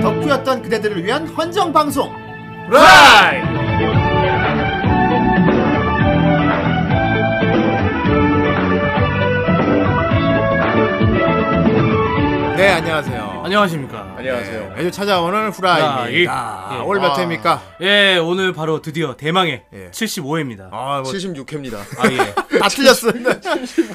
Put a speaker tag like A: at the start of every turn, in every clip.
A: 덕후였던 그대들을 위한 헌정 방송.
B: 라이!
A: 네, 안녕하세요.
B: 안녕하십니까.
A: 안녕하세요. 매주 찾아오는 후라이입니다.
B: 후라이. 예.
A: 오늘 몇
C: 아.
A: 회입니까?
B: 예, 오늘 바로 드디어 대망의
A: 예.
B: 75회입니다. 아,
A: 아, 뭐,
C: 76회입니다.
B: 예.
A: 다 틀렸어.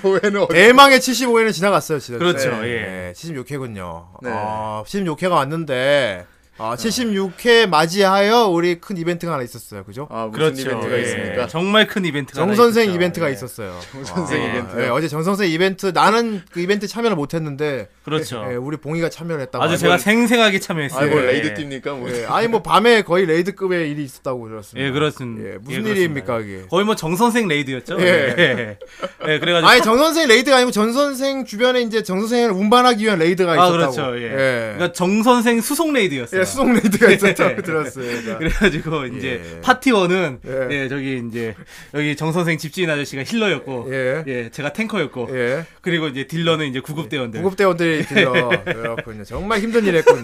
C: 뭐에는 어디?
A: 대망의 75회는 지나갔어요, 진짜.
B: 그렇죠,
A: 네.
B: 예.
A: 네, 76회군요.
C: 네.
A: 아, 76회가 왔는데, 아, 76회 맞이하여 우리 큰 이벤트가 하나 있었어요. 그죠?
C: 아, 무슨
B: 그렇죠.
C: 이벤트가
B: 예.
C: 있습니까?
B: 정말 큰 이벤트가 하나
A: 정선생
B: 있었죠.
A: 이벤트가
B: 예.
A: 있었어요.
C: 정선생 이벤트요?
A: 예, 어제 정선생 이벤트, 나는 그 이벤트 참여를 못 했는데,
B: 그렇죠.
A: 예, 우리 봉이가 참여를 했다고.
B: 아주
A: 알고
B: 제가 생생하게 참여했어요.
C: 아이고
B: 예.
C: 레이드 띕니까? 뭐.
A: 예, 아니 뭐 밤에 거의 레이드급의 일이 있었다고 들었습니다.
B: 예,
A: 예,
B: 그렇습니다. 예,
A: 무슨
B: 그렇습니다.
A: 일입니까 이게?
B: 거의 뭐 정선생 레이드였죠.
A: 예.
B: 예. 예, 그래가지고.
A: 아니 정 선생 레이드가 아니고 전 선생 주변에 이제 정 선생을 운반하기 위한 레이드가
B: 아,
A: 있었다고.
B: 그렇죠. 예.
A: 예.
B: 그러니까 정선생 수송 레이드였어요.
A: 예, 수송 레이드가 있었다고 들었어요.
B: 그래가지고 이제
A: 예.
B: 파티원은
A: 예.
B: 예. 저기 이제 여기 정 선생 집주인 아저씨가 힐러였고
A: 예.
B: 예, 제가 탱커였고
A: 예.
B: 그리고 이제 딜러는 이제 구급대원들 예.
A: 구급대원들이 들려 그렇군요. 정말 힘든 일 했군요.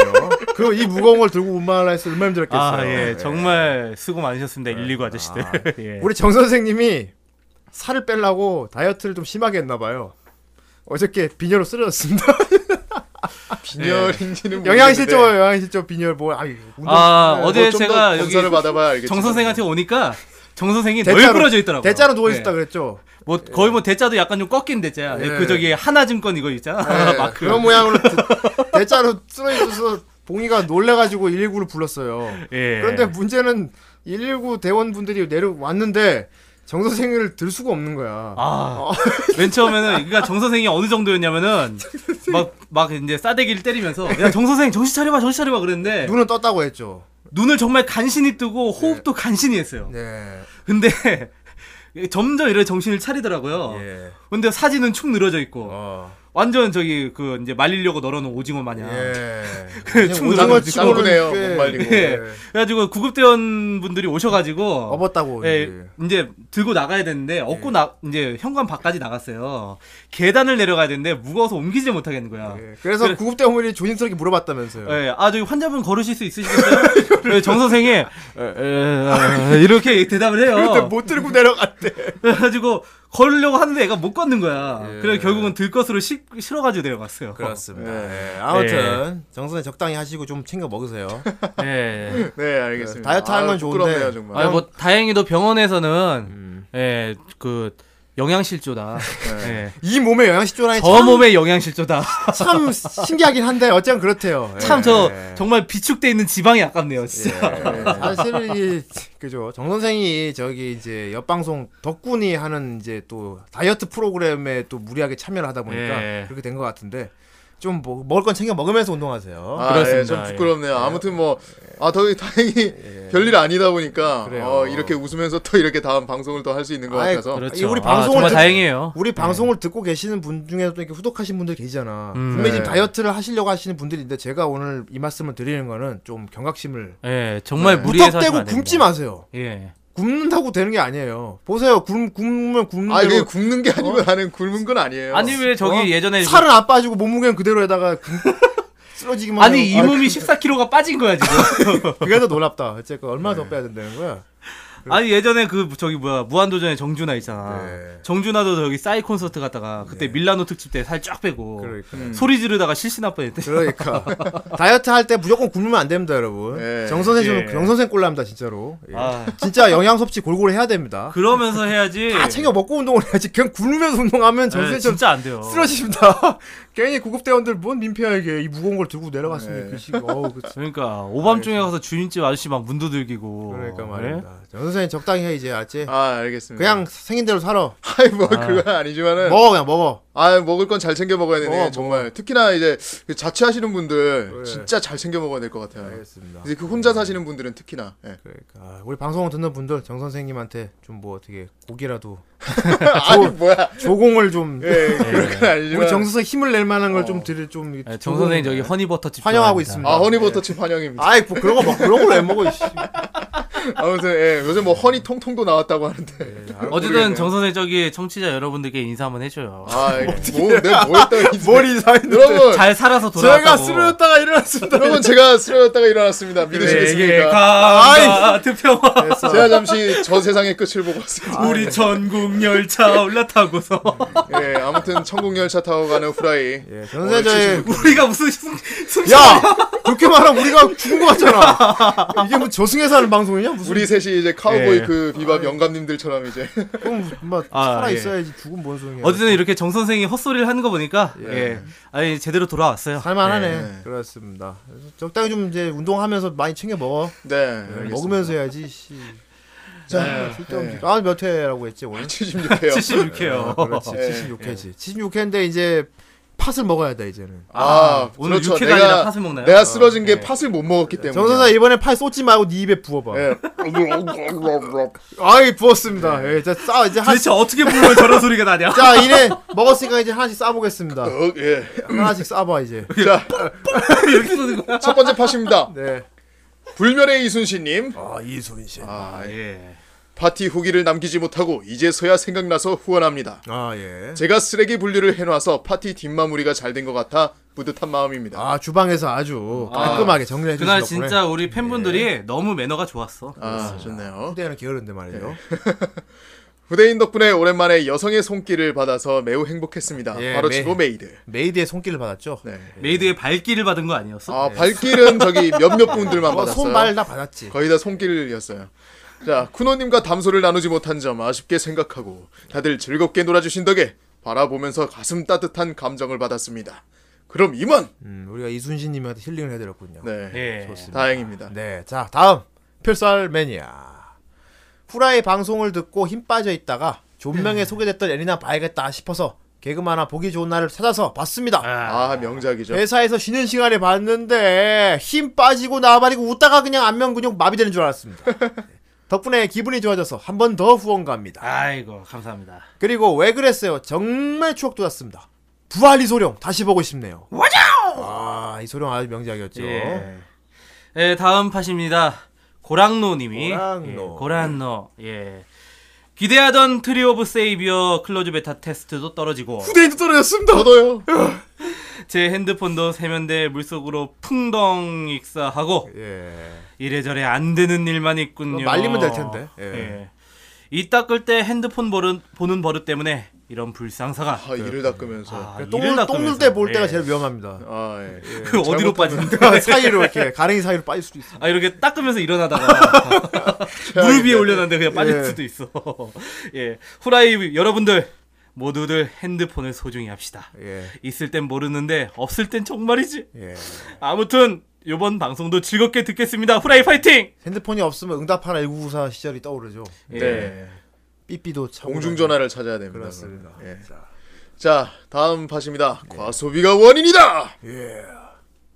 A: 그리고 이 무거운 걸 들고 운반하려 했을 얼마나 힘들었겠어요.
B: 아, 예, 정말 수고 많으셨습니다. 119 아저씨들.
A: 아,
B: 예.
A: 우리 정 선생님이 살을 빼려고 다이어트를 좀 심하게 했나 봐요. 어저께 빈혈로 쓰러졌습니다. 예.
C: 빈혈인지는
A: 영양실조, 영양실조, 빈혈 뭐 아이 운동
B: 아,
A: 네,
B: 어제
C: 뭐
B: 제가 여기
C: 검사를 받아봐야 알겠죠.
B: 정 선생한테 오니까 정 선생이 널브러져 있더라고요.
A: 대자로 누워 있었다
B: 네.
A: 그랬죠.
B: 뭐 거의 뭐 대자도 약간 좀 꺾인 대자야.
A: 예.
B: 그 저기 하나증권 이거 있잖아.
A: 네,
B: 마크.
A: 그런 모양으로 대- 대자로 쓰러 있어서 봉이가 놀래가지고 119를 불렀어요.
B: 예.
A: 그런데 문제는 119 대원분들이 내려왔는데 정 선생을 들 수가 없는 거야.
B: 아, 맨 처음에는 그러니까 정 선생이 어느 정도였냐면은 막 막 이제 싸대기를 때리면서 야 정 선생 정신 차려봐 정신 차려봐 그랬는데
A: 눈은 떴다고 했죠.
B: 눈을 정말 간신히 뜨고 호흡도 간신히 했어요.
A: 네.
B: 근데 점점 이래 정신을 차리더라고요.
A: 예.
B: 근데 사진은 축 늘어져 있고
A: 어.
B: 완전 저기 그 이제 말리려고 널어놓은 오징어 마냥.
A: 예.
B: 충
A: 오징어
B: 늘어가지고
A: 치고는
C: 짱구네요,
A: 꽤-
C: 못 말리고.
A: 예.
B: 예. 그래가지고 구급대원 분들이 오셔가지고
A: 업었다고.
B: 예,
A: 이제. 예.
B: 이제 들고 나가야 되는데 업고 나 이제 현관 밖까지 나갔어요. 계단을 내려가야 되는데 무거워서 옮기지 못하겠는 거야.
A: 예. 그래서
B: 그래-
A: 구급대원분이 조심스럽게 물어봤다면서요.
B: 예, 아, 저기 환자분 걸으실 수 있으시겠어요? 예, 정 선생이, 에, 에, 아, 이렇게 대답을
A: 근데
B: 해요.
A: 못 들고 내려갔대.
B: 그래가지고, 걸으려고 하는데 애가 못 걷는 거야.
A: 예.
B: 그래서 결국은 들것으로 시- 실어가지고 내려갔어요.
A: 그렇습니다.
C: 네.
A: 예. 아무튼 정선생 적당히 하시고 좀 챙겨 먹으세요.
B: 예.
C: 네, 알겠습니다.
A: 다이어트 하는 건
C: 아,
A: 좋은데.
C: 부끄럽네요, 정말.
B: 아, 뭐, 다행히도 병원에서는,
A: 음.
B: 예, 그, 영양실조다. 예.
A: 네. 이 몸에 영양실조라니
B: 저
A: 참,
B: 몸의 영양실조다.
A: 참 신기하긴 한데 어쨌든 그렇대요. 예.
B: 참, 저, 정말 비축돼 있는 지방이 아깝네요, 진짜.
A: 예. 사실은 이 그죠 정 선생이 저기 이제 옆 방송 덕분이 하는 이제 또 다이어트 프로그램에 또 무리하게 참여를 하다 보니까
B: 예.
A: 그렇게 된 것 같은데 좀 뭐- 먹을 건 챙겨 먹으면서 운동하세요.
C: 아,
B: 그렇습니다.
C: 예, 좀
B: 예.
C: 부끄럽네요. 아무튼 뭐, 아, 더 다행히 별일 아니다 보니까,
A: 예. 그래요.
C: 어, 이렇게 웃으면서 또 이렇게 다음 방송을 또 할 수 있는 것
A: 어, 아이, 예.
C: 같아서.
B: 그렇죠.
A: 우리
B: 아,
A: 방송을
B: 정말
A: 듣-
B: 다행이에요. 네.
A: 우리 방송을 듣고 계시는 분 중에서도 이렇게 후덕하신 분들 계시잖아.
B: 음.
A: 분명히 지금
C: 네.
A: 다이어트를 하시려고 하시는 분들이 있는데 제가 오늘 이 말씀을 드리는 거는 좀 경각심을 네.
B: 예, 정말 무리해서. 하시면
A: 무턱대고
B: 안 됩니다.
A: 굶지 마세요.
B: 예.
A: 굽는다고 되는 게 아니에요. 보세요. 굶, 굶으면 굶는
C: 아, 이게
A: 대로
C: 굶는 게 아니면 나는 굶은 건 아니에요.
B: 아니 왜 저기
A: 어?
B: 예전에
A: 살은 안 빠지고 몸무게는 그대로에다가 굶-
B: 그-
C: 뭐.
A: 쓰러지기만
B: 아니 이
A: 하고-
B: 몸이 14kg가 빠진 거야 지금.
A: 아, 그게 더 놀랍다. 어쨌건 얼마나 더 빼야 된다는 거야.
B: 네. 아니 예전에 그 저기 뭐야 무한도전에 정준하 있잖아.
A: 네.
B: 정준하도 저기 싸이 콘서트 갔다가 그때 밀라노 특집 때 살 쫙 빼고
A: 그러니까.
C: 음.
B: 소리 지르다가 실신할 뻔했대.
A: 그러니까 다이어트 할 때 무조건 굶으면 안 됩니다, 여러분.
C: 예.
A: 정 선생 좀
B: 예.
A: 정 선생 꼴납니다, 진짜로. 예.
B: 아
A: 진짜 영양 섭취 골고루 해야 됩니다.
B: 그러면서 해야지.
A: 다 챙겨 먹고 운동을 해야지. 그냥 굶으면서 운동하면
B: 예,
A: 정신좀
B: 진짜 안 돼요.
A: 쓰러집니다. 괜히 구급대원들 뭔 민폐야 이게 이 무거운 걸 들고 내려갔으니
C: 네.
A: 그 시기. 어우, 그
B: 그러니까 오밤중에 가서 주인집 아저씨 막 문도 들기고.
A: 그러니까
B: 예?
A: 말입니다. 정 선생 적당히 해 이제 알지?
C: 아, 알겠습니다.
A: 그냥 생긴 대로 살아.
C: 아이, 뭐,
B: 아.
C: 그건 아니지만은.
A: 먹어 그냥 먹어.
C: 아 먹을 건 잘 챙겨 먹어야 되네
A: 먹어,
C: 정말 특히나 이제 그 자취하시는 분들
A: 그래.
C: 진짜 잘 챙겨 먹어야 될 것 같아요
A: 네. 알겠습니다.
C: 이제 그 혼자 사시는 분들은 특히나 예.
A: 그러니까 아, 우리 방송을 듣는 분들 정 선생님한테 좀 뭐 어떻게 고기라도
C: 아니 뭐야
A: 조공을 좀 네.
C: 예, 그런 건
A: 우리
C: 아니지만
A: 정 선생 힘을 낼 만한 걸 좀
C: 어.
A: 드릴 좀
B: 예, 정 선생 저기
A: 조공을-
B: 허니버터 집
A: 환영하고
B: 좋아합니다.
A: 있습니다.
C: 아 허니버터칩 환영입니다
A: 아이 뭐 그런 거막 그런 걸왜 먹어 이씨.
C: 아무튼 예, 요즘 뭐 허니 통통도 나왔다고 하는데.
A: 예, 아,
B: 어쨌든
C: 모르겠네요.
B: 정 선생 저기 청취자 여러분들께 인사 한번 해줘요.
C: 아,
A: 예.
C: 뭐, 내가 뭐 했다고 인사-
A: 머리 사이는
C: 여러분,
B: 잘 살아서 돌아왔다고.
A: 제가 쓰러졌다가 일어났습니다.
C: 여러분 제가 쓰러졌다가 일어났습니다.
B: 네, 예,
C: 믿으시겠습니까?
B: 가 드평화
C: 제가 잠시 저 세상의 끝을 보고 왔습니다.
A: 아, 네.
B: 우리 전국 열차 올라타고서
C: 예, 아무튼 천국열차 타고 가는 후라이.
A: 예, 전세자의
B: 어, 우리가 무슨 숨- 숨-
A: 야 그렇게 말하면 우리가 죽은 것 같잖아. 이게 뭐 저승에서 는 방송이냐 무슨?
C: 우리 셋이 이제 카우보이
A: 예.
C: 그 비밥 영감님들처럼 이제
A: 그럼 막
B: 아,
A: 살아
B: 예.
A: 있어야지 죽은 뭔 소용이야.
B: 어쨌든 이렇게 정 선생이 헛소리를 하는 거 보니까 예,
A: 예.
B: 아니 제대로 돌아왔어요. 예.
A: 살만하네. 그렇습니다. 그래서 적당히 좀 이제 운동하면서 많이 챙겨 먹어. 예,
C: 네.
A: 먹으면서 해야지. 씨. 자,
C: 예.
A: 쓸데없는 아, 몇 회라고 했지 오늘? 아,
C: 76회요.
B: 76회요.
A: 그렇지.
C: 예.
A: 76회지. 76회인데 이제 팥을 먹어야 돼 이제는.
C: 아,
B: 오늘
C: 그렇죠.
B: 육회가 아니라
C: 내가
B: 팥을 먹나요?
C: 내가 쓰러진 게
A: 예.
C: 팥을 못 먹었기 때문에.
A: 정 선사 이번에 팔 쏟지 말고 네 입에 부어봐.
C: 예.
A: 아이 부었습니다. 예, 자, 싸 이제 한,
B: 도대체 어떻게 부르면 저런 소리가 나냐?
A: 자 이래 먹었으니까 이제 하나씩 싸보겠습니다.
C: 어, 예.
A: 하나씩 싸봐 이제.
C: 자,
B: 이렇게 쏘는 거야?
C: 첫 번째 팥입니다.
A: 네.
C: 불멸의 이순신 님.
A: 아 이순신.
C: 아, 예.
B: 예.
C: 파티 후기를 남기지 못하고 이제서야 생각나서 후원합니다.
A: 아 예.
C: 제가 쓰레기 분류를 해놔서 파티 뒷마무리가 잘 된 것 같아 뿌듯한 마음입니다.
A: 아 주방에서 아주 깔끔하게 정리해 주신
B: 그날
A: 덕분에 예.
B: 진짜 우리 팬분들이 너무 매너가 좋았어. 예.
C: 아 좋네요.
A: 후대는 게으른데 말이죠.
C: 후대인 덕분에 오랜만에 여성의 손길을 받아서 매우 행복했습니다.
A: 예,
C: 바로
A: 매-
C: 지고 메이드.
A: 메이드의 손길을 받았죠.
C: 네.
B: 메이드의 발길을 받은 거 아니었어?
C: 아 발길은 저기 몇몇 분들만
A: 어,
C: 받았어요.
A: 손발 다 받았지.
C: 거의 다 손길이었어요. 자 쿠노님과 담소를 나누지 못한 점 아쉽게 생각하고 다들 즐겁게 놀아주신 덕에 바라보면서 가슴 따뜻한 감정을 받았습니다. 그럼 이만.
A: 음, 우리가 이순신님한테 힐링을 해드렸군요.
C: 네.
B: 예.
C: 다행입니다.
A: 네, 자 다음 필살 매니아 후라이 방송을 듣고 힘 빠져 있다가
B: 음.
A: 존명에 소개됐던 애니나 봐야겠다 싶어서 개그만 하나 보기 좋은 날을 찾아서 봤습니다.
B: 아,
C: 아 명작이죠.
A: 회사에서 쉬는 시간에 봤는데 힘 빠지고 나발이고 웃다가 그냥 안면 근육 마비되는 줄 알았습니다. 덕분에 기분이 좋아져서 한 번 더 후원 갑니다.
B: 아이고 감사합니다.
A: 그리고 왜 그랬어요? 정말 추억 돋았습니다. 부활이 소룡 다시 보고 싶네요. 와자! 아이 소룡 아주 명작이었죠.
B: 예. 예, 다음 팟입니다. 고랑노님이
A: 고랑노.
B: 예, 고랑노 예 기대하던 트리 오브 세이비어 클로즈 베타 테스트도 떨어지고
A: 후대인도 떨어졌습니다.
C: 저도요.
B: 제 핸드폰도 세면대 물속으로 풍덩 익사하고
A: 예.
B: 이래저래 안 되는 일만 있군요.
A: 그럼 말리면 될 텐데. 예.
B: 예. 이 닦을 때 핸드폰 버릇, 보는 버릇 때문에 이런 불상사가
C: 아 이를 닦으면서.
B: 아,
A: 그러니까
B: 이를
A: 똥을 똥물
B: 닦으면서.
A: 때볼 때가
B: 예.
A: 제일 위험합니다.
C: 아 예.
B: 그 어디로
C: 잘못하면-
B: 빠지는데?
A: 사이로 이렇게 가랭이 사이로 빠질 수도 있어.
B: 아 이렇게 닦으면서 일어나다가 무릎 위에 올려놨는데 그냥 빠질
A: 예.
B: 수도 있어. 예, 후라이 여러분들 모두들 핸드폰을 소중히 합시다.
A: 예.
B: 있을 땐 모르는데 없을 땐 정말이지.
A: 예.
B: 아무튼 요번 방송도 즐겁게 듣겠습니다. 후라이 파이팅!
A: 핸드폰이 없으면 응답하라 1994 시절이 떠오르죠.
B: 예.
C: 네.
A: 삐삐도 참
C: 공중 전화를 찾아야 됩니다.
A: 그렇습니다.
C: 예.
A: 자.
C: 자, 다음 팟입니다. 과소비가 원인이다.
A: 예.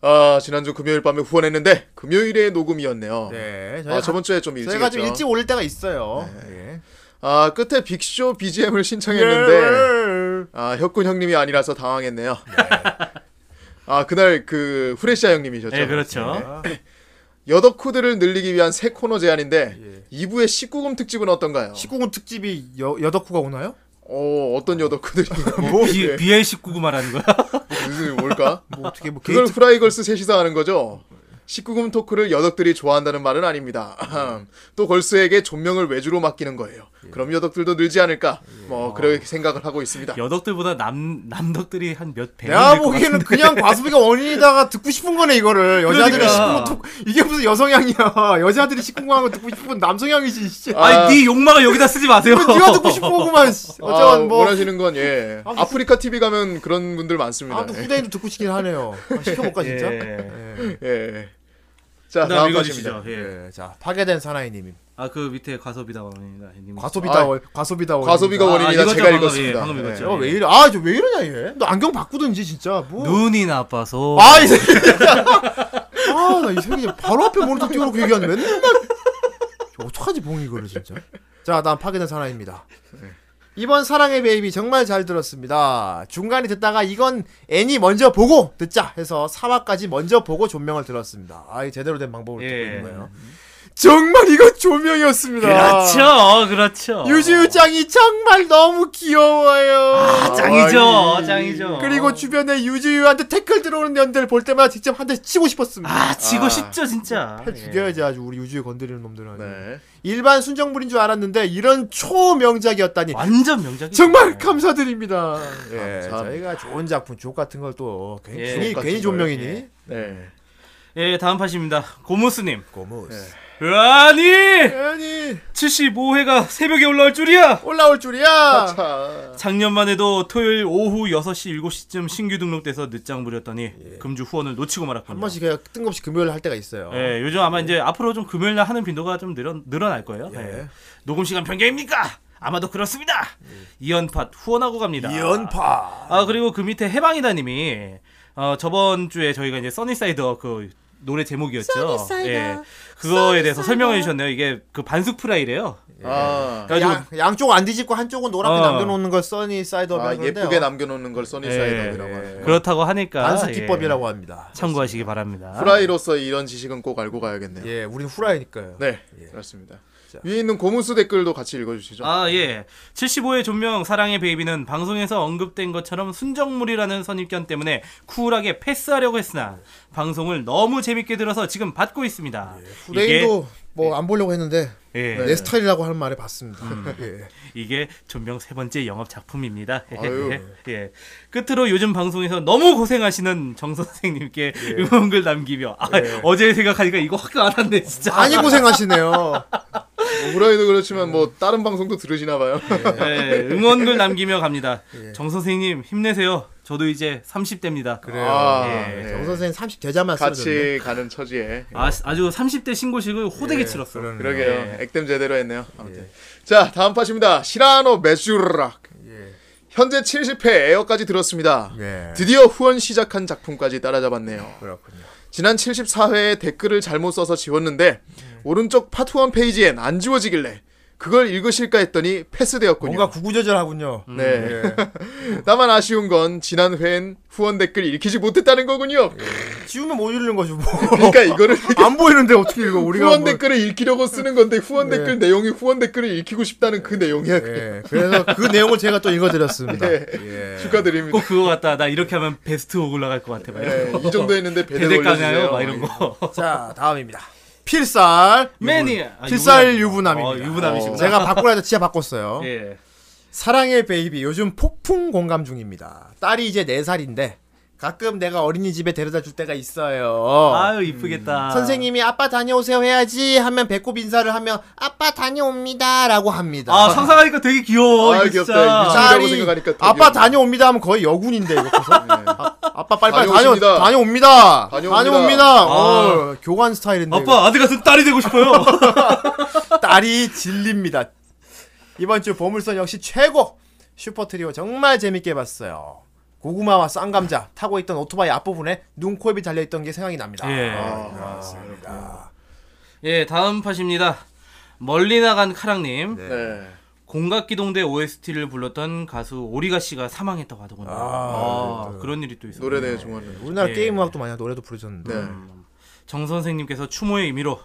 C: 아, 지난주 금요일 밤에 후원했는데 금요일에 녹음이었네요.
A: 네. 저희가
C: 아, 저번 주에 좀 일찍
A: 저희가 좀
C: 했죠.
A: 일찍 올릴 때가 있어요. 예.
C: 아, 끝에 빅쇼 BGM을 신청했는데
A: 네,
C: 아, 혁군 형님이 아니라서 당황했네요. 아, 그날 그 후레시아 형님이셨죠.
B: 예, 그렇죠.
A: 아,
C: 여덕 코드를 늘리기 위한 새 코너 제안인데 2부의 19금 특집은 어떤가요?
A: 예. 19금 특집이 여, 여덕후가 오나요?
C: 어, 어떤 여덕 코드이
B: 뭐 B L 19구 말하는 거야?
C: 무슨 뭘까?
A: 뭐 어떻게 뭐
C: 그걸
A: 게이트
C: 후라이걸스 셋이서 하는 거죠. 19금 토크를 여덕들이 좋아한다는 말은 아닙니다. 아흠. 또 걸스에게 존명을 외주로 맡기는 거예요. 그럼 여덕들도 늘지 않을까? 뭐 그렇게 생각을 하고 있습니다.
B: 예. 어. 여덕들보다 남 남덕들이 한 몇 배.
A: 내가 보기에는 그냥 과수비가 원인이다가 듣고 싶은 거네 이거를 여자들이
B: 그러니까.
A: 19금 토 이게 무슨 여성향이야 여자들이 19금 하고 듣고 싶은 남성향이지 씨.
C: 아,
B: 아니 네 욕망을 여기다 쓰지 마세요.
A: 이거 네가 듣고 싶은 거구만. 씨.
C: 아,
A: 어쩌면 뭐
C: 원하시는 건 예.
A: 아무튼-
C: 아프리카 TV 가면 그런 분들 많습니다.
A: 아무튼 후대인도 듣고 싶긴 하네요. 아, 시켜볼까
B: 예.
A: 진짜?
C: 예. 예. 자,
B: 그다음
C: 다음
B: 읽어주시죠.
C: 것입니다.
B: 예.
A: 예, 자 파괴된 사나이님,
B: 아 그 밑에 과소비다 원인이다. 형님.
A: 과소비다
C: 아,
A: 원, 과소비다 원.
C: 과소비가
B: 아,
C: 원인이다.
B: 이것도
C: 제가
B: 방금,
C: 읽었습니다.
B: 예, 방금
C: 예.
B: 읽었죠.
A: 어, 왜 이래? 아, 저 왜 이러냐 얘? 너 안경 바꾸든지 진짜 뭐.
B: 눈이 나빠서.
A: 아, 이 새끼. 아, 나 이 새끼 바로 앞에 모니터 띄워놓고 그 얘기하는데 맨날. 저 어떡하지 봉이 이거를 진짜. 자, 다음 파괴된 사나이입니다. 이번 사랑의 베이비 정말 잘 들었습니다. 중간에 듣다가 이건 애니 먼저 보고 듣자 해서 3화까지 먼저 보고 존명을 들었습니다. 아, 이 제대로 된 방법을
B: 예.
A: 듣고 있는 거예요. 정말 이건 조명이었습니다.
B: 그렇죠, 그렇죠.
A: 유지우 짱이 정말 너무 귀여워요.
B: 아, 짱이죠, 짱이죠.
A: 그리고 주변에 유지우한테 태클 들어오는 년들 볼 때마다 직접 한 대 치고 싶었습니다.
B: 아 지고
C: 아.
B: 싶죠 진짜. 예.
A: 팔 죽여야지 아주 우리 유지우 건드리는 놈들은 아주.
C: 네.
A: 일반 순정물인 줄 알았는데 이런
B: 예.
A: 초명작이었다니
B: 완전 명작이.
A: 정말 감사드립니다. 예,
C: 네, 참.
A: 저희가 좋은 작품, 족 같은 걸 또 괜히,
B: 예.
A: 괜히,
C: 족 같은
A: 괜히
C: 걸,
A: 존명이니
B: 예.
C: 네.
B: 예 다음 팟입니다. 고무스님. 예.
A: 고무스.
B: 아니
A: 괜히
B: 75회가 새벽에 올라올 줄이야.
A: 올라올 줄이야.
C: 자.
B: 작년만 해도 토요일 오후 6시 7시쯤 신규 등록돼서 늦장 부렸더니
A: 예.
B: 금주 후원을 놓치고 말았군요.
A: 한 번씩 그냥 뜬금없이 금요일 할 때가 있어요.
B: 예, 요즘 아마 이제 앞으로 좀 금요일 날 하는 빈도가 좀 늘어, 늘어날 거예요.
A: 예.
B: 예. 녹음 시간 변경입니까? 아마도 그렇습니다. 이연팟 후원하고 갑니다.
A: 이연파.
B: 아 그리고 그 밑에 해방이다님이 어, 저번 주에 저희가 이제 써니사이더 그 노래 제목이었죠.
D: 써니사이더.
B: 예. 그거에 대해서 설명해 주셨네요. 이게 그 반숙 프라이래요.
A: 예.
C: 아.
B: 그래가지고
A: 양, 양쪽 안 뒤집고 한쪽은 노랗게
B: 어.
A: 남겨놓는 걸 써니 사이더라고
C: 아,
A: 하는데요.
C: 예쁘게 남겨놓는 걸 써니사이드라고
A: 예.
C: 하네요.
B: 그렇다고 하니까
A: 단수
B: 예,
A: 기법이라고 합니다.
B: 참고하시기 바랍니다.
C: 후라이로서 이런 지식은 꼭 알고 가야겠네요.
A: 아. 예, 우린 후라이니까요. 예.
C: 네, 그렇습니다. 위에 있는 고문수 댓글도 같이 읽어주시죠.
B: 아, 예. 75의 존명 사랑의 베이비는 방송에서 언급된 것처럼 순정물이라는 선입견 때문에 쿨하게 패스하려고 했으나 방송을 너무 재밌게 들어서 지금 받고 있습니다.
A: 예, 후레이도 뭐 안 보려고 했는데
B: 이게, 예,
C: 네.
B: 음.
A: 내 스타일이라고 하는 말에 봤습니다. 예.
B: 이게 존명 세 번째 영업 작품입니다.
C: 아유.
B: 예. 끝으로 요즘 방송에서 너무 고생하시는 정 선생님께
A: 예.
B: 응원글 남기며 아, 어제 생각하니까 이거 화가 안 왔네, 진짜.
A: 많이 고생하시네요.
C: 뭐 후라이도 그렇지만 뭐 다른 방송도 들으시나 봐요. 네.
B: 예, 응원글 남기며 갑니다. 정 선생님 힘내세요. 저도 이제 30대입니다.
A: 예. 그래요.
C: 아,
B: 예.
C: 네.
A: 정 선생님 30 제자만 쓰셨네.
C: 같이 가는 처지에
B: 아, 아주 30대 신고식을 호되게 치렀어.
A: 그러네요.
C: 그러게요.
B: 예.
C: 액땜 제대로 했네요. 아무튼. 자, 다음 파입니다 시라노 메슈락.
A: 예.
C: 현재 70회 에어까지 들었습니다.
A: 예.
C: 드디어 후원 시작한 작품까지 따라잡았네요.
A: 그렇군요.
C: 지난 74회에 댓글을 잘못 써서 지웠는데
A: 음.
C: 오른쪽 파트원 페이지엔 안 지워지길래 그걸 읽으실까 했더니 패스되었군요.
A: 뭔가 구구절절하군요.
C: 네.
A: 예.
C: 다만 아쉬운 건 지난 회엔 후원 댓글 읽히지 못했다는 거군요.
A: 예. 지우면 못 읽는 거죠. 뭐.
C: 그러니까 이거를
A: 안 보이는데 어떻게 읽어? 우리가
C: 후원
A: 뭐-
C: 댓글을 읽히려고 쓰는 건데 후원
A: 네.
C: 댓글 내용이 후원 댓글을 읽히고 싶다는 그 내용이야. 네.
A: 예. 그래서 그 내용을 제가 또 읽어드렸습니다. 예.
C: 축하드립니다.
B: 꼭 그거 같다. 나 이렇게 하면 베스트 5 올라갈 것 같아. 막
C: 예,
B: 이런
C: 이 정도 했는데
B: 거.
C: 배대
B: 대대
C: 올려주세요.
B: 가나요? 막 이런 거.
A: 자, 다음입니다. 필살
B: 매니아. 아,
A: 예. 필살
B: 유부남.
A: 유부남입니다.
B: 어, 유부남이시구나.
A: 제가 바꾸라 해서 진짜 바꿨어요.
B: 예.
A: 사랑의 베이비 요즘 폭풍 공감 중입니다. 딸이 이제 4살인데 가끔 내가 어린이집에 데려다 줄 때가 있어요. 음.
B: 아유 이쁘겠다.
A: 선생님이 아빠 다녀오세요 해야지 하면 배꼽 인사를 하면 아빠 다녀옵니다라고 합니다.
B: 아 상상하니까 되게 귀여워.
C: 아,
B: 이거 진짜.
C: 귀엽다. 이거 진짜. 친구라고
A: 딸이
C: 생각하니까 더
A: 아빠
C: 귀엽네.
A: 다녀옵니다 하면 거의 여군인데 이거 커서 아, 아빠 빨리빨리 다녀
C: 네. 다녀오십니다.
A: 다녀옵니다
C: 다녀옵니다.
A: 다녀옵니다
B: 아.
A: 어, 교관 스타일인데 이거.
B: 아빠 아들 같은 딸이 되고 싶어요.
A: 딸이 진리입니다. 이번 주 보물선 역시 최고. 슈퍼 트리오 정말 재밌게 봤어요. 고구마와 쌍감자 타고 있던 오토바이 앞부분에 눈, 코, 입이 달려있던 게 생각이 납니다.
B: 예.
C: 아,
A: 그렇습니다.
B: 예 다음 팟입니다. 멀리 나간 카랑님
C: 네.
B: 공각기동대 OST를 불렀던 가수 오리가 씨가 사망했다고 하더군요. 아, 그런 일이 또 있었네요.
C: 노래 내 종합.
A: 아, 우리나라
B: 예. 음,
A: 게임 음악도 많이 하고 노래도 부르셨는데
C: 네.
B: 정 선생님께서 추모의 의미로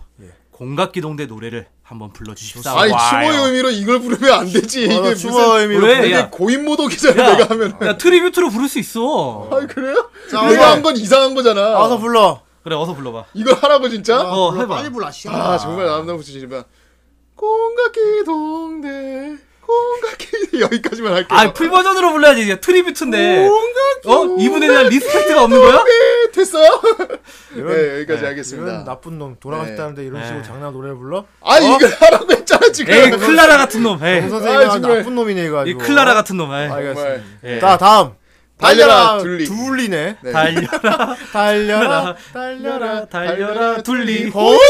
B: 공각기동대 노래를 한번 불러주십사.
C: 아니
B: 와요.
C: 추모의 의미로 이걸 부르면 안 되지. 이게
A: 어,
C: 무슨
A: 추모의 의미로
B: 왜?
A: 부르-
B: 야.
C: 이게 고인 모독이잖아 내가 하면.
B: 야 트리뷰트로 부를 수 있어.
C: 아 그래요?
A: 자,
C: 내가
A: 어서.
C: 한 건 이상한 거잖아.
A: 와서 불러.
B: 그래 어서 불러봐.
C: 이걸 하라고 진짜?
B: 어, 해봐.
A: 불러 씨.
C: 아 정말 남남부 지지만 공각기 동대 공각기 여기까지만 할게요.
B: 아 풀 버전으로 불러야지. 야, 트리뷰트인데.
C: 공각기
B: 어 이분에 대한 리스펙트가 없는 거야?
C: 네, 됐어요? 네 여기까지
A: 이런
C: 하겠습니다.
A: 나쁜 놈 돌아가셨다는데 이런
B: 네.
A: 식으로
B: 네.
A: 장난 노래를 불러? 어?
C: 아 이걸 하라고 했잖아 지금.
B: 어? 에이 클라라 같은 놈.
A: 정
B: 에이
A: 선생님
C: 아,
A: 아,
C: 정말.
A: 나쁜 놈이네 이거
B: 이
A: 가지고.
B: 클라라 같은 놈. 에이.
A: 알겠습니다.
C: 정말.
B: 예.
A: 자 다음 달려라,
C: 달려라, 둘리.
A: 둘리네.
C: 네.
B: 달려라
A: 달려라 달려라
B: 달려라 달려라 둘리.
A: 거의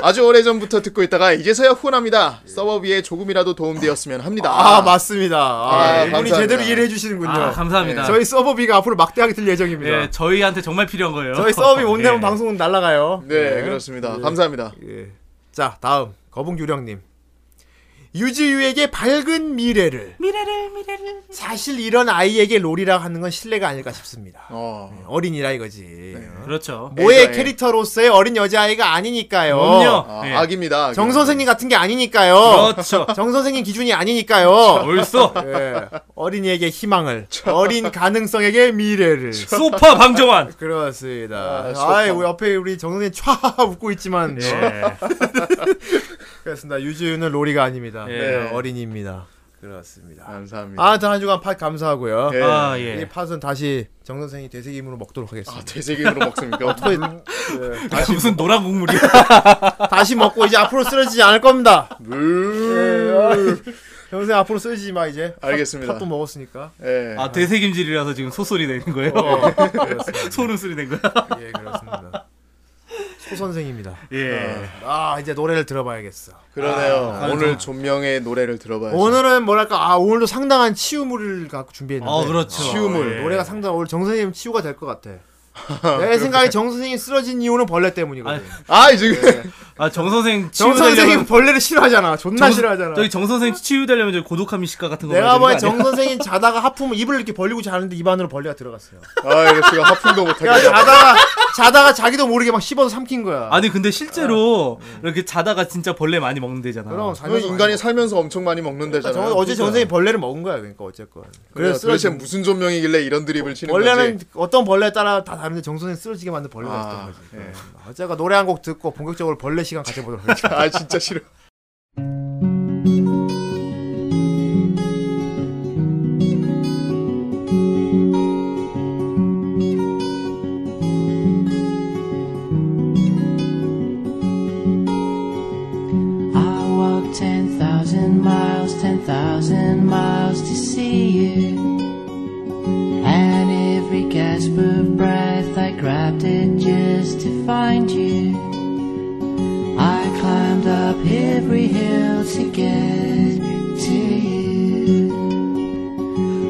C: 아주 오래 전부터 듣고 있다가 이제서야 후원합니다. 서버비에 조금이라도 도움되었으면 합니다.
A: 아 맞습니다. 아,
C: 예,
A: 이분이
C: 감사합니다.
A: 제대로 이해를 해주시는군요.
B: 아 감사합니다.
A: 저희 서버비가 앞으로 막대하게 들 예정입니다.
B: 예, 저희한테 정말 필요한 거예요.
A: 저희 서버비 못 내면
B: 예.
A: 방송은 날라가요.
C: 네,
A: 예.
C: 그렇습니다. 감사합니다.
A: 예. 자 다음 거북 유령님. 유지유에게 밝은 미래를.
B: 미래를 미래를
A: 사실 이런 아이에게 롤이라 하는 건 신뢰가 아닐까 싶습니다.
C: 어.
A: 네,
C: 네.
A: 어린이라 이거지. 네.
B: 그렇죠.
A: 모의
C: 애가, 애.
A: 캐릭터로서의 어린 여자아이가 아니니까요.
B: 그럼요.
C: 아,
B: 예.
C: 악입니다. 악이요.
A: 정 선생님 같은 게 아니니까요.
B: 그렇죠.
A: 정 선생님 기준이 아니니까요.
B: 벌써
A: 예. 어린이에게 희망을, 어린 가능성에게 미래를.
B: 소파 방정환.
A: 그렇습니다.
C: 아,
A: 아, 아이,
C: 소파.
A: 우리 옆에 우리 정 선생님 촤 웃고 있지만.
B: 예.
A: 네. 그렇습니다. 유지유는 롤이가 아닙니다.
B: 예.
A: 예, 어린이입니다. 그렇습니다.
C: 감사합니다.
A: 아, 단 한 주간 팟 감사하고요.
C: 예.
B: 아
A: 이
B: 예.
A: 팟은 다시 정 선생이 되새김으로 먹도록 하겠습니다. 아,
C: 아, 되새김으로 먹습니까? 예.
A: 토-
B: 다시 아, 무슨 노란 국물이야?
A: 다시 먹고 이제 앞으로 쓰러지지 않을 겁니다.
C: 네. 물.
A: 정 선생 앞으로 쓰러지지 마 이제.
C: 알겠습니다.
A: 팥도 먹었으니까.
C: 예.
B: 아 되새김질이라서 지금 소소리 내는 거예요. 소름 소리 낸 거야.
A: 어, 예, 그렇습니다. 소 선생입니다.
B: 예.
A: 아, 이제 노래를 들어봐야겠어.
C: 그러네요.
B: 아,
C: 오늘 존명의 노래를 들어봐야죠.
A: 오늘은 뭐랄까, 아, 오늘도 상당한 치유물을 갖고 준비했는데.
B: 어 그렇죠.
C: 치유물,
B: 예.
A: 노래가 상당한 오늘 정 선생님 치유가 될 것 같아. 내 생각에 정 선생이 쓰러진 이유는 벌레 때문이거든. 네.
C: 아, 지금
B: 아정 선생
A: 정
B: 치유되려면
A: 선생님 벌레를 싫어하잖아. 존나 싫어하잖아.
B: 저기 정 선생 치유되려면 저기 고독한 미식가 같은 거.
A: 내가 뭐
B: 봐야
A: 보기엔
B: 되는
A: 정
B: 거
A: 선생님 자다가 하품을 입을 이렇게 벌리고 자는데 입 안으로 벌레가 들어갔어요.
C: 아, 이거 제가 하품도 못
A: 그러니까
C: 하겠다.
A: 자다가 자다가 자기도 모르게 막 씹어서 삼킨 거야.
B: 아니야? 아니 근데 실제로 이렇게 자다가 진짜 벌레 많이 먹는 데잖아.
A: 아, 음. 그럼
C: 저는 어, 인간이 살면서 엄청 많이 먹는다잖아요.
A: 그러니까 정, 어제 정 선생님 벌레를 먹은 거야. 그러니까 어쨌건.
C: 그래서
A: 그래서
C: 도대체
A: 쓰러진
C: 무슨 존명이길래 이런 드립을 치는
A: 원래는
C: 건지.
A: 어떤 벌레에 따라 다 다른데 정 선생 쓰러지게 만든 벌레가
C: 아,
A: 있었던 거지.
B: 네.
A: 어, 어제가 노래 한 곡 듣고 본격적으로 벌레 시간 가져보도록 하겠습니다.
C: 아, 진짜 싫어.
E: I walked 10,000 miles, 10,000 miles to see you. At every gasp of breath, I grabbed it just to find you. I climbed up every hill to get to you.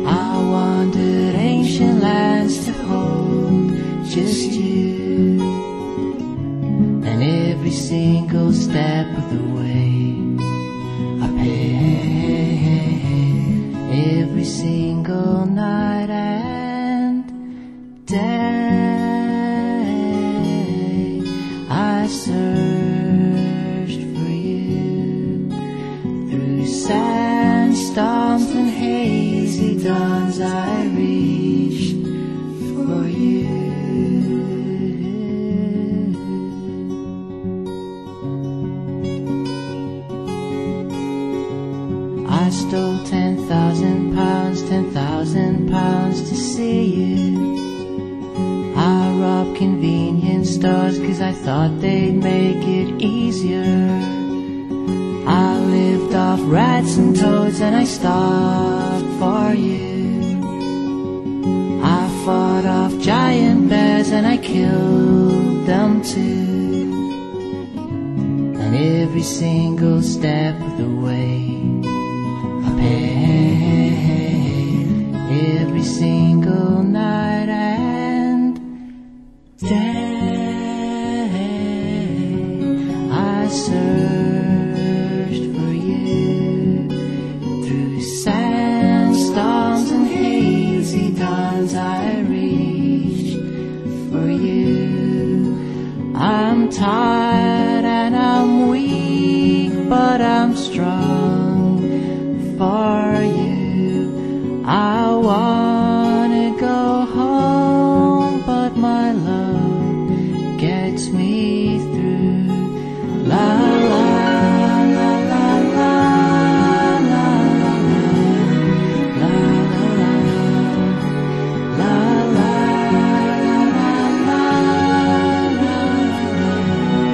E: I wandered ancient lands to hold just you and every single step of the way I paid every single night and day I searched for you through sandstorms and hazy dawns I reached for you. I stole ten thousand pounds, ten thousand pounds to see you. I robbed convenience stores 'cause I thought they'd make it easier. I lived off rats and toads and I starved for you. I fought off giant bears and I killed them too. And every single step of the way. I pay every single night and day. I searched for you through sandstorms and hazy dawns. I reached for you. I'm tired and I'm weak, but I'm strong for you. I wanna go home, but my love gets me through. La la la la la la la la la la la la la la la.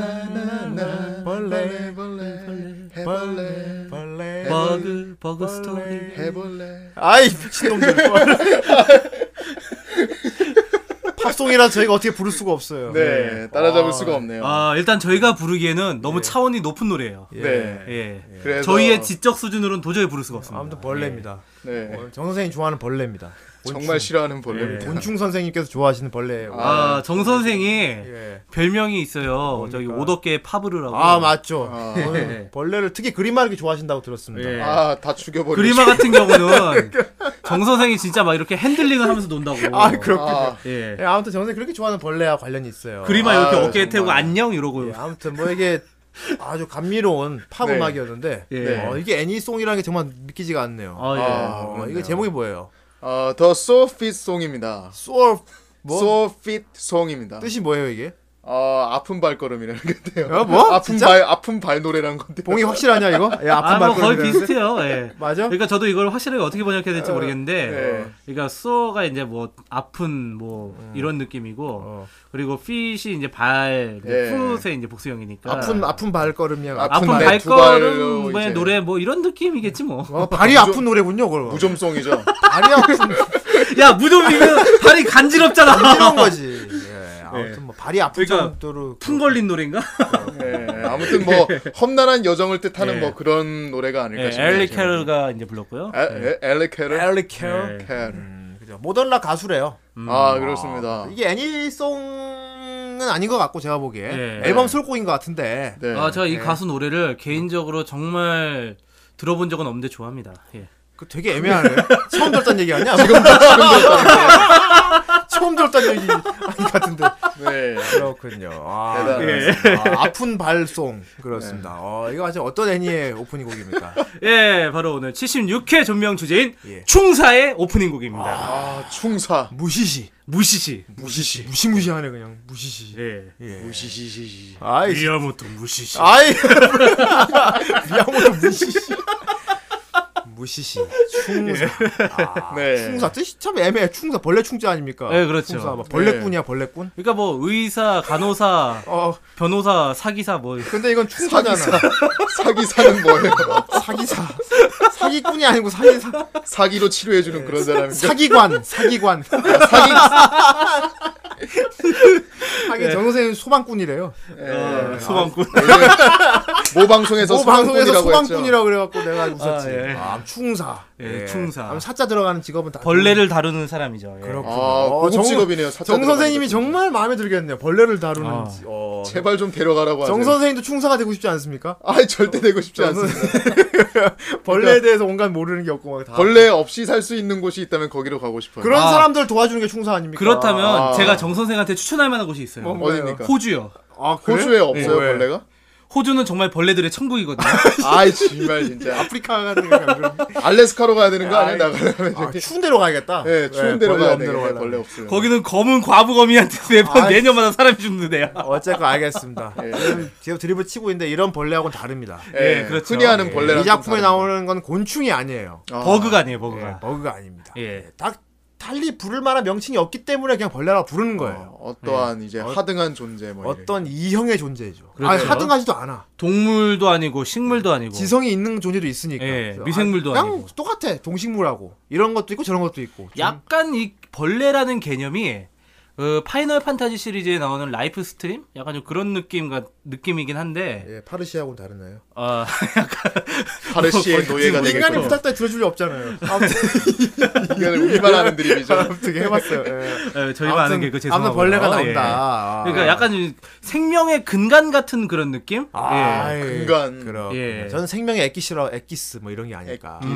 C: 나나나나나나
A: 벌레,
C: 벌레
A: 벌레, 벌레.
B: 버그 버그 스토리.
C: 해볼래
A: 아이 미친놈들. 방송이라 저희가 어떻게 부를 수가 없어요.
C: 네, 따라잡을 수가 없네요.
B: 아, 일단 저희가 부르기에는 너무 차원이 높은 노래예요.
A: 예.
C: 네.
B: 예.
C: 그래서-
B: 저희의 지적 수준으로는 도저히 부를 수가 없습니다.
A: 아무튼 벌레입니다.
C: 네.
A: 어, 정 선생님 좋아하는 벌레입니다. 예,
C: 정말 싫어하는 벌레입니다.
A: 곤충 선생님께서 좋아하시는 벌레예요.
B: 아, 정 선생이
A: 예. 그러니까.
B: 별명이 있어요. 저기 오덕계 파브르라고.
A: 아 맞죠.
C: 아.
A: 저는 벌레를 특히 그림마를 이렇게 좋아하신다고 들었습니다.
B: 예.
C: 아, 다 죽여버리고.
B: 그리마 같은 경우는 정 선생이 진짜 막 이렇게 핸들링을 하면서 논다고.
A: 아 그렇군요.
C: 아,
B: 예.
A: 예, 아무튼 정 선생 그렇게 좋아하는 벌레와 관련이 있어요.
B: 그림아
C: 아,
B: 이렇게
C: 정말.
B: 어깨에 태우고 안녕 이러고
A: 예, 아무튼 뭐 이게 아주 감미로운 팝
C: 네.
A: 음악이었는데
B: 예.
A: 어, 이게 애니송이라는 게 정말 믿기지가 않네요.
B: 아, 예.
C: 아,
A: 어,
C: 그렇네요.
A: 이게 제목이 뭐예요?
C: 어, 더 소핏 송입니다.
A: 소울 뭐
C: 소핏 송입니다.
A: 뜻이 뭐예요 이게?
C: 어, 아픈 발걸음이라는 건데요.
A: 어, 뭐?
C: 아픈
A: 진짜?
C: 발 아픈 발 노래라는 건데.
A: 봉이 확실하냐 이거? 예, 아픈
B: 아, 뭐 거의
A: 말걸음이라는데.
B: 비슷해요. 예.
A: 맞아?
B: 그러니까 저도 이걸 확실하게 어떻게 번역해야 될지 모르겠는데,
C: 예.
B: 그러니까 쏘가 이제 뭐 아픈 뭐 이런 느낌이고,
A: 음. 어. 네.
B: 그리고 핏이 이제 발, 뭐
C: 예.
B: 푸릇의 이제 복수형이니까.
A: 아픈 아픈 네, 발걸음이야.
C: 아,
B: 아픈
C: 아픈데 두 발로 이제-
B: 발걸음의 노래 뭐 이런 느낌이겠지 뭐.
A: 어, 발이
C: 무좀-
A: 아픈 노래군요, 그걸.
C: 무좀송이죠.
A: 발이 아픈
B: 야 무좀이면 발이 간지럽잖아.
A: 이런 거지. 예, 아무튼 뭐 발이 아픈
B: 그러니까
A: 정도로
B: 푼 걸린 노래인가?
C: 예, 아무튼 뭐 험난한 여정을 뜻하는
B: 예.
C: 뭐 그런 노래가 아닐까
B: 네,
C: 싶네요.
B: 엘리 캐럴가 이제 불렀고요. 네.
C: 엘리 캐럴.
A: 엘리 캐럴. 음, 그죠. 모던라 가수래요.
B: 음.
C: 아 그렇습니다.
A: 이게 애니송은 아닌 것 같고 제가 보기에
B: 예.
A: 앨범 수록곡인 것 같은데
C: 네.
B: 아, 제가 이 가수 노래를 개인적으로 정말 들어본 적은 없는데 좋아합니다. 예.
A: 그 되게 애매하네. 처음 들었단 얘기 아니야? 지금 처음 들었단 얘기 아닌 것 같은데.
C: 네.
A: 그렇군요. 아,
C: 대단하십니다. 네.
A: 아, 아픈 발송 그렇습니다. 어, 이거 아직 어떤 애니의 오프닝 곡입니까?
B: 예, 바로 오늘 76회 존명 주제인
A: 예.
B: 충사의 오프닝 곡입니다.
C: 아 충사.
A: 무시시,
B: 무시시.
A: 무시시, 무시무시하네 그냥 무시시.
B: 예.
C: 무시시시시.
A: 아이,
B: 미야모토 무시시.
A: 아이 미야모토 무시시 무시시 충사 아,
C: 네.
A: 충사 뜻이 참 애매해 충사 벌레 충자 아닙니까
B: 네, 그렇죠.
A: 충사 막 벌레꾼이야 벌레꾼
B: 그러니까 뭐 의사, 간호사,
A: 어
B: 변호사, 사기사 뭐
A: 근데 이건 충사잖아 사기사
C: 사기사는 뭐예요?
A: 사기사 사기꾼이 아니고 사기사
C: 사기로 치료해주는 그런 사람이죠.
A: 네. 사기관 사기관
C: 사기.
A: 하긴
C: 네.
A: 정선생 소방꾼이래요 네.
C: 아,
B: 어, 소방꾼.
A: 아,
C: 모 방송에서
A: 뭐 방송에서
C: 소방꾼이라고
A: 소방꾼이라고 그래갖고 내가 웃었지
B: 아, 예.
A: 아, 충사
B: 예, 충사.
A: 그럼 사자 들어가는 직업은 다
B: 벌레를 다루는 사람이죠. 예.
A: 그렇군요.
C: 했죠. 아 고급 직업이네요. 사자
A: 정 선생님이
C: 들어가니까.
A: 정말 마음에 들겠네요. 벌레를 다루는
B: 아.
A: 지- 어.
C: 제발 좀 데려가라고 하세요.
A: 정 선생님도 충사가 되고 싶지 않습니까?
C: 아 절대 되고 싶지 않습니다. 그러니까
A: 벌레에 대해서 온갖 모르는 게 없고 막 다.
C: 벌레 없이 살 수 있는 곳이 있다면 거기로 가고 싶어요.
A: 그런
B: 아.
A: 사람들 도와주는 게 충사 아닙니까?
B: 그렇다면
C: 아.
B: 제가 정 선생한테 추천할 만한 곳이 있어요.
A: 어,
C: 어디입니까?
B: 호주요.
A: 아, 그래?
C: 호주에 없어요
A: 예.
C: 벌레가?
B: 호주는 정말 벌레들의 천국이거든요.
C: 아이 정말 진짜
A: 아프리카 같은 거 그런.
C: 알래스카로 가야 되는 거 아니야
A: 아이, 네,
C: 나가려면
A: 아,
C: 저기
A: 추운 데로 가야겠다.
C: 예 추운 데로 가야 돼 벌레 없어요
B: 거기는 검은 과부검이한테 네 매번
A: 아,
B: 내년마다 사람이 죽는 애야.
A: 어쨌건 알겠습니다.
C: 예.
A: 지금 지금 드립을 치고 있는데 이런 벌레하고는 다릅니다.
B: 예, 그렇죠.
C: 흔히 하는
A: 예,
C: 벌레랑
A: 이 작품에 나오는 건 곤충이 아니에요.
B: 버그가 아니에요, 버그가.
A: 예, 버그가 아닙니다.
B: 예.
A: 딱 달리 부를 만한 명칭이 없기 때문에 그냥 벌레라고 부르는 거예요.
C: 어떠한 이제 하등한 존재 뭐 이런.
A: 어떤 이형의 존재죠.
B: 그렇죠.
A: 아니, 하등하지도 않아.
B: 동물도 아니고 식물도 아니고.
A: 지성이 있는 존재도 있으니까.
B: 예,
A: 그래서
B: 미생물도
A: 그냥
B: 아니고.
A: 똑같아. 동식물하고 이런 것도 있고 저런 것도 있고. 좀-
B: 약간 이 벌레라는 개념이 그 파이널 판타지 시리즈에 나오는 라이프 스트림 약간 좀 그런 느낌과 느낌이긴 한데
A: 예, 파르시하고는 다르나요?
B: 아
C: 파르시의
B: 뭐
C: 노예가
A: 인간의
C: 되겠고
A: 부탁 따위 들어줄 리 없잖아요. 아무튼
C: 인간을 위반하는 드립이죠
A: 어떻게 해봤어요. 예.
B: 에, 저희가 아는 게그 죄송하고요.
A: 아무튼 벌레가
B: 예.
A: 나온다.
B: 그러니까 약간 이 생명의 근간 같은 그런 느낌?
A: 아,
B: 예.
A: 예.
C: 근간.
A: 그럼
B: 예.
A: 저는 생명의 에키시라 에키스 뭐 이런 게 아닐까.
C: 음.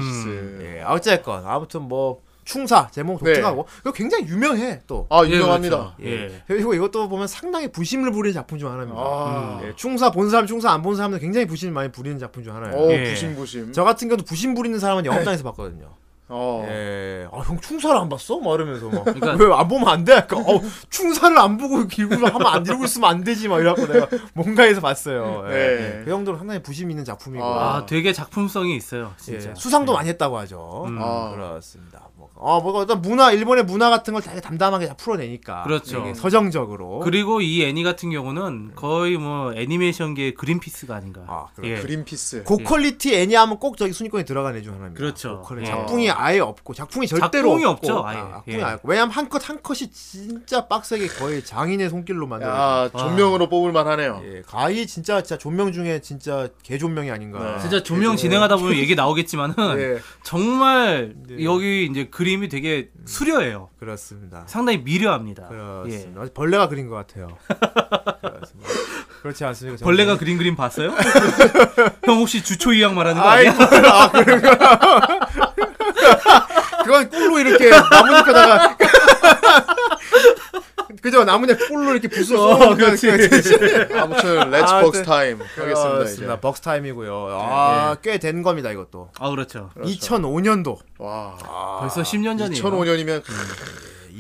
A: 예, 어쨌건 아무튼 뭐 충사 제목
C: 네.
A: 독특하고 그리고 굉장히 유명해 또.
C: 아
B: 예,
C: 유명합니다
B: 그렇죠. 예.
A: 그리고 이것도 보면 상당히 부심을 부리는 작품 중 하나입니다.
C: 아.
A: 예, 충사 본 사람, 충사 안 본 사람들 굉장히 부심을 많이 부리는 작품 중 하나예요.
C: 어
B: 예.
C: 부심부심
A: 저 같은 경우도 부심 부리는 사람은 영업당에서 봤거든요.
C: 어
A: 예, 아, 형 충사를 안 봤어? 막 이러면서 막.
B: 그러니까-
A: 왜 안 보면 안 돼? 그러니까, 어, 충사를 안 보고 길구를 하면 안 이러고 있으면 안 되지. 막 이래갖고 내가 뭔가에서 봤어요. 예.
C: 네.
A: 그 정도로 상당히 부심 있는 작품이고.
C: 아,
B: 음, 아, 되게 작품성이 있어요, 진짜. 네.
A: 예, 수상도 많이 했다고 하죠.
B: 음.
C: 아.
A: 그렇습니다. 뭐, 어, 뭐, 일단 문화, 일본의 문화 같은 걸 되게 담담하게 다 풀어내니까.
B: 그렇죠.
A: 이게 아, 서정적으로.
B: 그리고 이 애니 같은 경우는 거의 뭐 애니메이션계의 그린피스가 아닌가.
A: 아, 그렇-
B: 예.
C: 그린피스
A: 고퀄리티 애니 하면 꼭 저기 순위권에 들어간 애 중 하나입니다.
B: 그렇죠.
A: 고퀄리티.
B: 예.
A: 작품이 아예 없고 작품이 절대로
B: 작품이
A: 없고,
B: 없죠, 아예.
A: 아, 작품이
B: 예.
A: 아예 없고 왜냐면 한 컷 한 컷이 진짜 빡세게 거의 장인의 손길로 만들어.
C: 야, 아,
B: 아.
C: 존명으로 뽑을 만하네요.
A: 예, 가히 진짜 진짜 존명 중에 진짜 개존명이 아닌가. 예.
C: 네.
B: 진짜 조명 진행하다 보면 얘기 나오겠지만은
C: 예.
B: 정말
A: 네.
B: 여기 이제 그림이 되게 수려해요.
A: 그렇습니다. 어,
B: 상당히 미려합니다.
A: 음. 아.
B: 예.
A: 그렇습니다. 벌레가 그린 것 같아요. 그렇습니다. 그렇지 않습니까?
B: 예. 벌레가 그린 그림 봤어요? 형 혹시 주초 이양 말하는 거
C: 아이,
B: 아니야?
C: 아, 그런가. 그건 꿀로 이렇게 나무니까다가.
A: 그죠? 나무에 꿀로 이렇게 부수고.
B: 어, 그렇지.
C: 아무튼, 렛츠
A: 아,
C: 복스
A: 네.
C: 타임. 하겠습니다,
A: 그렇습니다.
C: 이제. 네, 예.
A: 벅스 타임이고요. 아, 꽤 된 겁니다, 이것도.
B: 아 그렇죠.
A: 2005년도.
C: 와.
B: 벌써 10년 전이에요.
C: 2005년이면,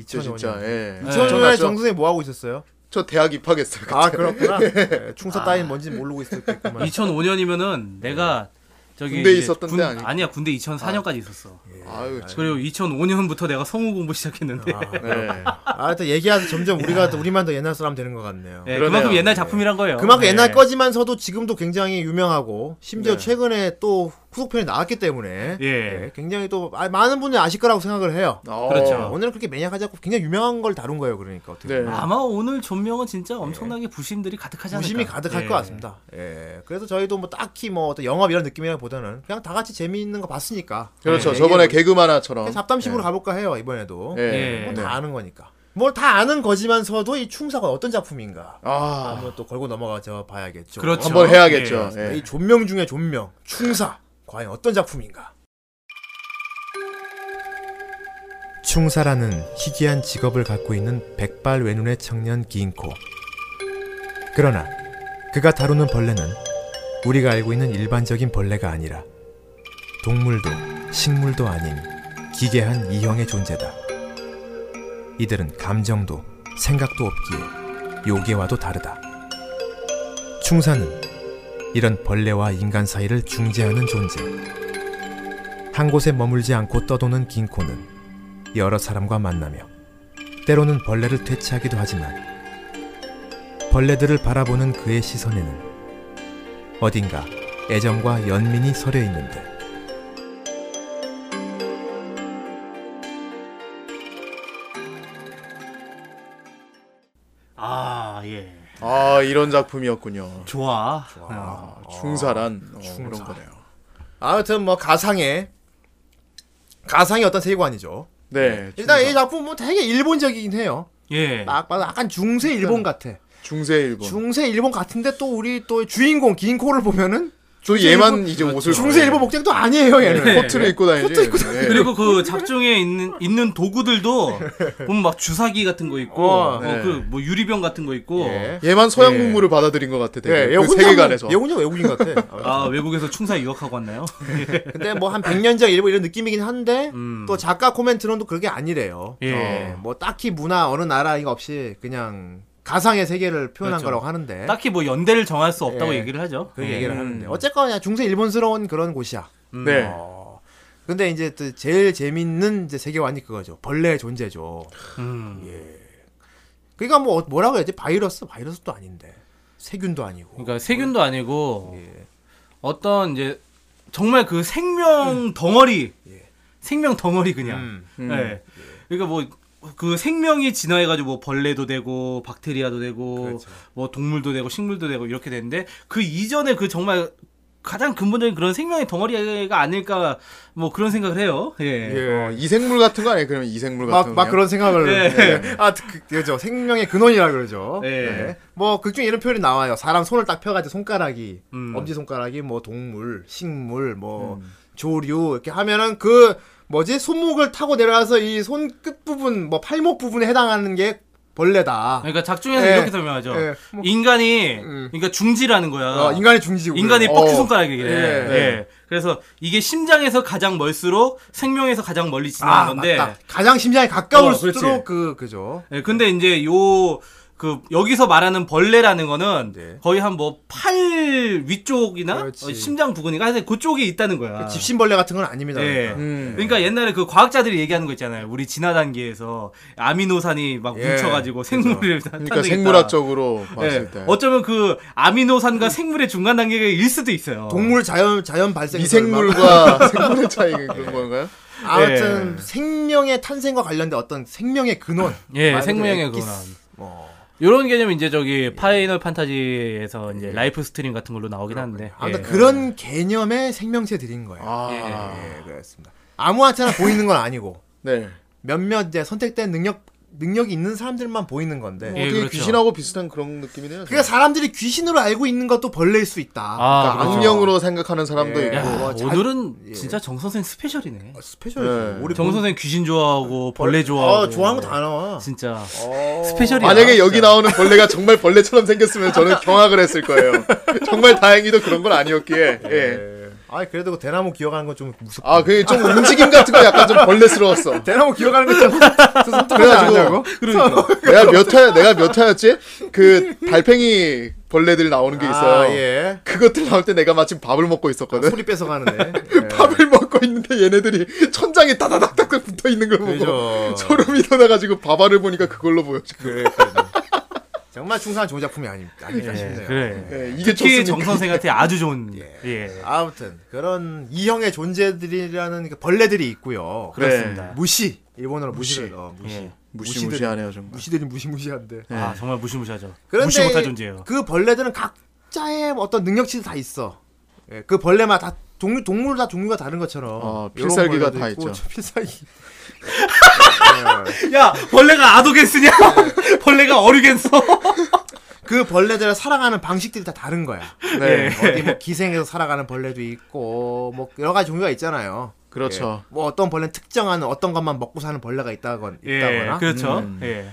C: 진짜,
A: 2005년.
C: 예.
A: 2005년에 음, 정승이 뭐 하고 있었어요?
C: 저 대학 입학했어요. 그때.
A: 아 그렇구나. 예, 충사 따윈 뭔지 모르고 있었겠구만.
B: 2005년이면은 내가 저기
C: 군대에
B: 이제
C: 있었던 데 아니고.
B: 아니야 군대 2004년까지 있었어.
A: 예.
C: 아유, 참.
B: 그리고 2005년부터 내가 성우 공부 시작했는데
C: 네.
A: 아, 하여튼 얘기하다 점점 우리가 또 우리만 더 옛날 사람 되는 것 같네요.
B: 네,
C: 그러네요.
B: 그만큼 옛날 작품이란 거예요.
A: 그만큼
B: 네.
A: 옛날 거지만서도 지금도 굉장히 유명하고 심지어
C: 네.
A: 최근에 또 후속편이 나왔기 때문에
B: 예.
A: 예, 굉장히 또 아, 많은 분들이 아실 거라고 생각을 해요.
C: 어,
B: 그렇죠.
A: 오늘은 그렇게 매니악하지 않고 굉장히 유명한 걸 다룬 거예요. 그러니까 어떻게
C: 네. 예.
A: 보면.
B: 아마 오늘 존명은 진짜 엄청나게 부심들이 가득하지 않을까.
A: 무심이 가득할
B: 예.
A: 것 같습니다. 예. 그래서 저희도 뭐 딱히 뭐 어떤 영업 이런 느낌이라기보다는 그냥 다 같이 재미있는 거 봤으니까.
C: 그렇죠.
A: 예,
C: 저번에
A: 얘기해보고
C: 개그만화처럼.
A: 그냥 잡담식으로 가볼까 해요 이번에도.
C: 예.
B: 예.
A: 뭐
C: 네.
A: 다 아는 거니까. 뭘 다 아는 거지만서도 이 충사가 어떤 작품인가
C: 아,
A: 한번 또 걸고 넘어가져 봐야겠죠.
B: 그렇죠.
C: 한번 해야겠죠.
A: 어,
C: 예.
A: 이 존명 중에 존명 충사 과연 어떤 작품인가? 충사라는 희귀한 직업을 갖고 있는 백발 외눈의 청년 기인코. 그러나 그가 다루는 벌레는 우리가 알고 있는 일반적인 벌레가 아니라 동물도 식물도 아닌 기괴한 이형의 존재다. 이들은 감정도 생각도 없기에 요괴와도 다르다. 충사는 이런 벌레와 인간 사이를 중재하는 존재. 한 곳에 머물지 않고 떠도는 긴코는 여러 사람과 만나며 때로는 벌레를 퇴치하기도 하지만 벌레들을 바라보는 그의 시선에는 어딘가 애정과 연민이 서려 있는데
B: 아 예.
C: 아, 이런 작품이었군요.
B: 좋아. 어.
C: 아, 충사란 어, 그런 거네요.
A: 아무튼 뭐 가상의 가상의 어떤 세계관이죠.
C: 네.
A: 일단
C: 충사.
A: 이 작품 뭐 되게 일본적이긴 해요.
B: 예.
A: 딱 봐도 약간 중세 일본 같아.
C: 중세 일본.
A: 중세 일본 같은데 또 우리 또 주인공 긴코를 보면은
C: 저 얘만 이제 옷을
A: 중세 일본 복장도 아니에요 얘는
B: 네.
C: 코트를 입고 다니지.
A: 코트 입고 다니지.
C: 예.
B: 그리고 그 작중에 있는 있는 도구들도 보면 막 주사기 같은 거 있고
A: 어,
C: 네.
B: 그 뭐 유리병 같은 거 있고
A: 예.
C: 얘만 서양
A: 예.
C: 문물을 받아들인 것 같아. 되게.
A: 예, 얘
C: 그
A: 혼자
C: 세계관에서.
A: 뭐- 얘 혼자 외국인 같아.
B: 아 외국에서 충사 유학하고 왔나요? 예.
A: 근데 뭐 한 100년 전 일본 이런 느낌이긴 한데
B: 음.
A: 또 작가 코멘트론도 그게 아니래요.
B: 예.
A: 어, 뭐 딱히 문화 어느 나라 이거 없이 그냥 가상의 세계를 표현한
B: 그렇죠.
A: 거라고 하는데
B: 딱히 뭐 연대를 정할 수 없다고
A: 예.
B: 얘기를 하죠.
A: 그
B: 예.
A: 얘기를 하는데 어쨌거나 중세 일본스러운 그런 곳이야.
B: 음.
C: 네.
A: 어. 근데 이제 또 제일 재밌는 이제 세계관이 그거죠. 벌레의 존재죠. 예.
B: 음.
A: 그러니까 뭐 어- 뭐라고 해야지 바이러스 바이러스도 아닌데 세균도 아니고
B: 그러니까 세균도 아니고 어떤 이제 정말 그 생명 덩어리 생명 덩어리 그냥 예. 그러니까 뭐 그 생명이 진화해가지고 뭐 벌레도 되고 박테리아도 되고 뭐 동물도 되고 식물도 되고 이렇게 되는데 그 이전에 그 정말 가장 근본적인 그런 생명의 덩어리가 아닐까 뭐 그런 생각을 해요. 예.
C: 어, 이생물 같은 거 아니에요? 그러면 이생물
A: 막,
C: 같은
A: 막
C: 거.
A: 그런 생각을
B: 예.
A: 예. 아 그, 그죠 생명의 근원이라 그러죠.
B: 예.
A: 예. 뭐 극중에 이런 표현이 나와요. 사람 손을 딱 펴가지고 손가락이
B: 음.
A: 엄지 손가락이 뭐 동물, 식물, 뭐 조류 이렇게 하면은 그 뭐지 손목을 타고 내려와서 이 손 끝 부분, 뭐 팔목 부분에 해당하는 게 벌레다.
B: 그러니까 작중에서
A: 예.
B: 이렇게 설명하죠.
A: 예. 뭐-
B: 인간이
A: 음.
B: 그러니까 중지라는 거야.
A: 어, 인간의 중지고
B: 인간의
C: 어.
B: 뻑큐 손가락이래.
A: 예.
B: 예. 그래서 이게 심장에서 가장 멀수록 생명에서 가장 멀리 지나는
A: 아
B: 건데. 어,
A: 맞다. 가장 심장에 가까울수록 그 그죠.
B: 예, 근데 이제 요, 그, 여기서 말하는 벌레라는 거는
A: 네.
B: 거의 한 뭐 팔 위쪽이나
A: 그렇지. 그러니까
B: 어, 심장 부근인가 하여튼 그쪽에 있다는 거야.
A: 집신벌레 같은 건 아닙니다.
B: 예.
A: 그러니까.
C: 음.
B: 그러니까 옛날에 그 과학자들이 얘기하는 거 있잖아요. 우리 진화 단계에서 아미노산이 막
A: 예.
B: 뭉쳐가지고 생물을
C: 그러니까 생물학적으로 봤을 때.
B: 어쩌면 그 아미노산과 생물의 중간 단계일 수도 있어요.
A: 동물 자연 자연 발생
B: 예.
C: 미생물과 생물의 차이 그런 건가요?
A: 아무튼 생명의 탄생과 관련된 어떤 생명의 근원.
B: 네. 예,
A: 말 그대로
B: 생명의
A: 엑기스.
B: 근원.
A: 뭐. 예.
B: 요런 개념이 이제 저기 파이널 판타지에서 이제 라이프 스트림 같은 걸로 나오긴 하는데.
A: 아무튼
B: 예.
A: 그런 개념의 생명체들인 거예요.
C: 아,
A: 예, 그렇습니다. 아무한테나 보이는 건 아니고
C: 네.
A: 몇몇 이제 선택된 능력 능력이 있는 사람들만 보이는 건데.
B: 예,
C: 뭐 어떻게
B: 그렇죠.
C: 귀신하고 비슷한 그런 느낌이네요.
A: 그러니까 사람들이 귀신으로 알고 있는 것도 벌레일 수 있다.
B: 아,
C: 그러니까 악령으로 생각하는 사람도
A: 예.
C: 있고.
B: 야,
A: 뭐 자-
B: 오늘은 진짜 정 선생 스페셜이네.
A: 스페셜이지.
C: 네.
A: 우리
B: 정 선생 귀신 좋아하고 벌레 좋아하고.
A: 아, 좋아하는 거 다 나와.
B: 진짜
C: 어.
B: 스페셜이야.
C: 만약에 여기 나오는 벌레가 정말 벌레처럼 생겼으면 저는 경악을 했을 거예요. 정말 다행히도 그런 건 아니었기에. 예.
A: 아, 그래도 그 대나무 기어가는 건 좀 무섭.
C: 아, 그게 좀 움직임 같은 거 약간 좀 벌레스러웠어.
A: 대나무 기어가는 게 좀.
C: 그래가지고
A: 그러니까.
C: 내가 몇 화, 내가 몇 화였지? 그 달팽이 벌레들 나오는 게 있어요.
A: 아, 예.
C: 그것들 나올 때 내가 마침 밥을 먹고 있었거든.
A: 소리 뺏어 가는데.
C: 밥을 먹고 있는데 얘네들이 천장에 따다닥닥 붙어 있는 걸 보고
A: 그죠.
C: 소름이 돋아가지고 밥알을 보니까 그걸로 보여져.
A: 정말 충성한 좋은 작품이 아니, 아닐까 싶네요.
B: 그래.
C: 예, 이게
B: 특히
C: 좋습니다.
B: 정 선생한테 아주 좋은 예.
A: 아무튼 그런 이형의 존재들이라는 그 벌레들이 있고요.
B: 그렇습니다.
A: 무시 일본어로 무시를 어, 무시
B: 예.
C: 무시무시하네요 정말.
A: 무시들이 무시무시한데.
B: 아 정말 무시무시하죠.
A: 그런데
B: 무시 못할 존재예요.
A: 그 벌레들은 각자의 어떤 능력치도 다 있어. 예, 그 벌레마다 다 종류 동물 다 종류가 다른 것처럼
C: 어,
A: 요런
C: 필살기가
A: 벌레도
C: 다
A: 있고,
C: 있죠.
A: 저 필살기.
B: 야 벌레가 아도겐스냐? 벌레가 어류겐서?
A: 예. 그 벌레들을 살아가는 방식들이 다 다른 거야.
C: 네,
A: 어디 뭐 기생해서 살아가는 벌레도 있고 뭐 여러 가지 종류가 있잖아요.
C: 그렇죠.
A: 예, 뭐 어떤 벌레는 특정한 어떤 것만 먹고 사는 벌레가 있다건
B: 예,
A: 있다거나 음.
B: 그렇죠.
C: 음.
B: 예,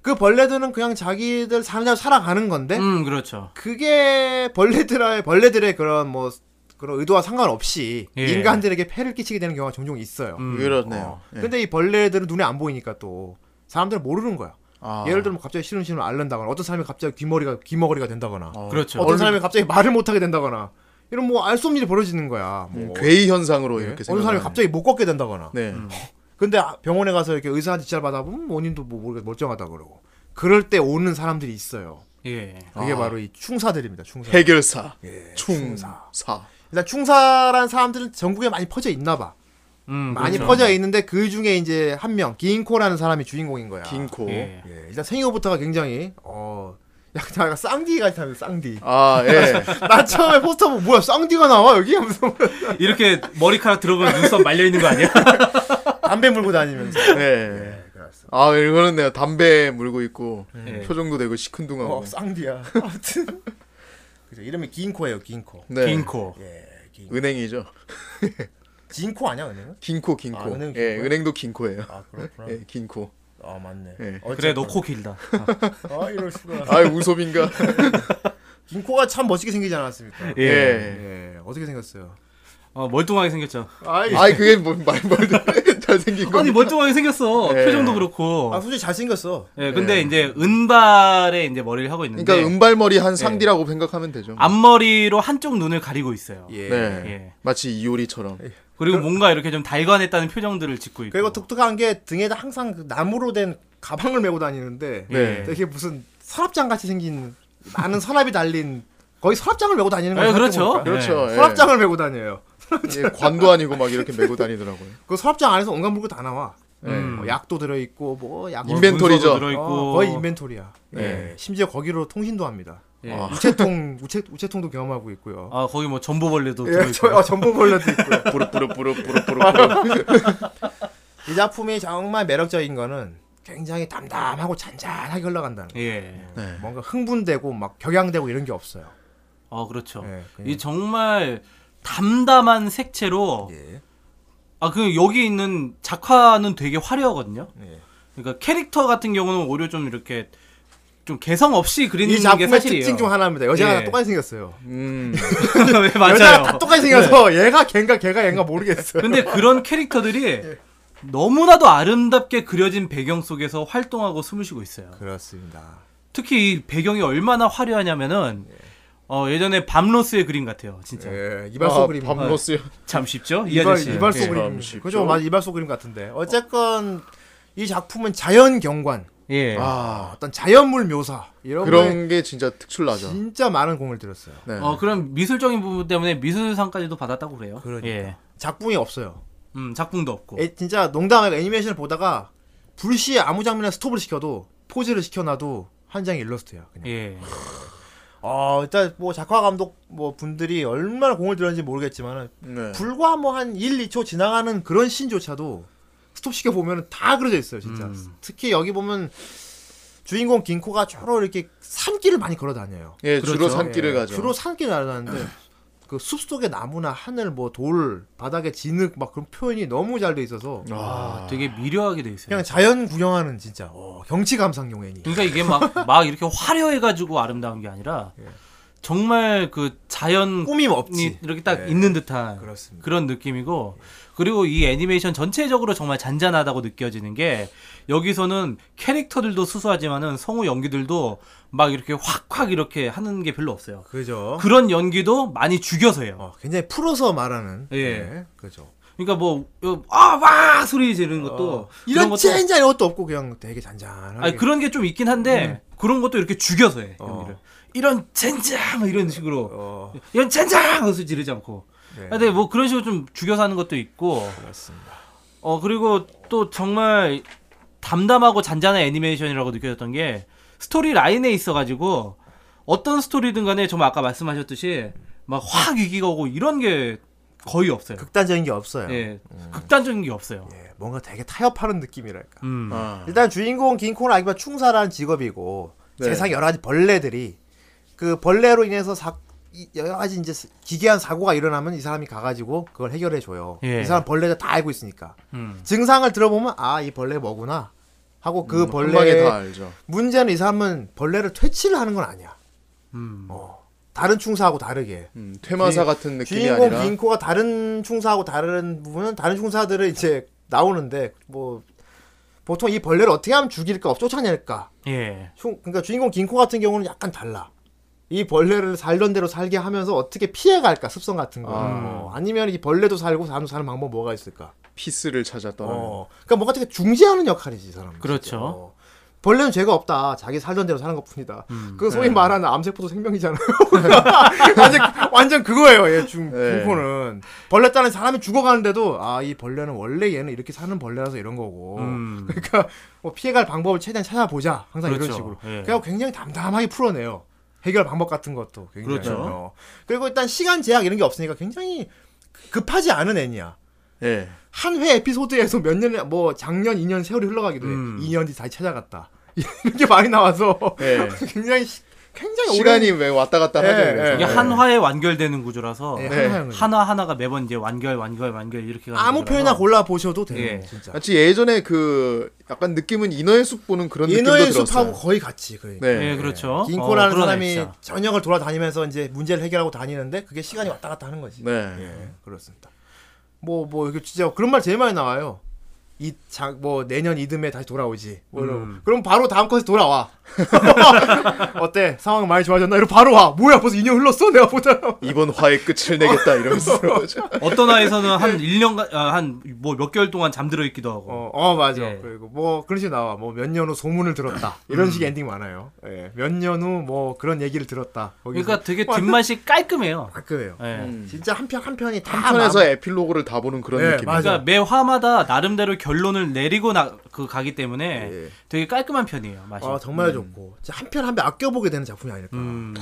A: 그 벌레들은 그냥 자기들 사는 대로 살아가는 건데
B: 음 그렇죠.
A: 그게 벌레들의 벌레들의 그런 뭐 그런 의도와 상관없이
B: 예.
A: 인간들에게 폐를 끼치게 되는 경우가 종종 있어요.
B: 음.
C: 그렇네요. 예.
A: 근데 이 벌레들은 눈에 안 보이니까 또 사람들은 모르는 거야.
C: 아.
A: 예를 들면 갑자기 시름시름 앓는다거나 어떤 사람이 갑자기 귀머리가 귀머거리가 된다거나
C: 어.
B: 그렇죠.
A: 어떤 사람이 갑자기 말을 못하게 된다거나 이런 뭐 알 수 없는 일이 벌어지는 거야. 뭐
C: 음, 괴이 현상으로
A: 예?
C: 이렇게
A: 어느 사람이
C: 생각하는.
A: 갑자기 못 걷게 된다거나.
C: 네.
A: 근데 아- 병원에 가서 이렇게 의사한테 진찰 받아보면 본인도 뭐 모르게 멀쩡하다 그러고. 그럴 때 오는 사람들이 있어요. 네.
B: 예.
A: 그게
C: 아.
A: 바로 이 충사들입니다. 충사. 네,
C: 해결사 충사
A: 뭐. 예, 충사. 일단 충사란 사람들은 전국에 많이 퍼져 있나 봐.
B: 음,
A: 많이
B: 그렇죠.
C: 네.
A: 퍼져 있는데 그 중에 이제 한 명, 긴코라는 사람이 주인공인 거야.
C: 긴코.
B: 예.
A: 예, 일단 생일부터가 굉장히 어 약간 약간 쌍디 같이 하는 쌍디.
C: 아 예.
A: 나 처음에 포스터 보고 뭐야 쌍디가 나와 여기 하면서
B: 이렇게 머리카락 들어보면 눈썹 말려 있는 거 아니야?
A: 담배 물고 다니면서.
C: 네. 아 그렇네요. 담배 물고 있고
B: 예.
C: 표정도 되고 시큰둥하고.
A: 어 쌍디야. 아무튼 그죠 이름이 긴코예요 긴코.
C: 네.
B: 긴코.
A: 예, 긴
C: 은행이죠.
A: 진코 아니야 은행은?
C: 긴코 긴코.
A: 아, 은행
C: 예,
A: 긴코요?
C: 은행도 긴코예요.
A: 아 그렇구나.
C: 예, 긴코.
A: 아 맞네.
C: 예.
B: 그래
A: 어쨌든.
B: 너 코 길다.
A: 아 이럴 수가.
C: 아 우섭인가?
A: 긴코가 참 멋지게 생기지 않았습니까?
B: 예.
C: 예.
A: 예 어떻게 생겼어요?
B: 어, 멀뚱하게 생겼죠.
A: 아
C: 아이 그게 뭐, 뭐말말 잘생긴 거.
B: 아니 멀뚱하게 생겼어.
C: 예.
B: 표정도 그렇고.
A: 아 솔직히 잘 생겼어.
B: 예, 근데 이제 은발에 이제 예. 머리를 하고 있는데
C: 그러니까 은발머리 한 상디라고 생각하면 되죠.
B: 앞머리로 한쪽 눈을 가리고 있어요.
A: 예.
C: 네.
B: 예.
C: 마치 이효리처럼.
B: 그리고 뭔가 이렇게 좀 달관했다는 표정들을 짓고 있고.
A: 그리고 독특한 게 등에다 항상 그 나무로 된 가방을 메고 다니는데
C: 네.
A: 되게 무슨 서랍장 같이 생긴 많은 서랍이 달린 거의 서랍장을 메고 다니는
B: 예,
A: 거예요.
B: 그렇죠.
A: 생각해보니까.
C: 그렇죠. 예.
A: 서랍장을 메고 다녀요.
C: 예, 관도 아니고 막 이렇게 메고 다니더라고요.
A: 그 서랍장 안에서 온갖 물건 다 나와.
B: 음.
A: 뭐 약도 들어 있고 뭐약
C: 인벤- 인벤토리죠.
B: 들어 있고.
A: 거의 인벤토리야.
C: 네.
A: 예. 심지어 거기로 통신도 합니다.
B: 예.
C: 아.
A: 우체통 우체 우체통도 경험하고 있고요.
B: 아, 거기 뭐 전보벌레도 들어
A: 예, 저,
B: 있고.
A: 어, 전보벌레도 있고요.
C: 뿌르뿌르뿌르뿌르뿌르.
A: 이 작품이 정말 매력적인 거는 굉장히 담담하고 잔잔하게 흘러간다는 거.
B: 예.
C: 네.
A: 뭔가 흥분되고 막 격양되고 이런 게 없어요.
B: 어, 그렇죠.
A: 예, 그냥.
B: 이 정말 담담한 색채로
A: 예.
B: 아, 그 여기 있는 작화는 되게 화려하거든요.
A: 예.
B: 그러니까 캐릭터 같은 경우는 오히려 좀 이렇게 좀 개성 없이 그리는
A: 이
B: 게
A: 작품의
B: 사실이에요.
A: 특징 중 하나입니다. 여자가
B: 예.
A: 다 똑같이 생겼어요.
C: 음.
B: 네, 맞아요. 네.
A: 여자가 다 똑같이 생겨서 얘가 걔인가 걔가 얘인가 모르겠어요. 예.
B: 근데 그런 캐릭터들이 너무나도 아름답게 그려진 배경 속에서 활동하고 숨을 쉬고 있어요.
A: 그렇습니다.
B: 특히 이 배경이 얼마나 화려하냐면은 어, 예전에 밤로스의 그림 같아요, 진짜. 어,
A: 예, 이발소
C: 아,
A: 그림.
C: 밤로스요.
B: 참 쉽죠? 이
A: 이발,
B: 아저씨.
A: 이발소
B: 예.
A: 그림.
C: 쉽죠.
A: 그죠? 맞아, 이발소 그림 같은데. 어쨌건 이 작품은 자연 경관,
B: 예.
C: 아,
A: 어떤 자연물 묘사 이런 거에
C: 그런 게 진짜 특출나죠.
A: 진짜 많은 공을 들였어요.
C: 네.
B: 그 어, 그런 미술적인 부분 때문에 미술상까지도 받았다고 그래요.
A: 그러니까.
B: 예.
A: 작품이 없어요.
B: 음, 작품도 없고.
A: 애- 진짜 농담 아니고 애니메이션을 보다가 불시에 아무 장면에 스톱을 시켜도 포즈를 시켜놔도 한 장의 일러스트야. 그냥.
B: 예.
A: 아 일단 뭐 작화 감독 뭐 분들이 얼마나 공을 들였는지 모르겠지만
C: 네.
A: 불과 뭐 한 1, 2초 지나가는 그런 씬조차도 스톱시켜 보면 다 그려져 있어요 진짜.
B: 음.
A: 특히 여기 보면 주인공 긴코가 주로 이렇게 산길을 많이 걸어 다녀요.
C: 예, 주로
B: 그렇죠.
C: 산길을
A: 예,
C: 가죠.
A: 주로 산길 날아다니는데 그 숲 속의 나무나 하늘 뭐 돌 바닥에 진흙 막 그런 표현이 너무 잘 돼 있어서
B: 아, 되게 미려하게 돼 있어요.
A: 그냥 자연 구경하는 진짜 어, 경치 감상용 애니.
B: 그러니까 이게 막 막 이렇게 화려해가지고 아름다운 게 아니라 정말 그 자연
A: 예. 꾸밈
B: 이
A: 없지.
B: 이렇게 딱
A: 예.
B: 있는 듯한
A: 그렇습니다.
B: 런 느낌이고 그리고 이 애니메이션 전체적으로 정말 잔잔하다고 느껴지는 게 여기서는 캐릭터들도 수수하지만은 성우 연기들도 막 이렇게 확확 이렇게 하는 게 별로 없어요.
A: 그죠.
B: 그런 연기도 많이 죽여서 해요.
A: 어, 굉장히 풀어서 말하는.
B: 예.
A: 네, 그죠.
B: 그러니까 뭐아와 소리 지르는 것도 그런
A: 어. 이런
B: 것도-
A: 젠장 이런 것도 없고 그냥 뭐 되게 잔잔하게.
B: 아니 그런 게 좀 있긴 한데 그런 것도 이렇게 죽여서 해
A: 음. 어.
B: 연기를. 이런 젠장 막 이런 식으로
A: 어,
B: 이런 젠장 하면서 지르지 않고.
A: 네.
C: 음,
B: 근데 뭐 그런 식으로 좀 죽여서 하는 것도 있고.
A: 그렇습니다.
B: 어 그리고 또 정말 담담하고 잔잔한 애니메이션이라고 느껴졌던 게 스토리 라인에 있어가지고 어떤 스토리든 간에 정말 아까 말씀하셨듯이 막 확 위기가 오고 이런 게 거의 없어요.
A: 극단적인 게 없어요. 예.
B: 예, 극단적인 게 없어요.
A: 뭔가 되게 타협하는 느낌이랄까. 어.
B: 음,
C: 아.
A: 일단 주인공 긴코는 아기바 충사라는 직업이고
C: 네.
A: 세상 여러 가지 벌레들이 그 벌레로 인해서 사, 이- 여러 가지 이제 기괴한 사고가 일어나면 이 사람이 가가지고 그걸 해결해 줘요.
B: 예.
A: 이 사람 벌레가 다 알고 있으니까
B: 음.
A: 증상을 들어보면 아 이 벌레 뭐구나 하고
B: 음,
C: 음,
A: 그
C: 한방에 다
A: 벌레
C: 알죠.
A: 문제는 이 사람은 벌레를 퇴치를 하는 건 아니야.
B: 음.
A: 어, 다른 충사하고 다르게.
C: 음, 퇴마사
A: 주인-
C: 같은 느낌이
A: 주인공
C: 아니라
A: 빈코가 다른 충사하고 다른 부분은 다른 충사들을 이제 나오는데 뭐 보통 이 벌레를 어떻게 하면 죽일까 쫓아낼까
C: 네.
B: 예,
A: 충- 그러니까 주인공 긴코 같은 경우는 약간 달라 이 벌레를 살던 대로 살게 하면서 어떻게 피해갈까 습성 같은 거
C: 아.
A: 아. 아니면 이 벌레도 살고 사람도 사는 방법 뭐가 있을까
C: 피스를 찾아 떠나는.
A: 어. 그러니까 뭔가 되게 중재하는 역할이지 이 사람
B: 그렇죠.
A: 벌레는 죄가 없다. 자기 살던 대로 사는 것뿐이다.
C: 음.
A: 그
C: 네.
A: 소위 말하는 암세포도 생명이잖아요. 완전 완전 그거예요. 얘 중,
C: 네.
A: 중포는 벌레 따는 사람이 죽어가는데도 아 이 벌레는 원래 얘는 이렇게 사는 벌레라서 이런 거고.
B: 음.
A: 그러니까 뭐 피해갈 방법을 최대한 찾아보자. 항상 이런
B: 그렇죠.
A: 식으로.
C: 네.
B: 예.
A: 그래서 굉장히 담담하게 풀어내요. 해결 방법 같은 것도 굉장히.
B: 그렇죠.
A: 어. 그리고 일단 시간 제약 이런 게 없으니까 굉장히 급하지 않은 애니야.
C: 예.
A: 한 회 에피소드에서 몇 년에 뭐 작년 2년 세월이 흘러가기도 해.
B: 음.
A: 2년 뒤 다시 찾아갔다. 이렇게 많이 나와서
C: 예.
A: 굉장히 시- 굉장히
C: 시간이 왜 왔다 갔다
A: 예,
C: 하죠. 그래서.
A: 예.
B: 이게
A: 네.
B: 한 화에 완결되는 구조라서
C: 네.
A: 오랜... 하나하는 거예요.
B: 하나 하나가 매번 이제 완결, 완결, 완결 이렇게 가는
A: 아무
B: 거라서.
A: 표현이나 골라 보셔도 돼요.
B: 예.
A: 진짜.
C: 마치 예전에 그 약간 느낌은 인어의 숲 보는 그런
A: 인어의
C: 느낌도 들었어요.
A: 숲하고 거의 같이 그.
C: 네.
B: 예, 그렇죠. 어,
A: 긴코라는
B: 그러네,
A: 사람이
B: 진짜.
A: 전역을 돌아다니면서 이제 문제를 해결하고 다니는데 그게 시간이 왔다 갔다 하는 거지.
C: 네.
A: 예, 그렇습니다. 뭐 뭐 이게 진짜 그런 말 제일 많이 나와요. 이작뭐 내년 이듬해 다시 돌아오지. 뭐 이러고. 그럼 바로 다음 컷에 돌아와. 어때? 상황 많이 좋아졌나? 이러 고 바로 와. 뭐야 벌써 2년 흘렀어? 내가 보다.
C: 이번 화의 끝을 내겠다 이러면서 들어오죠.
B: 어떤 아이에서는 한
A: 예.
B: 1년간 한뭐 몇 개월 동안 잠들어 있기도 하고.
A: 어, 어 맞아.
B: 예.
A: 그리고 뭐 그런 식으로 나와. 뭐 몇 년 후 소문을 들었다.
B: 음.
A: 이런 식의 엔딩 많아요. 예. 몇 년 후 뭐 그런 얘기를 들었다. 거기서.
B: 그러니까 되게
A: 완전
B: 뒷맛이 깔끔해요.
A: 가끔해요.
B: 예.
A: 진짜 한 편 한 편이 다
C: 한편에서
A: 마음-
C: 에필로그를 다 보는 그런
A: 네,
C: 느낌.
A: 맞아.
B: 그러니까 매 화마다 나름대로 결론을 내리고 나, 그 가기 때문에
A: 예.
B: 되게 깔끔한 편이에요. 음. 맛이.
A: 아
C: 음.
A: 정말 좋고 한 편 한 편 아껴 보게 되는 작품이 아닐까.
B: 음.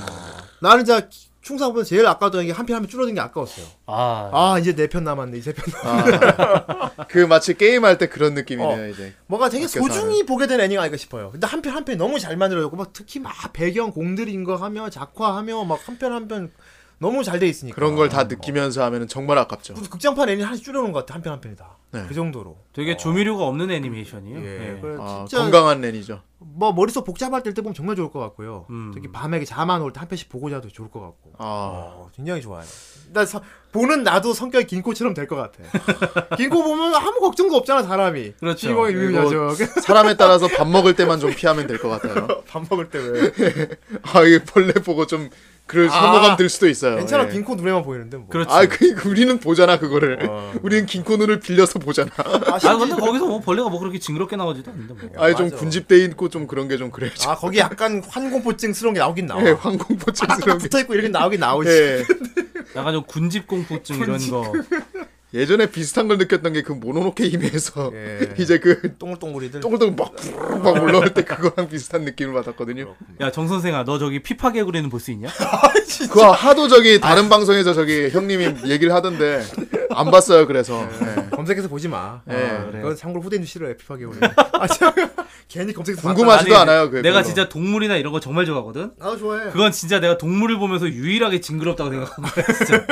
A: 나는 진짜 충사보다 제일 아까웠던 게 한 편 한 편 줄어든 게 아까웠어요.
B: 아.
A: 아 이제 네 편 남았네 이세 편. 남았네.
B: 그러니까
C: 그 마치 게임할 때 그런 느낌이네요, 이제.
A: 어, 뭔가 되게
C: 아껴서
A: 소중히 보게 된 애니가 아닐까 싶어요. 근데 한 편 한 편 너무 잘 만들어졌고 막 특히 막 배경 공들인 거 하며 작화하며 막 한 편 한 편 너무 잘 돼 있으니까 어.
C: 그런 걸 다 느끼면서 하면 정말 아깝죠.
A: 그 극장판 애니 하나씩 줄여놓은 것 같아 한 편 한 편이 다.
C: 네.
A: 그 정도로.
B: 되게 조미료가 없는 애니메이션이에요.
A: 예.
B: 예.
A: 그래
C: 아,
A: 진짜
C: 건강한 렌이죠.
A: 뭐 머릿속 복잡할 때때 보면 정말 좋을 것 같고요.
B: 음.
A: 특히 밤에 잠 안 올 때 한 편씩 보고 자도 좋을 것 같고.
C: 아,
A: 어, 굉장히 좋아요. 나 서- 보는 나도 성격이 긴코처럼 될 것 같아. 긴코 보면 아무 걱정도 없잖아 사람이. 뭐
B: 그렇죠.
A: 주인공이 유유자적.
C: 사람에 따라서 밥 먹을 때만 좀 피하면 될 것 같아요.
A: 밥 먹을 때 왜?
C: 아, 이게 벌레 보고 좀 그럴
A: 아,
C: 선호감 들 수도 있어요.
A: 괜찮아
C: 예.
A: 긴코 눈에만 보이는데 뭐.
B: 그렇죠.
C: 아, 그 우리는 보잖아 그거를. 우리는 긴코 눈을 빌려서 보잖아.
A: 아,
B: 어. 아
A: 심지-
B: 근데 거기서 뭐 벌레가 뭐 그렇게 징그럽게 나오지도 않는데 뭐.
C: 아예 좀
A: 맞아.
C: 군집돼 있고 좀 그런 게 좀 그래요. 좀.
A: 아 거기 약간 환공포증스러운 게 나오긴 나와.
C: 예, 황공포증스러운 게.
A: 붙어 있고 이렇게 나오긴 나오지.
C: 예.
B: 약간 좀 군집공포증 이런 거.
C: 예전에 비슷한 걸 느꼈던 게 그 모노노케 힘에서
A: 예.
C: 이제 그
A: 동글동글이들.
C: 동글동글 막, 부르르 막 올라올 때 그거랑 비슷한 느낌을 받았거든요. 아,
B: 야, 정선생아, 너 저기 피파개구리는 볼 수 있냐?
C: 그거 하도 저기 다른 방송에서 저기 형님이 얘기를 하던데 안 봤어요. 그래서 예.
A: 네, 검색해서 보지 마.
C: 예.
A: 아,
B: 그래요.
A: 그건 참고로 후대인 싫어요. 피파게 오래. 아, 참. 괜히 검색해서 봤다.
C: 궁금하지- 하지도 않아요, 그게
B: 내가
C: 별로.
B: 진짜 동물이나 이런 거 정말 좋아하거든?
A: 아, 좋아해. 그,
B: 그건 진짜 내가 동물을 보면서 유일하게 징그럽다고 생각한 거야, 진짜.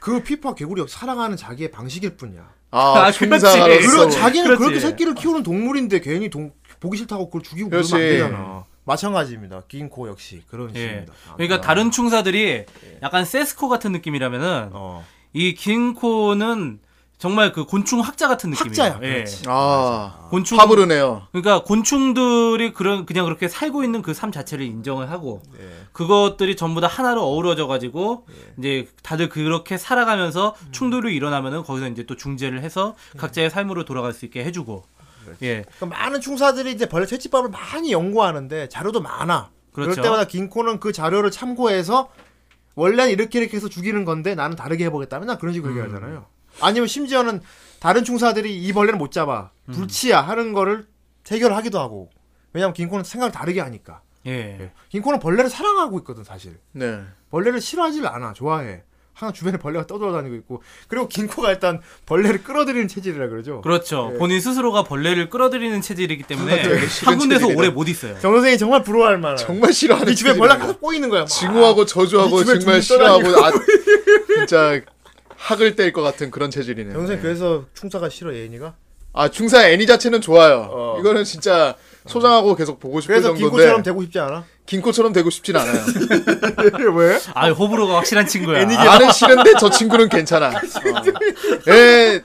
A: 그 피파 개구리 사랑하는 자기의 방식일 뿐이야.
C: 아,
B: 아,
C: 충사가로서
B: 그렇지.
A: 그런 자기는
B: 그렇지.
A: 그렇게 새끼를 키우는 동물인데 괜히 동, 보기 싫다고 그걸 죽이고 그러면 안
C: 그렇지.
A: 되잖아. 마찬가지입니다. 긴코 역시 그런
B: 예.
A: 식입니다. 아,
B: 그러니까
A: 아.
B: 다른 충사들이
C: 예.
B: 약간 세스코 같은 느낌이라면은,
A: 어.
B: 이 긴코는 정말 그 곤충 학자 같은 느낌이에요.
A: 학자야.
B: 예.
A: 그렇지.
C: 아,
B: 곤충
C: 네. 파브르네요.
B: 그러니까 곤충들이 그런 그냥 그렇게 살고 있는 그 삶 자체를 인정을 하고
C: 네.
A: 예.
B: 그것들이 전부 다 하나로 어우러져 가지고
C: 예.
B: 이제 다들 그렇게 살아가면서
C: 음.
B: 충돌이 일어나면은 거기서 이제 또 중재를 해서
C: 예.
B: 각자의 삶으로 돌아갈 수 있게 해주고
C: 그렇죠.
B: 예
A: 그러니까 많은 충사들이 이제 벌레 채집법을 많이 연구하는데 자료도 많아. 그럴
B: 그렇죠.
A: 때마다 긴코는 그 자료를 참고해서 원래는 이렇게 이렇게 해서 죽이는 건데 나는 다르게 해보겠다면 난 그런 식으로 얘기하잖아요. 아니면 심지어는 다른 충사들이 이 벌레는 못 잡아 불치야 하는 거를 해결하기도 하고 왜냐면 긴코는 생각을 다르게 하니까
B: 예.
A: 긴코는 벌레를 사랑하고 있거든 사실
C: 네.
A: 벌레를 싫어하질 않아 좋아해 항상 주변에 벌레가 떠돌아다니고 있고 그리고 긴코가 일단 벌레를 끌어들이는 체질이라 그러죠
B: 그렇죠.
C: 예.
B: 본인 스스로가 벌레를 끌어들이는 체질이기 때문에
C: 되게 그 식은
B: 한 군데서
C: 체질이다.
B: 오래 못 있어요.
A: 정 선생이 정말 부러워할 만한
C: 정말 싫어하는
A: 이 집에
C: 친구들이에요.
A: 벌레가 계속 꼬이는 거야 막.
C: 증오하고 저주하고
A: 이 집에
C: 정말
A: 주인 떠나니까.
C: 싫어하고 아, 진짜 학을 뗄 것 같은 그런 체질이네요.
A: 정생 그래서 충사가 싫어 예인이가
C: 아 중사 애니 자체는 좋아요.
A: 어.
C: 이거는 진짜 소장하고 계속 보고 싶을
A: 그래서
C: 정도인데
A: 긴코처럼 되고 싶지 않아?
C: 긴코처럼 되고 싶진 않아요.
A: 왜? E
B: 아 호불호가 확실한 친구야.
C: 아, 나는 싫은데 저 친구는 괜찮아. 어. 에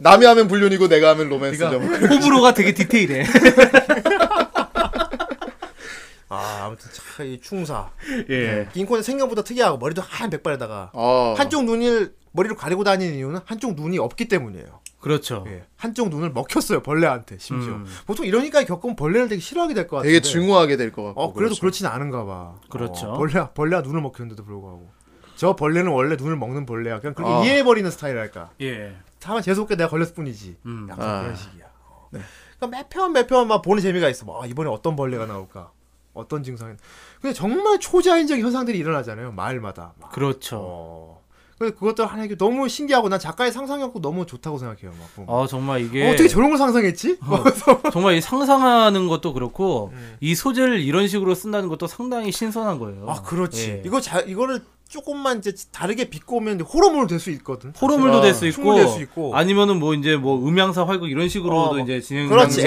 C: 남이 하면 불륜이고 내가 하면 로맨스죠.
A: 그러니까
C: 뭐.
B: 호불호가 되게 디테일해.
A: 아 아무튼 참이 충사 네.
B: 예.
A: 긴코는 생각보다 특이하고 머리도 한 백발에다가
C: 어.
A: 한쪽 눈을 머리를 가리고 다니는 이유는 한쪽 눈이 없기 때문이에요.
B: 그렇죠.
A: 예. 한쪽 눈을 먹혔어요 벌레한테 심지어.
B: 음.
A: 보통 이러니까 겪으면 벌레를 되게 싫어하게 될 것 같은데.
C: 되게 증오하게 될 것 같고.
A: 어 그래도 그렇진 않은가 봐.
B: 그렇죠.
A: 어, 벌레 벌레가 눈을 먹혔는데도 불구하고 저 벌레는 원래 눈을 먹는 벌레야. 그냥 그렇게
C: 아.
A: 이해해버리는 스타일이랄까.
B: 예.
A: 다만 재수없게 내가 걸렸을 뿐이지.
B: 음.
A: 약간
C: 아.
A: 그러니까. 그런 식이야. 어. 그러니까 매 편 매 편 막 보는 재미가 있어. 막, 아, 이번에 어떤 벌레가 나올까? 어떤 증상이? 근데 정말 초자연적 현상들이 일어나잖아요. 마을마다. 막.
B: 그렇죠.
A: 어. 근데 그것도 하나 이게 너무 신기하고 난 작가의 상상력도 너무 좋다고 생각해요. 막 보면.
B: 아 정말 이게
A: 어, 어떻게 저런 걸 상상했지?
B: 정말 이 상상하는 것도 그렇고
A: 음.
B: 이 소재를 이런 식으로 쓴다는 것도 상당히 신선한 거예요.
A: 아 그렇지.
B: 예.
A: 이거 자 이거를 조금만 이제 다르게 비꼬면 호러물 될 수 있거든. 어,
B: 호러물도
C: 아,
B: 될 수
A: 그렇죠. 충분히
B: 있고,
A: 될수 있고.
B: 아니면은 뭐 이제 뭐 음향사 활극 이런 식으로도
A: 어, 막-
B: 이제 예. 진행
A: 그렇지.
C: 음,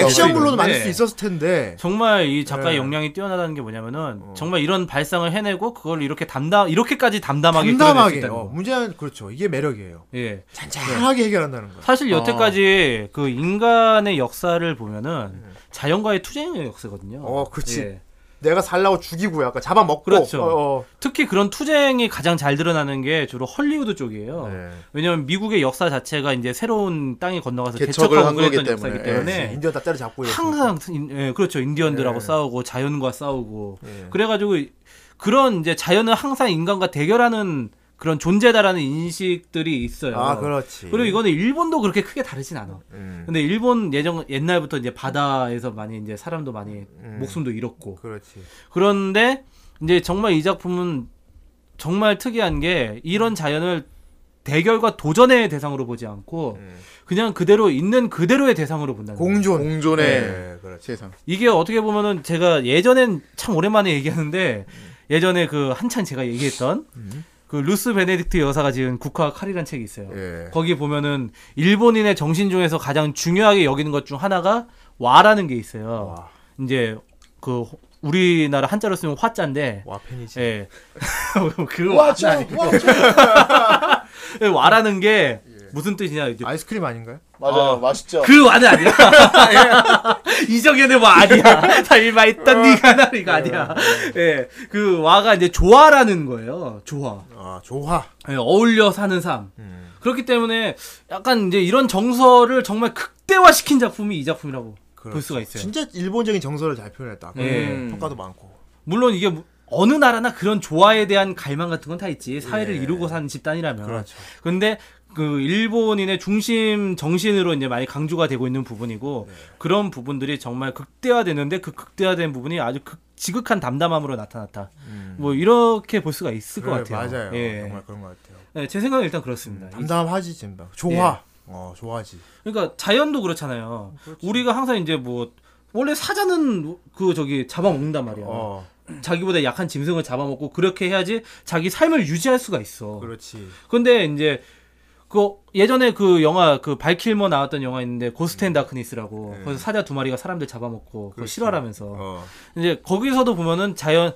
C: 음,
A: 액션물로도 만들 수 있었을 텐데.
B: 정말 이 작가의
A: 예.
B: 역량이 뛰어나다는 게 뭐냐면은 정말 이런 발상을 해내고 그걸 이렇게 담담 이렇게까지 담담하게 그려낼 수
A: 담담하게.
B: 있다는
A: 어,
B: 거.
A: 문제는 그렇죠. 이게 매력이에요.
B: 예.
A: 잔잔하게 해결한다는 거야. 어.
B: 사실 여태까지 그 인간의 역사를 보면은 자연과의 투쟁의 역사거든요.
A: 네. 어, 그치.
B: 예.
A: 내가 살라고 죽이고 약간 잡아먹고.
B: 그렇죠.
A: 어, 어.
B: 특히 그런 투쟁이 가장 잘 드러나는 게 주로 헐리우드 쪽이에요.
A: 네.
B: 왜냐면 미국의 역사 자체가 이제 새로운 땅에 건너가서
C: 개척을
B: 개척하고
C: 한 거기
B: 그랬던 역사이기
C: 때문에.
B: 때문에
A: 네. 인디언 다 때려잡고 이렇게.
B: 항상 인- 예, 그렇죠 인디언들하고
A: 예.
B: 싸우고 자연과 싸우고
A: 예.
B: 그래가지고 그런 이제 자연은 항상 인간과 대결하는 그런 존재다라는 인식들이 있어요.
A: 아 그렇지.
B: 그리고 이거는 일본도 그렇게 크게 다르진 않아.
A: 음.
B: 근데 일본 예전 옛날부터 이제 바다에서 많이 이제 사람도 많이
A: 음.
B: 목숨도 잃었고
A: 그렇지.
B: 그런데 이제 정말 이 작품은 정말 특이한 게
A: 음.
B: 이런 자연을 대결과 도전의 대상으로 보지 않고 그냥 그대로 있는 그대로의 대상으로 본다는 거예요.
A: 음. 공존.
C: 공존의
A: 네, 그렇지.
C: 세상.
B: 이게 어떻게 보면은 제가 예전엔 참 오랜만에 얘기하는데
A: 음.
B: 예전에 그 한창 제가 얘기했던
C: 음.
B: 그 루스 베네딕트 여사가 지은 국화 칼이란 책이 있어요.
A: 예.
B: 거기 보면은 일본인의 정신 중에서 가장 중요하게 여기는 것 중 하나가 와라는 게 있어요.
A: 와.
B: 이제 그 우리나라 한자로 쓰면 화자인데
A: 와 팬이지.
B: 예. 그 와자. 예, 와라는 게 무슨 뜻이냐 이제
A: 예. 아이스크림 아닌가요?
C: 맞아요, 맛있죠.
B: 그 와는 아니야. 예. 이정현의 와 아니야. 달마
A: 어.
B: 있던 네가 나리가 아니야. 예, 그 와가 이제 조화라는 거예요. 조화.
A: 아 조화.
B: 예, 어울려 사는 삶.
A: 음.
B: 그렇기 때문에 약간 이제 이런 정서를 정말 극대화시킨 작품이 이 작품이라고 볼
A: 그렇죠.
B: 수가 있어요.
A: 진짜 일본적인 정서를 잘 표현했다.
B: 예.
A: 음. 평가도 많고.
B: 물론 이게 무- 어느 나라나 그런 조화에 대한 갈망 같은 건 다 있지. 사회를
A: 예.
B: 이루고 사는 집단이라면.
A: 그렇죠.
B: 근데 그 일본인의 중심 정신으로 이제 많이 강조가 되고 있는 부분이고
A: 네.
B: 그런 부분들이 정말 극대화되는데 그 극대화된 부분이 아주 극, 지극한 담담함으로 나타났다. 뭐 이렇게 볼 수가
A: 음.
B: 있을
A: 그래,
B: 것 같아요.
A: 맞아요.
B: 예.
A: 정말 그런 것 같아요.
B: 예, 제 생각은 일단 그렇습니다. 이-
A: 담담하지 진짜.
B: 예.
A: 좋아. 어, 좋아하지.
B: 그러니까 자연도 그렇잖아요.
A: 그렇죠.
B: 우리가 항상 이제 뭐 원래 사자는 그 저기 잡아먹는단 말이야.
A: 어,
B: 자기보다 약한 짐승을 잡아먹고 그렇게 해야지 자기 삶을 유지할 수가 있어.
A: 그렇지.
B: 근데 이제 그 예전에 그 영화 그 발킬머 나왔던 영화 있는데 고스트 앤 다크니스라고
A: 음. 네.
B: 거기서 사자 두 마리가 사람들 잡아먹고 그거 실화라면서
A: 어,
B: 이제 거기서도 보면은 자연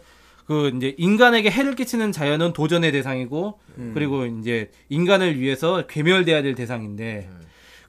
B: 그 이제 인간에게 해를 끼치는 자연은 도전의 대상이고
A: 음.
B: 그리고 이제 인간을 위해서 괴멸돼야 될 대상인데
A: 음.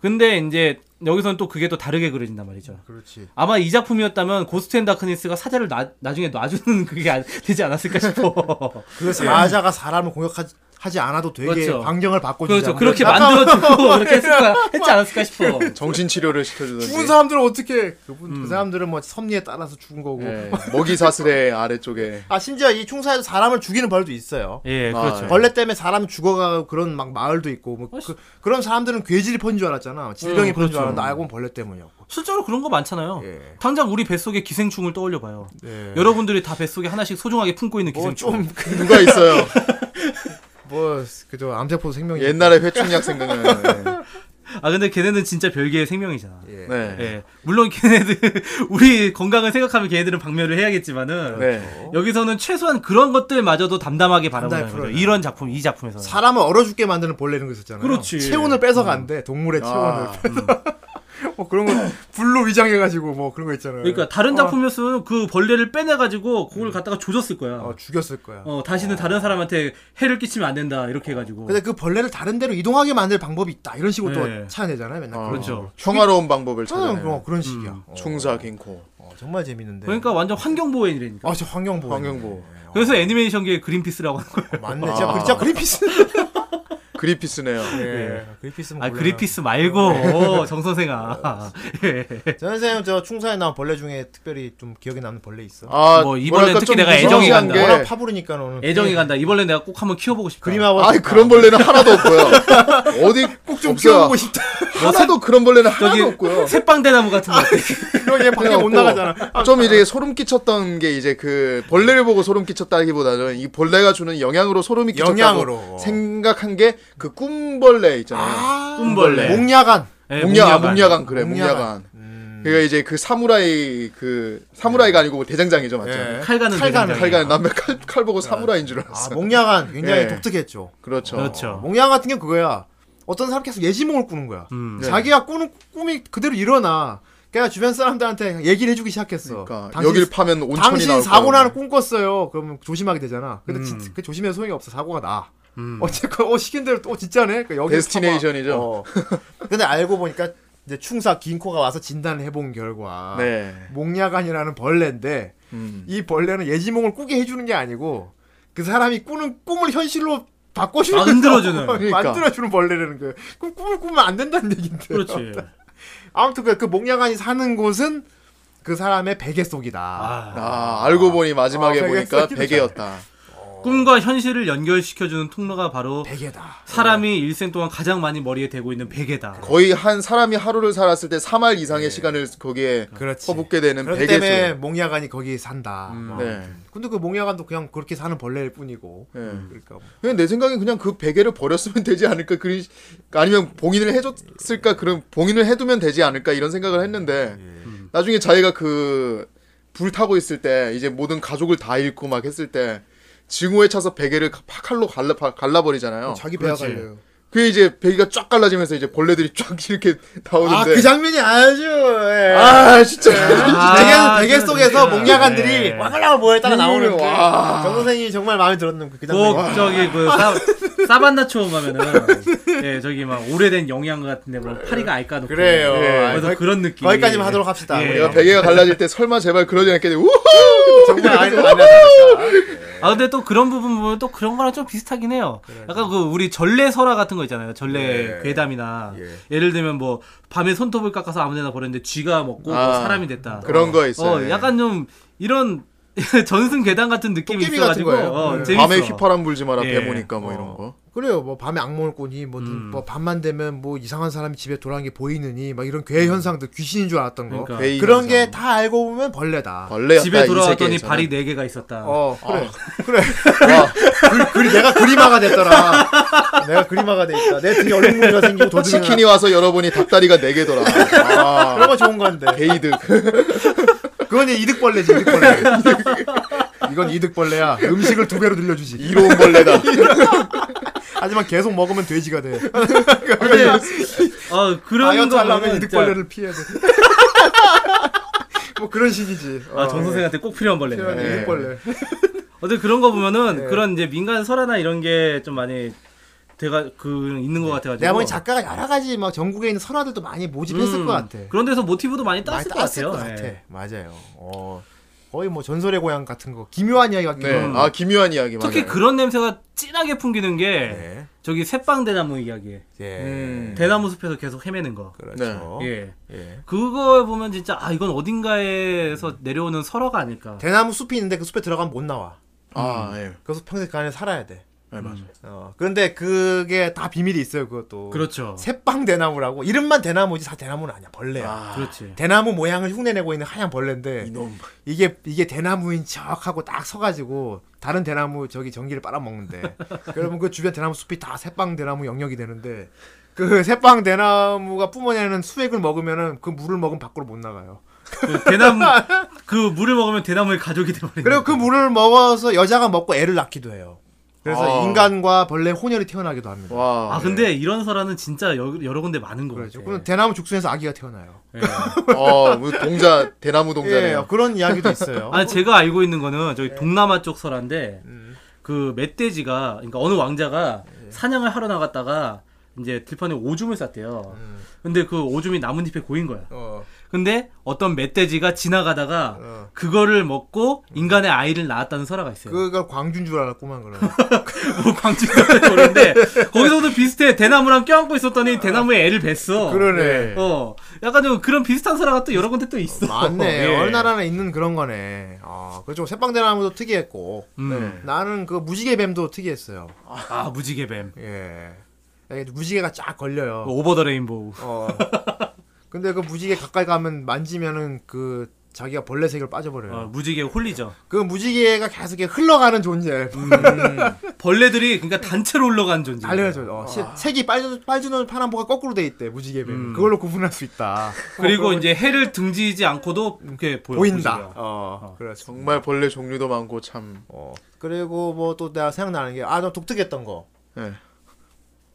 B: 근데 이제 여기서는 또 그게 또 다르게 그려진단 말이죠.
A: 그렇지.
B: 아마 이 작품이었다면 고스트 앤 다크니스가 사자를 나, 나중에 놔주는 그게 안- 되지 않았을까 싶어.
A: 그 사자가 사람을 공격하지 하지 않아도 되게
B: 예. 그렇죠.
A: 환경을 뭐 바꿔주잖아.
B: 그렇죠. 그렇게 만들어주고 그렇게 했을까, 했지 않았을까 싶어.
C: 정신 치료를 시켜주던지.
A: 뭐 예. 죽은 사람들은 어떻게? 그분
B: 음.
A: 그 사람들은 뭐 섭리에 따라서 죽은 거고.
C: 예, 먹이 사슬의 아래쪽에
A: 아 심지어 이 충사에서 사람을 죽이는 벌도 있어요.
B: 예,
C: 아,
B: 그렇죠.
C: 예.
A: 벌레 때문에 사람 죽어가고 그런 막 마을도 있고 뭐
B: 어, 씨.
A: 그, 그런 사람들은 괴질이 펀 줄 알았잖아. 질병이 펀
B: 음,
A: 줄
B: 그렇죠.
A: 알았는데 알고는 벌레 때문이었고.
B: 실제로 그런 거 많잖아요.
A: 예.
B: 당장 우리 뱃속에 기생충을 떠올려봐요.
A: 예. 어,
B: 여러분들이 다 뱃속에 하나씩 소중하게 품고 있는 기생충.
A: 뭐좀뭐
C: 그 누가 있어요.
A: 뭐, 그저 암세포 생명이
C: 옛날에 회충약 생각나요.
B: 아 근데 걔네는 진짜 별개의 생명이잖아.
A: 예.
C: 예. 네. 네.
B: 예. 물론 걔네들 우리 건강을 생각하면 걔네들은 박멸을 해야겠지만은 여기서는 최소한 그런 것들마저도 담담하게 바라보는
A: 그렇죠. 담담히
B: 거죠.
A: 풀어요.
B: 이런 작품, 이 작품에서는.
A: 사람을 얼어 죽게 만드는 벌레는 거 있었잖아요.
B: 그렇지. 음.
A: 체온을 뺏어간대. 동물의
C: 아,
A: 체온을. 뭐 그런 거 불로 위장해가지고 뭐 그런 거 있잖아요.
B: 그러니까 다른 작품이었으면 그 벌레를 빼내가지고 그걸 갖다가 조졌을 거야.
A: 어,
B: 어,
A: 죽였을 거야. 어.
B: 다시는 다른 사람한테 해를 끼치면 안 된다 이렇게 해가지고.
A: 근데 그 벌레를 다른 데로 이동하게 만들 방법이 있다. 이런 식으로
B: 네.
A: 또 찾아내잖아요. 맨날.
C: 아,
A: 그런
B: 그렇죠. 음.
A: 거.
C: 평화로운 방법을
A: 저는 뭐
C: 찾아내요.
A: 그런 식이야. 어.
C: 충사 갱코.
A: 어, 정말 재밌는데.
B: 그러니까 완전 환경 보호인이니까.
A: 아, 저 환경보호.
C: 환경보호.
A: 네. 어,
B: 그래서 애니메이션계의 그린피스라고 하는 거예요.
A: 맞네.
C: 아.
A: 진짜, 그- 진짜 그린피스.
C: 그리피스네요.
A: 예. 그린피스.
B: 아 그린피스
A: 예.
B: 말고 정 선생아. 예.
A: 선생님 저 충사에 나온 벌레 중에 특별히 좀 기억에 남는 벌레 있어?
C: 아,
B: 뭐 이번엔
C: 뭐랄까
B: 특히
C: 좀
B: 내가 애정이
C: 무서운
B: 간다.
C: 게
A: 워낙 파부르니까 너는.
B: 애정이 간다. 이번에 내가 꼭 한번 키워보고
A: 예.
B: 싶다.
A: 그림하고
C: 아이 그런 벌레는 하나도 없고요. 뭐 어디
A: 좀
C: 꼭좀
A: 키워보고 싶다.
C: 하나도 그런 벌레는 하나도 없고요.
B: 새빵대나무 같은
A: 아,
B: 거.
A: 그럼 얘 밖에
C: 그냥
A: 못
C: 없고.
A: 나가잖아. 아,
C: 어. 좀 이제 소름 끼쳤던 게 이제 그 벌레를 보고 소름 끼쳤다기보다는 이 벌레가 주는 영향으로 소름이 끼쳤다고
A: 영향으로.
C: 생각한 게 그 꿈벌레 있잖아요.
B: 꿈벌레.
A: 몽야간.
B: 예,
C: 몽야 아, 몽야강 그래
A: 몽야강.
C: 몽야강.
A: 음.
C: 그러니까 이제 그 사무라이 그 사무라이가 아니고 대장장이죠 맞죠?
A: 예. 칼가는,
B: 칼가는 대장장이야.
C: 칼간 남의 칼, 칼 보고 사무라이인 줄
A: 아,
C: 알았어.
A: 몽야간 굉장히
C: 예.
A: 독특했죠.
C: 그렇죠.
B: 그렇죠.
A: 몽양 같은 게 그거야. 어떤 사람 계속 예지몽을 꾸는 거야.
B: 음.
C: 네.
A: 자기가 꾸는 꿈이 그대로 일어나. 그러니까 주변 사람들한테 얘기를 해주기 시작했어.
C: 그러니까
A: 당신,
C: 여길 파면 온천이
A: 당신
C: 나올
A: 사고
C: 거야.
A: 나는 꿈 꿨어요. 그러면 조심하게 되잖아. 근데
B: 음.
A: 진- 그 조심해서 소용이 없어. 사고가 나.
B: 음.
A: 어쨌건 어 시킨 대로 또 진짜네. 그러니까 여기를
C: 데스티네이션이죠.
A: 파봐. 어. 근데 알고 보니까 이제 충사 긴코가 와서 진단을 해본 결과
C: 네.
A: 몽야간이라는 벌레인데
C: 음.
A: 이 벌레는 예지몽을 꾸게 해주는 게 아니고 그 사람이 꾸는 꿈을 현실로 바꿔주는
B: 만들어주는.
A: 거예요.
C: 그러니까.
A: 만들어주는 벌레라는 거예요. 그럼 꿈을 꾸면 안 된다는 얘긴데.
B: 그렇지.
A: 아무튼 그, 그 몽야간이 사는 곳은 그 사람의 베개 속이다.
B: 아,
C: 아 알고 보니 마지막에
A: 아, 베개
C: 보니까
A: 섞이는
C: 베개였다.
B: 꿈과 현실을 연결시켜주는 통로가 바로
A: 베개다.
B: 사람이 일생 동안 가장 많이 머리에 대고 있는 베개다.
C: 거의 한 사람이 하루를 살았을 때 3할 이상의 시간을 거기에
A: 네. 그렇지.
C: 퍼붓게 되는
A: 그렇기
C: 베개죠.
A: 때문에 몽야간이 거기 산다. 뭐.
C: 네.
A: 근데 그 몽야간도 그냥 그렇게 사는 벌레일 뿐이고.
C: 네.
A: 그러니까 뭐.
C: 그냥 내 생각엔 그냥 그 베개를 버렸으면 되지 않을까 그리 아니면 봉인을 해줬을까 그런 봉인을 해두면 되지 않을까 이런 생각을 했는데
A: 예.
C: 나중에 자기가 그 불 타고 있을 때 이제 모든 가족을 다 잃고 막 했을 때 증오에 차서 베개를 가- 칼로 갈라 바- 갈라버리잖아요.
A: 자기 배가
B: 그렇지.
A: 갈려요.
C: 그게 이제 베개가 쫙 갈라지면서 이제 벌레들이 쫙 이렇게
A: 아
C: 나오는데
A: 그 장면이 아주. 예.
C: 아, 진짜 예. 음,
A: 베개,
B: 아,
A: 베개
B: 그건
A: 속에서
B: 진짜.
A: 몽야간들이
B: 네.
A: 와글라고 모여있다가 나오는 그
C: 와.
A: 정선생이 정말 마음에 들었는 그 장면이
B: 꼭 저기 그 사, 사반나 초원 가면은 예 저기 막 오래된 영양 같은데 뭐 파리가 알까 놓고
A: 그래요.
B: 예, 그래서
A: 거기-
B: 그런 느낌
A: 거기까지만 하도록 합시다.
B: 예.
C: 내가 베개가 갈라질 때 설마 제발 그러지 않겠니? 우후!
A: 정말 아이돌 아니야.
B: 아 근데 또 그런 부분 보면 또 그런 거랑 좀 비슷하긴 해요. 약간 그 우리 전래 설화 같은 거 있잖아요.
A: 예.
B: 전래 괴담이나
A: 예.
B: 예. 를 들면 뭐 밤에 손톱을 깎아서 아무데나 버렸는데 쥐가 먹고
C: 아,
B: 뭐 사람이 됐다.
C: 그런 거 있어요.
B: 어,
A: 예.
B: 약간 좀 이런 전승 괴담 같은 느낌이
A: 도깨비 같은
B: 있어가지고
A: 거예요.
B: 어,
A: 네.
B: 재밌어.
C: 밤에 휘파람 불지 마라
B: 예.
C: 배 보니까 뭐 이런 거.
A: 그래요. 뭐 밤에 악몽을 꾸니 뭐, 눈-
B: 음.
A: 뭐 밤만 되면 뭐 이상한 사람이 집에 돌아오는 게 보이느니 막 이런 괴 현상들 귀신인 줄 알았던 거.
B: 음. 그러니까.
A: 그
C: 괴인
A: 런 게
C: 현상.
A: 다 알고 보면 벌레다.
C: 벌레였다
B: 집에
C: 이
B: 돌아왔더니
C: 세계에서는.
B: 발이 네 개가 있었다.
A: 어 그래 그래
C: 와,
A: 그, 그, 내가 그리마가 됐더라. 내가 그리마가 돼 있다. 내 등에 얼룩무늬가 생기고 도둑이
C: 치킨이 와서 열어보니 닭다리가 네 개더라.
A: 나.
C: 아,
A: 그런 거 좋은 건데.
C: 게이득.
A: 그건 이제 이득벌레지 이득벌레. 이건 이득벌레야. 음식을 두 배로 늘려주지.
C: 이로운 벌레다.
A: 하지만 계속 먹으면 돼지가 돼.
B: 근데 아 그런
A: 다이어트
B: 거
A: 하려면
B: 보면 진짜
A: 이득벌레를 피해야 돼. 뭐 그런 식이지. 어,
B: 아정 선생한테 꼭 필요한 벌레네. 예.
A: 필요한
C: 네.
A: 이득벌레.
B: 어때 그런 거 보면은
A: 네.
B: 그런 이제 민간 설화나 이런 게 좀 많이 돼가 그 있는 것 같아가지고.
A: 내가 보니 작가가 여러 가지 막 전국에 있는 선화들도 많이 모집했을
B: 음,
A: 것 같아.
B: 그런 데서 모티브도 많이
A: 많이
B: 땄을 것
A: 땄을
B: 같아요.
A: 것 같아.
B: 네.
A: 맞아요. 어, 거의 뭐 전설의 고향 같은 거 기묘한 이야기 같기도
C: 네.
A: 하고.
C: 아, 기묘한 이야기 맞아요.
B: 음. 특히 그런 냄새가 진하게 풍기는 게
A: 네.
B: 저기 새빵 대나무 이야기.
A: 예.
C: 음.
B: 대나무 숲에서 계속 헤매는 거.
C: 네.
A: 그렇죠.
B: 예.
A: 예.
B: 그거 보면 진짜 아 이건 어딘가에서 내려오는 설화가 아닐까.
A: 대나무 숲이 있는데 그 숲에 들어가면 못 나와.
C: 아, 예.
A: 그래서 평생 그 안에 살아야 돼.
C: 네, 맞아요.
B: 음.
A: 어, 그런데 그게 다 비밀이 있어요, 그것도.
B: 그렇죠.
A: 새빵 대나무라고. 이름만 대나무지, 사 대나무는 아니야. 벌레야.
C: 아,
B: 그렇지.
A: 대나무 모양을 흉내내고 있는 하얀 벌레인데 이게 이게 대나무인 척하고 딱 서가지고 다른 대나무 저기 전기를 빨아먹는데 그러면 그 주변 대나무 숲이 다 새빵 대나무 영역이 되는데 그 새빵 대나무가 뿜어내는 수액을 먹으면은 그 물을 먹으면 밖으로 못 나가요.
B: 그 대나무 그 물을 먹으면 대나무의 가족이 돼버리는.
A: 그리고 그 물을 먹어서 여자가 먹고 애를 낳기도 해요. 그래서
C: 아.
A: 인간과 벌레 혼혈이 태어나기도 합니다.
C: 와.
B: 아
A: 예.
B: 근데 이런 설화는 진짜 여, 여러 군데 많은 거
A: 그렇죠.
B: 같아요.
A: 그럼 대나무 죽순에서 아기가 태어나요.
B: 예.
C: 어, 뭐 동자 대나무 동자네요.
A: 예, 그런 이야기도 있어요. 예.
B: 아 제가 알고 있는 거는 저기 동남아 쪽 설화인데
A: 음.
B: 그 멧돼지가 그러니까 어느 왕자가
A: 예.
B: 사냥을 하러 나갔다가 이제 들판에 오줌을 쌌대요.
A: 음.
B: 근데 그 오줌이 나뭇잎에 고인 거야.
A: 어,
B: 근데 어떤 멧돼지가 지나가다가
A: 어. 음.
B: 그거를 먹고 인간의 아이를 낳았다는 설화가 있어요.
A: 그걸 광준 줄 알았구만 그럼.
B: 뭐 광진도 모르는데 거기서도 비슷해. 대나무랑 껴안고 있었더니 대나무에 애를 뱄어.
A: 그러네.
B: 어, 약간 좀 그런 비슷한 설화가 또 여러 군데 또 있어.
A: 맞네.
B: 예.
A: 어느 나라나 있는 그런 거네. 아, 그렇죠. 새빵대나무도 특이했고.
B: 음.
C: 네.
A: 나는 그 무지개뱀도 특이했어요.
B: 아 무지개뱀. 그
A: 예. 이게 무지개가 쫙 걸려요.
B: 오버 더 레인보우.
A: 어. 근데 그 무지개 가까이 가면 만지면은 그 자기가 벌레 색을 빠져버려요.
B: 어, 무지개 홀리죠.
A: 그 무지개가 계속 이렇게 흘러가는 존재.
B: 음. 벌레들이 그러니까 단체로 올라간 존재.
A: 달려져. 어, 시- 색이 빨주 빨주노 파란보가 거꾸로 돼 있대. 무지개뱀.
B: 음.
A: 그걸로 구분할 수 있다.
B: 그리고 이제 해를 등지지 않고도 이렇게 보여.
A: 보인다.
B: 무지개가.
A: 어, 그렇죠.
C: 정말 벌레 종류도 많고 참.
A: 어. 그리고 뭐 또 내가 생각나는 게 아, 좀 독특했던 거.
C: 예.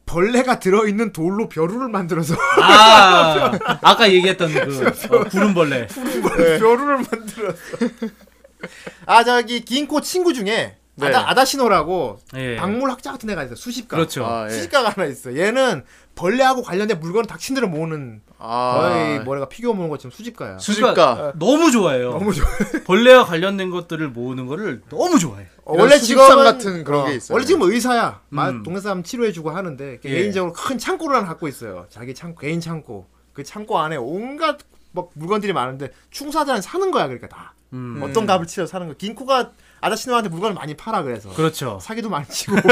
A: 벌레가 들어있는 돌로 벼루를 만들어서
B: 아 아까 얘기했던 그 어, 구름벌레.
C: 네.
A: 벼루를 만들었어. 네. 아 저기 긴코 친구 중에
C: 네.
A: 아다, 아다시노라고
B: 예.
A: 박물 학자 같은 애가 있어 수십가.
B: 그렇죠.
C: 아, 예.
A: 수십가가 하나 있어. 얘는 벌레하고 관련된 물건을 닥친대로 모으는 거의
C: 아.
A: 머리가 피규어 모으는 것처럼 수집가야.
C: 수집가.
B: 그러니까 너무 좋아해요.
A: 너무 좋아.
B: 벌레와 관련된 것들을 모으는 거를 너무 좋아해.
A: 어,
C: 이런
A: 원래
C: 수집상
A: 직업은
C: 같은 그런 게 있어요.
A: 원래 지금 의사야. 마-
B: 음.
A: 동네 사람 치료해주고 하는데
C: 예.
A: 개인적으로 큰 창고를 하나 갖고 있어요. 자기 창고 개인 창고. 그 창고 안에 온갖 막 물건들이 많은데 충사들은 사는 거야 그러니까 다.
B: 음.
A: 어떤 값을 치러 사는 거. 긴코가 아다시노한테 물건을 많이 팔아 그래서.
B: 그렇죠.
A: 사기도 많이 치고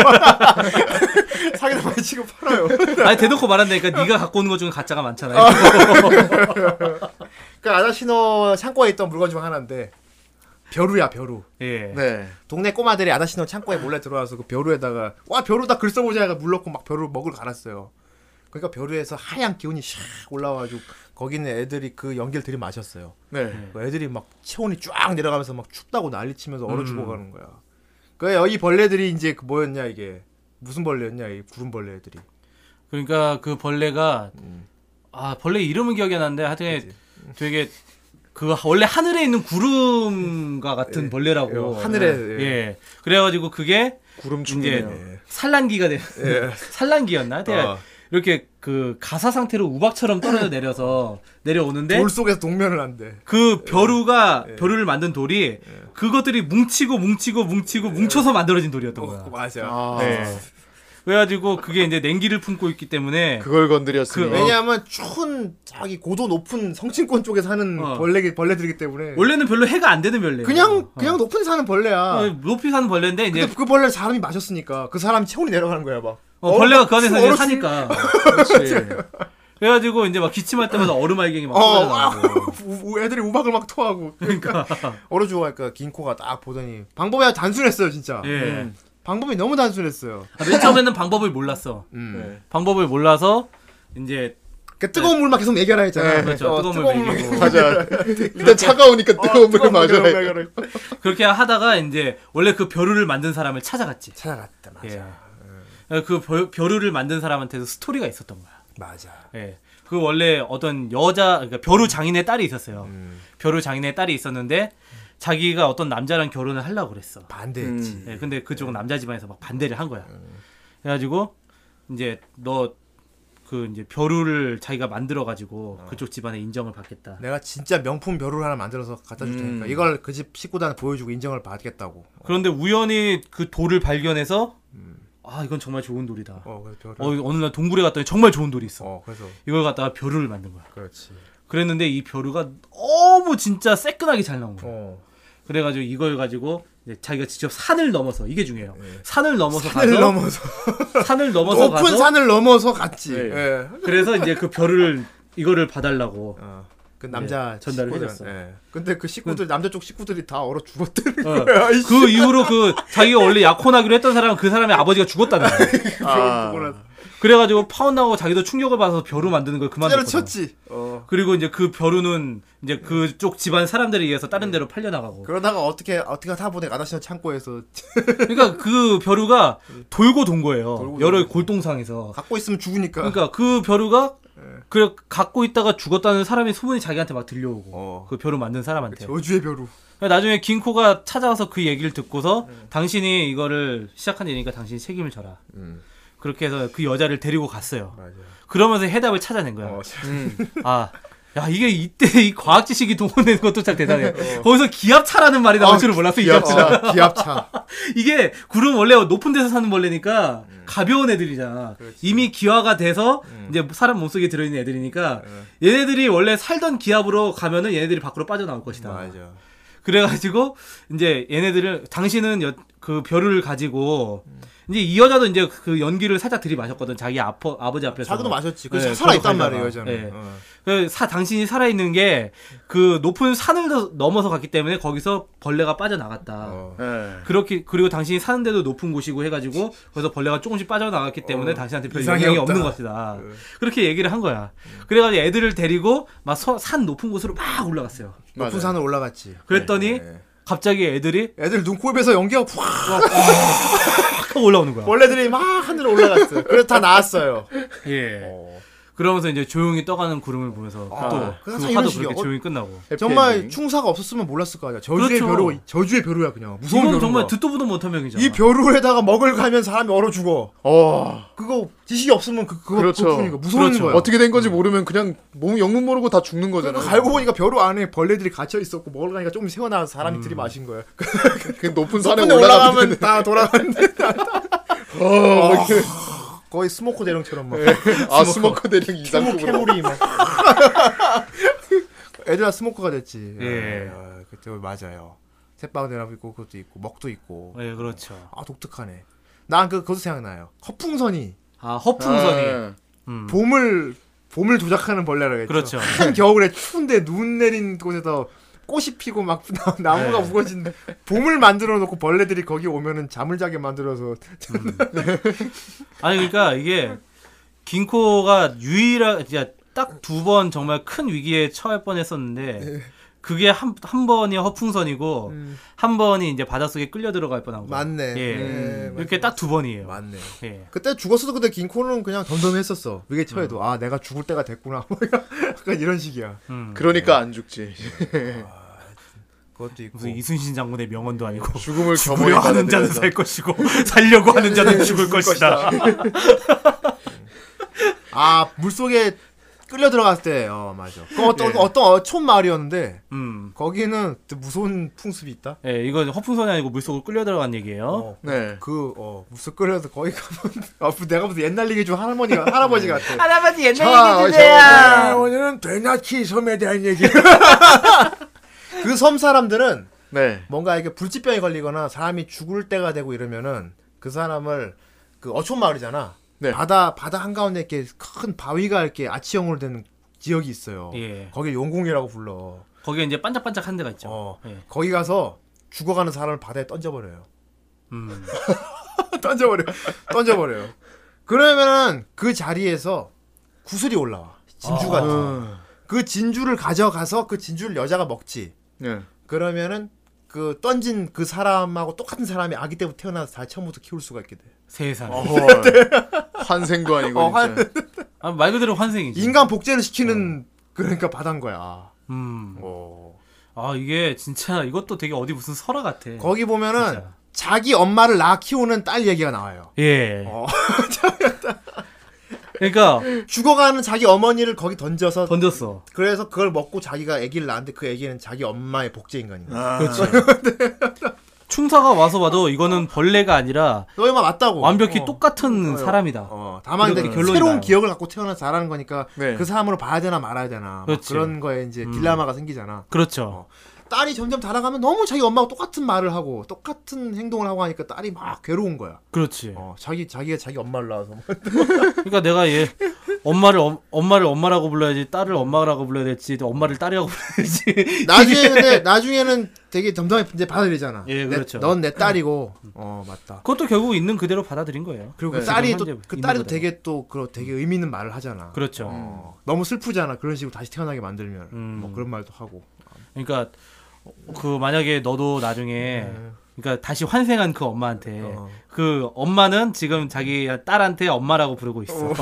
A: 사기도 많이 치고 팔아요.
B: 아니 대놓고 말한다니까 네가 갖고 오는 것 중에 가짜가 많잖아요.
A: 그 아다시노 창고에 있던 물건 중 하나인데 벼루야 벼루.
B: 예.
C: 네.
A: 동네 꼬마들이 아다시노 창고에 몰래 들어와서 그 벼루에다가 와 벼루다 글 써보자 해가 물 넣고 막 벼루 먹으러 갈았어요. 그러니까 벼루에서 하얀 기운이 샥 올라와가지고 거기는 애들이 그 연기를 들이마셨어요.
C: 네.
A: 그 애들이 막 체온이 쫙 내려가면서 막 춥다고 난리치면서
B: 음.
A: 얼어 죽어가는 거야. 그이 벌레들이 이제 그 뭐였냐 이게 무슨 벌레였냐 이 구름벌레 애들이.
B: 그러니까 그 벌레가
A: 음.
B: 아 벌레 이름은 기억이 안 나는데 하여튼 되게 그 원래 하늘에 있는 구름과 같은 벌레라고
A: 예, 하늘에,
B: 예.
A: 예.
B: 그래가지고 그게
C: 구름
B: 이제
C: 중이네요.
B: 산란기가 돼 산란기였나? 하여튼
A: 예. 어.
B: 이렇게 그 가사 상태로 우박처럼 떨어져 내려서 내려오는데
A: 돌 속에서 예. 동면을 한대.
B: 그 벼루가 벼루를 만든 돌이
A: 예.
B: 그것들이 뭉치고 뭉치고 뭉치고 뭉쳐서 만들어진 돌이었던 거야.
A: 어, 맞아.
C: 아.
B: 네. 그래가지고 그게 이제 냉기를 품고 있기 때문에
C: 그걸 건드렸으니.
B: 그- 어.
A: 왜냐하면 추운 자기 고도 높은 성층권 쪽에 사는
B: 어.
A: 벌레 벌레들이기 때문에
B: 원래는 별로 해가 안 되는 별레예요.
A: 그냥
B: 어.
A: 그냥 높은 사는 벌레야.
B: 어, 높이 사는 벌레인데 이제
A: 근데 그 벌레를 사람이 마셨으니까 그 사람 체온이 내려가는 거야 막.
B: 어, 벌레가 그 안에서 이제 사니까. 그렇지. 그래가지고 이제 막 기침할 때마다 얼음 알갱이 막
A: 어,
B: 쏟아져.
C: 우, 우- 애들이 우박을 막 토하고.
B: 그러니까.
A: 얼어 죽어가니까 긴 코가 딱 보더니 방법이 단순했어요 진짜. 네.
B: 예.
A: 방법이 너무 단순했어요.
B: 아, 맨 처음에는 방법을 몰랐어.
A: 음.
C: 네.
B: 방법을 몰라서 이제
A: 그 뜨거운 물만 계속 먹여라 했잖아요. 어,
C: 네,
B: 그렇죠. 뜨거운 물 먹이고.
C: 맞아. 일단 차가우니까 뜨거운 물을 마셔라.
B: 그렇게 하다가 이제 원래 그 벼루를 만든 사람을 찾아갔지.
A: 찾아갔다 맞아.
B: 예. 그 벼, 벼루를 만든 사람한테도 스토리가 있었던 거야.
A: 맞아.
B: 예. 그 원래 어떤 여자 그러니까 벼루 장인의 딸이 있었어요.
A: 음.
B: 벼루 장인의 딸이 있었는데 자기가 어떤 남자랑 결혼을 하려고 그랬어.
A: 반대했지. 음.
C: 음.
B: 예. 근데 그쪽은 남자 집안에서 막 반대를 한 거야. 그래가지고 이제 너 그 이제 벼루를 자기가 만들어 가지고 그쪽 집안에 인정을 받겠다.
A: 내가 진짜 명품 벼루를 하나 만들어서 갖다 줄 테니까
C: 음.
A: 이걸 그 집 식구들한테 보여주고 인정을 받겠다고.
B: 그런데 우연히 그 돌을 발견해서 아 이건 정말 좋은 돌이다.
A: 음. 어, 그래서 벼루.
B: 어, 어느 날 동굴에 갔더니 정말 좋은 돌이 있어.
A: 어, 그래서
B: 이걸 갖다가 벼루를 만든 거야.
A: 그렇지.
B: 그랬는데 이 벼루가 너무 진짜 새끈하게 잘 나온 거야.
A: 어.
B: 그래가지고 이걸 가지고 이제 자기가 직접 산을 넘어서 이게 중요해요. 산을 넘어서
A: 예. 산을
B: 가서
A: 넘어서
B: 산을 넘어서
A: 높은
B: 가서
A: 산을 넘어서 갔지.
C: 네.
A: 예.
B: 그래서 이제 그 벼루를 이거를 봐달라고.
A: 어. 그 남자
B: 네, 전달을
A: 식구들은,
B: 해줬어.
A: 예. 근데 그 식구들 남자 쪽 식구들이 다 얼어 죽었대.
B: 어. 그 이후로 그 자기가 원래 약혼하기로 했던 사람은 그 사람의 아버지가 죽었다는 거야.
C: 아,
B: 그래가지고 파혼하고 자기도 충격을 받아서 벼루 만드는 걸
A: 진짜로
B: 그만뒀거든.
A: 쳤지. 어.
B: 그리고 이제 그 벼루는 이제 그쪽 집안 사람들에 의해서
A: 네.
B: 다른 데로 팔려나가고.
A: 그러다가 어떻게 어떻게 하다 보니 아다시는 창고에서
B: 그러니까 그 벼루가 돌고 돈 거예요.
A: 돌고
B: 여러
A: 돈
B: 골동상에서.
A: 갖고 있으면 죽으니까. 네.
B: 그러니까 그 벼루가 그래 갖고 있다가 죽었다는 사람이 소문이 자기한테 막 들려오고
A: 어.
B: 그 벼루 만든
C: 네.
B: 사람한테
A: 저주의 벼루. 네.
B: 그러니까 나중에 긴코가 찾아와서 그 얘기를 듣고서 당신이 이거를 시작한 일이니까 당신이 책임을 져라
C: 음.
B: 그렇게 해서 그 여자를 데리고 갔어요
A: 맞아.
B: 그러면서 해답을 찾아낸 거야
A: 어,
B: 아, 야 이게 이때 이 과학 지식이 동원되는 것도 참 대단해. 거기서 기압차라는 말이 나올 줄은 몰랐어. 이 자체가.
A: 어. 기압차, 기압차.
B: 이게 굴은 원래 높은 데서 사는 벌레니까
A: 음.
B: 가벼운 애들이잖아. 이미 기화가 돼서 이제 사람 몸속에 들어있는
A: 음.
B: 애들이니까 얘네들이 원래 살던 기압으로 가면은 얘네들이 밖으로 빠져나올 것이다.
A: 맞아.
B: 그래가지고 이제 얘네들을 당신은 여- 그 벼루를 가지고 이제 이 여자도 이제 그 연기를 살짝 들이마셨거든. 자기 아퍼, 아버지 앞에서.
A: 자기도 마셨지. 그
B: 네,
A: 살아 있단
B: 걸어가다가.
A: 말이에요, 여자는.
B: 네.
A: 어.
B: 그 사, 당신이 살아있는 게 그 높은 산을 더- 넘어서 갔기 때문에 거기서 벌레가 빠져나갔다.
A: 어.
C: 예.
B: 그렇게 그리고 당신이 사는데도 높은 곳이고 해가지고 거기서 벌레가 조금씩 빠져나갔기 때문에
A: 어.
B: 당신한테 별
A: 이상이
B: 영향이
A: 없다.
B: 없는 것이다. 그렇게 얘기를 한 거야. 그래가지고 애들을 데리고 막 산 높은 곳으로 막 올라갔어요.
C: 맞아요.
A: 높은
C: 네,
A: 산을 올라갔지.
B: 그랬더니 갑자기 애들이
A: 애들 눈코입에서 연기가 푹
B: 팍 하고 올라오는 거야.
A: 벌레들이 막 하늘에 올라갔어요. 그래서 다 나왔어요.
B: 예.
A: 어.
B: 그러면서 이제 조용히 떠가는 구름을 보면서
A: 아,
B: 또
A: 그래서
B: 그
A: 이런
B: 화도
A: 식이야.
B: 그렇게
A: 어,
B: 조용히 끝나고.
A: 정말
C: 해피엔딩.
A: 충사가 없었으면 몰랐을 거 아니야. 저주의
B: 그렇죠.
A: 벼루, 저주의 벼루야 그냥. 무서운
B: 이건
A: 벼루.
B: 정말 듣도 보도 못한 명이잖아.
A: 이 벼루에다가 먹을 가면 사람이 얼어 죽어.
C: 어.
A: 그거 지식이 없으면 그 그거
C: 그렇죠.
A: 그거니까 무서운
B: 그렇죠.
A: 거야. 음.
C: 어떻게 된 건지 모르면 그냥 몸 영문 모르고 다 죽는 거잖아요.
A: 그러니까 알고 보니까 벼루 안에 벌레들이 갇혀 있었고 먹을 가니까 조금 새어나와서 사람이 들이마신 거야.
C: 음. 그 높은 산에
A: 높은 데
C: 올라가면
A: 올라가면 다 돌아가는데 아.
C: 어, 막 이렇게
A: 거의 스모코 대령처럼
B: 뭐.
A: 막
C: 아 스모커 대령
A: 예. 스모
C: 이상 쪽으로.
A: 캐물이 막 애들아 스모커가 됐지.
B: 예.
A: 아, 그때 맞아요. 새빵 대나무 있고 그것도 있고 먹도 있고.
B: 예, 그렇죠.
A: 아 독특하네. 난 그, 그것도 생각나요. 허풍선이
B: 아, 허풍선이.
C: 아,
B: 음.
A: 봄을 봄을 도작하는 벌레라겠죠.
B: 그렇죠.
A: 한 겨울에 추운데 눈 내린 곳에서 꽃이 피고 막 나- 나무가
B: 예.
A: 우거진 봄을 만들어 놓고 벌레들이 거기 오면은 잠을 자게 만들어서
B: 음. 아니 그러니까 이게 긴코가 유일한 딱 두 번 정말 큰 위기에 처할 뻔했었는데 그게 한, 한 번이 허풍선이고 한 번이 이제 바닷속에 끌려 들어갈 뻔한 거.
A: 음. 맞네.
B: 예.
A: 예,
B: 이렇게 딱 두 번이에요.
A: 맞네.
B: 예.
A: 그때 죽었어도 근데 긴코는 그냥 덤덤했었어. 위에 처해도 아 내가 죽을 때가 됐구나. 약간 이런 식이야.
B: 음.
C: 그러니까 안 죽지.
A: 아, 그것도 있고.
B: 무슨 이순신 장군의 명언도 아니고
C: 죽음을
B: 무려
C: 겸허히
B: 하는 자는
C: 받아들여서.
B: 살 것이고 살려고
A: 네,
B: 하는 자는 죽을 것이다.
A: 아 물속에 끌려 들어갔을 때, 어 맞아. 그 어떤 어떤 어촌 마을이었는데
B: 예. 음.
A: 거기는 또 무서운 풍습이 있다.
B: 예, 이건 허풍선이 아니고 물속으로 끌려 들어간 얘기예요.
A: 어.
C: 네.
A: 그, 어, 무슨 끌려서 거기 가면, 아, 무- 내가 무슨 옛날 얘기 중 할머니가, 할아버지 같아.
D: 할아버지 옛날
C: 자, 자,
A: 오늘은 되나치 섬에 대한 얘기. 그 섬 사람들은
C: 네.
A: 뭔가 이렇게 불치병에 걸리거나 사람이 죽을 때가 되고 이러면은 그 사람을 그 어촌 마을이잖아.
C: 네.
A: 바다 바다 한가운데 이렇게 큰 바위가 이렇게 아치형으로 된 지역이 있어요.
B: 예.
A: 거기 용궁이라고 불러.
B: 거기에 이제 반짝반짝한 데가 있죠.
A: 어.
B: 예.
A: 거기 가서 죽어가는 사람을 바다에 던져버려요.
B: 음.
A: 던져버려. 던져버려요. 그러면은 그 자리에서 구슬이 올라와.
B: 아.
A: 진주 같은. 그 진주를 가져가서 그 진주를 여자가 먹지.
C: 예.
A: 그러면은 그 던진 그 사람하고 똑같은 사람이 아기 때부터 태어나서 다 처음부터 키울 수가 있게 돼.
B: 세상에.
C: 환생도 아니고
A: 어, 환-
C: 진짜.
B: 아, 말 그대로 환생이지. 어.
A: 인간 복제를 시키는 그러니까 바다인 거야.
B: 음.
A: 어.
B: 아 이게 진짜 이것도 되게 어디 무슨 설화 같아.
A: 거기 보면은
B: 진짜.
A: 자기 엄마를 낳아 키우는 딸 얘기가 나와요.
B: 예.
A: 어.
B: 그러니까
A: 죽어가는 자기 어머니를 거기 던져서
B: 던졌어.
A: 그래서 그걸 먹고 자기가 아기를 낳았는데 그 아기는 자기 엄마의 복제 인간인 거야.
B: 그렇지. 충사가 와서 봐도 이거는 벌레가 아니라
A: 너희 엄마 맞다고.
B: 완벽히
A: 어.
B: 똑같은 사람이다.
A: 어, 다만
B: 이렇게
A: 이제
B: 결론이
A: 새로운
B: 나요.
A: 기억을 갖고 태어나서 자라는 거니까
C: 네.
A: 그 사람으로 봐야 되나 말아야 되나 막
B: 그렇지. 음.
A: 그런 거에 이제 딜레마가 생기잖아. 어.
B: 그렇죠.
A: 딸이 점점 자라가면 너무 자기 엄마하고 똑같은 말을 하고 똑같은 행동을 하고 하니까 딸이 막 괴로운 거야.
B: 그렇지.
A: 어, 자기 자기가 자기 엄마를 낳아서 뭐
B: 그러니까 내가 얘 엄마를 엄- 엄마를 엄마라고 불러야지 딸을 엄마라고 불러야 될지 또 엄마를 딸이라고 불러야지.
A: 나중에 근데 나중에는 되게 점점 이제 받아들이잖아.
B: 예, 그렇죠. 음.
A: 넌 내 딸이고 어 맞다.
B: 그것도 결국 있는 그대로 받아들인 거예요.
A: 그리고
C: 네.
A: 딸이
B: 지금
A: 또
B: 현재
A: 그
B: 있는
A: 딸이
B: 거다.
A: 되게 또그 되게 의미 있는 말을 하잖아.
B: 음. 그렇죠.
A: 어, 너무 슬프잖아. 그런 식으로 다시 태어나게 만들면
B: 음.
A: 뭐 그런 말도 하고.
B: 그러니까 그 만약에 너도 나중에 그러니까 다시 환생한 그 엄마한테
A: 네. 어.
B: 그 엄마는 지금 자기 딸한테 엄마라고 부르고 있어.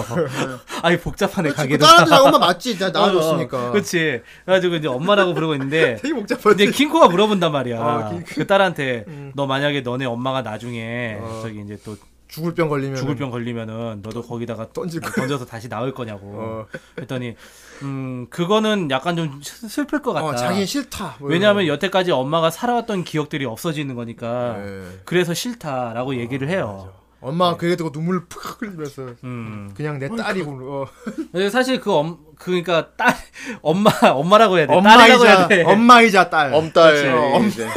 B: 아이 복잡하네
A: 그치, 그
B: 가게도. 어,
A: 딸한테 엄마 맞지? 나 낳아줬으니까.
B: 그렇지. 그래가지고 이제 엄마라고 부르고 있는데
A: 되게 복잡한데.
B: 근데 킹코가 물어본단 말이야.
A: 어, 킹코. 음.
B: 그 딸한테 너 만약에 너네 엄마가 나중에
A: 어.
B: 저기 이제 또
A: 죽을 병 걸리면
B: 죽을 병 걸리면은 너도 거기다가 어,
A: 던질 거야.
B: 던져서 다시 나올 거냐고.
A: 어.
B: 했더니 음 그거는 약간 좀 슬- 슬플 것 같다.
A: 어, 자기는 싫다. 뭐
B: 왜냐하면
A: 이런
B: 여태까지 엄마가 살아왔던 기억들이 없어지는 거니까
A: 거. 예.
B: 그래서 싫다라고 얘기를
A: 아,
B: 해요. 네.
A: 엄마가 그 얘기 듣고 눈물 푹 흘리면서
B: 음.
A: 그냥 내
C: 그러니까.
A: 딸이고 어.
B: 근데 사실 그 엄, 그러니까 딸 엄마 엄마라고 해야 돼. 딸이라고 해야
A: 엄마이자
B: 돼.
A: 엄마이자 딸.
C: 엄딸 네,
A: 그렇죠.
C: 이제.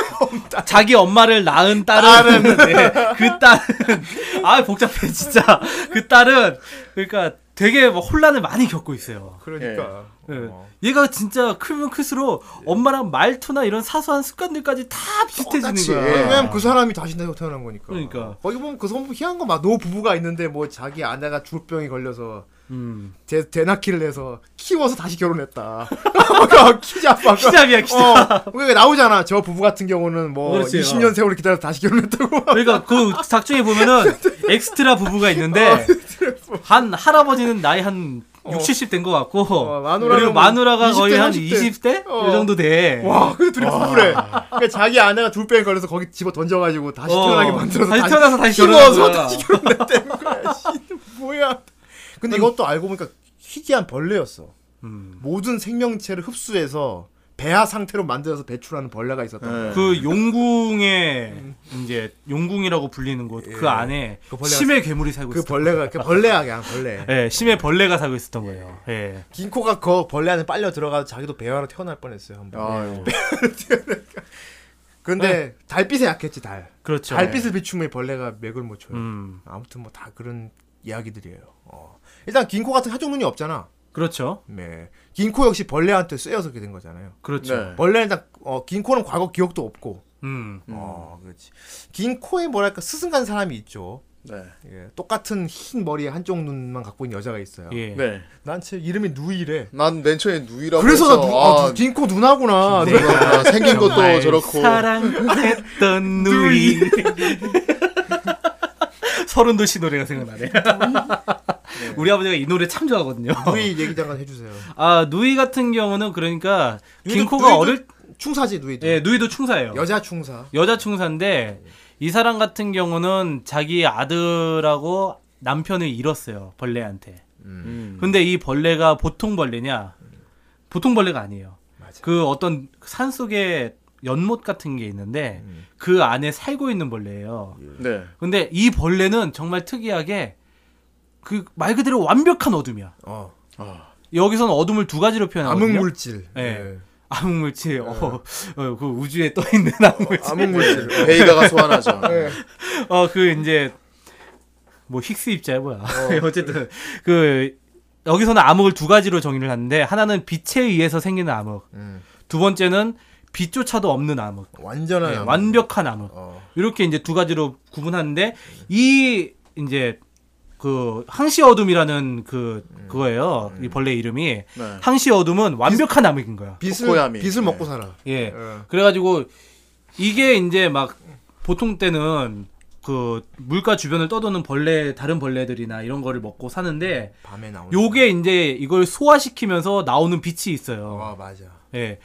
B: 자기 엄마를 낳은 딸은 네, 그 딸은 아 복잡해 진짜 그 딸은 그러니까 되게 뭐 혼란을 많이 겪고 있어요.
C: 네.
A: 그러니까.
B: 예.
A: 어.
B: 얘가 진짜 크면 클수록
A: 예.
B: 엄마랑 말투나 이런 사소한 습관들까지 다 비슷해지는
C: 똑같이.
B: 거야.
C: 예.
A: 왜냐면 그 사람이 다시 내가 태어난 거니까.
B: 그러니까.
A: 거기 보면 그 성분 희한 거 막 노 부부가 있는데 뭐 자기 아내가 주병이 걸려서
B: 음.
A: 대 대나키를 해서 키워서 다시 결혼했다. 그러니까 키자 봐.
B: 키잡이야 키잡.
A: 어, 그게 나오잖아. 저 부부 같은 경우는 뭐
B: 그렇지,
A: 20년
B: 어.
A: 세월을 기다려서 다시 결혼했다고.
B: 그러니까 그 작중에 보면은 엑스트라 부부가
A: 어,
B: 있는데 한 할아버지는 나이 한 60, 70된 것 같고
A: 어, 마누라는
B: 그리고
A: 뭐
B: 마누라가
A: 20대,
B: 거의 한
A: 30대?
B: 20대
A: 어.
B: 이 정도 돼.
A: 와, 그 근데 둘이 부부래. 그러니까 자기 아내가 둘병 걸려서 거기 집어 던져가지고 다시
B: 어,
A: 태어나게 만들어서
B: 다시 태어나서 다시
A: 키워서
B: 결혼한 거야.
A: 다시 결혼했다는 거야. 씨, 뭐야? 근데 이것도 알고 보니까 희귀한 벌레였어.
B: 음.
A: 모든 생명체를 흡수해서 배아 상태로 만들어서 배출하는 벌레가 있었던 거야.
B: 그 용궁에
A: 음.
B: 이제 용궁이라고 불리는 곳 그 안에
A: 그 벌레가-
B: 심해 괴물이 살고
A: 그
B: 있었던
A: 벌레가 그 벌레야 그냥 벌레.
B: 예, 심해 벌레가 살고 있었던 거예요. 예.
A: 긴코가 그 벌레 안에 빨려 들어가서 자기도 배아로 태어날 뻔했어요 한 번.
C: 아유.
A: 근데 달빛에 약했지 달.
B: 네. 그렇죠.
A: 달빛을 비추면 이 벌레가 맥을 못 쳐요.
B: 음.
A: 아무튼 뭐 다 그런 이야기들이에요. 어. 일단 긴코 같은 사종 눈이 없잖아.
B: 그렇죠.
A: 네. 긴코 역시 벌레한테 쐬여서 그렇게 된 거잖아요.
B: 그렇죠.
C: 네.
A: 벌레는 딱 어, 긴코는 과거 기억도 없고.
B: 음.
A: 어, 그렇지. 긴코에 뭐랄까 스승 간 사람이 있죠.
C: 네.
A: 예, 똑같은 흰 머리에 한쪽 눈만 갖고 있는 여자가 있어요.
B: 예.
C: 네.
A: 난 제 이름이 누이래.
C: 난 맨 처음에 누이라고
A: 그래서 나
C: 해서,
A: 누, 아,
C: 아,
A: 누, 긴코 누나구나.
B: 네.
C: 아, 생긴 것도
B: 정말
C: 저렇고
B: 사랑했던 누이 서른도시 노래가 생각나네
A: 음.
B: 우리 아버지가 이 노래 참 좋아하거든요
A: 누이 얘기 잠깐 해주세요.
B: 아 누이 같은 경우는 그러니까
A: 누이도-
B: 긴코가
A: 누이도-
B: 어릴
A: 충사지 누이도.
B: 예 누이도 충사예요
A: 여자 충사.
B: 여자 충사인데 이 사람 같은 경우는 자기 아들하고 남편을 잃었어요 벌레한테
C: 음.
B: 근데 이 벌레가 보통 벌레냐? 보통 벌레가 아니에요.
A: 맞아.
B: 그 어떤 산 속에 연못 같은 게 있는데
A: 음.
B: 그 안에 살고 있는 벌레예요.
C: 네.
B: 근데 이 벌레는 정말 특이하게 그 말 그대로 완벽한 어둠이야.
A: 어.
B: 여기서는 어둠을 두 가지로 표현하거든요.
A: 암흑 물질.
B: 예.
A: 예.
B: 암흑물질. 어, 어, 그 우주에 떠 있는 암흑물질. 네.
A: 암흑 물질.
C: 베이가가 소환하죠.
B: 어, 그 이제 뭐 힉스 입자야 뭐야. 어. 쨌든그 여기서는 암흑을 두 가지로 정의를 하는데 하나는 빛에 의해서 생기는 암흑,
A: 음.
B: 두 번째는 빛조차도 없는 암흑,
A: 완전한
B: 네,
A: 암흑.
B: 완벽한 암흑.
A: 어.
B: 이렇게 이제 두 가지로 구분하는데 이 이제 그 항시 어둠이라는 그 그거예요. 이 벌레 이름이
C: 네.
B: 항시 어둠은 완벽한 암흑인 거야.
A: 빛을
C: 코코야미.
A: 빛을
C: 네.
A: 먹고 살아.
B: 예.
A: 어.
B: 그래가지고 이게 이제 막 보통 때는 그 물가 주변을 떠도는 벌레 다른 벌레들이나 이런 거를 먹고 사는데
A: 밤에 나오는.
B: 요게 이제 이걸 소화시키면서 나오는 빛이 있어요.
A: 아 맞아.
B: 예.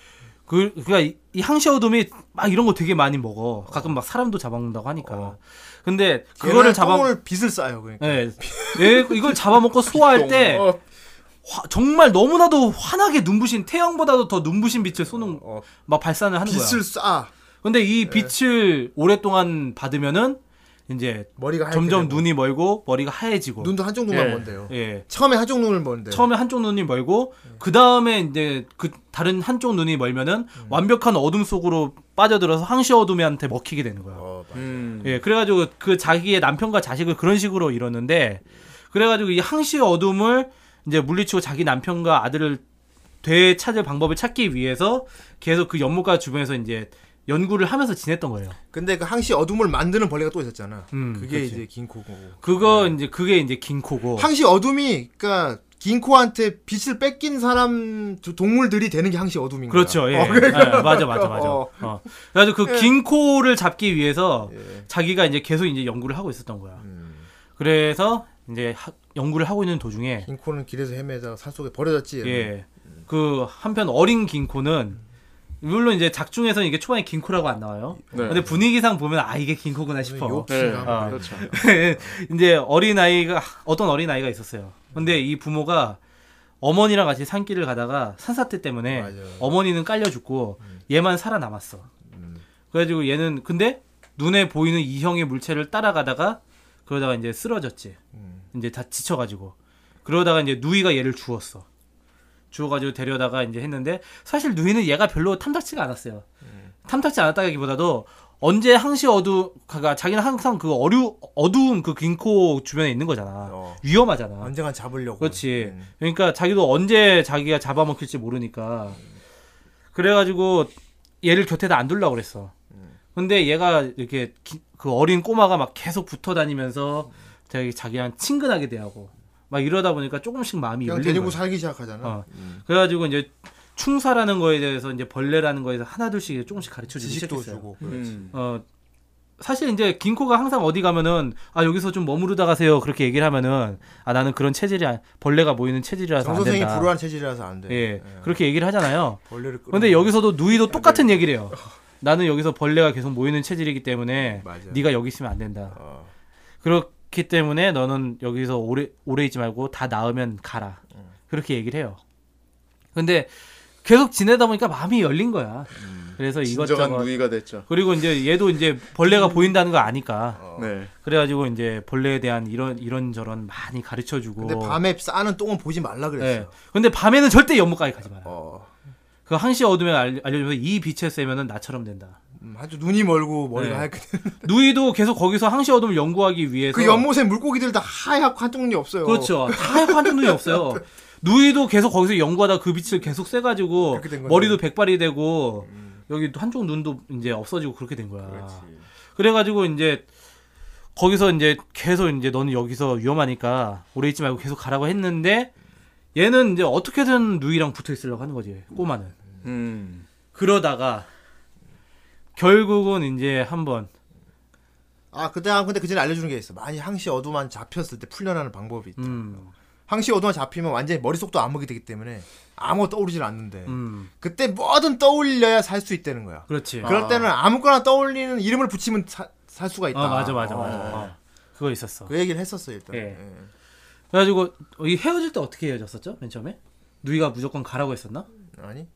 B: 그 그러니까 이- 이 항시어둠이 막 이런 거 되게 많이 먹어. 가끔 막 사람도 잡아먹는다고 하니까.
A: 어.
B: 근데 그거를 잡아
A: 을 빛을 쌓아요. 그러니까.
B: 예. 예, 이걸 잡아먹고 소화할 때
A: 어,
B: 화- 정말 너무나도 환하게 눈부신 태양보다도 더 눈부신 빛을 쏘는
A: 어,
B: 막 발산을 하는
A: 빛을 예.
B: 거야.
A: 쌓아.
B: 근데 이 빛을 오랫동안 받으면은 이제
A: 머리가 하얗게
B: 점점
A: 되고.
B: 눈이 멀고 머리가 하얘지고
A: 눈도 한쪽 눈만 먼데요.
B: 예.
A: 처음에 한쪽 눈을 먼데. 예.
B: 처음에 한쪽 눈이 멀고 그 다음에 이제 그 다른 한쪽 눈이 멀면은
A: 음.
B: 완벽한 어둠 속으로 빠져들어서 항시 어둠한테 먹히게 되는 거야.
A: 어, 맞아.
C: 음.
B: 예, 그래가지고 그 자기의 남편과 자식을 그런 식으로 잃었는데, 그래가지고 이 항시 어둠을 이제 물리치고 자기 남편과 아들을 되찾을 방법을 찾기 위해서 계속 그 연못가 주변에서 이제 연구를 하면서 지냈던 거예요.
A: 근데 그 항시 어둠을 만드는 벌레가 또 있었잖아.
B: 음,
A: 그게
B: 그치. 어.
A: 이제 긴코고. 네.
B: 그거 이제 그게 이제 긴 코고.
A: 항시 어둠이 그러니까 긴코한테 빛을 뺏긴 사람 저 동물들이 되는 게 항시 어둠인 거야.
B: 그렇죠. 예.
A: 어,
B: 예, 맞아, 맞아, 맞아.
A: 어. 예.
B: 어. 그래가지고 그 긴 코를 잡기 위해서 자기가 이제 계속 이제 연구를 하고 있었던 거야.
A: 음.
B: 그래서 이제 하- 연구를 하고 있는 도중에
A: 긴코는 길에서 헤매다가 산 속에 버려졌지. 음.
B: 예. 그 한편 어린 긴코는 물론 이제 작중에서는 이게 초반에 긴코라고 안 나와요.
C: 네.
B: 근데 분위기상 보면 아 이게 긴코구나 싶어.
C: 네.
A: 그 욕심가.
B: 아.
C: 그렇죠.
B: 이제 어린 아이가 어떤 어린 아이가 있었어요. 근데 이 부모가 어머니랑 같이 산길을 가다가 산사태 때문에
A: 맞아.
B: 어머니는 깔려 죽고
A: 음.
B: 얘만 살아남았어. 그래가지고 얘는 근데 눈에 보이는 이형의 물체를 따라가다가 그러다가 이제 쓰러졌지.
A: 음.
B: 이제 다 지쳐가지고 그러다가 이제 누이가 얘를 주웠어. 주워가지고 데려다가 이제 했는데 사실 누이는 얘가 별로 탐탁지가 않았어요. 탐탁지 않았다기보다도 언제 항시 어두 그가 자기는 항상 그 어류 어두운 그 긴코 주변에 있는 거잖아.
A: 어.
B: 위험하잖아.
A: 언젠간 잡으려고.
B: 그렇지.
A: 음.
B: 그러니까 자기도 언제 자기가 잡아먹힐지 모르니까. 그래가지고 얘를 곁에다 안 둘라 그랬어.
A: 음.
B: 근데 얘가 이렇게 기- 그 어린 꼬마가 막 계속 붙어 다니면서 자기 자기랑 친근하게 대하고 막 이러다 보니까 조금씩 마음이
A: 그냥
B: 열리는
A: 데리고
B: 거야.
A: 살기 시작하잖아. 음.
B: 어. 그래가지고 이제 충사라는 거에 대해서 이제 벌레라는 거에 대해서 하나둘씩 이제 조금씩 가르쳐 주기
A: 지식도
B: 시작했어요.
A: 주고.
C: 음.
B: 어 사실 이제 긴코가 항상 어디 가면은 아 여기서 좀 머무르다 가세요 그렇게 얘기를 하면은 아 나는 그런 체질이 아- 벌레가 모이는 체질이라서
A: 정
B: 안
A: 선생이 네.
B: 된다.
A: 불우한 체질이라서 안 돼.
B: 예 그렇게 얘기를 하잖아요.
A: 벌레를 끌어.
B: 그런데 여기서도 누이도 똑같은 얘기를 해요. 나는 여기서 벌레가 계속 모이는 체질이기 때문에
A: 맞아.
B: 네가 여기 있으면 안 된다.
A: 어.
B: 그렇기 때문에 너는 여기서 오래 오래 있지 말고 다 나으면 가라. 그렇게 얘기를 해요. 근데 계속 지내다 보니까 마음이 열린 거야. 그래서
C: 진정한
B: 이것저것
C: 누이가 됐죠.
B: 그리고 이제 얘도 이제 벌레가
A: 음.
B: 보인다는 거 아니까
C: 네.
B: 그래가지고 이제 벌레에 대한 이런 이런 저런 많이 가르쳐주고.
A: 근데 밤에 싸는 똥은 보지 말라
B: 뭐 예.
A: 그랬어.
B: 근데 밤에는 절대 연못가에 가지 마라.
A: 어.
B: 그 항시 어둠에 알- 알려주면서 이 빛에 쐬면은 나처럼 된다.
A: 음, 아주 눈이 멀고 머리가
B: 네.
A: 하얗게
B: 누이도 계속 거기서 항시 어둠을 연구하기 위해서.
A: 그 연못에 물고기들 다 하얗고 한쪽 눈이 없어요.
B: 그렇죠. 다 환중 눈이 없어요. 누이도 계속 거기서 연구하다 그 빛을 계속 쐬가지고
A: 그렇게 된 음. 거네.
B: 머리도 백발이 되고 여기 한쪽 눈도 이제 없어지고 그렇게 된 거야. 그래가지고 이제 거기서 이제 계속 이제 너는 여기서 위험하니까 오래 있지 말고 계속 가라고 했는데 얘는 이제 어떻게든 누이랑 붙어 있으려고 하는 거지 꼬마는
C: 음.
B: 그러다가 결국은 이제 한번
A: 아 그때 아, 근데 그 전에 알려주는 게 있어. 만약 항시 어두만 잡혔을 때 풀려나는 방법이 있다.
B: 음,
A: 항시 어두만 잡히면 완전히 머릿속도 암흑이 되기 때문에 아무것도 떠오르질 않는데
B: 음
A: 그때 뭐든 떠올려야 살 수 있다는 거야.
B: 그렇지
A: 그럴 때는 아무거나 떠올리는 이름을 붙이면 사, 살 수가 있다.
B: 아 맞아 맞아 맞아
A: 어.
B: 어, 그거 있었어
A: 그 얘기를 했었어 일단.
B: 예.
A: 예.
B: 그래가지고 이 헤어질 때 어떻게 헤어졌었죠 맨 처음에 누이가 무조건 가라고 했었나
A: 아니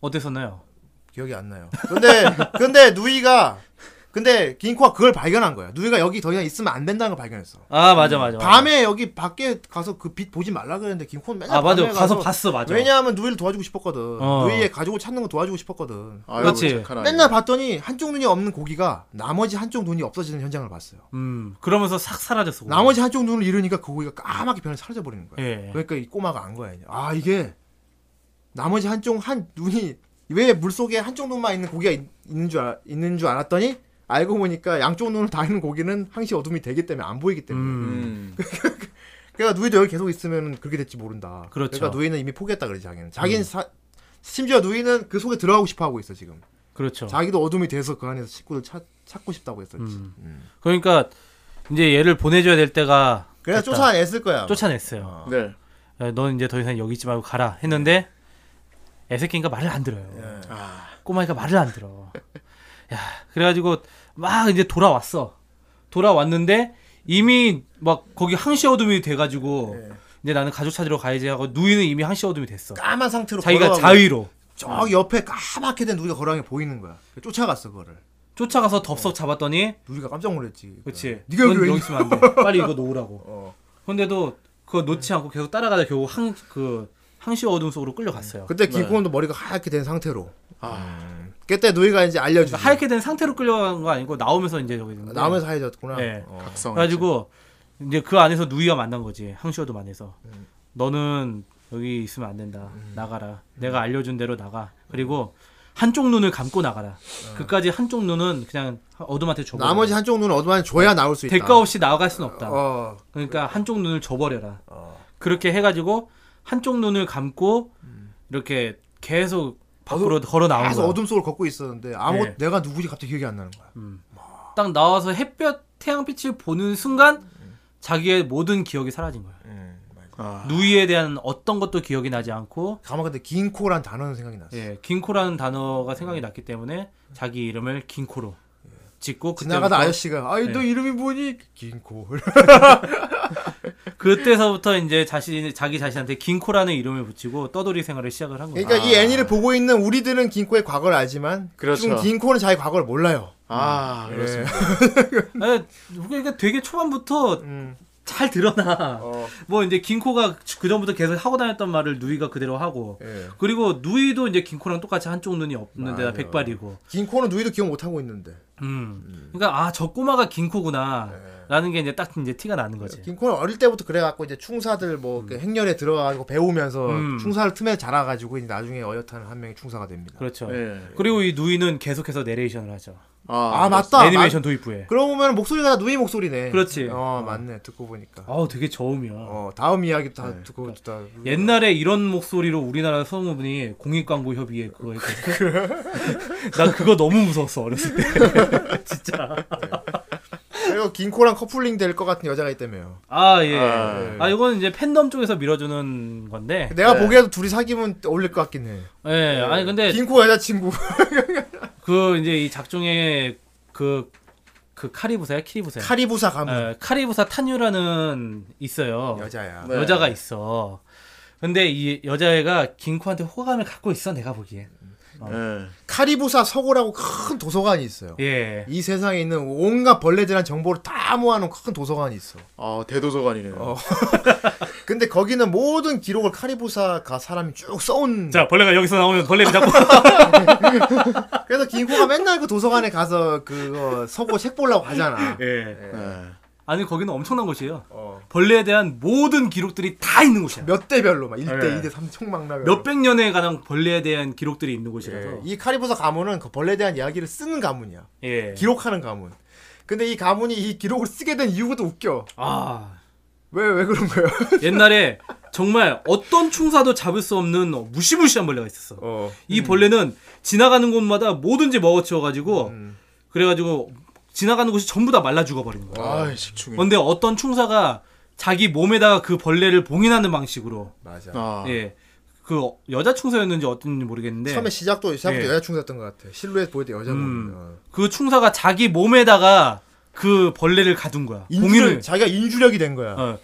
B: 어땠었나요 어.
A: 기억이 안 나요. 근데 근데 누이가 근데 긴코가 그걸 발견한 거야. 누이가 여기 더 이상 있으면 안 된다는 걸 발견했어.
B: 아 맞아 맞아. 맞아.
A: 밤에 여기 밖에 가서 그 빛 보지 말라 그랬는데 김코는 맨날
B: 아 맞아
A: 밤에
B: 가서 봤어 맞아.
A: 왜냐하면 누이를 도와주고 싶었거든.
B: 어.
A: 누이의 가족을 찾는 거 도와주고 싶었거든.
C: 아유,
B: 그렇지.
C: 착한 아이.
A: 맨날 봤더니 한쪽 눈이 없는 고기가 나머지 한쪽 눈이 없어지는 현장을 봤어요.
B: 음 그러면서 싹 사라졌어. 그거.
A: 나머지 한쪽 눈을 잃으니까 그 고기가 까맣게 변해 사라져 버리는 거야.
B: 예.
A: 그러니까 이 꼬마가 안 거야. 이제. 아 이게 나머지 한쪽 한 눈이 왜 물속에 한쪽 눈만 있는 고기가 있, 는줄 알, 있는 줄 알았더니 알고 보니까 양쪽 눈을 다 있는 고기는 항시 어둠이 되기 때문에 안 보이기 때문에.
B: 음.
C: 음.
A: 그러니까 누이도 여기 계속 있으면 그렇게 될지 모른다.
B: 그렇죠. 음.
A: 러니까 누이는 이미 포기했다 그러지 자기는. 자기는 사- 심지어 누이는 그 속에 들어가고 싶어 하고 있어 지금.
B: 그렇죠.
A: 자기도 어둠이 돼서 그 안에서 식구들 찾, 찾고 싶다고 했었지.
B: 음. 그러니까 이제 얘를 보내줘야 될 때가
A: 그래서
B: 됐다.
A: 쫓아냈을 거야.
B: 쫓아냈어요.
C: 네.
B: 야, 넌 이제 더 이상 여기 있지 말고 가라 했는데
A: 네.
B: 애새끼니까 말을 안 들어요.
A: 예.
B: 꼬마니까 아. 말을 안 들어. 야, 그래가지고 막 이제 돌아왔어. 돌아왔는데 이미 막 거기 항시 어둠이 돼가지고 이제 나는 가족 찾으러 가야지 하고 누이는 이미 항시 어둠이 됐어.
A: 예. 까만 상태로
B: 자기가
A: 걸어가고
B: 자의로
A: 저 옆에 까맣게 된 누이가 걸어가는 게 보이는 거야. 쫓아갔어 그거를. 어.
B: 쫓아가서 덥석 잡았더니
A: 누이가 깜짝 놀랐지.
B: 그치.
A: 네가
B: 넌
A: 여기 왜
B: 여기
A: 있-
B: 있으면 안 돼. 빨리 이거 놓으라고.
A: 어.
B: 근데도 그거 놓지 않고 계속 따라가다 결국 항 그 항시 어둠 속으로 끌려갔어요.
A: 그때
C: 네.
A: 김코원도 머리가 하얗게 된 상태로.
B: 아.
A: 음. 그때 누이가 이제 알려주지.
B: 그러니까 하얗게 된 상태로 끌려간 거 아니고 나오면서 이제 저기 있는데.
A: 남에서 하얘졌구나.
B: 예.
A: 어.
C: 각성.
B: 그래가지고 이제 그 안에서 누이와 만난 거지 항시어도 만에서
A: 음.
B: 너는 여기 있으면 안 된다 나가라 내가 알려준 대로 나가 그리고 한쪽 눈을 감고 나가라 그까지 한쪽 눈은 그냥 어둠한테 줘버려
A: 어. 나머지 한쪽 눈은 어둠 안에
B: 네.
A: 줘야 나올 수 있다.
B: 대가 없이 나아갈 순 없다
A: 어.
B: 그러니까 한쪽 눈을 줘버려라
A: 어.
B: 그렇게 해가지고 한쪽 눈을 감고 이렇게 계속 밖으로 걸어 나온
A: 음. 계속
B: 거야
A: 어둠 속을 걷고 있었는데 아무
B: 예.
A: 것 내가 누구지 갑자기 기억이 안 나는 거야.
B: 음. 딱 나와서 햇볕 태양빛을 보는 순간
A: 음.
B: 자기의 모든 기억이 사라진 거야
C: 아.
B: 누이에 대한 어떤 것도 기억이 나지 않고
A: 가만 근데 긴코란 단어는 생각이 났어.
B: 예, 긴코라는 단어가 생각이 났기 때문에 자기 이름을 긴코로 짓고
A: 지나가다
C: 뭐
B: 그때부터-
A: 아저씨가 아이
B: 예.
A: 너 이름이 뭐니? 긴코. 그러니까
B: 그때서부터 이제 자신 자기 자신한테 긴코라는 이름을 붙이고 떠돌이 생활을 시작을 한 거예요.
A: 그러니까 이 애니를 보고 있는 우리들은 긴코의 과거를 알지만
C: 아. 그렇죠.
A: 지금 긴코는 자기 과거를 몰라요. 음.
C: 아, 그렇습니다.
B: 예, 그러니까 되게 초반부터
A: 음.
B: 잘 드러나.
A: 어.
B: 뭐 이제 긴코가 그 전부터 계속 하고 다녔던 말을 누이가 그대로 하고.
A: 예.
B: 그리고 누이도 이제 긴코랑 똑같이 한쪽 눈이 없는 데다
A: 맞아요.
B: 백발이고.
A: 긴코는 누이도 기억 못 하고 있는데
B: 음. 그러니까 아, 저 꼬마가 긴코구나라는 게 이제 딱 이제 티가 나는 거지.
A: 네. 긴코는 어릴 때부터 그래갖고 이제 충사들
C: 음.
A: 뭐그 행렬에 들어가고 배우면서
B: 음.
A: 충사를 틈에 자라가지고 이제 나중에 어엿한 한 명이 충사가 됩니다.
B: 그렇죠.
C: 예.
B: 그리고 이 누이는 계속해서 내레이션을 하죠.
A: 네. 아
C: 아,
A: 맞다.
B: 애니메이션 도입부에.
A: 맞- 그러고 보면 목소리가 다 누이 목소리네.
B: 그렇지. 아.
A: 어 맞네 듣고 보니까.
B: 아우 되게 저음이야. 네, 그러니까
A: 어 다음 이야기 다 듣고 다.
B: 옛날에 이런 목소리로 우리나라 성우분이 공익광고 협의회 그거 했거든. 나 그거 너무 무서웠어 어렸을 때. 진짜.
A: 네. 그리고 긴코랑 커플링 될 것 같은 여자가 있다며요.
B: 아 예.
C: 아,
B: 아, 이건 이제 팬덤 쪽에서 밀어주는 건데.
A: 내가
C: 네.
A: 보기에도 둘이 사귀면 어울릴 것 같긴 해.
B: 예. 아니 근데
A: 긴코 여자친구.
B: 그 이제 이 작중에 그그 카리부사야 키리부사야.
A: 카리부사 가문.
B: 예, 카리부사 탄유라는 있어요.
A: 여자야.
C: 네.
B: 여자가 있어. 근데 이 여자애가 긴코한테 호감을 갖고 있어 내가 보기엔. 어.
C: 예.
A: 카리부사 서고라고 큰 도서관이 있어요.
B: 예.
A: 이 세상에 있는 온갖 벌레들한 정보를 다 모아놓은 큰 도서관이 있어. 어.
C: 아, 대도서관이네요.
A: 근데 거기는 모든 기록을 카리부사가 사람이 쭉 써온.
B: 자 벌레가 여기서 나오면 벌레를 잡고
A: 그래서 긴코가 맨날 그 도서관에 가서 그거 서고 책 보려고 가잖아.
B: 예.
C: 예.
B: 아니 거기는 엄청난 곳이에요.
A: 어.
B: 벌레에 대한 모든 기록들이 다 있는 곳이야.
A: 몇 대별로 뭐 막 1대,
B: 네.
A: 2대, 3 총망나면. 예.
B: 몇백 년에 관한 벌레에 대한 기록들이 있는 곳이라서.
A: 이 카리부사 가문은 그 벌레에 대한 이야기를 쓰는 가문이야.
B: 예.
A: 기록하는 가문. 근데 이 가문이 이 기록을 쓰게 된 이유가 또 웃겨.
B: 아
A: 왜, 왜 그런 거예요?
B: 옛날에 정말 어떤 충사도 잡을 수 없는 무시무시한 벌레가 있었어.
A: 어.
B: 이 벌레는 지나가는 곳마다 뭐든지 먹어치워가지고
A: 음.
B: 그래가지고 지나가는 곳이 전부 다 말라 죽어버리는 거야.
C: 아, 식충이.
B: 근데 어떤 충사가 자기 몸에다가 그 벌레를 봉인하는 방식으로
A: 맞아.
C: 아.
B: 예. 그 여자 충사였는지 어떤지 모르겠는데
A: 처음에 시작도 시작부터
B: 예.
A: 여자 충사였던 것 같아. 실루엣 보일 때 여자
B: 음.
A: 몸. 어.
B: 그 충사가 자기 몸에다가 그 벌레를 가둔 거야.
A: 인주를
B: 봉인을
A: 자기가 인주력이 된 거야.
B: 어,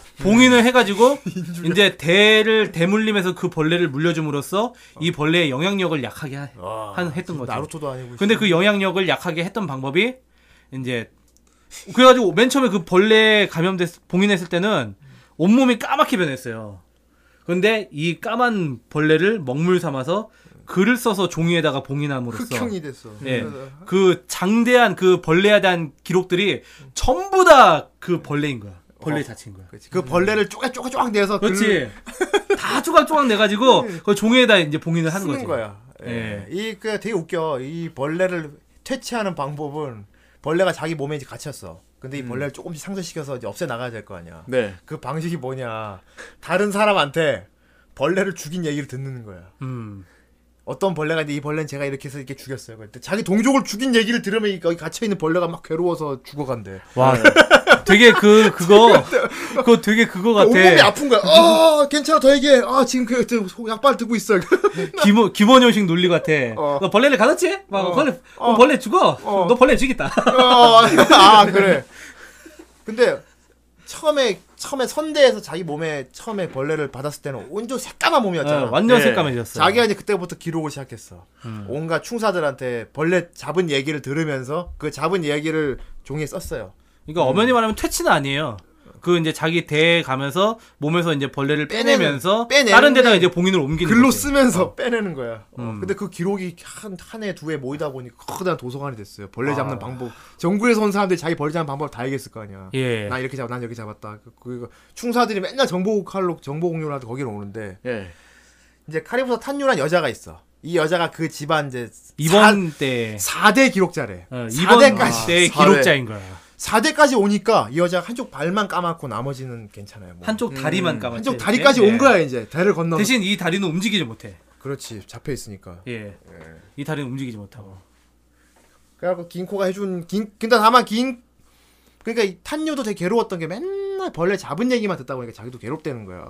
B: 봉인을 해가지고 이제 대를 대물림해서 그 벌레를 물려줌으로써
A: 어.
B: 이 벌레의 영향력을 약하게 하- 한 했던 거죠.
A: 나루토도 아니고.
B: 근데 그 영향력을 약하게 했던 방법이 이제 그래가지고 맨 처음에 그 벌레 감염됐 봉인했을 때는 온몸이 까맣게 변했어요. 근데 이 까만 벌레를 먹물 삼아서 글을 써서 종이에다가 봉인함으로써
A: 흑형이 됐어.
B: 예. 그 장대한 그 벌레에 대한 기록들이 전부 다 그 벌레인 거야. 벌레 자체인 거야.
A: 그치. 그 벌레를 쪼각쪼각쪼각 내서 글
B: 그렇지. 다 조각조각 내 가지고 그 종이에다 이제 봉인을 하는 거지.
A: 쓰는 거야.
B: 예.
A: 예. 이그 되게 웃겨. 이 벌레를 퇴치하는 방법은 벌레가 자기 몸에 이제 갇혔어. 근데 이
B: 음.
A: 벌레를 조금씩 상쇄시켜서 이제 없애 나가야 될 거 아니야.
C: 네.
A: 그 방식이 뭐냐? 다른 사람한테 벌레를 죽인 얘기를 듣는 거야.
B: 음.
A: 어떤 벌레가 있는데 이 벌레는 제가 이렇게 해서 이렇게 죽였어요. 그때 자기 동족을 죽인 얘기를 들으면 이- 거기 갇혀 있는 벌레가 막 괴로워서 죽어간대.
B: 와. 되게 그 그거 그거 되게 그거 같아.
A: 그러니까 온몸이 아픈 거야. 아, 괜찮아. 더 얘기해. 아, 지금 그, 그 약발 듣고 있어.
B: 김원 김원효식 논리 같아.
A: 어.
B: 너 벌레를 가뒀지? 막 벌레 어, 벌레 죽어. 너 벌레 죽이다.
A: 어, 아 그래. 근데 처음에 처음에 선대에서 자기 몸에 처음에 벌레를 받았을 때는 온전 새까만 몸이었잖아.
B: 어, 완전 음.
C: 네.
B: 새까매졌어.
A: 자기가 이제 그때부터 기록을 시작했어. 온갖 충사들한테 벌레 잡은 얘기를 들으면서 그 잡은 얘기를 종이에 썼어요.
B: 그러니까 엄연히 말하면 퇴치는 아니에요. 그 이제 자기 대에 가면서 몸에서 이제 벌레를
A: 빼내는-
B: 빼내면서
A: 빼내는데
B: 다른 데다가 이제 봉인을 옮기는
A: 네. 글로
B: 거지. 음.
A: 쓰면서 빼내는 거야. 어, 근데 그 기록이 한, 한 해, 두 해 모이다 보니 커다란 도서관이 됐어요.
B: 아.
A: 벌레 잡는 방법. 전국에서 온 사람들이 자기 벌레 잡는 방법을 다 얘기했을 거 아니야.
B: 예.
A: 나 이렇게 잡, 난 여기 잡았다. 그, 그, 충사들이 맨날 정보 칼로 정보 공유를 하다 거기로 오는데
C: 예.
A: 이제 카리브서 탄유란 여자가 있어. 이 여자가 그 집안 이제
B: 이번 때
A: 4, 대 기록자래.
B: 어, 이번
A: 4대까지
C: 사대.
B: 때 기록자인 거야.
A: 4대까지 오니까 이 여자가 한쪽 발만 까맣고 나머지는 괜찮아요. 뭐.
B: 한쪽 다리만 까맣지.
A: 한쪽 다리까지
B: 예.
A: 온 거야 이제 대를 건너서.
B: 대신 이 다리는 움직이지 못해.
A: 그렇지 잡혀 있으니까.
B: 예. 이 다리는 움직이지 못하고.
A: 그래갖고 긴코가 해준 긴 근데 다만 긴 그러니까 이 탄유도 되게 괴로웠던 게 맨날 벌레 잡은 얘기만 듣다 보니까 자기도 괴롭대는 거야.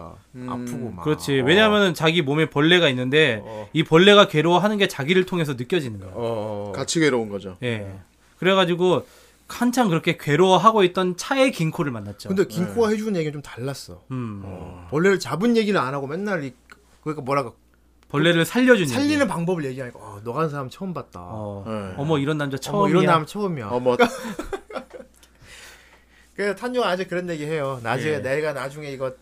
A: 아프고 막.
B: 음, 그렇지.
A: 어.
B: 왜냐하면 자기 몸에 벌레가 있는데
A: 어.
B: 이 벌레가 괴로워하는 게 자기를 통해서 느껴지는 거야.
A: 어, 어, 어.
C: 같이 괴로운 거죠.
B: 예.
A: 음.
B: 그래가지고 한참 그렇게 괴로워하고 있던 차에 긴코를 만났죠. 예.
A: 근데 긴코가 해준 얘기는 좀 달랐어.
B: 네. 음,
A: 벌레를 잡은 얘기를 안 하고 맨날 이 그러니까 뭐랄까
B: 벌레를 살려주는.
A: 살리는
B: 얘기.
A: 방법을 얘기하니까 어, 너 같은 사람 처음 봤다. 어,
B: 어.
C: 네.
B: 어머 이런 남자 처음이야.
A: 뭐 이런 사람 처음이야. 그러니까
C: 어머.
A: 그래서 탄유가 아직 그런 얘기 해요. 나중에
B: 예.
A: 내가 나중에 이거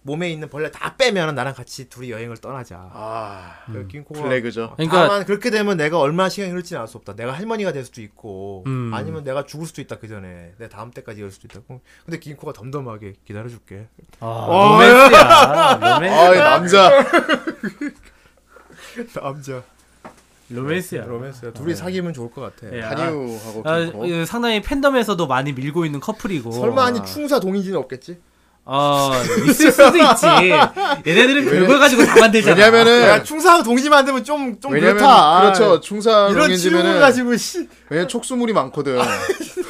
A: 몸에 있는 벌레 다 빼면 나랑 같이 둘이 여행을 떠나자.
C: 아.
A: 그래서 긴코가 어,
C: 플래그죠.
B: 그러니까-
A: 다만 그렇게 되면 내가 얼마나 시간이 흐를지는 알 수 없다. 내가 할머니가 될 수도 있고
B: 음.
A: 아니면 내가 죽을 수도 있다 그 전에 내 다음 때까지 이럴 수도 있다. 어, 근데 긴코가 덤덤하게 기다려줄게. 어.
B: 아, 로맨스야. 로맨,
C: 아, 이 남자.
A: 남자
B: 로맨스야.
A: 로맨스야. 둘이 사귀면 좋을 것 같아.
B: 네. 예.
C: 한유하고
B: 아,
C: 김코.
B: 예, 상당히 팬덤에서도 많이 밀고 있는 커플이고.
A: 설마 아니 충사 동인지는 없겠지?
B: 어, 있을 수도 있지. 얘네들은 그걸 가지고 다 만들잖아.
A: 야
C: 왜냐면은
A: 충사하고 동지 만들면 좀좀
C: 왜냐면
A: 그렇다.
C: 그렇죠.
A: 아,
C: 충사
A: 이런 질문을 가지고 씨.
C: 왜냐 촉수물이 많거든.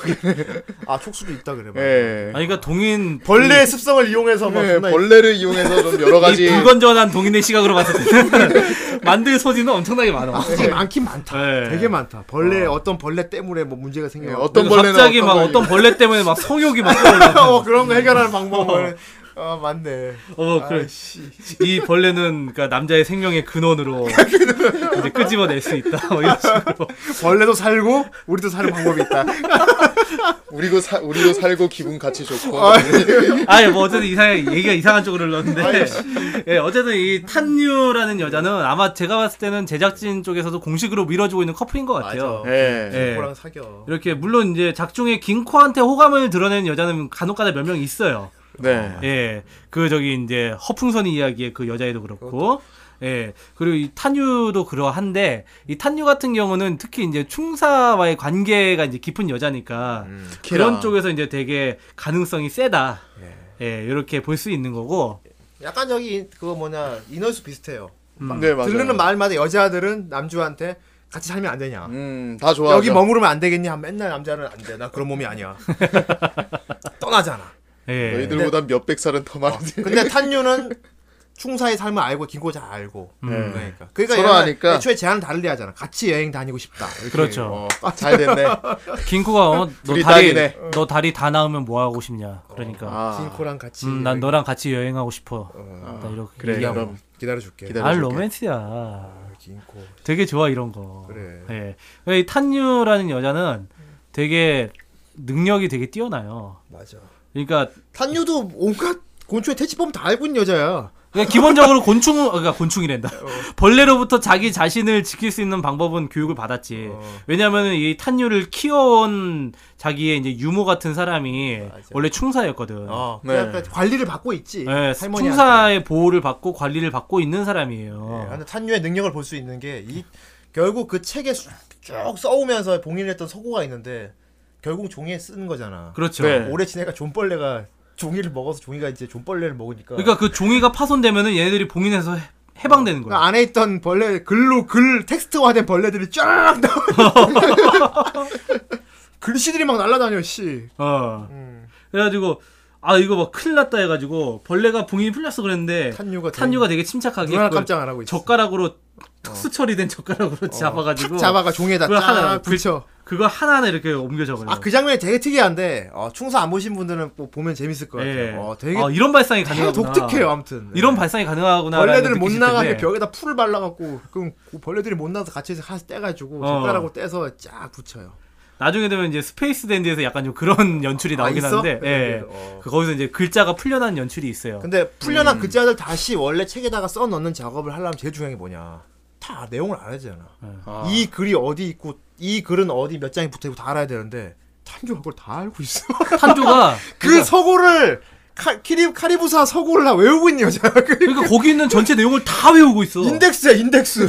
A: 아 촉수도 있다 그래.
C: 예.
B: 아니, 그러니까 동인
A: 벌레의 습성을 이용해서 막
C: 예,
A: 존나
C: 음. 벌레를 이용해서 좀 여러
B: 이
C: 가지
B: 불건전한 동인의 시각으로 봤을 때는 만들 소지는 엄청나게 많아.
A: 되게 많긴 많다.
B: 네.
A: 되게 많다. 벌레 어. 떤 벌레 때문에 뭐 문제가 생겨.
C: 예,
A: 고
C: 어떤 벌레는
B: 갑자기 막
C: 벌레.
B: 어떤 벌레 때문에 막 성욕이 막 떠올라.
A: 어 그런 거 해결하는 방법을 어 맞네.
B: 어, 그래. 이 벌레는 그러니까 남자의 생명의 근원으로 이제 끄집어낼 수 있다. 뭐 이런 식으로.
A: 벌레도 살고 우리도 사는 방법이 있다.
C: 우리도 사, 우리도 살고 기분 같이 좋고
B: 아,
C: 네.
B: 아니 뭐 어쨌든 이상 얘기가 이상한 쪽으로 흘렀는데 예 어쨌든 이 탄유라는 여자는 아마 제가 봤을 때는 제작진 쪽에서도 공식으로 밀어주고 있는 커플인 것 같아요.
C: 예.
B: 예.
A: 친구랑 네. 사겨.
B: 이렇게 물론 이제 작중에 긴코한테 호감을 드러내는 여자는 간혹가다 몇 명 있어요.
C: 네.
B: 예, 그 저기 이제 허풍선 이야기의 그 여자애도 그렇고, 예, 그리고 이 탄유도 그러한데 이 탄유 같은 경우는 특히 이제 충사와의 관계가 이제 깊은 여자니까 그런
C: 음, 키라.
B: 쪽에서 이제 되게 가능성이 세다. 예, 이렇게 볼 수 있는 거고.
A: 약간 저기 그거 뭐냐 인원수 비슷해요.
C: 네, 맞아요.
A: 들르는 말마다 여자들은 남주한테 같이 살면 안 되냐.
C: 음, 다 좋아.
A: 여기 머무르면 안 되겠냐? 맨날 남자는 안 돼. 나 그런 몸이 아니야. 떠나잖아.
B: 예.
C: 너희들보다 몇백 살은 더 많은데.
A: 어, 근데 탄유는 충사의 삶을 알고 긴코 잘 알고.
B: 음.
A: 그러니까 그러니까
C: 네. 서로
A: 얘는
C: 아니까.
A: 애초에 제안을 다르게 하잖아. 같이 여행 다니고 싶다. 이렇게. 뭐
B: 그렇죠.
C: 어, 잘 됐네.
B: 긴코가 어, 너
C: 둘이
B: 다리
C: 딱이네.
B: 너 다리 다 나오면 뭐 하고 싶냐. 그러니까
C: 아.
A: 긴코랑 같이.
B: 음, 난 너랑 같이 여행하고 싶어. 나 이렇게
C: 그래.
B: 얘기하고.
C: 그럼
A: 기다려줄게.
C: 기다려.
B: 아,
C: 해줄게.
B: 로맨스야.
A: 긴코.
B: 어. 되게 좋아 이런 거.
A: 그래.
B: 예. 이 탄유라는 여자는 되게 능력이 되게 뛰어나요.
A: 맞아.
B: 그러니까
A: 탄유도 온갖 곤충의 퇴치법 다 알고 있는 여자야.
B: 그러니까 기본적으로 곤충 그러니까 곤충이란다.
A: 어.
B: 벌레로부터 자기 자신을 지킬 수 있는 방법은 교육을 받았지.
A: 어.
B: 왜냐하면 이 탄유를 키워온 자기의 이제 유모 같은 사람이 원래 충사였거든.
C: 네.
A: 그러니까 관리를 받고 있지.
B: 예,
A: 할머니한테.
B: 충사의 보호를 받고 관리를 받고 있는
A: 예,
B: 사람이에요.
A: 근데 탄유의 능력을 볼 수 있는 게 이 결국 그 책에 수- 쭉 써오면서 봉인했던 서고가 있는데 결국 종이에 쓰는 거잖아.
B: 그렇죠.
C: 네.
A: 오래 지내가 존벌레가 종이를 먹어서 종이가 이제 존벌레를 먹으니까.
B: 그러니까 그 종이가 파손되면은 얘네들이 봉인해서 해- 해방되는 거예요.
A: 그러니까 안에 있던 벌레 글로 글 텍스트화된 벌레들이 쫙 나와. 글씨들이 막 날아다녀 씨.
B: 어.
A: 음.
B: 그래가지고 아 이거 막 큰일 났다 해가지고 벌레가 봉인이 풀렸어 그랬는데
A: 탄유가
B: 탄유가 되게 침착하게
A: 눈 하나
B: 그걸
A: 깜짝 안 하고 있어. 어.
B: 젓가락으로 특수 처리된 젓가락으로 잡아가지고
A: 탁 잡아가 종에다
B: 그걸 하나
A: 쫙 붙여.
B: 그걸 하나하나 이렇게 옮겨 적어요.
A: 아 그 장면이 되게 특이한데 어, 충사 안 보신 분들은 꼭 보면 재밌을 것 같아요.
B: 예.
A: 어, 되게
B: 아, 이런 발상이
A: 되게
B: 가능하구나.
A: 독특해요 아무튼. 네.
B: 이런 발상이 가능하구나.
A: 벌레들 못 나가게 벽에다 풀을 발라갖고 그럼 그 벌레들이 못 나서 같이 해서 하나씩 떼가지고
B: 어.
A: 젓가락으로 떼서 쫙 붙여요.
B: 나중에 되면 이제 스페이스 댄디에서 약간 좀 그런 연출이 나오긴
A: 아, 있어?
B: 하는데, 예.
A: 네, 어.
B: 그 거기서 이제 글자가 풀려난 연출이 있어요.
A: 근데
B: 음.
A: 풀려난 글자들 다시 원래 책에다가 써 넣는 작업을 하려면 제일 중요한 게 뭐냐? 다 내용을 알아야 되잖아.
C: 아.
A: 이 글이 어디 있고 이 글은 어디 몇 장이 붙어 있고 다 알아야 되는데 탄조가 그걸 다 알고 있어.
B: 탄조가
A: 그 서고를 카, 키리, 카리부사 서고를 다 외우고 있는 여자야. 그
B: 그러니까 거기 있는 전체 내용을 다 외우고 있어.
A: 인덱스야 인덱스.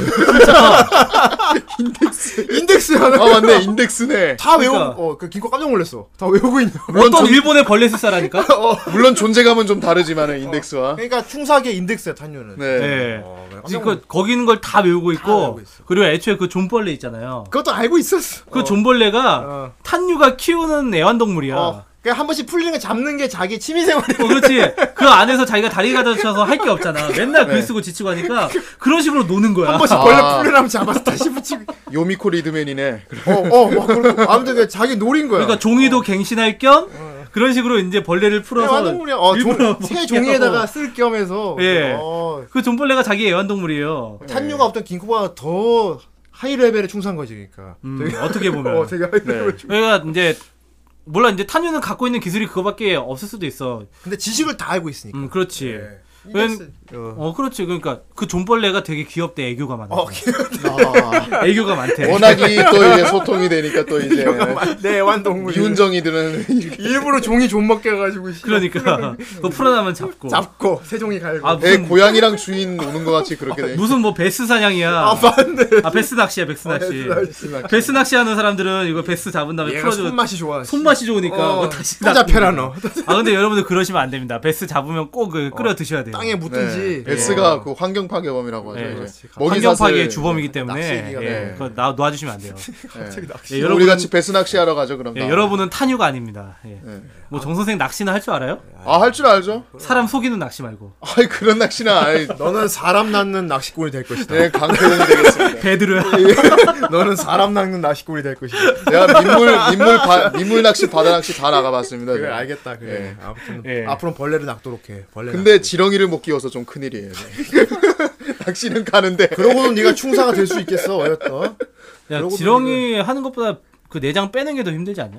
C: 인덱스.
A: 인덱스야.
C: 아 맞네 인덱스네.
A: 다
B: 그러니까.
A: 외우고 어그 김과 깜짝 놀랐어. 다 외우고 있는.
C: 물론
B: 어떤
C: 존, 어,
B: 일본의 벌레 술사라니까.
C: 물론 존재감은 좀 다르지만은 인덱스와.
A: 그러니까 충사계 인덱스야 탄유는.
C: 네.
B: 예.
A: 어, 그래. 깜짝 놀랐어.
B: 지금 거기 있는 걸 다 외우고 있고,
A: 외우고 있어.
B: 그리고 애초에 그 존벌레 있잖아요.
A: 그것도 알고 있었어.
B: 그 존벌레가
A: 어.
B: 탄유가 키우는 애완동물이야.
A: 어. 그냥 한 번씩 풀리는 거 잡는 게 자기 취미생활이야.
B: 어, 그렇지. 그 안에서 자기가 다리 가다쳐서 할 게 없잖아. 맨날 글 쓰고 지치고 하니까 그런 식으로 노는 거야.
A: 네. 한 번씩 벌레 풀려나면 잡아서 다시 붙이고.
C: 요미코 리드맨이네.
A: 어, 어, 막 그러고. 아무튼 그 자기 노린 거야.
B: 그러니까 종이도 갱신할 겸 그런 식으로 이제 벌레를 풀어서
A: 어. 애완동물이야. 어, 종,
B: 일부러 먹게
A: 새
B: 하고.
A: 종이에다가 쓸 겸해서.
B: 예.
A: 어, 네.
B: 그 존벌레가 자기 애완동물이에요.
A: 탄유가 없던 긴코가 더 하이 레벨에 충산 거지, 그러니까.
B: 음,
A: 되게,
B: 어떻게 보면
A: 어, 되게 하이 레벨에 충-
B: 그러니까 이제 몰라 이제 탄유는 갖고 있는 기술이 그거밖에 없을 수도 있어.
A: 근데 지식을 다 알고 있으니까.
B: 음 그렇지.
A: 예.
B: 웬-
A: 인덱스, 어.
B: 어 그렇지. 그러니까 그 존벌레가 되게 귀엽대 애교가 많아.
A: 어,
B: 아, 애교가 많대.
C: 워낙이 또 이제 소통이 되니까 또 이제
A: 내 애완동물.
C: 미운정이들은
A: 일부러 종이 좀 먹게 해가지고. 씨.
B: 그러니까 그 풀어나면 잡고.
A: 잡고, 새 종이 갈고.
B: 아
C: 애
B: 무슨
C: 고양이랑 주인 오는 것 같이 그렇게 돼.
B: 무슨 뭐 베스 사냥이야.
A: 아, 맞네. 아,
B: 아 베스 낚시야 베스 낚시.
C: 무슨
B: 베스 낚시하는 사람들은 이거 베스 잡은 다음에
A: 얘가
B: 풀어줘.
A: 손맛이 좋아. 씨.
B: 손맛이 좋으니까
A: 어,
B: 뭐 다시
A: 손 잡혀라, 너.
B: 아 근데 여러분들 그러시면 안 됩니다. 베스 잡으면 꼭 그 끓여 드셔야 돼요.
A: 땅에 묻든지. 예.
C: 네. S가 그 환경 파괴범이라고 하죠.
B: 네.
C: 이제. 먹이
B: 환경 파괴의
C: 사슬.
B: 주범이기 때문에
A: 낚시기가
B: 예,
C: 네.
B: 그거 놔 놔주시면 안 돼요.
C: 예.
B: 예,
C: 우리
B: 여러분
C: 같이 배스 낚시하러 가죠 그럼.
B: 예,
C: 다음에.
B: 여러분은 탄유가 아닙니다. 예.
C: 예.
B: 뭐정 선생 낚시나 할 줄 알아요?
C: 아, 할 줄 알죠?
B: 사람 속이는 낚시 말고
C: 아이, 그런 낚시는 아이.
A: 너는 사람 낳는 낚시꾼이 될 것이다.
C: 네, 강태현이 되겠습니다.
B: 배드를 예.
A: 너는 사람 낳는 낚시꾼이 될 것이다.
C: 내가 민물, 민물, 바, 민물 낚시, 바다 낚시 다 나가봤습니다.
A: 그래
C: 제가.
A: 알겠다. 그래. 아무튼
B: 예.
A: 앞으로 는 벌레를 낚도록 해. 벌레.
C: 근데 지렁이를 못 끼워서 좀 큰일이에요. 낚시는 가는데.
A: 그러고는 네가 충사가 될 수 있겠어. 어였어.
B: 야,
A: 그러고
B: 지렁이 하는 것보다 그 내장 빼는 게 더 힘들지 않냐?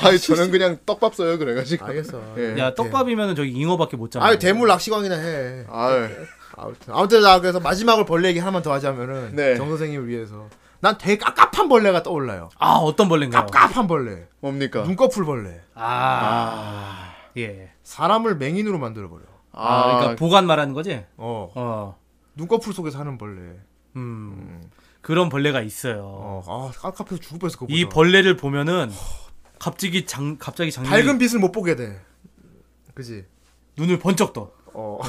C: 아이, 저는 그냥 떡밥 써요, 그래가지고.
A: 알겠어.
C: 예.
B: 아, 야 떡밥이면은 저기 잉어밖에 못 잡아.
A: 아유 대물 낚시광이나 해.
C: 아유,
A: 아무튼 아무튼 나 그래서 마지막으로 벌레 얘기 하나만 더 하자면은
C: 네.
A: 정 선생님을 위해서 난 되게 깝깝한 벌레가 떠올라요.
B: 아 어떤 벌레인가요?
A: 깝깝한 벌레.
C: 뭡니까?
A: 눈꺼풀 벌레.
B: 아, 예.
A: 사람을 맹인으로 만들어 버려.
B: 아, 그러니까 보관 말하는 거지?
A: 어.
B: 어.
A: 눈꺼풀 속에 사는 벌레.
B: 음. 그런 벌레가 있어요.
A: 어. 아 깝깝해서 죽을 뻔했어 그거.
B: 이
A: 보다가.
B: 벌레를 보면은 갑자기 장 갑자기 장면이
A: 밝은 빛을 못 보게 돼. 그지?
B: 눈을 번쩍 떠.
A: 어.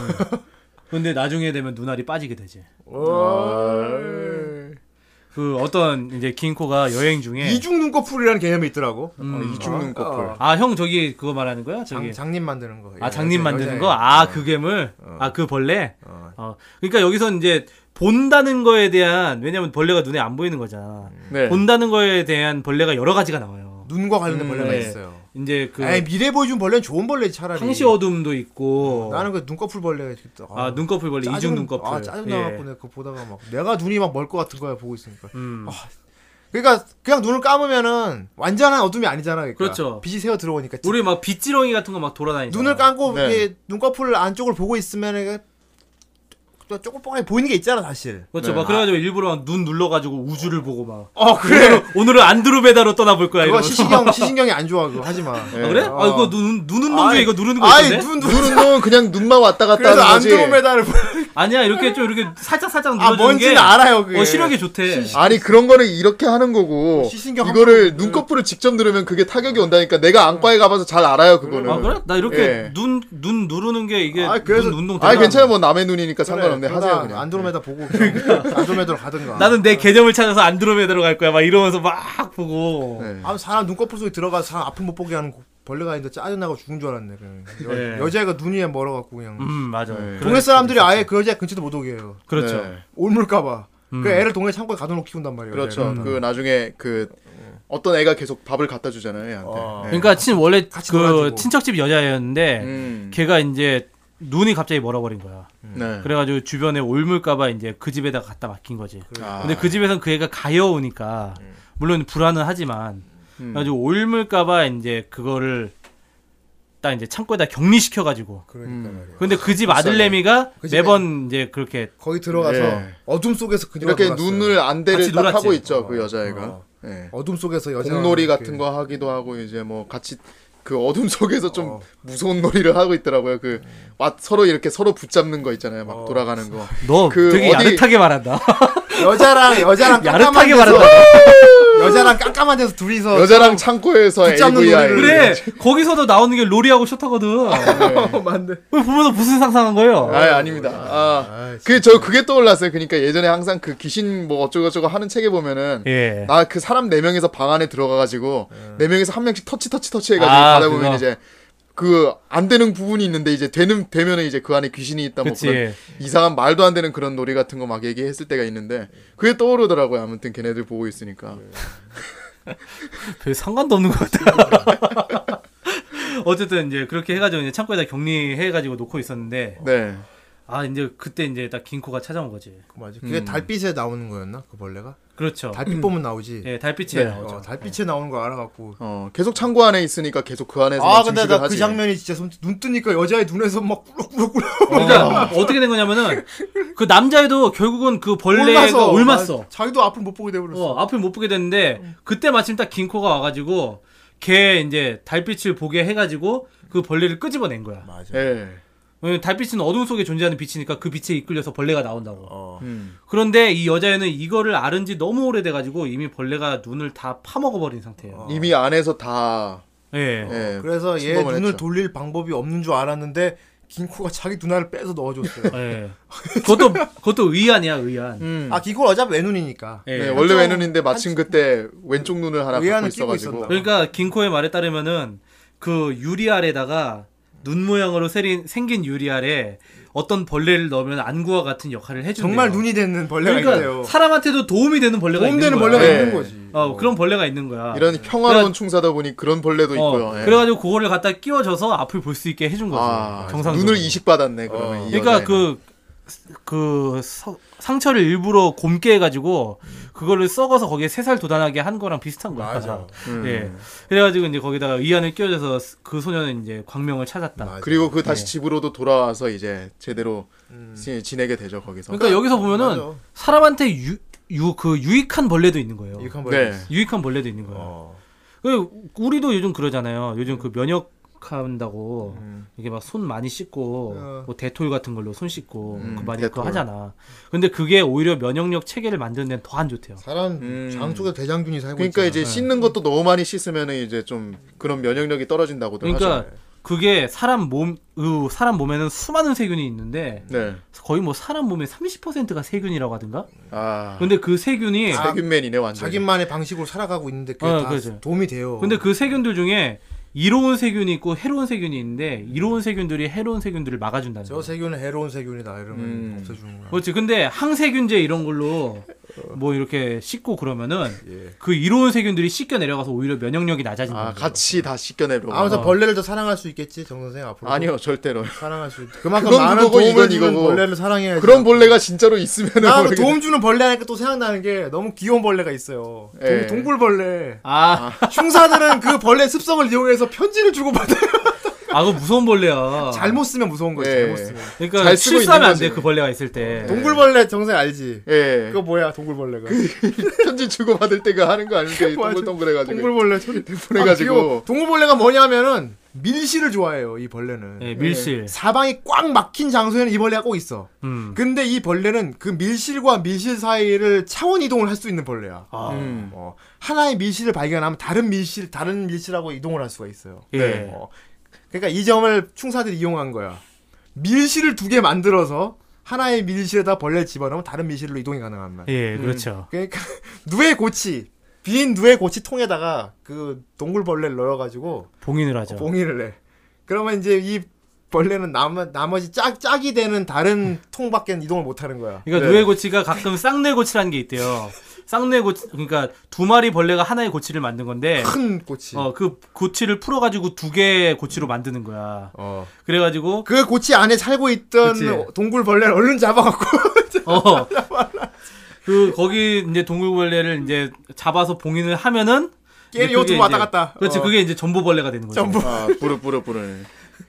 B: 근데 나중에 되면 눈알이 빠지게 되지.
A: 어.
B: 그 어떤 이제 킹코가 여행 중에 음.
A: 이중 눈꺼풀이라는 개념이 있더라고.
C: 어, 이중 눈꺼풀.
A: 어.
B: 아 형 저기 그거 말하는 거야? 저기
A: 장, 장님 만드는 거.
B: 아
A: 예,
B: 장님
A: 여자-
B: 만드는
A: 여자애.
B: 거? 아 그 괴물? 아 그 벌레?
A: 어.
B: 어. 그러니까 여기서 이제 본다는 거에 대한 왜냐면 벌레가 눈에 안 보이는 거잖아.
A: 음.
C: 네.
B: 본다는 거에 대한 벌레가 여러 가지가 나와요.
A: 눈과 관련된
C: 음,
A: 어, 벌레가
B: 네.
A: 있어요.
B: 이제 그
A: 에이 미래 보여준 벌레는 좋은 벌레지 차라리.
B: 항시 어둠도 있고
A: 나는 그 눈꺼풀 벌레가 진짜-
B: 아 눈꺼풀 벌레
A: 짜증-
B: 이중 눈꺼풀
A: 아 짜증 나갖고
B: 예.
A: 내가 그거 보다가 막 내가 눈이 막 멀 것 같은 거야 보고 있으니까.
B: 음.
A: 아, 그러니까 그냥 눈을 감으면은 완전한 어둠이 아니잖아. 그러니까.
B: 그렇죠.
A: 빛이 새어 들어오니까
B: 우리 막 빗지렁이 같은 거 막 돌아다니죠.
A: 눈을 감고
C: 네.
A: 이렇게 눈꺼풀 안쪽을 보고 있으면 이게 쪼- 조금 뻔하게 보이는 게 있잖아, 사실.
B: 그렇죠.
C: 네.
B: 막 그래가지고 일부러 막 눈 눌러가지고 우주를 보고 막
A: 어 그래.
B: 오늘은- 오늘은 안드로메다로 떠나볼 거야
A: 그거
B: 아, 이러면서.
A: 시신경 네. 시신경이 안 좋아 그거 하지 마. 어.
B: 아, 그래? 아 이거 눈 눈은 동에
A: 아이,
B: 이거 누르는 거
A: 아이
B: 있는데?
A: 눈 눈.
C: 눈은 놈 그냥 눈만 왔다 갔다
A: 그래서
C: 하는 거지.
A: 안드로메다를 보는
B: 아니야 이렇게 좀 이렇게 살짝 살짝
A: 아
B: 눌러주는
A: 뭔지는
B: 게
A: 알아요 그게.
B: 어, 시력이 좋대.
C: 아니 그런 거를 이렇게 하는 거고
A: 어, 시신경 어.
C: 이거를 눈꺼풀을 직접 누르면 그게 타격이 온다니까 내가 안과에 가봐서 잘 알아요 그거는.
B: 아 그래? 나 이렇게
C: 예.
B: 눈 눈 누르는 게 이게
A: 아, 그래서-
B: 눈 운동.
C: 아니
B: 대단하네.
C: 괜찮아 뭐 남의 눈이니까 상관없네
A: 그래,
C: 하세요
A: 그러다
C: 그냥. 네.
A: 안드로메다 보고 그냥 안드로메다로 가든가.
B: 나는 내 개념을 찾아서 안드로메다로 갈 거야 막 이러면서 막 보고.
C: 네.
A: 아 사람 눈꺼풀 속에 들어가서 사람 앞을 못 보게 하는 고- 벌레가 있는데 짜증나고 죽은 줄 알았네. 그냥. 여,
B: 네.
A: 여자애가 눈 위에 멀어갖고 그냥.
B: 음 맞아.
C: 네.
B: 그런-
A: 동네 사람들이 아예 그 여자 근처도 못 오게 해요.
B: 그렇죠.
C: 네.
A: 옮을까봐.
B: 음.
A: 그 애를 동네 창고에 가둬놓고 키운단 말이에요.
C: 그렇죠.
A: 여자애가.
C: 그 나중에 그 어떤 애가 계속 밥을 갖다 주잖아요 얘한테.
A: 어.
C: 네.
B: 그러니까 친 원래
A: 같이
B: 그
A: 놀아주고.
B: 친척집 여자애였는데
C: 음.
B: 걔가 이제 눈이 갑자기 멀어버린 거야.
C: 네.
B: 그래가지고 주변에 옮을까봐 이제 그 집에다 갖다 맡긴 거지.
C: 아.
B: 근데 그 집에선 그 애가 가여우니까 물론 불안은 하지만
C: 음.
B: 그래가지고 옮을까봐 이제 그거를 딱 이제 창고에다 격리시켜가지고.
A: 그러니까
C: 음.
A: 말이야.
B: 근데 그 집 아들내미가
A: 그 집에-
B: 매번 이제 그렇게
A: 거기 들어가서
C: 예.
A: 어둠 속에서 그녀가
C: 이렇게
A: 놀았어요.
C: 눈을 안대를
B: 같이
C: 딱
B: 놀았지.
C: 하고 있죠 그
A: 어.
C: 여자애가.
A: 어.
C: 네.
A: 어둠 속에서 여자 그
C: 공놀이 같은 거 하기도 하고 이제 뭐 같이 그 어둠 속에서 좀
A: 어. 네.
C: 무서운 놀이를 하고 있더라고요. 그 와- 서로 이렇게 서로 붙잡는 거 있잖아요.
A: 어,
C: 막 돌아가는 거.
A: 그렇죠.
B: 너
C: 그
B: 되게
C: 어디- 아,
B: 야릇하게 말한다.
A: 여자랑 여자랑 깜깜한
B: 야릇하게
A: 데서
B: 말한다.
A: 여자랑 깜깜한 데서 둘이서
C: 여자랑 창고에서
A: 붙잡는
C: AVI.
A: 놀이를-
B: 그래 거기서도 나오는 게 로리하고 쇼타거든.
A: 어, 맞네.
B: 왜 보면서 무슨 상상한 거예요?
C: 아 아닙니다. 아.
A: 아, 그
C: 그 저 그게 떠올랐어요. 그러니까 예전에 항상 그 귀신 뭐 어쩌고저쩌고 하는 책에 보면은
B: 예.
C: 아 그 사람 네 명에서 방 안에 들어가 가지고 네 명에서 한 명씩 터치 터치 터치 해가지고
B: 아,
C: 가다 보면
B: 그거.
C: 이제 그 안 되는 부분이 있는데 이제 되는 되면은 이제 그 안에 귀신이 있다 뭐
B: 그치.
C: 그런 이상한 말도 안 되는 그런 놀이 같은 거 막 얘기했을 때가 있는데 그게 떠오르더라고요. 아무튼 걔네들 보고 있으니까
B: 예. 별 상관도 없는 것 같아. 어쨌든 이제 그렇게 해가지고 이제 창고에다 격리해가지고 놓고 있었는데
C: 네
B: 아 이제 그때 이제 딱 긴코가 찾아온 거지.
A: 맞아. 그게
C: 음.
A: 달빛에 나오는 거였나 그 벌레가?
B: 그렇죠.
A: 달빛 보면 나오지.
B: 예, 달빛이
C: 네.
B: 나오죠.
A: 어, 달빛에 나오는 거 알아갖고.
C: 어, 계속 창고 안에 있으니까 계속 그 안에서
A: 아
C: 막
A: 근데 나
C: 증식을
A: 그
C: 하지.
A: 장면이 진짜 손, 눈 뜨니까 여자의 눈에서 막 꾸럭꾸럭꾸럭
B: 그러니까 어떻게 된 거냐면은 그 남자애도 결국은 그 벌레가
A: 나-
B: 올맞어.
A: 자기도 앞을 못 보게 돼버렸어.
B: 어, 앞을 못 보게 됐는데 그때 마침 딱 긴코가 와가지고 걔 이제 달빛을 보게 해가지고 그 벌레를 끄집어낸 거야.
A: 맞아.
C: 예.
B: 왜냐면 달빛은 어둠 속에 존재하는 빛이니까 그 빛에 이끌려서 벌레가 나온다고.
A: 어.
C: 음.
B: 그런데 이 여자애는 이거를 아른 지 너무 오래돼가지고 이미 벌레가 눈을 다 파먹어버린 상태예요.
A: 어.
C: 이미 안에서 다
B: 예.
C: 예.
A: 그래서 얘
C: 침범을
A: 눈을
C: 했죠.
A: 돌릴 방법이 없는 줄 알았는데 긴코가 자기 눈알을 빼서 넣어줬어요.
B: 예. 그것도, 그것도 의안이야, 의안.
C: 음.
A: 아 긴코 어차피 외눈이니까.
B: 예.
C: 네, 원래
A: 한쪽-
C: 외눈인데 마침 그때 왼쪽 눈을 하나 아, 갖고
A: 의안을 끼고
C: 있어가지고
A: 있었나
B: 그러니까 긴코의 말에 따르면은 그 유리 알에다가 눈 모양으로 세린, 생긴 유리 알에 어떤 벌레를 넣으면 안구와 같은 역할을 해준대요.
A: 정말 눈이 되는 벌레가
B: 그러니까
A: 있대요.
B: 사람한테도 도움이 되는 벌레가 있는
A: 도움되는
B: 거야.
A: 벌레가
C: 네.
A: 있는 거지.
B: 어, 그런 벌레가 있는 거야.
C: 이런
B: 그러니까-
C: 평화로운 충사다 보니 그런 벌레도 있고요.
B: 어,
C: 예.
B: 그래가지고 그거를 갖다 끼워줘서 앞을 볼 수 있게 해준 거지.
C: 아,
B: 정상적으로.
C: 눈을 이식 받았네 그러면.
A: 어.
C: 이
B: 그러니까
C: 여자애는.
B: 그, 그 서- 상처를 일부러 곰게 해가지고 그거를 썩어서 거기에 새살 돋아나게 한 거랑 비슷한 거야.
A: 맞아.
C: 음.
B: 예. 그래가지고 이제 거기다가 위안을 끼워줘서 그 소녀는 이제 광명을 찾았다.
A: 맞아.
C: 그리고 그
B: 예.
C: 다시 집으로도 돌아와서 이제 제대로
A: 음.
C: 지- 지내게 되죠 거기서.
B: 그러니까 여기서 보면은
A: 맞아.
B: 사람한테 유, 유, 그 유익한 벌레도 있는 거예요.
A: 이렇게 한
C: 네.
A: 벌레.
B: 유익한 벌레도 있는 거예요.
A: 어.
B: 그 우리도 요즘 그러잖아요. 요즘 그 면역한다고 이게 막 손 많이 씻고
A: 어.
B: 뭐 데톨 같은 걸로 손 씻고
C: 음,
B: 그 많이 그
C: 데톨.
B: 하잖아. 근데 그게 오히려 면역력 체계를 만드는 데는 더 안 좋대요.
A: 사람
C: 음.
A: 장 속에 대장균이 살고
C: 그러니까
A: 있잖아.
C: 이제 씻는 것도 너무 많이 씻으면 이제 좀 그런 면역력이 떨어진다고들
B: 그러니까
C: 하죠. 예.
B: 그게 사람 몸, 으, 사람 몸에는 수많은 세균이 있는데
C: 네.
B: 거의 뭐 사람 몸의 30%가 세균이라고 하든가.
C: 아.
B: 근데 그 세균이
C: 세균맨이네 완전.
A: 자기만의 방식으로 살아가고 있는데 그게
B: 어,
A: 다
B: 그렇죠.
A: 도움이 돼요.
B: 근데 그 세균들 중에 이로운 세균이 있고 해로운 세균이 있는데 이로운 세균들이 해로운 세균들을 막아준다는
A: 저
B: 거예요.
A: 세균은 해로운 세균이다 이러면
C: 음.
A: 없애주는 거야.
B: 그렇지. 근데 항세균제 이런 걸로 뭐 이렇게 씻고 그러면은
A: 예.
B: 그 이로운 세균들이 씻겨 내려가서 오히려 면역력이 낮아진다.
C: 아 같이 다
B: 어.
C: 씻겨내려고.
A: 아무튼 벌레를 더 사랑할 수 있겠지 정 선생 앞으로.
C: 아니요 절대로.
A: 사랑할 수 있... 그만큼
C: 그건
A: 많은
C: 그거고,
A: 도움을
C: 이건
A: 주는
C: 이거고.
A: 벌레를 사랑해야지.
C: 그런 벌레가 진짜로 있으면은
A: 나
C: 모르겠는데.
A: 아, 도움 주는 벌레 하니까 또 생각나는 게 너무 귀여운 벌레가 있어요. 동-
C: 예.
A: 동굴벌레.
B: 아,
A: 흉사들은 그 벌레 습성을 이용해서 편지를 주고 받아요.
B: 아, 그 무서운 벌레야.
A: 잘못 쓰면 무서운 거지.
C: 예.
A: 잘못 쓰면.
B: 그러니까
C: 잘 쓰고
B: 실수하면
C: 있는
B: 안 돼.
C: 거지.
B: 그 벌레가 있을 때.
A: 동굴벌레 정생 알지?
C: 예. 그
A: 그거 뭐야 동굴벌레가?
C: 편지 주고 받을 때가 그 하는 거 아닙니까?
A: 맞아.
C: 동글동글해가지고.
A: 동굴벌레 소리 아,
C: 그래가지고.
A: 동굴벌레가 뭐냐면은 밀실을 좋아해요 이 벌레는.
B: 예, 밀실.
A: 사방이 꽉 막힌 장소에는 이 벌레가 꼭 있어.
B: 음.
A: 근데 이 벌레는 그 밀실과 밀실 사이를 차원 이동을 할 수 있는 벌레야.
B: 아,
C: 음.
A: 어, 하나의 밀실을 발견하면 다른 밀실, 다른 밀실하고 이동을 할 수가 있어요.
B: 예.
A: 네. 어, 그러니까 이 점을 충사들이 이용한 거야. 밀실을 두 개 만들어서 하나의 밀실에다 벌레를 집어넣으면 다른 밀실로 이동이 가능합니다.
B: 예, 그렇죠.
A: 그러니까 누에 고치 빈 누에 고치 통에다가 그 동굴벌레를 넣어가지고
B: 봉인을 하죠.
A: 봉인을 해. 그러면 이제 이 벌레는 남, 나머지 짝, 짝이 되는 다른 통밖에 이동을 못하는 거야. 네.
B: 그러니까 음. 누에 고치가 가끔 쌍뇌 고치라는 게 있대요. 쌍뇌 고치 그러니까 두 마리 벌레가 하나의 고치를 만든 건데
A: 큰 고치.
B: 어 그 고치를 풀어 가지고 두 개의 고치로 만드는 거야.
A: 어.
B: 그래 가지고
A: 그 고치 안에 살고 있던
B: 그치.
A: 동굴벌레를 얼른 잡아갖고
B: 어. 그 거기 이제 동굴벌레를 이제 잡아서 봉인을 하면은
A: 걔는
B: 이제
A: 요
B: 그게
A: 두 왔다
B: 이제-
A: 갔다.
B: 그렇지
A: 어.
B: 그게 이제 전보벌레가 되는 거죠.
A: 전부
C: 아 뿌르 뿌르 뿌르.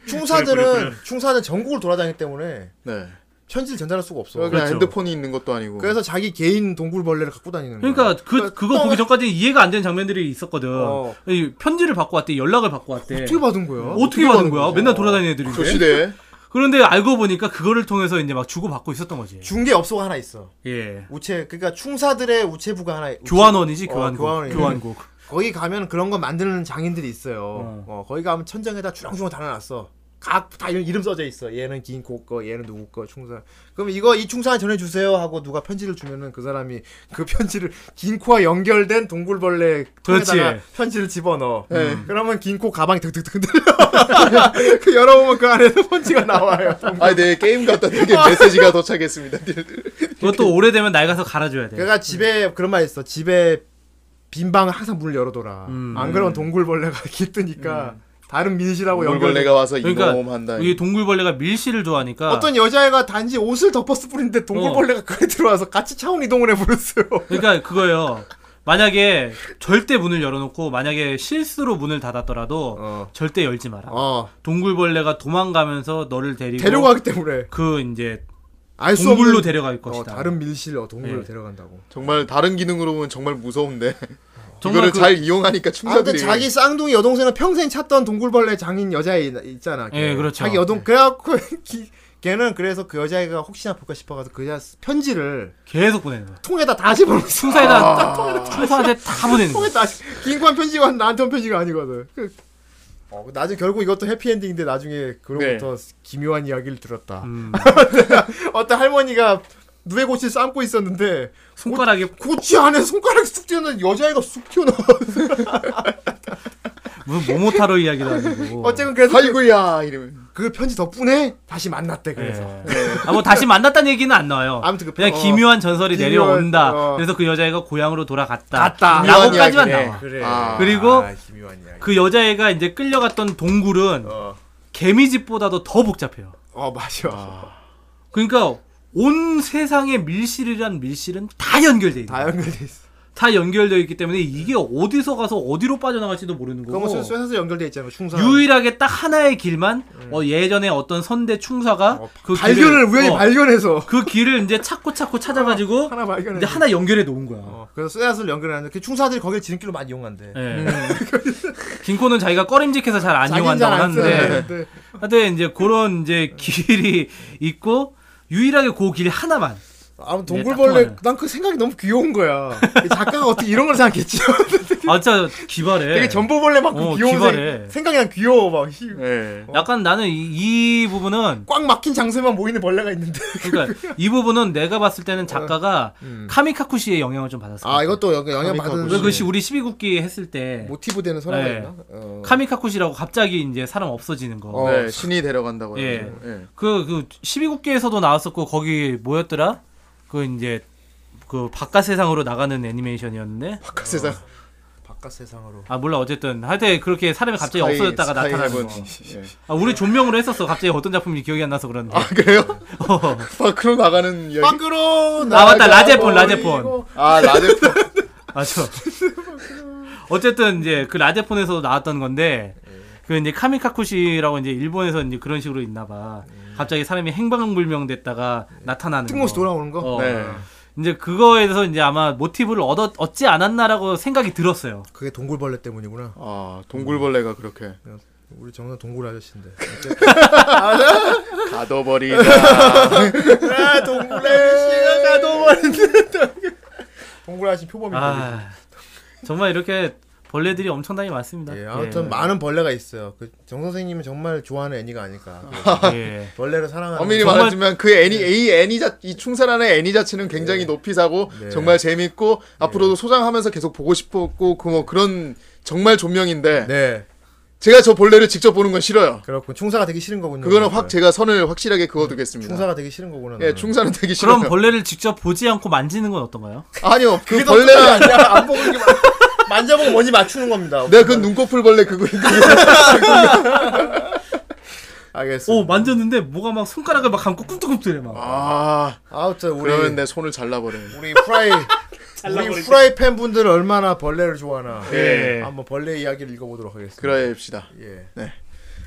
A: 충사들은 충사는 전국을 돌아다니기 때문에
C: 네.
A: 편지를 전달할 수가 없어.
C: 그냥
B: 그렇죠.
C: 핸드폰이 있는 것도 아니고.
A: 그래서 자기 개인 동굴벌레를 갖고 다니는 거야.
B: 그러니까 그 그거 보기 전까지 이해가 안 되는 장면들이 있었거든.
A: 어.
B: 이 편지를 받고 왔대, 연락을 받고 왔대.
A: 어떻게 받은 그 거야?
B: 어떻게 받은 거야? 맨날 돌아다니는 애들인데.
C: 저 시대에
B: 그런데 알고 보니까 그거를 통해서 이제 막 주고 받고 있었던 거지.
A: 중개 업소가 하나 있어.
B: 예.
A: 우체 그러니까 충사들의 우체부가 하나 우체-
B: 교환원이지
A: 어,
B: 교환국.
A: 교환원이네.
B: 교환국.
A: 거기 가면 그런 거 만드는 장인들이 있어요. 어. 거기 가면 천장에다 주렁주렁 달아놨어. 각 다 이름 써져 있어. 얘는 긴코 거, 얘는 누구 거, 충사. 그럼 이거 이 충사 전해 주세요 하고 누가 편지를 주면은 그 사람이 그 편지를 긴코와 연결된 동굴벌레 통에다가
B: 그렇지. 음.
A: 편지를 집어 넣어. 그러면 긴코 가방이 득득득 흔들려. 그 열어보면 그 안에서 편지가 나와요.
C: 아내 네. 게임 갖다 되게 메시지가 도착했습니다.
B: 그것도 오래되면 낡아서 갈아줘야 돼.
A: 그러니까 집에 그런 말 있어. 집에 빈 방은 항상 문을 열어둬라.
B: 음.
A: 안 그러면 동굴벌레가 깃드니까 다른 민실하고 연결돼
C: 동굴벌레가 와서
B: 그러니까
C: 이놈한다.
B: 이 동굴벌레가 밀실을 좋아하니까.
A: 어떤 여자애가 단지 옷을 덮었을 뿐인데 동굴벌레가 그에 들어와서 같이 차원 이동을 해버렸어요.
B: 그러니까 그거예요. 만약에 절대 문을 열어놓고 만약에 실수로 문을 닫았더라도
A: 어.
B: 절대 열지 마라.
A: 어.
B: 동굴벌레가 도망가면서 너를 데리고
A: 데려가기 때문에
B: 그 이제
A: 알 수
B: 동굴로
A: 없는
B: 데려갈
A: 어,
B: 것이다.
A: 다른 밀실 어, 동굴로
B: 예.
A: 데려간다고. 어.
C: 정말 다른 기능으로 보면 정말 무서운데
B: 정말
C: 이거를
B: 그-
C: 잘 이용하니까
A: 아무튼
C: 충사들이
A: 자기 쌍둥이 여동생은 평생 찾던 동굴벌레 장인 여자애 있잖아. 걔.
B: 예, 그렇죠.
A: 자기 여동 그래갖고 기- 걔는 그래서 그 여자애가 혹시나 볼까 싶어가서 그 여자 편지를
B: 계속 보내는 거야.
A: 통에다 다 집어넣었어.
B: 충사에다 충사한테 다 보내는 거야.
A: 통에다 긴관 편지가 나한테 온 편지가 아니거든. 그, 어, 나중에 결국 이것도 해피엔딩인데 나중에 그로부터
C: 네.
A: 기묘한 이야기를 들었다.
B: 음.
A: 어떤 할머니가 누에 고치를 삶고 있었는데
B: 손가락에
A: 고치 안에 손가락이 쑥 튀어나온 여자애가 쑥 튀어나와
B: 무슨 모모타로 이야기도 아니고.
A: 어쨌든 그래서 그,
C: 아이고야 이러면
A: 그 편지 덕분에 다시 만났대 그래서
B: 예. 네. 아뭐 다시 만났다는 얘기는 안 나와요.
A: 아무튼 그
B: 그냥
A: 편- 어.
B: 기묘한 전설이
A: 기묘한-
B: 내려온다.
A: 어.
B: 그래서 그 여자애가 고향으로 돌아갔다.
A: 갔다.
B: 라고까지만
C: 기묘한
B: 나와.
C: 이야기네.
A: 그래
C: 아.
B: 그리고
A: 아, 기묘한 이야기
B: 그 여자애가 이제 끌려갔던 동굴은
A: 어.
B: 개미집보다도 더 복잡해요.
A: 어 맞아
B: 그러니까 온 세상의 밀실이란 밀실은 다 연결돼 있는
A: 다
B: 거야.
A: 연결돼 있어
B: 다 연결되어 있기 때문에 이게 어디서 가서 어디로 빠져나갈지도 모르는
A: 그거 뭐
B: 거고.
A: 쇠사슬 연결돼 있잖아 충사
B: 유일하게 딱 하나의 길만 어, 예전에 어떤 선대 충사가 그
A: 네. 어, 발견을
B: 길을-
A: 우연히
B: 어,
A: 발견해서
B: 그 길을 이제 찾고 찾고 찾아가지고
A: 하나 발견해
B: 이제 하나 연결해 놓은 거야.
A: 어, 그래서 쇠사슬 연결하는데 그 충사들이 거길 지름길로 많이 이용한대
B: 예. 긴코는 자기가 꺼림직해서 잘 안
A: 음. 자기는
B: 이용한다고
A: 잘안 네.
B: 하는데 네.
A: 쓰는데.
B: 하여튼 이제 그런 이제 길이 있고 유일하게 그 길 하나만
A: 아무
B: 네,
A: 동굴벌레
B: 딱
A: 난 그 생각이 너무 귀여운 거야 이 작가가 어떻게 이런 걸 생각했지
B: 아 진짜 기발해
A: 되게 전보벌레만큼
B: 어,
A: 귀여운 어.
B: 기발해.
A: 생, 생각이 난 귀여워 막 히,
C: 예.
B: 약간 나는 이, 이 부분은
A: 꽉 막힌 장소에만 모이는 벌레가 있는데
B: 그러니까 이 부분은 내가 봤을 때는 작가가
A: 음.
B: 카미카쿠시의 영향을 좀 받았어
A: 아 이것도 영- 영향 받은 네.
B: 그 시- 우리 12국기 했을 때
A: 모티브 되는 설화가
B: 네.
A: 있나? 어.
B: 카미카쿠시라고 갑자기 이제 사람 없어지는 거
A: 어.
C: 네, 신이 데려간다고
B: 예.
C: 해가지고, 예.
B: 그, 그, 12국기에서도 나왔었고, 거기 뭐였더라? 그, 이제, 그 바깥 세상으로 나가는 애니메이션이었는데 어.
C: 바깥 세상
A: 바깥 세상으로.
B: 아 몰라 어쨌든 하여튼 그렇게 사람이 갑자기
C: 스카이-
B: 없어졌다가
C: 스카이
B: 나타나는
C: 해븐.
B: 거.
C: 예.
B: 아 우리 존명으로 했었어. 갑자기 어떤 작품인지 기억이 안 나서 그런데.
C: 아 그래요?
B: 어.
C: 밖으로 나가는 이야기.
A: 밖으로
B: 아 맞다
A: 나가버리고.
B: 라제폰 라제폰.
C: 아 라제폰.
B: 맞아. 어쨌든 이제 그 라제폰에서 나왔던 건데
A: 예.
B: 그 이제 카미카쿠시라고 이제 일본에서 이제 그런 식으로 있나봐.
A: 예.
B: 갑자기 사람이 행방불명됐다가 나타나는.
A: 뜬금없이
B: 거.
A: 돌아오는 거.
B: 어.
C: 네.
B: 이제 그거에 대해서 이제 아마 모티브를 얻어 얻지 않았나라고 생각이 들었어요.
A: 그게 동굴벌레 때문이구나.
C: 아 동굴벌레가 그렇게
A: 우리 정상 동굴 아저씨인데.
C: 가둬버리다.
A: 아 동굴 아저씨가 가둬버린다. 동굴 아저씨 표범이 아...
B: 아 정말 이렇게 벌레들이 엄청나게 많습니다.
A: 예, 아무튼
B: 예.
A: 많은 벌레가 있어요. 그 정 선생님은 정말 좋아하는 애니가 아닐까.
B: 예.
A: 벌레를 사랑하는. 예.
C: 엄밀히
B: 정말-
C: 말하지만 그 애니 이 애니 자이 충사란의 애니 자체는 굉장히 높이 사고
A: 네.
C: 정말 재밌고 앞으로도 소장하면서 계속 보고 싶었고 그 뭐 그런 정말 존명인데
A: 네,
C: 제가 저 벌레를 직접 보는 건 싫어요.
A: 그렇군. 충사가 되기 싫은 거군요. 네.
C: 그거는 확 제가 선을 확실하게 그어두겠습니다.
A: 충사가 되기 싫은 거구나.
C: 예,
A: 나는.
C: 충사는 되기 싫어요.
B: 그럼 벌레를 직접 보지 않고 만지는 건 어떤가요?
C: 아니요, 그
A: 그게
C: 벌레는
A: 벌레는 아, 안 보는 게 맞- 만져보고 뭔지 맞추는 겁니다.
C: 내가 그 눈꺼풀 벌레 그거
A: 알겠습니다.
B: 오 만졌는데 뭐가 막 손가락을 막 감고 꿈틀꿈틀해 막.
C: 아
A: 아무튼 우리
C: 그러면 내 손을 잘라버려요.
A: 우리 프라이 우리 프라이 팬 분들은 얼마나 벌레를 좋아하나.
B: 예.
A: 한번 벌레 이야기를 읽어보도록 하겠습니다.
C: 그래야 합시다.
A: 예.
C: 네.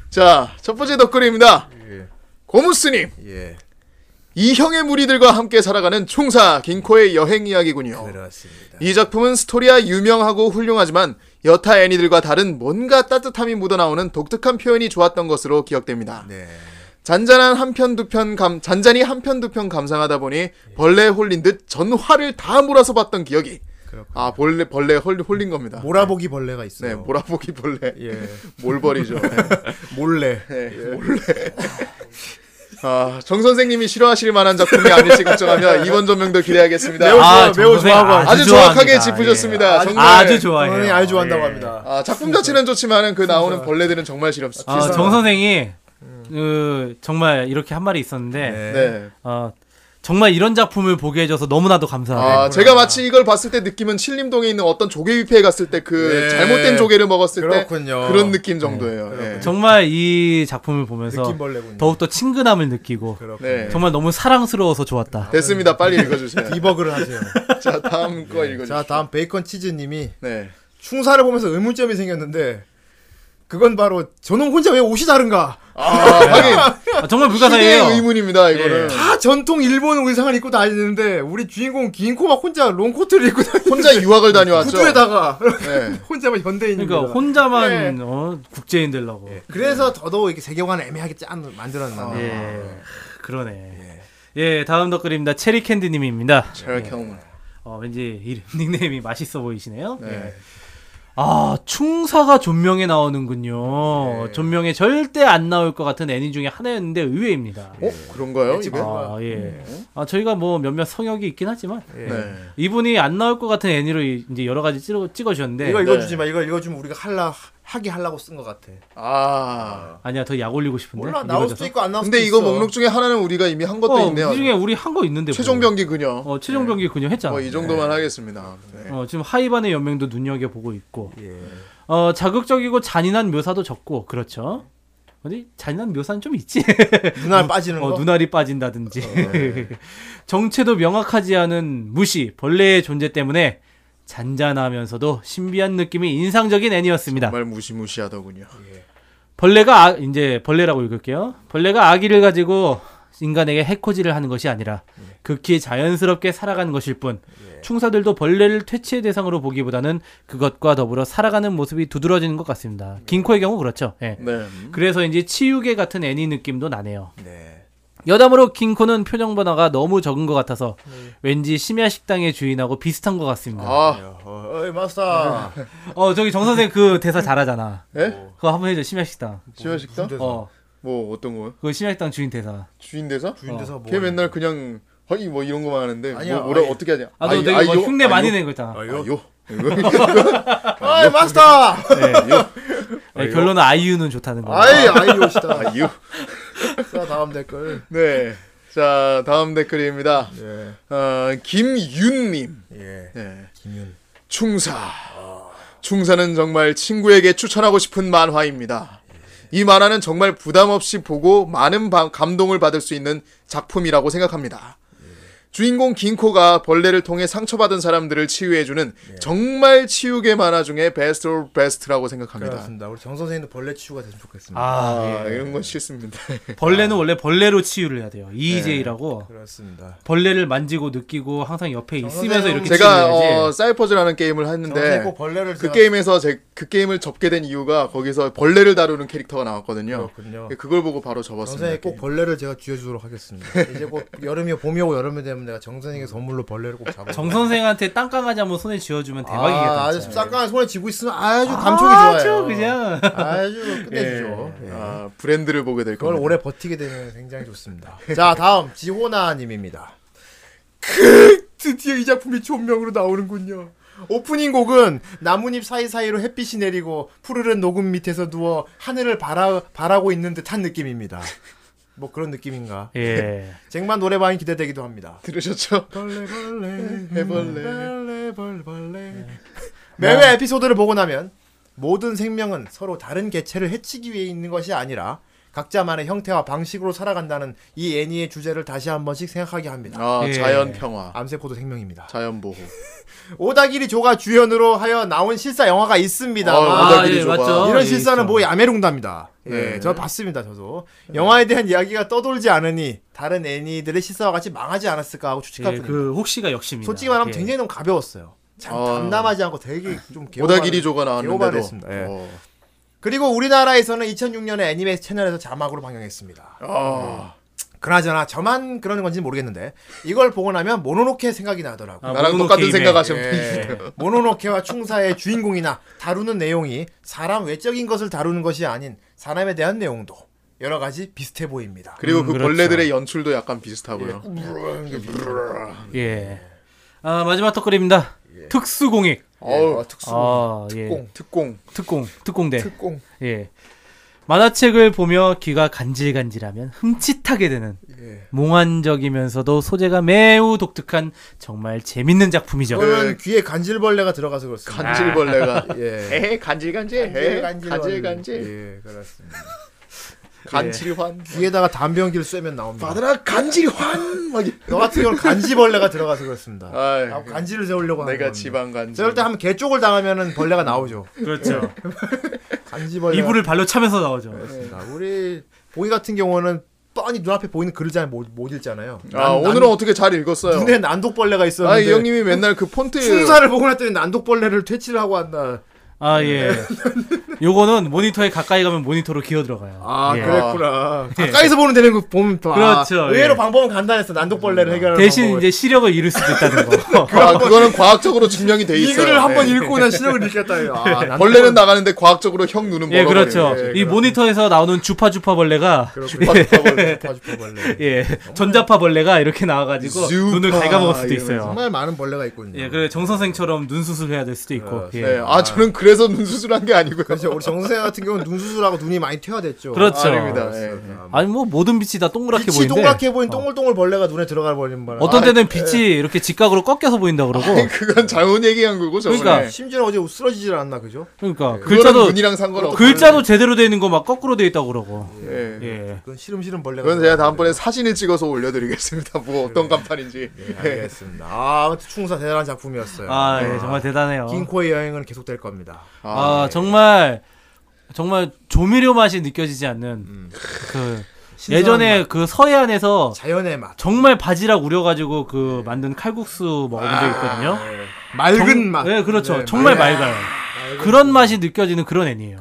C: 자, 첫 번째 덧글입니다.
A: 예.
C: 고무스님,
A: 예.
C: 이 형의 무리들과 함께 살아가는 총사 긴코의 여행 이야기군요.
A: 그렇습니다.
C: 이 작품은 스토리야 유명하고 훌륭하지만 여타 애니들과 다른 뭔가 따뜻함이 묻어나오는 독특한 표현이 좋았던 것으로 기억됩니다.
A: 네.
C: 잔잔한 한편 두 편 감, 잔잔히 한편 두 편 감상하다 보니 벌레에 홀린 듯 전화를 다 몰아서 봤던 기억이.
A: 그렇군요.
C: 아 벌레 벌레 홀, 홀린 겁니다.
A: 몰아보기 벌레가
C: 네,
A: 있어요.
C: 몰아보기 벌레.
A: 예.
C: 몰벌이죠.
A: 몰래. 예.
C: 네, 몰래. 아, 정 선생님이 싫어하실 만한 작품이 아닐지 걱정하며 이번 전명도 기대하겠습니다.
A: 매우
C: 아,
A: 좋아- 매우
B: 정선생
A: 좋아하고
C: 아주 정확하게 짚으셨습니다.
B: 예.
C: 정말.
B: 아주 좋아해요.
A: 저는 아주 좋아한다고
B: 예.
A: 합니다.
C: 아, 작품 자체는 좋지만은 그 나오는 벌레들은 정말 싫었습니다.
B: 아, 정 선생이
A: 음.
B: 그 정말 이렇게 한 말이 있었는데
C: 네.
B: 어, 정말 이런 작품을 보게 해줘서 너무나도
A: 네,
B: 감사하다.
C: 아, 제가 마치 이걸 봤을 때 느낌은 신림동에 있는 어떤 조개 뷔페에 갔을 때 그
A: 네.
C: 잘못된 조개를 먹었을
A: 그렇군요.
C: 때 그런 느낌 정도예요. 네.
B: 정말 이 작품을 보면서
A: 느낌 벌레군요.
B: 더욱더 친근함을 느끼고
A: 그렇군요.
C: 네.
B: 정말 너무 사랑스러워서 좋았다.
C: 됐습니다. 빨리 읽어주세요. 예.
A: 디버그를 하세요.
C: 자, 다음 거 읽어주세요.
A: 자, 다음 베이컨 치즈님이
C: 네.
A: 충사를 보면서 의문점이 생겼는데 그건 바로 저놈 혼자 왜 옷이 다른가?
C: 아, 하긴
B: 아,
C: 희대의
B: 정말 불가사의예요.
C: 의문입니다. 이거는
A: 다 전통 일본 의상을 입고 다니는데 우리 주인공 긴코막 혼자 롱코트를 입고 다니
C: 혼자 유학을 다녀왔죠.
A: 구두에다가
C: 네.
A: 혼자만 현대인입니다.
B: 그러니까 혼자만
A: 네.
B: 어, 국제인 되려고. 예.
A: 그래서 더더욱 이렇게 세계관을 애매하게 짠
C: 아,
A: 만들었나. 요
C: 예.
B: 그러네. 예. 다음 댓글입니다. 체리 캔디님입니다.
C: 체력 형.
B: 어, 왠지 이름, 닉네임이 맛있어 보이시네요. 예.
C: 네.
B: 아, 충사가 존명에 나오는군요.
C: 예.
B: 존명에 절대 안 나올 것 같은 애니 중에 하나였는데 의외입니다.
C: 어 그런가요? 이게?
B: 아, 예.
A: 네.
B: 아, 저희가 뭐 몇몇 성역이 있긴 하지만 예.
C: 네. 이게
B: 이분이 안 나올 것 같은 애니로 이- 이제 여러 가지 찍어, 찍어주셨는데
A: 이거
C: 네.
A: 읽어주지 마. 이거 읽어주면 우리가 할라 하게 하려고 쓴 것 같아.
C: 아.
B: 아니야 더 약 올리고 싶은데
A: 몰라 나올 수도
B: 읽어줘서.
A: 있고 안 나올 수도
C: 네, 근데
A: 있어.
C: 이거 목록 중에 하나는 우리가 이미 한 것도
B: 어,
C: 있네요.
B: 이 중에 우리 한 거 있는데
C: 최종
B: 뭐.
C: 병기 그녀.
B: 어 최종 병기 그냥 했잖아
C: 뭐 이
A: 네.
C: 정도만 하겠습니다. 네.
B: 어, 지금 하이반의 연맹도 눈여겨 보고 있고
A: 예.
B: 어 자극적이고 잔인한 묘사도 적고 그렇죠 어디 잔인한 묘사는 좀 있지
A: 눈알 빠지는
B: 어,
A: 거.
B: 눈알이 빠진다든지
C: 어, 네.
B: 정체도 명확하지 않은 무시 벌레의 존재 때문에 잔잔하면서도 신비한 느낌이 인상적인 애니였습니다.
C: 정말 무시무시하더군요.
B: 벌레가 아, 이제 벌레라고 읽을게요. 벌레가 아기를 가지고 인간에게 해코지를 하는 것이 아니라 극히 자연스럽게 살아가는 것일 뿐
C: 예.
B: 충사들도 벌레를 퇴치의 대상으로 보기보다는 그것과 더불어 살아가는 모습이 두드러지는 것 같습니다. 긴코의 경우 그렇죠. 예.
C: 네.
B: 그래서인지 치유계 같은 애니 느낌도 나네요.
A: 네.
B: 여담으로 긴코는 표정 변화가 너무 적은 것 같아서 왠지 심야 식당의 주인하고 비슷한 것 같습니다.
C: 아,
A: 어, 어이 마스터.
B: 어 저기 정 선생 그 대사 잘하잖아.
C: 예?
B: 그거 한번 해줘 심야 식당.
C: 심야식당?
A: 무슨 대사?
B: 어
C: 뭐 어떤 거?
B: 그 심야 식당 주인 대사.
C: 주인 대사? 어.
A: 주인 대사 뭐.
C: 걔 맨날 그냥 허이 뭐 이런 거만 하는데
A: 아니야,
C: 뭐 뭐라
A: 아니.
C: 어떻게 하냐?
B: 아, 너
C: 아이,
B: 되게
C: 아이,
B: 뭐
C: 요,
B: 흉내
C: 아이,
B: 많이
C: 요.
B: 낸 거 있잖아.
A: 아,
C: 아,
A: 요.
C: 요.
A: 어이 마스터.
B: 네. 네, 결론은 아이유는 좋다는 거.
A: 아이 아이 오시다.
C: 아, 요.
A: 자 다음 댓글.
C: 네. 자 다음 댓글입니다.
A: 예.
C: 어, 김윤님.
A: 예.
C: 예.
A: 김윤.
C: 충사. 충사는 정말 친구에게 추천하고 싶은 만화입니다. 이 만화는 정말 부담 없이 보고 많은 바- 감동을 받을 수 있는 작품이라고 생각합니다. 주인공 긴코가 벌레를 통해 상처받은 사람들을 치유해주는 정말 치유계 만화 중에 베스트 오브 베스트라고 생각합니다.
A: 그렇습니다. 예. 우리 정 선생님도 벌레 치유가 됐으면 좋겠습니다.
B: 아,
C: 아, 이런 건 싫습니다.
B: 벌레는 원래 벌레로 치유를 해야 돼요. EJ라고
A: 네, 그렇습니다.
B: 벌레를 만지고 느끼고 항상 옆에 있으면서
A: 선생님,
B: 이렇게
C: 제가 어,
B: 치유해야지.
C: 사이퍼즈라는 게임을 했는데
A: 선생님 꼭 벌레를
C: 그
A: 제가-
C: 게임에서 제, 그 게임을 접게 된 이유가 거기서 벌레를 다루는 캐릭터가 나왔거든요.
A: 그렇군요.
C: 그걸 보고 바로 접었습니다.
A: 선생님 꼭 벌레를 제가 쥐어주도록 하겠습니다. 이제 곧 여름이 봄이 오고 여름이 되면 내가 정 선생님의 선물로 벌레를 꼭 잡아.
B: 정 선생한테 땅강아지 한번 손에 쥐어주면 대박이겠다.
A: 아, 아주
B: 진짜.
A: 쌍강한 손에 쥐고 있으면 아주 감촉이 좋아요.
B: 아주 그냥.
A: 아주 끝내주죠. 예.
C: 아, 브랜드를 보게 될
A: 그걸
C: 겁니다.
A: 오래 버티게 되면 굉장히 좋습니다. 자, 다음 지호나님입니다. 드디어 이 작품이 존명으로 나오는군요. 오프닝 곡은 나뭇잎 사이사이로 햇빛이 내리고 푸르른 녹음 밑에서 누워 하늘을 바라, 바라고 있는 듯한 느낌입니다. 뭐 그런 느낌인가.
B: 예.
A: 쟁반 노래방이 기대되기도 합니다.
C: 들으셨죠? 네,
A: 벌레 벌레
C: 해벌레. 네.
A: 벌레 벌레 벌레 매회 에피소드를 보고 나면 모든 생명은 서로 다른 개체를 해치기 위해 있는 것이 아니라 각자만의 형태와 방식으로 살아간다는 이 애니의 주제를 다시 한 번씩 생각하게 합니다.
C: 아,
B: 예.
C: 자연 평화,
A: 암세포도 생명입니다.
C: 자연 보호.
A: 오다기리 조가 주연으로 하여 나온 실사 영화가 있습니다.
C: 어,
A: 아,
C: 오다기리
B: 예,
C: 줘봐.
B: 맞죠.
A: 이런
B: 예,
A: 실사는
B: 있죠.
A: 뭐 야매롱답니다. 예,
C: 네.
A: 저 봤습니다, 저도. 영화에 대한 이야기가 떠돌지 않으니 다른 애니들의 실사와 같이 망하지 않았을까 하고 추측할
B: 예,
A: 뿐입니다.
B: 그 혹시가 역심입니다.
A: 솔직히 말하면
B: 예.
A: 굉장히 너무 가벼웠어요. 참
C: 아.
A: 담담하지 않고 되게 좀 개호반-
C: 오다기리조가 나왔는데도.
A: 개호반했습니다. 예.
C: 어.
A: 그리고 우리나라에서는 2006년에 애니메이션 채널에서 자막으로 방영했습니다. 음.
C: 아,
A: 그나저나 저만 그러는 건지 는 모르겠는데 이걸 보고 나면 모노노케 생각이 나더라고요.
B: 아,
C: 나랑
B: 모노노
C: 똑같은
B: 게임에.
C: 생각하시면
A: 예.
C: 됩니다.
A: 모노노케와 충사의 주인공이나 다루는 내용이 사람 외적인 것을 다루는 것이 아닌 사람에 대한 내용도 여러 가지 비슷해 보입니다. 음.
C: 그리고 그
B: 그렇죠.
C: 벌레들의 연출도 약간 비슷하고요. 음.
B: 예. 아, 마지막 턱걸입니다. 특수공익.
C: 어우,
A: 예. 특수
B: 아, 예.
C: 특공, 특공.
B: 특공. 특공대.
A: 특공
B: 예. 만화책을 보며 귀가 간질간질하면 흠칫하게 되는
A: 예.
B: 몽환적이면서도 소재가 매우 독특한 정말 재밌는 작품이죠.
A: 그러면 귀에 간질벌레가 들어가서 그렇습니다.
C: 간질벌레가.
A: 예.
C: 에 간질간질. 에 간질간질. 간질,
A: 예, 그렇습니다.
C: 간질환.
A: 예. 귀에다가 담배 연기를 쐬면 나옵니다.
C: 받으라 간질환. 막. 이-
A: 너 같은 경우는 간지벌레가 들어가서 그렇습니다.
C: 아이,
A: 아, 간지를 세우려고 하는
C: 내가
A: 겁니다.
C: 지방 간질.
A: 저럴 때 하면 개쪽을 당하면은 벌레가 나오죠.
B: 그렇죠.
A: 간지벌레.
B: 이불을 발로 차면서 나오죠.
A: 그렇습니다. 우리 보기 같은 경우는 뻔히 눈앞에 보이는 글을 잘 못 읽잖아요.
C: 아, 오늘은 어떻게 잘 읽었어요?
A: 눈에 난독벌레가
C: 아, 이
A: 있었는데
C: 형님이 맨날 그 폰트
A: 충사를 보고 났더니 난독벌레를 퇴치를 하고 한다.
B: 아, 예. 요거는 모니터에 가까이 가면 모니터로 기어 들어가요.
A: 아
B: 예.
A: 그랬구나. 가까이서 보는 되는 거 보면 더
B: 그렇죠,
A: 아, 의외로
B: 예. 음,
A: 방법은 간단했어. 난독벌레를 해결하는
B: 대신
A: 방법은.
B: 이제 시력을 잃을 수도 있다는 거.
C: 아, 그거는 과학적으로 증명이 돼 있어요.
A: 이 글을 한번
C: 예.
A: 읽고 난 시력을 잃겠다. 아, 난독벌레.
C: 벌레는 나가는데 과학적으로 형 눈은
B: 예,
C: 멀어버려요.
B: 그렇죠.
C: 예,
B: 이 모니터에서 나오는 주파 주파 벌레가
A: 그렇군요.
C: 과학적으로.
A: 주파주파벌레.
B: 예, 전자파 벌레가 이렇게 나와가지고
C: 주파
B: 눈을 갉아먹을 수도
C: 이러면서.
B: 있어요.
A: 정말 많은 벌레가 있군요.
B: 예, 그래 정 선생처럼 눈 수술해야 될 수도 있고. 예.
C: 네, 아 저는 그래서 눈 수술한 게 아니고요.
A: 그렇죠. 우리 정선생 같은 경우는 눈 수술하고 눈이 많이 퇴화됐죠.
B: 그렇죠.
C: 아닙니다. 예.
B: 아니 뭐 모든 빛이 다 동그랗게
A: 빛이
B: 보이는데 어.
A: 동그랗게 보인 동글동글 벌레가 눈에 들어가 버리는 바람.
B: 어떤
C: 아,
B: 때는 빛이 이렇게 직각으로 꺾여서 보인다 그러고
C: 그건 잘못 얘기한 거고 저번에.
B: 그러니까.
A: 심지어 어제 쓰러지질 않나 예. 그죠?
B: 그러니까
C: 그거는
B: 글자도
C: 눈이랑 상관없고.
B: 글자도 제대로 돼 있는 거 막 거꾸로 돼 있다고 그러고.
C: 예.
B: 예.
A: 그건 시름시름 벌레가.
C: 그건 제가 다음번에 사진을 찍어서 올려드리겠습니다. 뭐 어떤 간판인지. 예.
A: 알겠습니다. 아, 아무튼 충사 대단한 작품이었어요. 네.
B: 아, 예, 정말 대단해요.
A: 긴코의 예. 여행은 계속될 겁니다.
B: 아, 정말 정말 조미료 맛이 느껴지지 않는 그
A: 신선한
B: 예전에 그 서해안에서
A: 자연의 맛,
B: 정말 바지락 우려가지고 그 만든 칼국수 먹어본 적 있거든요.
A: 아. 맑은
B: 정-
A: 맛.
B: 예, 그렇죠.
A: 네,
B: 정말
A: 맑은
B: 맑아요. 그런 맛이 느껴지는 그런 애니에요.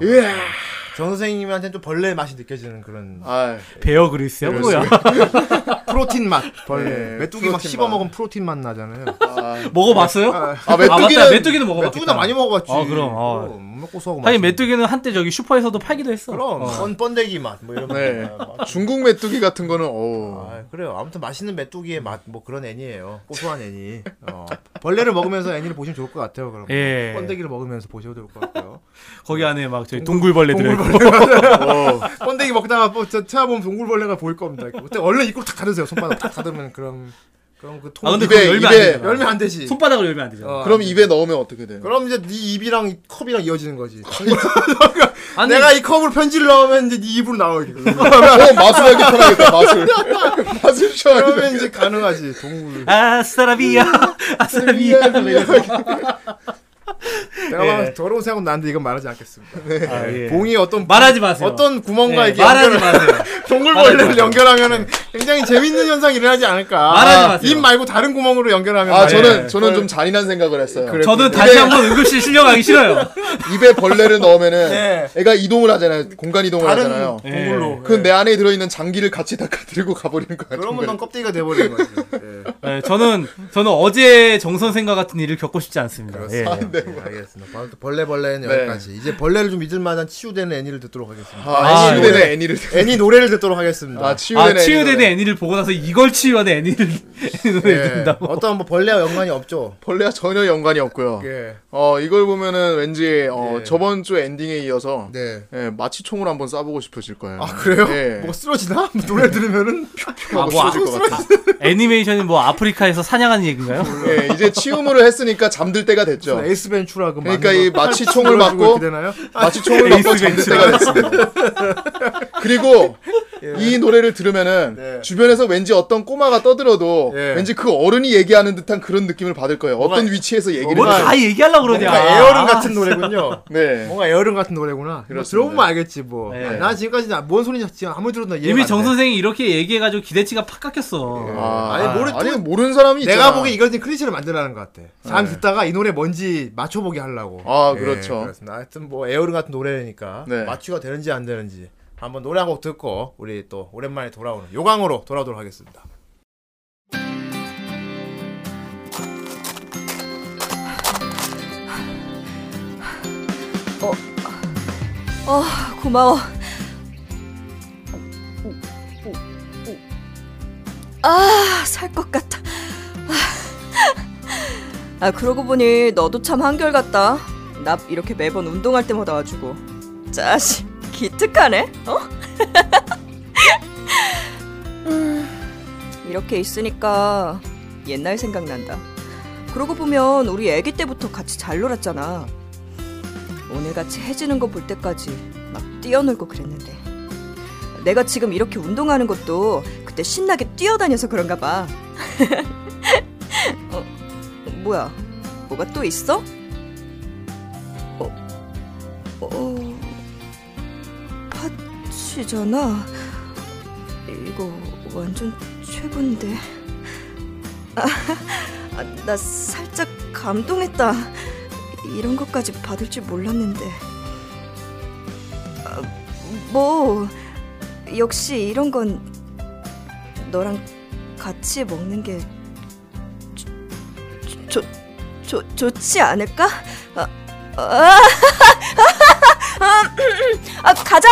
A: 정 선생님한테는 좀 벌레의 맛이 느껴지는 그런
C: 아,
B: 베어 그리스요, 뭐야?
A: 프로틴 맛. 벌레.
C: 예,
A: 메뚜기 막
C: 프로틴
A: 씹어
C: 맛.
A: 먹으면 프로틴 맛 나잖아요.
C: 아,
B: 먹어봤어요?
C: 아,
B: 아, 맞다.
C: 메뚜기는
B: 메뚜기는 먹어봤겠다.
A: 메뚜기나 많이 먹어봤지.
B: 아, 그럼, 아.
A: 음. 정말 고소하고
B: 하긴
A: 맛있는.
B: 메뚜기는 한때 저기 슈퍼에서도 팔기도 했어.
A: 그럼
B: 어.
A: 뻔 번데기 맛 뭐 이런
C: 네.
A: 거. 막.
C: 중국 메뚜기 같은 거는 어우.
A: 아, 그래요. 아무튼 맛있는 메뚜기의 맛 뭐 그런 애니예요. 고소한 애니. 어. 벌레를 먹으면서 애니를 보시면 좋을 것 같아요. 그럼
B: 예.
A: 번데기를 먹으면서 보셔도 좋을 것 같고요.
B: 거기 안에 막 저기 동굴벌레 들어있고.
A: 번데기 먹다가 뭐 저- 쳐다보면 동굴벌레가 보일 겁니다. 그때 얼른 입구를 탁 닫으세요. 손바닥 탁 닫으면 그럼 그럼 그 통.
B: 아 근데
C: 입에-
B: 그거 열면
C: 입에-
B: 안 되잖아.
A: 열면 안 되지.
B: 손바닥으로 열면 안 되잖아.
A: 어,
C: 그럼
A: 안 돼.
C: 입에 넣으면 어떻게 돼요?
A: 그럼 이제 네 입이랑 이 컵이랑 이어지는 거지.
B: 아니,
A: 내가 이 컵으로 편지를 넣으면 이제 네 입으로 나오게.
C: 어, 맛을 알기 편하겠다. 맛을. 맛을 시원하게.
A: 그러면 이제 가능하지. 동굴.
B: 아스타라비아,
A: 음.
B: 아스타라비아.
A: 내가
B: 뭐 예.
A: 막 더러운 생각은 나는데 이건 말하지 않겠습니다. 네.
B: 아, 예.
A: 봉이 어떤
B: 말하지 마세요.
A: 어떤 구멍과
B: 예,
A: 이게
B: 말하지
A: 연결을-
B: 마세요. 말하지
A: 동굴벌레를
B: 마세요.
A: 연결하면은 굉장히 재밌는 현상이 일어나지 않을까. 아,
B: 말하지 마세요.
A: 입 말고 다른 구멍으로 연결하면.
C: 아,
A: 말이야.
C: 저는
B: 예.
C: 저는 좀 잔인한 생각을 했어요.
A: 그래.
B: 저는 다시 한번 응급실 실려가기 싫어요.
C: 입에 벌레를 넣으면은
A: 네.
C: 애가 이동을 하잖아요. 공간 이동을
A: 다른 네.
C: 하잖아요.
A: 동굴로.
C: 그 내 안에 들어있는 장기를 같이 다 들고 가버리는 것 같은
A: 그러면
C: 거예요.
A: 넌 껍데기가 돼버리는 거지. 예.
B: 네, 저는 저는 어제 정선 생과 같은 일을 겪고 싶지 않습니다. 예.
A: 네,
C: 뭐.
A: 알겠습니다. 아무튼
C: 네.
A: 벌레벌레는 여기까지. 이제 벌레를 좀 잊을 만한 치유되는 애니를 듣도록 하겠습니다.
C: 아,
B: 아,
C: 치유되는
A: 노래.
C: 애니를.
A: 애니 노래를 듣도록 하겠습니다.
C: 아,
B: 아
C: 치유되는
B: 치유되는
C: 애니를.
B: 애니를 보고 나서 이걸 치유하는 애니를
A: 예.
B: 노래 듣는다고.
A: 어떤 뭐 벌레와 연관이 없죠.
C: 네. 벌레와 전혀 연관이 없고요.
A: 예.
C: 어 이걸 보면은 왠지 어,
A: 예.
C: 저번 주 엔딩에 이어서
A: 네.
C: 예, 마취총으로 한번 쏴보고 싶으실 거예요.
A: 아 그래요?
C: 예.
A: 뭐 쓰러지나? 노래 들으면은
C: 아,
B: 아, 뭐
C: 쓰러질 것 같아.
B: 애니메이션이 뭐 아프리카에서 사냥하는 얘기인가요?
C: 예, 이제 치움으로 했으니까 잠들 때가 됐죠.
A: 에이스 벤츄라 그
C: 그러니까
A: 맞는
C: 이
A: 거
C: 마취총을
A: 들어가지고
C: 맞고
A: 이렇게 되나요?
C: 마취총을
B: 에이스
C: 맞고 잠들
B: 벤츠.
C: 때가 됐습니다. 그리고 이 노래를 들으면은
A: 예. 네.
C: 주변에서 왠지 어떤 꼬마가 떠들어도
A: 예.
C: 왠지 그 어른이 얘기하는 듯한 그런 느낌을 받을 거예요. 어떤 위치에서 얘기를 그러니까
B: 뭐
A: 뭔가-
C: 해요.
B: 다 얘기하려고 그러냐. 아,
A: 뭔가 에어른 같은 노래군요.
C: 네.
A: 아, 뭔가 에어른 같은 노래구나. 뭐
C: 그렇습니다. 네.
A: 들어보면 알겠지 뭐.
B: 예.
A: 아, 나 지금까지 나- 뭔 소리인지 지금 아무리 들어도 나 이해가
B: 이미
A: 안 돼.
B: 정 선생이 이렇게 얘기해가지고 기대치가 팍 깎였어.
C: 아,
A: 예. 아니,
C: 아니,
A: 모르-
C: 모르, 아니 모르는 사람이 있잖아. 네.
A: 내가 보기 이걸 지금 클리셰를 만들라는 것 같아. 잠 듣다가 이 노래 뭔지 맞춰보게 하려고. 예,
C: 아, 그렇죠.
A: 그렇습니다. 하여튼 뭐 에어른 같은 노래니까
C: 네.
A: 맞추가 되는지 안 되는지 한번 노래 한 곡 듣고 우리 또 오랜만에 돌아오는 요강으로 돌아오도록 하겠습니다.
F: 어, 고마워. 아, 살 것 같아. 아, 그러고 보니 너도 참 한결같다. 나 이렇게 매번 운동할 때마다 와주고. 짜식, 기특하네, 어? 음, 이렇게 있으니까 옛날 생각난다. 그러고 보면 우리 애기 때부터 같이 잘 놀았잖아. 오늘같이 해지는 거 볼 때까지 막 뛰어놀고 그랬는데 내가 지금 이렇게 운동하는 것도 그때 신나게 뛰어다녀서 그런가 봐 어, 뭐야 뭐가 또 있어? 어, 어, 파치잖아 이거 완전 최고인데 아, 나 살짝 감동했다 이런 것까지 받을 줄 몰랐는데.
A: 음.
F: 아, 뭐 역시 이런 건 너랑 같이 먹는 게 좋, 좋, 좋, 좋지 않을까? 아, 아, 아, 가자.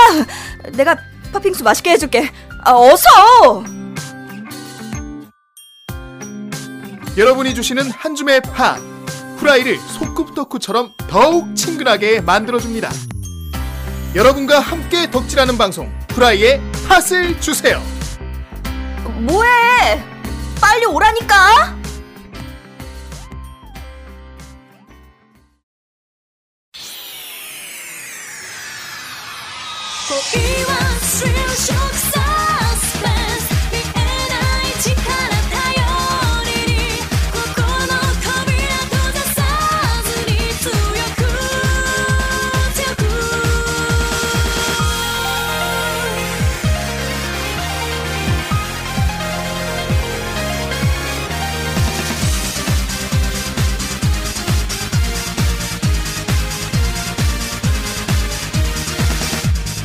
F: 내가 팥빙수 맛있게 해줄게. 아, 어서.
C: 여러분이 주시는 한 줌의 팥 후라이를 소꿉 덕후처럼 더욱 친근하게 만들어줍니다. 여러분과 함께 덕질하는 방송 후라이의 팥을 주세요.
F: 뭐해? 네, 빨리 오라니까.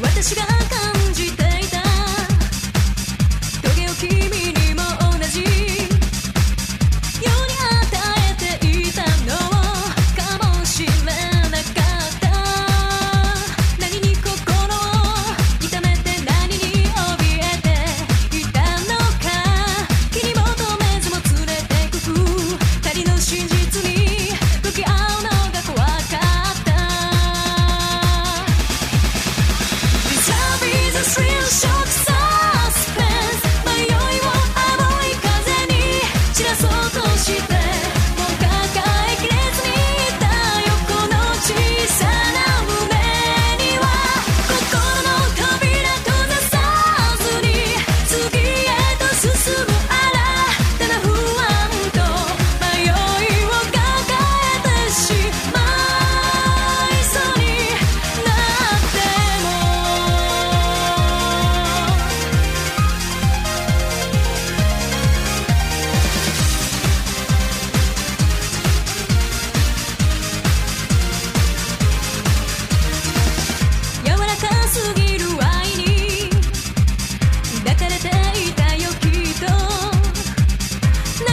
G: 私が感じていた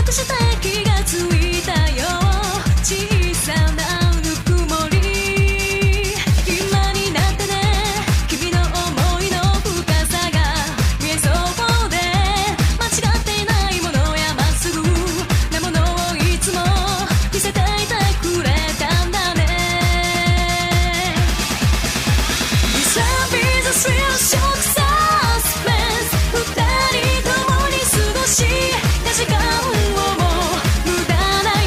H: とした気がついたよ小さなぬくもり今になってね君の思いの深さが見えそうで間違っていないものやまっすぐなものをいつも見せていてくれたんだね This love is a real shock suspense 二人共に過ごした時間をも無駄な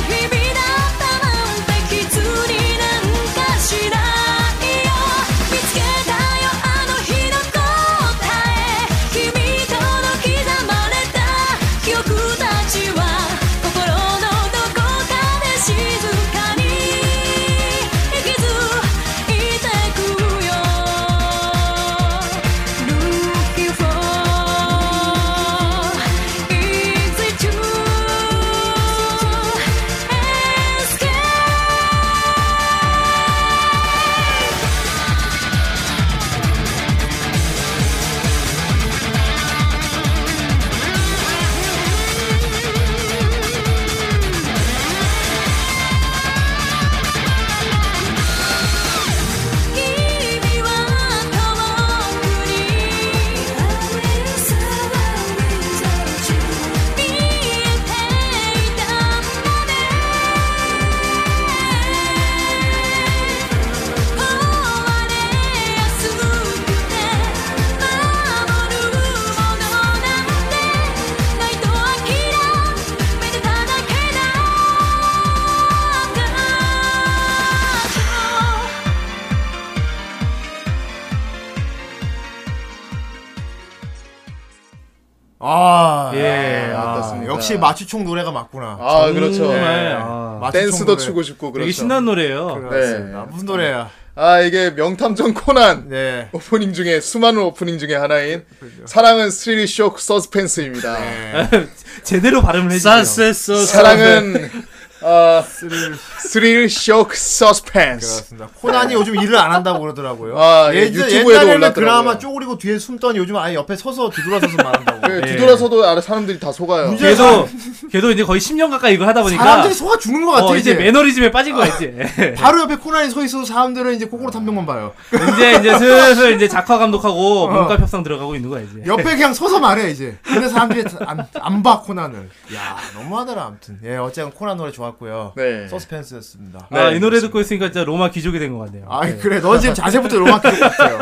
H: 日々だったなんて傷になんかしないよ見つけたよあの日の答え君との刻まれた記憶たちは心のどこかで静かに息づいてくよ Looking for is it true escape「君は遠くに見えていたんだね」「壊れやすくて守るものなんてないと諦めてただけだった」
A: 아,
B: 예,
A: 아,
C: 맞습니다.
A: 역시 마취총 노래가 맞구나.
C: 아 그렇죠.
B: 정말, 아,
A: 네. 마취총
C: 댄스도
A: 노래.
C: 추고 싶고 그렇죠. 네.
B: 되게 신난 노래예요.
A: 그렇습니다. 무슨 노래야?
C: 아 이게 명탐정 코난
A: 네.
C: 오프닝 중에 수많은 오프닝 중에 하나인 사랑은 스릴 쇼크 서스펜스입니다.
A: 네.
B: 제대로 발음을 해주세요.
I: 사세서
C: 사랑은 어,
A: 스릴
C: 스릴 쇼크 서스펜스.
A: 그렇습니다. 코난이 요즘 일을 안 한다고 그러더라고요.
C: 아, 예,
A: 예전-
C: 유튜브에도
A: 옛날에는
C: 올랐더라고요.
A: 드라마 쪼그리고 뒤에 숨더니 요즘 아예 옆에 서서 뒤돌아서서 말한다고.
B: 네.
C: 그 뒤돌아서도 알아 사람들이 다 속아요.
A: 문제-
B: 걔도 걔도 이제 거의 10년 가까이 이거 하다 보니까
A: 사람들이 소화 죽는 것 같아
B: 어,
A: 이제.
B: 이제 매너리즘에 빠진 거야 이제.
A: 바로 옆에 코난이 서 있어도 사람들은 이제 꼬꾸로 탐정만 봐요.
B: 이제 이제 슬슬 이제 작화 감독하고 몸값 협상 들어가고 있는 거야 이제.
A: 옆에 그냥 서서 말해 이제. 근데 사람들이 안안봐 코난을. 야 너무하더라 아무튼. 예 어쨌든 코난 노래 좋았고요.
C: 네.
A: 서스펜스였습니다.
B: 아, 이 노래 듣고 있으니까 진짜 로마 귀족이 된 것 같네요.
A: 아 그래 너 지금 자세부터 로마 기록 같아요.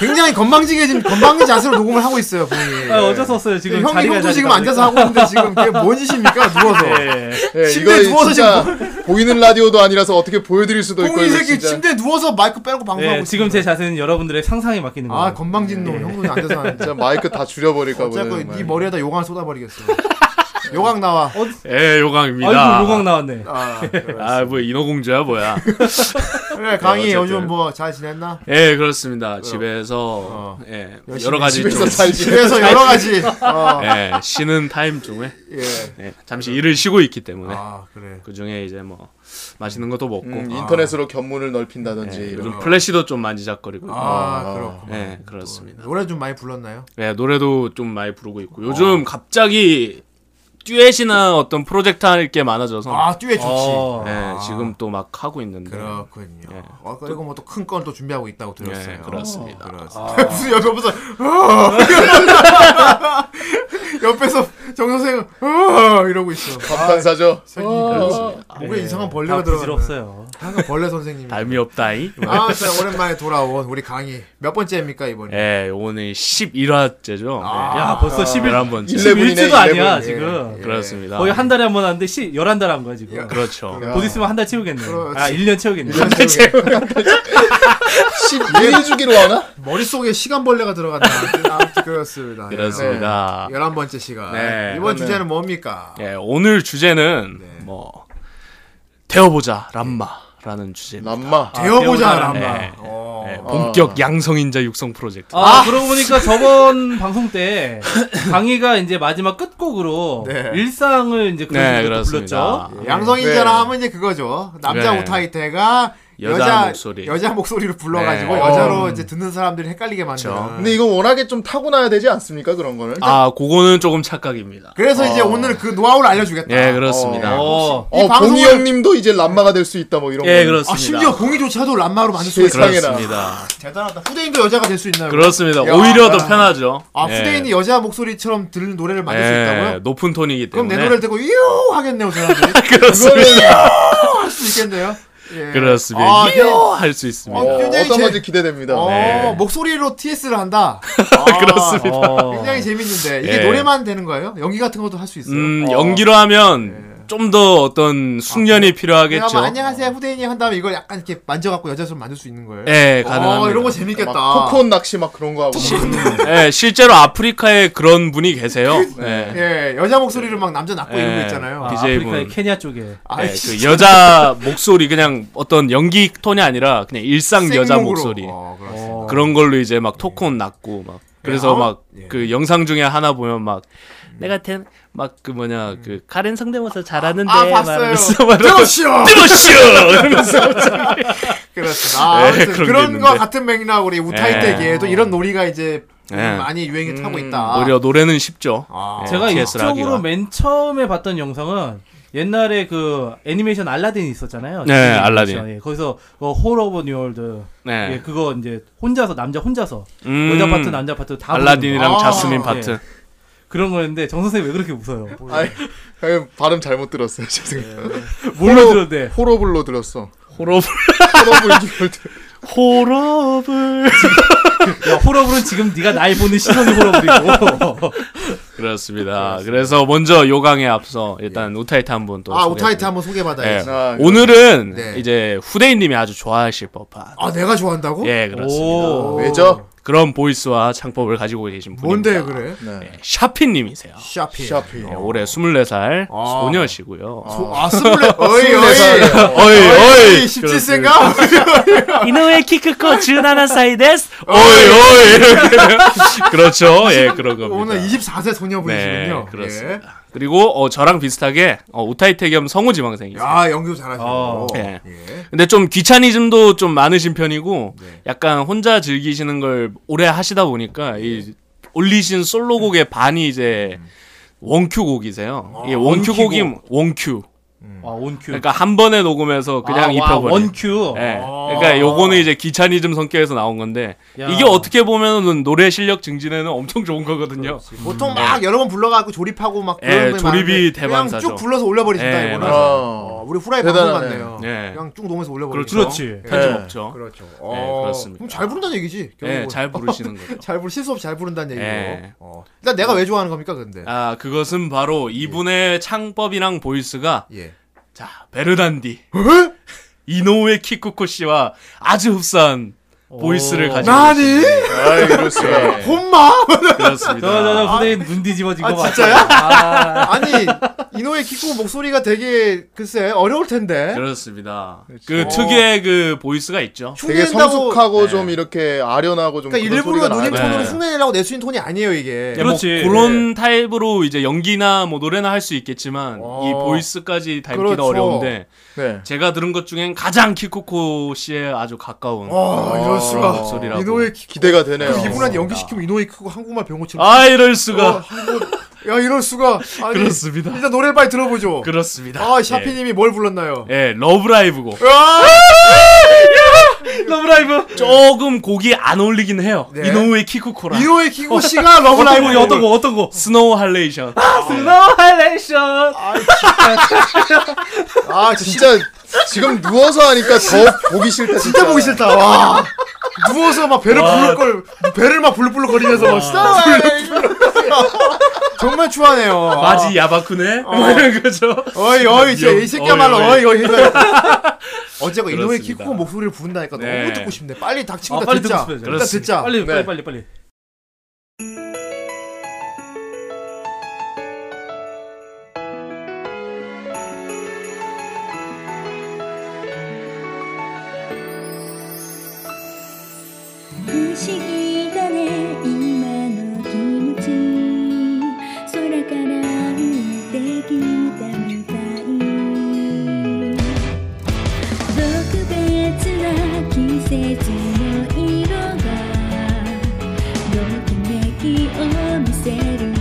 A: 굉장히 건방지게 지금 건방진 자세로 녹음을 하고 있어요 본인이.
B: 아, 어쩔 수 없어요 지금.
A: 형이
B: 자리가
A: 형도 지금
B: 자리가
A: 앉아서 하고 있는데 지금 그게 뭔 짓입니까 누워서.
B: 예.
C: 예,
A: 침대에
C: 이거
A: 누워서
C: 진짜 보이는 라디오도 아니라서 어떻게 보여드릴 수도 있고
A: 꽁이
C: 이거
A: 새끼
C: 진짜.
A: 침대에 누워서 마이크 빼고 방송하고
B: 예, 지금 제
A: 있습니다.
B: 자세는 여러분들의 상상에 맡기는 네. 거예요.
A: 아 건방진 놈 형도 앉아서 하는데.
C: 진짜 마이크 다 줄여버릴까 보네.
A: 어차피
C: 정말.
A: 네 머리에다 요강을 쏟아버리겠어. 요강 나와.
B: 어?
I: 예 요강입니다.
B: 아이고 로광 나왔네.
A: 아,
I: 아 뭐 인어공주야 뭐야.
A: 그래 강희
C: 네,
I: 어쨌든.
A: 요즘 뭐 잘 지냈나?
I: 예 그렇습니다.
A: 어.
I: 집에서 예 여러 가지
C: 집에서
I: 좀
C: 잘 지내.
A: 집에서 여러 가지. 어,
I: 예, 쉬는 타임 중에
A: 예.
I: 예, 잠시 일을 쉬고 있기 때문에
A: 아 그래.
I: 그 중에 이제 뭐 맛있는 것도 먹고 아.
C: 음, 인터넷으로 견문을 넓힌다든지
I: 예,
C: 이런.
I: 요즘 플래시도 좀 만지작거리고
A: 아 그렇구만.
I: 예 그렇습니다.
A: 노래 좀 많이 불렀나요?
I: 예, 노래도 좀 많이 부르고 있고
A: 어.
I: 요즘 갑자기 듀엣이나 어떤 프로젝트 할 게 많아져서
A: 아 듀엣 좋지.
B: 어.
I: 예, 지금 또 막 하고 있는데 네.
A: 그렇군요. 어, 그리고 뭐 또 큰 건 또 준비하고 있다고 들었어요.
I: 예, 그렇습니다. 아.
A: 어, 그렇습니다. 무슨 옆에서 어! 옆에서 정 선생 어! 이러고 있어. 아,
C: 감탄사죠.
A: 선생님 목에 이상한 벌레가
B: 어. 아, 네. 다
A: 들어가.
B: 부질없어요.
A: 항상 벌레 선생님.
I: 담이 없다이.
A: 아, 진짜 오랜만에 돌아온 우리 강의 몇 번째입니까 이번이?
I: 예, 오늘 11화째죠.
A: 아,
I: 네.
B: 야 벌써 11
I: 11번째.
C: 11
B: 11주도
C: 11,
B: 아니야
A: 예,
B: 지금.
I: 그렇습니다.
B: 거의 한 달에 한 번 하는데 시, 11달 한 거야 지금.
I: 그렇죠.
B: 곧 있으면 한 달 채우겠네.
A: 그렇지.
B: 아 1년 채우겠네.
A: 대체
C: 11일 주기로 하나?
A: 머릿속에 시간 벌레가 들어간다. 아무튼 그렇습니다.
I: 그렇습니다.
A: 11번째 시간.
I: 네,
C: 그러면-
A: 이번 주제는 뭡니까?
I: 예, 오늘 주제는
A: 네.
I: 뭐 되어보자 람마라는 주제입니다.
C: 람마.
A: 되어보자,
B: 되어보자,
A: 라마.
I: 네.
A: 어.
I: 예, 본격 양성인자 육성 프로젝트.
B: 아, 그러고 보니까 저번 방송 때 강희가 이제 마지막 끝곡으로
A: 네. 예.
B: 일상을 이제 그런
I: 네,
B: 식으로 또
I: 그렇습니다.
B: 불렀죠.
A: 양성인자라
C: 네.
A: 하면 이제 그거죠. 남자
I: 네.
A: 오타이테가
I: 여자,
A: 여자
I: 목소리.
A: 여자 목소리로 불러가지고
I: 네. 그렇죠.
A: 여자로 이제 듣는 사람들이 헷갈리게 만드는.
C: 근데 이건 워낙에 좀 타고나야 되지 않습니까 그런 거는?
I: 아, 그거는 조금 착각입니다.
A: 그래서 이제
I: 어.
A: 오늘 그 노하우를 알려주겠다.
I: 예, 그렇습니다.
B: 어,
A: 이
C: 어
A: 방송을-
C: 봉이 형님도 이제 람마가 될 수 있다 뭐 이런
I: 예,
C: 거.
I: 그렇습니다.
A: 아 심지어 공이조차도 람마로 만들 수 있어.
C: 세상에.
I: 그렇습니다.
A: 아, 대단하다. 후대인도 여자가 될 수 있나요?
I: 그렇습니다.
A: 야.
I: 오히려 더 편하죠.
A: 아
I: 예.
A: 후대인이 여자 목소리처럼 들는 노래를 만들 수
I: 예,
A: 있다고요?
I: 높은 톤이기
A: 그럼
I: 때문에.
A: 내 노래를 듣고 이요 하겠네요, 사람들이.
I: 그렇습니다.
A: 할 수 있겠네요. 예.
I: 그렇습니다.
A: 아,
I: 이요
A: 예.
I: 할수 있습니다.
A: 어,
C: 어,
A: 굉장히
C: 어떤
A: 제-
C: 건지 기대됩니다.
A: 어,
I: 네.
A: 목소리로 TS를 한다.
I: 그렇습니다.
A: 어, 굉장히 재밌는데 이게
I: 예.
A: 노래만 되는 거예요? 연기 같은 것도 할 수 있어요.
I: 음, 연기로 하면 좀 더 어떤 숙련이
A: 내가
I: 필요하겠죠. 어.
A: 뭐 안녕하세요 후대인이 한 다음에 이걸 약간 이렇게 만져갖고 여자처럼 만들 수 있는 거예요.
I: 예, 가능합니다.
A: 어, 이런 거 재밌겠다.
C: 막 코코넛 낚시 막 그런 거 하고.
I: 예, 실제로 아프리카에 그런 분이 계세요. 예.
A: 예, 여자 목소리를 막 남자 낳고 이런 거
I: 예.
A: 있잖아요.
B: 아,
I: 아,
B: 아프리카의
I: 분.
B: 케냐 쪽에
A: 아,
I: 예,
A: 씨,
I: 그 여자 목소리 그냥 어떤 연기 톤이 아니라 그냥 일상 여자
A: 생목으로.
I: 목소리
A: 어, 그렇습니다.
B: 어.
I: 그런 걸로 이제 막 토크온 났고 막 그래서
A: 아,
I: 막 그 영상 중에 하나 보면 막 내가 막 그 뭐냐
A: 음.
I: 그 카렌 성대모사 잘하는데
A: 아, 봤어요.
I: 말하면서 말하고
A: 그렇죠.
I: 뜨거워 이러면서
A: 그렇습니다. 아,
I: 예,
A: 아무튼
I: 그런 게
A: 그런 거
I: 있는데.
A: 같은 맥락 우리 우타이
I: 예.
A: 때기에도 이런 놀이가 이제 좀
I: 예.
A: 많이 유행이 타고 있다.
I: 오히려 노래는 쉽죠.
A: 아,
I: 예,
B: 제가
I: TS 라기가.
B: 이쪽으로 맨 처음에 봤던 영상은 옛날에 그 애니메이션 알라딘 있었잖아요.
I: 네,
B: 애니메이션.
I: 알라딘.
B: 예, 거기서 어, 홀 오브 뉴월드
I: 네.
B: 예, 그거 이제 혼자서 남자 혼자서
I: 음,
B: 여자 파트 남자 파트 다 부르는
I: 알라딘이랑
A: 아,
I: 자스민
B: 예.
I: 파트.
B: 거. 그런 거였는데 정 선생님 왜 그렇게 웃어요?
C: 아니, 방금 발음 잘못 들었어요. 죄송해요.
B: 예, 뭘로 들었대?
C: 호러블로 들었어.
I: 호러블
C: 호러블 줄 들-
I: 호러블
B: 야, 홀업은 지금 네가 날 보는 시선이 홀업이고.
I: 그렇습니다. 그래서 먼저 요강에 앞서 일단 우타이트 한번 또
A: 아
I: 소개해
A: 우타이트 한번
I: 예.
A: 소개받아야지.
C: 아,
I: 오늘은
A: 네.
I: 이제 후대인님이 아주 좋아하실 법한
A: 아 내가 좋아한다고?
I: 예 그렇습니다.
B: 오.
C: 왜죠?
I: 그런 보이스와 창법을 가지고 계신 분입니다.
A: 뭔데 그래?
C: 네.
I: 샤피님이세요.
A: 샤피.
C: 샤피.
I: 예, 올해 24살
A: 아.
I: 소녀시고요.
A: 소, 아 스물네. 어이
C: 스물네
A: 어이.
C: 살이에요.
I: 어이
A: 어이
I: 어이
A: 17세인가?
I: 이노의 키크코 주나나 사이데스 어이 어이 이렇게 그렇죠 예 그런 겁니다.
A: 오늘 24세 소녀분이시군요. 예.
I: 네 그렇습니다. 그리고 어, 저랑 비슷하게 어, 우타이테 겸
A: 예.
I: 성우지망생이세요.
A: 야 연기도 잘하시고.
B: 어,
I: 예.
A: 예. 네.
I: 근데 좀 귀차니즘도 좀 많으신 편이고 약간 혼자 즐기시는 걸 오래 하시다
A: 네.
I: 보니까 이 올리신 솔로곡의 반이 이제
A: 음.
I: 원큐 곡이세요.
A: 아,
I: 이게 원큐
B: 원큐곡.
I: 곡이 원큐.
B: 아, 온큐.
I: 그러니까 한 번에 녹음해서 그냥
B: 아,
I: 입혀버려.
B: 와, 원큐.
I: 예.
A: 아.
I: 그러니까 요거는 이제 귀차니즘 성격에서 나온 건데
B: 야.
I: 이게 어떻게 보면은 노래 실력 증진에는 엄청 좋은 거거든요.
A: 보통 막 여러 번 불러가지고 조립하고 막
I: 음, 네. 예,
A: 그런 분이
I: 조립이
A: 많은데
I: 대반사죠.
A: 그냥 쭉 불러서 올려버리신다
I: 예,
A: 이거는.
I: 맞아요.
A: 어,
C: 아,
A: 우리 후라이 방송
C: 대단하네.
A: 같네요.
I: 예.
A: 그냥 쭉 녹음해서 올려버리죠.
I: 그렇죠.
B: 그렇지.
I: 편집
C: 예.
I: 없죠.
A: 그렇죠.
I: 예, 그렇습니다.
A: 그럼 잘 부른다는 얘기지.
I: 예,
A: 결국은.
I: 잘 부르시는 거죠.
A: 잘 부르 실수 없이 잘 부른다는 얘기고.
I: 예.
A: 어. 일단 내가 왜 좋아하는 겁니까 근데?
I: 아, 그것은 바로 이분의 창법이랑 보이스가
A: 예.
I: 자, 베르단디. 이노우에 키쿠코 씨와 아주 흡사한 보이스를 가지고
A: 나니?
C: 아이, 이럴 수가.
A: 혼마?
I: 계시- 아, 그렇습니다.
B: 저저저 후대인 눈 뒤집어진
A: 아,
B: 거 맞아.
A: 진짜야?
B: 아,
A: 아니 이노의 키코 목소리가 되게 글쎄 어려울 텐데.
I: 그렇습니다.
A: 어.
I: 그 특유의 그 보이스가 있죠.
C: 되게
A: 흉내낸다고.
C: 성숙하고
B: 네.
C: 좀 이렇게 아련하고 좀
A: 그러니까
C: 그런
A: 일부러
C: 소리가
A: 누님
C: 나요.
A: 톤으로
I: 네.
A: 흉내내려고 낼 수 있는 톤이 아니에요 이게.
I: 예, 뭐
B: 그렇지. 네.
I: 그런 타입으로 이제 연기나 뭐 노래나 할 수 있겠지만
A: 어.
I: 이 보이스까지 닮기가
A: 그렇죠.
I: 어려운데
C: 네.
I: 제가 들은 것 중엔 가장 키코코 씨에 아주 가까운 아,
A: 와 이럴 수가.
I: 목소리라고.
A: 이노의 키.
C: 기대가 되네요.
A: 그리고 이분한테 연기시키면 이노의 키코 한국말 배운 것처럼.
I: 아 이럴 수가
A: 어, 한국- 야 이럴 수가. 아니,
I: 그렇습니다.
A: 일단 노래 빨리 들어보죠.
I: 그렇습니다.
A: 아 샤피님이 뭘 불렀나요?
I: 예, 예, 러브라이브고
A: 으아!
I: 러브라이브 조금 곡이 안 어울리긴 해요.
A: 네.
I: 이노우의 키쿠코랑
A: 이노의 키고 씨가
B: 어떤
A: 러브라이브
B: 거 어떤 거 어떤 거?
I: 스노우 할레이션.
A: 아,
B: 아, 슬로우레이션.
C: 아 진짜 지금 누워서 하니까 더 보기 싫다. 진짜,
A: 진짜 보기 싫다. 와. 누워서 막 배를 부를 걸 배를 막 불룩불룩 거리면서 막 진짜 불룩불룩. 정말 추하네요. 아.
I: 마지 야바쿠네 뭐 이런 거죠.
A: 어이 어이 진짜
I: 영-
A: 이 새끼야말로
I: 어이,
A: 어이 어이. 어제가 이노의
I: 그렇습니다.
A: 키코 목소리를 부른다니까
I: 네.
A: 너무 듣고 싶네. 빨리 닥치고
B: 아,
A: 다
B: 빨리 듣고
A: 듣자.
B: 싶어요.
A: 일단 듣자.
B: 빨리
C: 네.
B: 빨리 빨리 빨리.
G: 不思議だね今の気持ち空から降ってきたみたい特別ージの色がときめきを見せるよ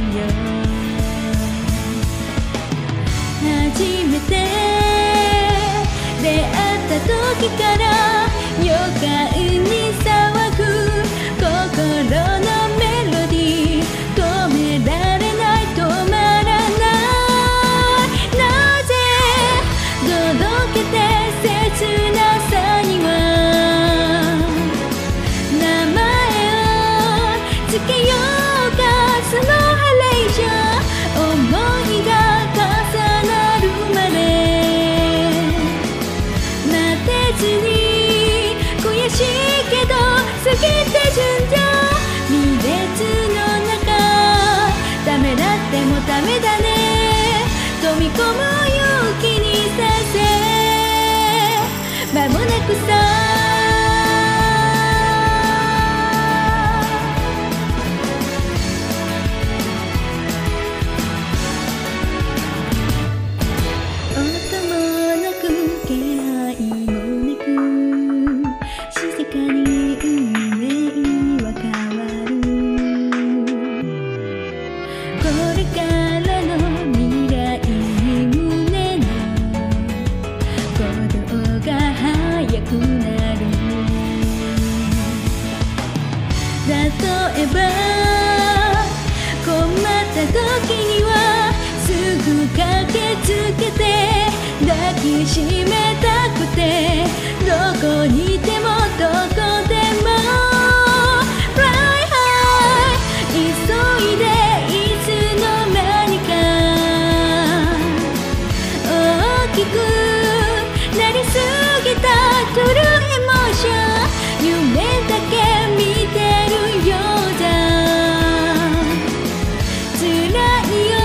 G: 初めて出会った時から予感に騒ぐ心のメロディー止められない止まらないなぜどろけて切なさには名前を付けようかその晴れ以上思いが重なるまでなでずに悔しいけど過ぎて順調未列の中ためだってもダメだね飛び込む勇気にさせ間もなくさ音もなく気配もなく静かに運命は変わるこれからの未来に胸の鼓動が速くなる例えば困った時にはすぐ駆けつけて抱きしめたくてどこにいてもどこでも Fly high 急いでいつの間にか大きくなりすぎたトゥルーエモーション夢だけ見てるようだ辛いよ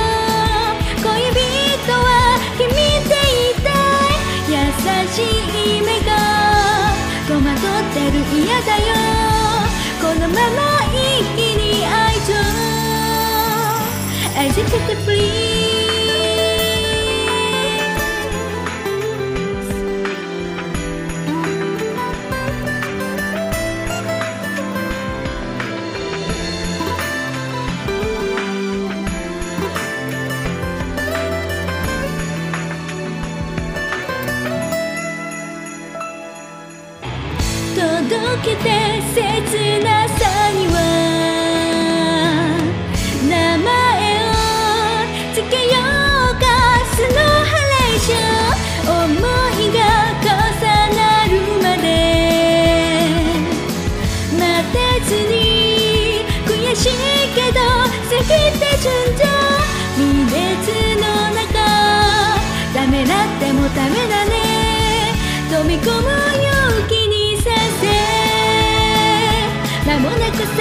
G: 恋人は君でいたい優しい目が戸惑ってる嫌だよこのまま一気に愛情 I just get free「届けて切なさには」「名前を付けようかスノーハレーション」「思いが重なるまで」「待てずに悔しいけど過ぎて順調」「未列の中ダメだってもダメだね」「飛び込む勇気にさせ」「間もなくさ」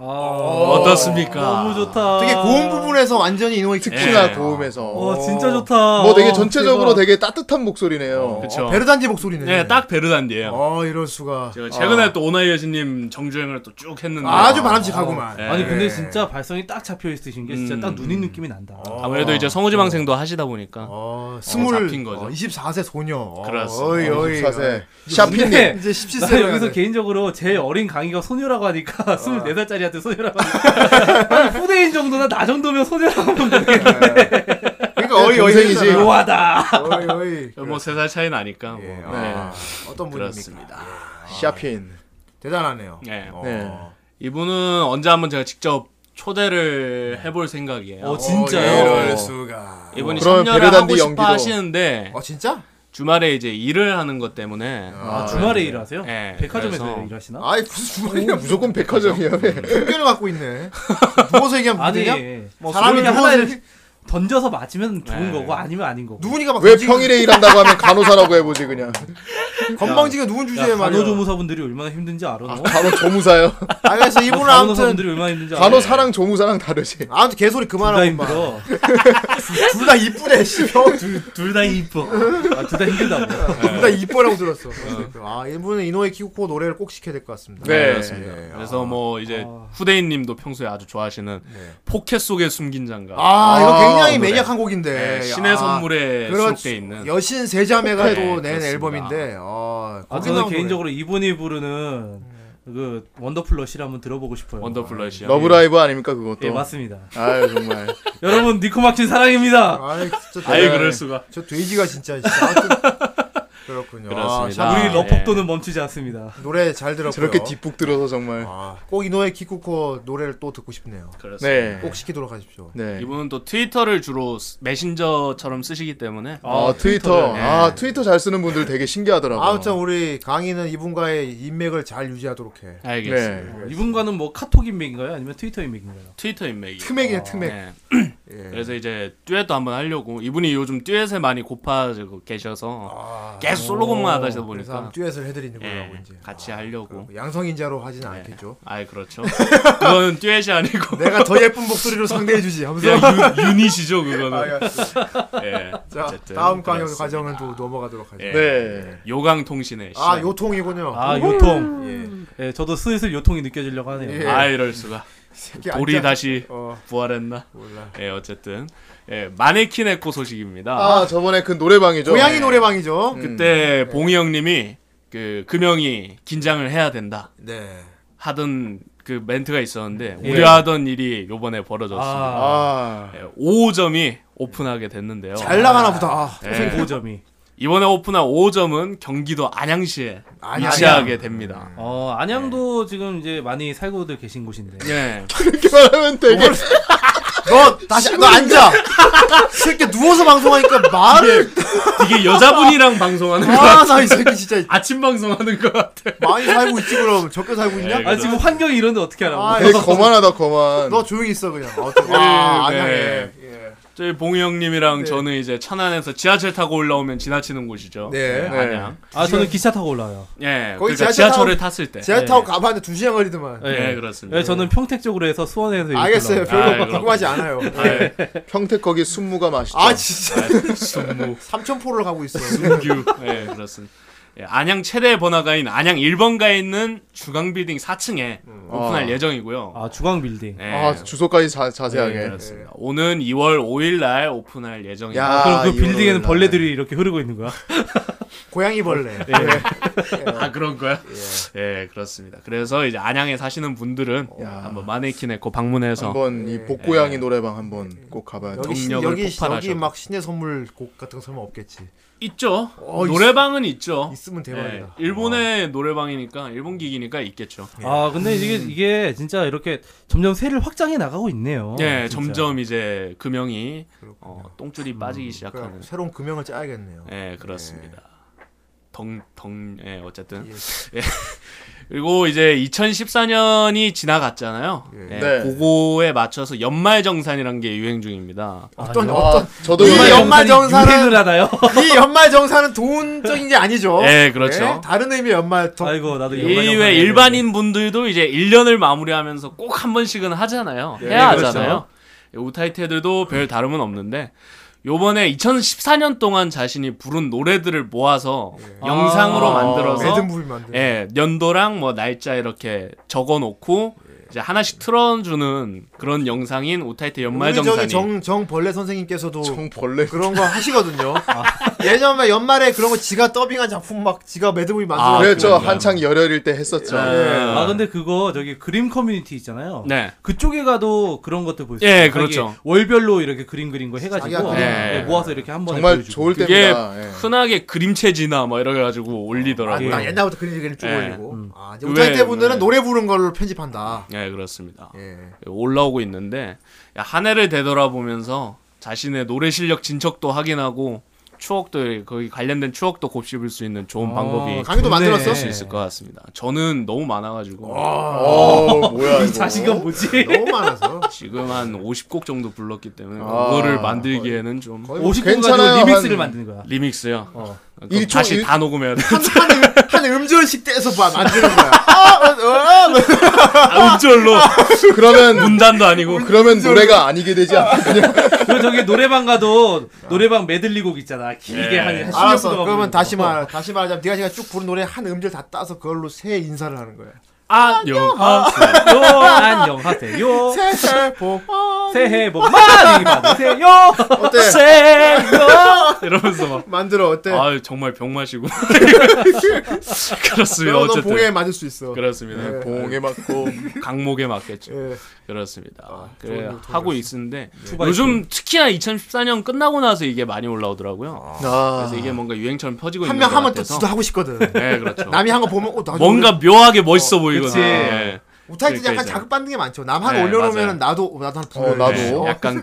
I: 어떻습니까?
B: 아, 너무 좋다.
A: 되게 고음 부분에서 완전히 이노이
C: 특히나
I: 예.
C: 고음에서
B: 와 진짜 좋다.
C: 뭐 되게
B: 와,
C: 전체적으로
B: 대박.
C: 되게 따뜻한 목소리네요.
I: 그렇죠.
A: 어, 베르단지 목소리네.
I: 네, 딱 베르단디예요.
A: 아 이럴 수가.
I: 제가 최근에 또 오나이 여신님 정주행을 또 쭉 했는데
A: 아, 주 바람직하구만.
I: 예.
B: 아니 근데 진짜 발성이 딱 잡혀 있으신 게 진짜
I: 음.
B: 딱 눈인 느낌이 난다.
I: 아무래도 이제 성우지망생도 하시다 보니까
A: 어, 스물
I: 잡힌 거죠.
A: 어, 24세 소녀.
I: 그렇습니다.
A: 어이 어이.
C: 24세
B: 근데
C: 샤피님
A: 이제
B: 나
A: 17세.
B: 여기서 개인적으로 제일 어린 강희가 소녀라고 하니까
A: 어.
B: 24살짜리한테 소녀라고 하니까 한 후대인 정도나 나 정도면 소녀라고 하면 되겠네.
A: 그러니까 어이 어이.
C: 동생이지.
A: 했잖아.
B: 묘하다.
A: 어이 어이.
I: 뭐 세 살 차이 나니까 뭐.
A: 예,
I: 네.
A: 아, 어떤 분입니까? 아,
I: 그렇습니다.
C: 샤핀.
A: 대단하네요.
I: 네.
A: 어.
C: 네.
I: 이분은 언제 한번 제가 직접 초대를 해볼 생각이에요.
B: 어
A: 어,
B: 진짜요?
A: 이럴 수가.
I: 음. 이분이
C: 그러면
I: 3년을 하고
C: 베르단디
I: 싶어
C: 연기도.
I: 하시는데
A: 어 진짜?
I: 주말에 이제 일을 하는 것 때문에
B: 아 주말에 일하세요?
I: 네,
B: 백화점에서
I: 그래서-
B: 일하시나?
A: 아이 무슨
C: 그냥
A: 주말이야?
C: 무조건 백화점이야. 네.
A: 편견을 갖고 있네. 누워서 얘기하면 무슨 얘기야?
B: 아니 뭐
A: 사람이
B: 사람이 하나를
A: 누워서-
B: 던져서 맞으면
I: 네.
B: 좋은 거고 아니면 아닌 거고.
A: 누구니까 막
C: 왜
A: 움직이는-
C: 평일에 일한다고 하면 간호사라고 해보지 그냥.
A: 건방지게 누군 주제에
B: 야,
A: 말이야.
B: 간호조무사분들이 얼마나 힘든지 알아? 너?
C: 간호 조무사요.
A: 아, 그래서 이분은 아무튼
B: 간호사분들이 얼마나 힘든지 알아?
C: 간호사랑 조무사랑 다르지.
A: 아무튼 개소리
B: 둘다
A: 그만하고 막.
B: 힘들어.
A: 둘 다 이쁘네 씨둘다
B: 둘 다 이뻐. 아, 둘 다 힘들다고.
C: 네.
B: 네.
A: 이뻐라고 들었어 아 이분은 이노의 키코코 노래를 꼭 시켜야 될 것 같습니다
I: 네,
A: 예,
I: 그렇습니다.
A: 아. 네.
I: 그래서 뭐 이제 후대인님도 평소에 아주 좋아하시는 포켓 속에 숨긴 장갑.
A: 아, 이거
C: 아,
A: 굉장히
I: 노래.
A: 매력한 곡인데
I: 네, 신의
A: 아,
I: 선물에
A: 그렇지.
I: 수록돼 있는.
A: 여신 세 자매가
I: 네,
A: 또 낸
I: 그렇습니다.
A: 앨범인데 아,
B: 아,
A: 거기
B: 저는
A: 나온
B: 개인적으로 이분이 부르는
A: 네.
B: 그 원더풀 러시를 한번 들어보고 싶어요.
I: 원더플러시요.
C: 러브라이브 아닙니까 그것도.
B: 예, 맞습니다.
C: 아유 정말.
B: 여러분 니코마친 사랑입니다.
A: 노래. 아이 진짜
I: 아이
A: 대-
I: 그럴 수가.
A: 저 돼지가 진짜 진짜 아무튼 그렇군요
I: 그렇습니다.
A: 아,
B: 우리
I: 아,
B: 러폭도는 멈추지 않습니다.
A: 참, 노래 잘 들었고요
C: 저렇게 뒷북 들어서 정말.
A: 아, 꼭 이노의 키코코 노래를 또 듣고 싶네요
I: 그렇습니다.
C: 네.
A: 꼭 시키도록 하십시오
C: 네.
I: 이분은 또 트위터를 주로 스- 메신저처럼 쓰시기 때문에
C: 아, 트위터.
A: 네.
I: 네.
C: 아, 트위터 잘 쓰는 분들 되게 신기하더라고요.
A: 아무튼 우리 강희는 이분과의 인맥을 잘 유지하도록 해
I: 알겠습니다.
C: 네.
B: 어, 이분과는 뭐 카톡 인맥인가요? 아니면 트위터 인맥인가요?
I: 트위터 인맥이.
A: 트맥이네 트맥
I: 네.
A: 예.
I: 그래서 이제 듀엣도 한번 하려고 이분이 요즘 듀엣에 많이 고파지고 계셔서
A: 아,
I: 계속 솔로곡만 하다
A: 그래서 한번
I: 보니까
A: 듀엣을 해드리는 거라고
I: 예,
A: 이제
I: 같이
A: 아,
I: 하려고. 네.
A: 그렇고. 양성인자로 하진 않겠죠
I: 아이 그렇죠. 그거는 듀엣이 아니고
A: 내가 더 예쁜 목소리로 상대해주지 하면서 아,
I: 그냥 유, 유닛이죠 그거는.
A: 알겠습니다.
I: 예.
A: 자
I: 어쨌든
A: 다음 강연
I: 그렇습니다.
A: 과정은 또 넘어가도록 하죠
I: 예.
C: 네.
I: 요강 통신의 시작.
A: 아 요통이군요
B: 아 요통. 예, 저도 슬슬 요통이 느껴지려고 하네요.
A: 예.
I: 아 이럴 수가.
A: 새끼
I: 돌이
A: 앉아.
I: 다시
A: 어
I: 부활했나?
A: 몰라
I: 예, 어쨌든 예, 마네킹 에코 소식입니다. 음.
C: 아, 저번에 그 노래방이죠.
B: 네.
A: 고양이 노래방이죠
B: 음.
I: 그때
A: 네.
I: 봉이 형님이 그 금형이 긴장을 해야 된다
A: 네
I: 하던 그 멘트가 있었는데
B: 예.
I: 우려하던 일이 요번에 벌어졌습니다.
B: 아,
C: 아.
I: 예, 5호점이 오픈하게 됐는데요.
A: 잘 나가나 보다 아.
I: 예,
B: 5점이.
I: 이번에 오픈한 5호점은 경기도 안양시에
A: 아니
I: 위치하게 됩니다.
B: 어 안양도 지금 이제 많이 살고들 계신 곳인데.
I: 예.
C: 이렇게 말하면 되게
A: 너 다시 너 앉아 새끼 누워서 방송하니까 말을
I: 예, 이게 여자분이랑 방송하는 거
A: 아 나 이
I: 예,
A: 새끼 진짜
I: 아침 방송하는 것 같아.
A: 많이 살고 있지 그럼 적게 살고 있냐
I: 예,
B: 아 지금 환경이 이런데 어떻게 하라고? 예.
A: 아,
C: 되게 거만하다 거만.
A: 너 조용히 있어 그냥 어떻게 아
I: 네.
A: 아니야 예. 예.
I: 저희 봉이 형님이랑
A: 네.
I: 저는 이제 천안에서 지하철 타고 올라오면 지나치는 곳이죠.
A: 네.
I: 예, 안양.
B: 아 저는 기차 타고 올라와요.
I: 예.
A: 거의
I: 그러니까
A: 지하철
I: 지하철을 탔을 때.
A: 지하철 타고 가봤는데 두 시간 걸리더만
I: 예,
B: 예.
I: 그렇습니다.
B: 예, 저는 평택 쪽으로 해서 수원에서 이렇게
A: 알겠어요
B: 올라와요.
A: 별로
I: 아, 그럼.
A: 궁금하지 않아요 예.
C: 평택 거기 순무가 맛있죠.
A: 아 진짜
I: 순무.
A: 삼천포를 가고 있어
I: 순규. 예, 그렇습니다. 예, 안양 최대 번화가인 안양 1번가에 있는 주강 빌딩 4층에
A: 음.
I: 오픈할
C: 아.
I: 예정이고요.
B: 아 주광 빌딩.
I: 예.
C: 아, 주소까지 자,
I: 예,
C: 자세하게.
I: 그렇습니다. 오는 2월 5일 날 오픈할 예정입니다.
C: 야. 아,
B: 그럼 그
C: 이거는
B: 빌딩에는
C: 몰라.
B: 벌레들이 이렇게 흐르고 있는 거야?
A: 고양이 벌레 네.
B: 예.
I: 아 그런 거야? 예. 그렇습니다. 그래서 이제 안양에 사시는 분들은
A: 어.
I: 한번 마네킹 에코 방문해서
C: 한번 이 복고양이 노래방 한번 꼭 가봐야 돼.
A: 여기 신,
I: 정력을
A: 여기 신-
I: 폭발하셔도.
A: 여기 막 신의 선물 곡 같은 거 설마 없겠지
I: 있죠.
A: 어, 있-
I: 노래방은 있죠.
A: 있으면 대박이다 어.
I: 예, 일본의 노래방이니까 일본 기기니까 있겠죠.
B: 아 근데 이게
A: 음.
B: 이게 진짜 이렇게 점점 세를 확장해 나가고 있네요.
I: 예,
B: 진짜.
I: 점점 이제 금형이
A: 어, 그렇군요.
I: 어, 똥줄이 빠지기
A: 그러니까
I: 시작하는.
A: 새로운 금형을 짜야겠네요
I: 예, 그렇습니다. 덩, 덩, 예, 어쨌든.
A: 예.
I: 예. 그리고 이제 2014년이 지나갔잖아요. 예,
C: 네.
I: 그거에 맞춰서 연말 정산이란 게 유행 중입니다.
A: 어떤
B: 아,
A: 어떤
C: 아, 저도
A: 이
C: 이번에-
A: 연말 정산은-
B: 유행을 하나요?
A: 이 연말 정산은 돈적인 게 아니죠
I: 예, 그렇죠.
A: 예, 다른 의미의 연말 정
B: 아이고 나도
I: 그 이
B: 연말 영상
I: 외 일반인 분들도 이제 1년을 마무리하면서 꼭 한 번씩은 하잖아요.
A: 예,
I: 해야
A: 그렇죠. 음.
I: 하잖아요. 예, 우타이테들도 별 다름은 없는데 요번에 2014년 동안 자신이 부른 노래들을 모아서 영상으로
B: 아,
I: 만들어서
A: 예. 매듭 무비 만든
I: 예, 연도랑 뭐 날짜 이렇게 적어 놓고
A: 예.
I: 이제 하나씩 틀어 주는 그런 영상인 우타이테 연말
A: 우리 저기
I: 정산이
A: 정, 정 벌레 선생님께서도
C: 정 벌레.
A: 그런 거 하시거든요 예전에 연말에 그런 거 지가 더빙한 작품 막 지가 매듭 무비 만들어
I: 아,
C: 그랬죠.
I: 그런가요?
C: 한창 열혈일 때 했었죠.
A: 네.
I: 예.
B: 아 근데 그거 저기 그림 커뮤니티 있잖아요.
I: 네.
B: 그쪽에 가도 그런 것들 볼수
I: 예,
B: 있어요. 자기
I: 그렇죠.
B: 월별로 이렇게 그림 그린 거
A: 자기가
B: 해가지고
A: 그린
I: 거.
B: 예, 모아서 이렇게 한 번에
C: 정말
B: 보여주고.
C: 좋을
I: 네. 그게
C: 때입니다. 예.
I: 흔하게 그림체지나 뭐 이래 가지고
A: 아,
I: 올리더라고요.
A: 나 옛날부터 그림 얘기를 쭉
I: 예.
A: 올리고 아, 이제
I: 왜,
A: 우타이테 분들은
I: 왜.
A: 노래 부른 걸로 편집한다
I: 예, 그렇습니다.
A: 예.
I: 올라오고 있는데 야, 한 해를 되돌아보면서 자신의 노래 실력 진척도 확인하고 추억도 거기 관련된 추억도 곱씹을 수 있는 좋은
B: 아,
I: 방법이
A: 어, 강의도
B: 좋네.
A: 만들었어?
I: 될 수 있을 것 같습니다. 저는 너무 많아가지고
C: 어, 뭐야 이거.
B: 자신감 뭐지?
A: 너무 많아서
I: 지금 한 50곡 정도 불렀기 때문에
C: 아,
I: 그거를 만들기에는 좀
A: 거의 뭐
B: 50분
C: 괜찮아요,
B: 가지고 리믹스를
C: 한-
B: 만드는 거야.
I: 리믹스요.
B: 어.
I: 그럼
C: 일초-
I: 다시
C: 일-
I: 다 녹음해야 돼.
A: 한, 한, 음- 한 음절씩 떼서 봐, 만드는 거야. 아, 어, 어, 어,
I: 아, 음절로
C: 그러면
I: 문단도 아니고
C: 그러면 노래가 아니게 되지 않겠냐?
B: 그 저기 노래방 가도
I: 어.
B: 노래방 메들리곡 있잖아. 길게
I: 예.
B: 한 16분
A: 알았어.
B: 동안
A: 그러면
B: 부르는
A: 다시
B: 거.
A: 말, 다시 말하자면, 네가 제가 쭉 부른 노래 한 음절 다 따서 그걸로 새 인사를 하는 거야.
B: 안녕하세요. 안녕하세요.
A: 새해 복
B: 새해 복 많이 받으세요.
A: 어때?
I: 세요 이러면서 막.
A: 만들어 어때?
I: 아 정말 병 마시고 그렇습니다
A: 그럼 너
I: 어쨌든
A: 봉에 맞을 수 있어.
I: 그렇습니다
A: 예.
C: 봉에 맞고
I: 강목에 맞겠죠
A: 예. 아,
I: 그렇습니다
A: 좋은
I: 그래
A: 거, 좋은 예.
I: 하고
A: 거
I: 있는데
B: 투바이
I: 요즘 특히나 2014년 끝나고 나서 이게 많이 올라오더라고요
C: 아
I: 그래서 이게 뭔가 유행처럼 퍼지고
A: 한
I: 있는
A: 명
I: 것
A: 하면 또
I: 같아서
A: 지도 하고 싶거든.
I: 네 그렇죠
A: 남이 한 거 보면 어, 나도
I: 뭔가 묘하게 멋있어 보이거나
B: 그치.
I: 예.
A: 우타이트
I: 그러니까
A: 약간
I: 이제.
A: 자극받는 게 많죠. 남 하나
I: 네,
A: 올려놓으면 나도 어, 나도 하나 부를.
C: 나도.
I: 예, 약간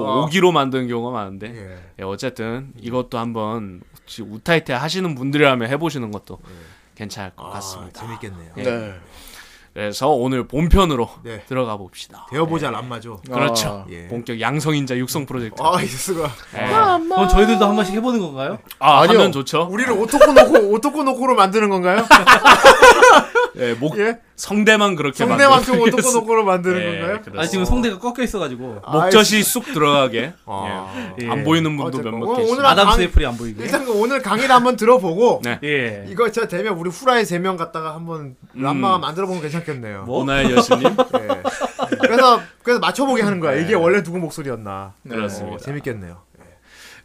A: 어.
I: 오기로 만드는 경우가 많은데
A: 예.
I: 예, 어쨌든 이것도 한번 혹시 우타이테 하시는 분들이라면 해보시는 것도 괜찮을 것
A: 예. 아,
I: 같습니다.
A: 재밌겠네요.
I: 예.
C: 네.
I: 그래서 오늘 본편으로
A: 네.
I: 들어가 봅시다. 예.
A: 되어보자 람마죠.
I: 그렇죠.
A: 예.
I: 본격 양성인자 육성 프로젝트.
A: 아 이수가
I: 예.
B: 그럼 저희들도 한 번씩 해보는 건가요?
I: 아,
C: 아니요.
I: 하면 좋죠.
A: 우리를 오토코 놓고 오토코 놓고로 만드는 건가요?
I: 예, 목
A: 예?
I: 성대만 그렇게
A: 성대만 좀
I: 만들고
A: 오토코
I: 있겠습니다.
A: 놓고로 만드는
I: 예,
A: 건가요?
I: 그렇습니다.
B: 아 지금 성대가 꺾여 있어가지고
I: 목젖이 쑥 들어가게.
A: 아.
I: 예. 안 보이는 분도
A: 어쨌건
I: 몇몇
A: 오늘
I: 계시.
A: 아,
B: 아담스
A: 강-
B: 애플이 안 보이게.
A: 일단 그 오늘 강의를 한번 들어보고
I: 네.
B: 예.
A: 이거 저 되면 우리 후라이 세 명 갖다가 한번 람마가 만들어보면 괜찮겠네요.
B: 뭐?
I: 음. 오나의 여신님. 네.
A: 예. 그래서 그래서 맞춰보게 하는 거야. 이게 원래 누구 목소리였나?
I: 그렇습니다.
A: 어, 재밌겠네요.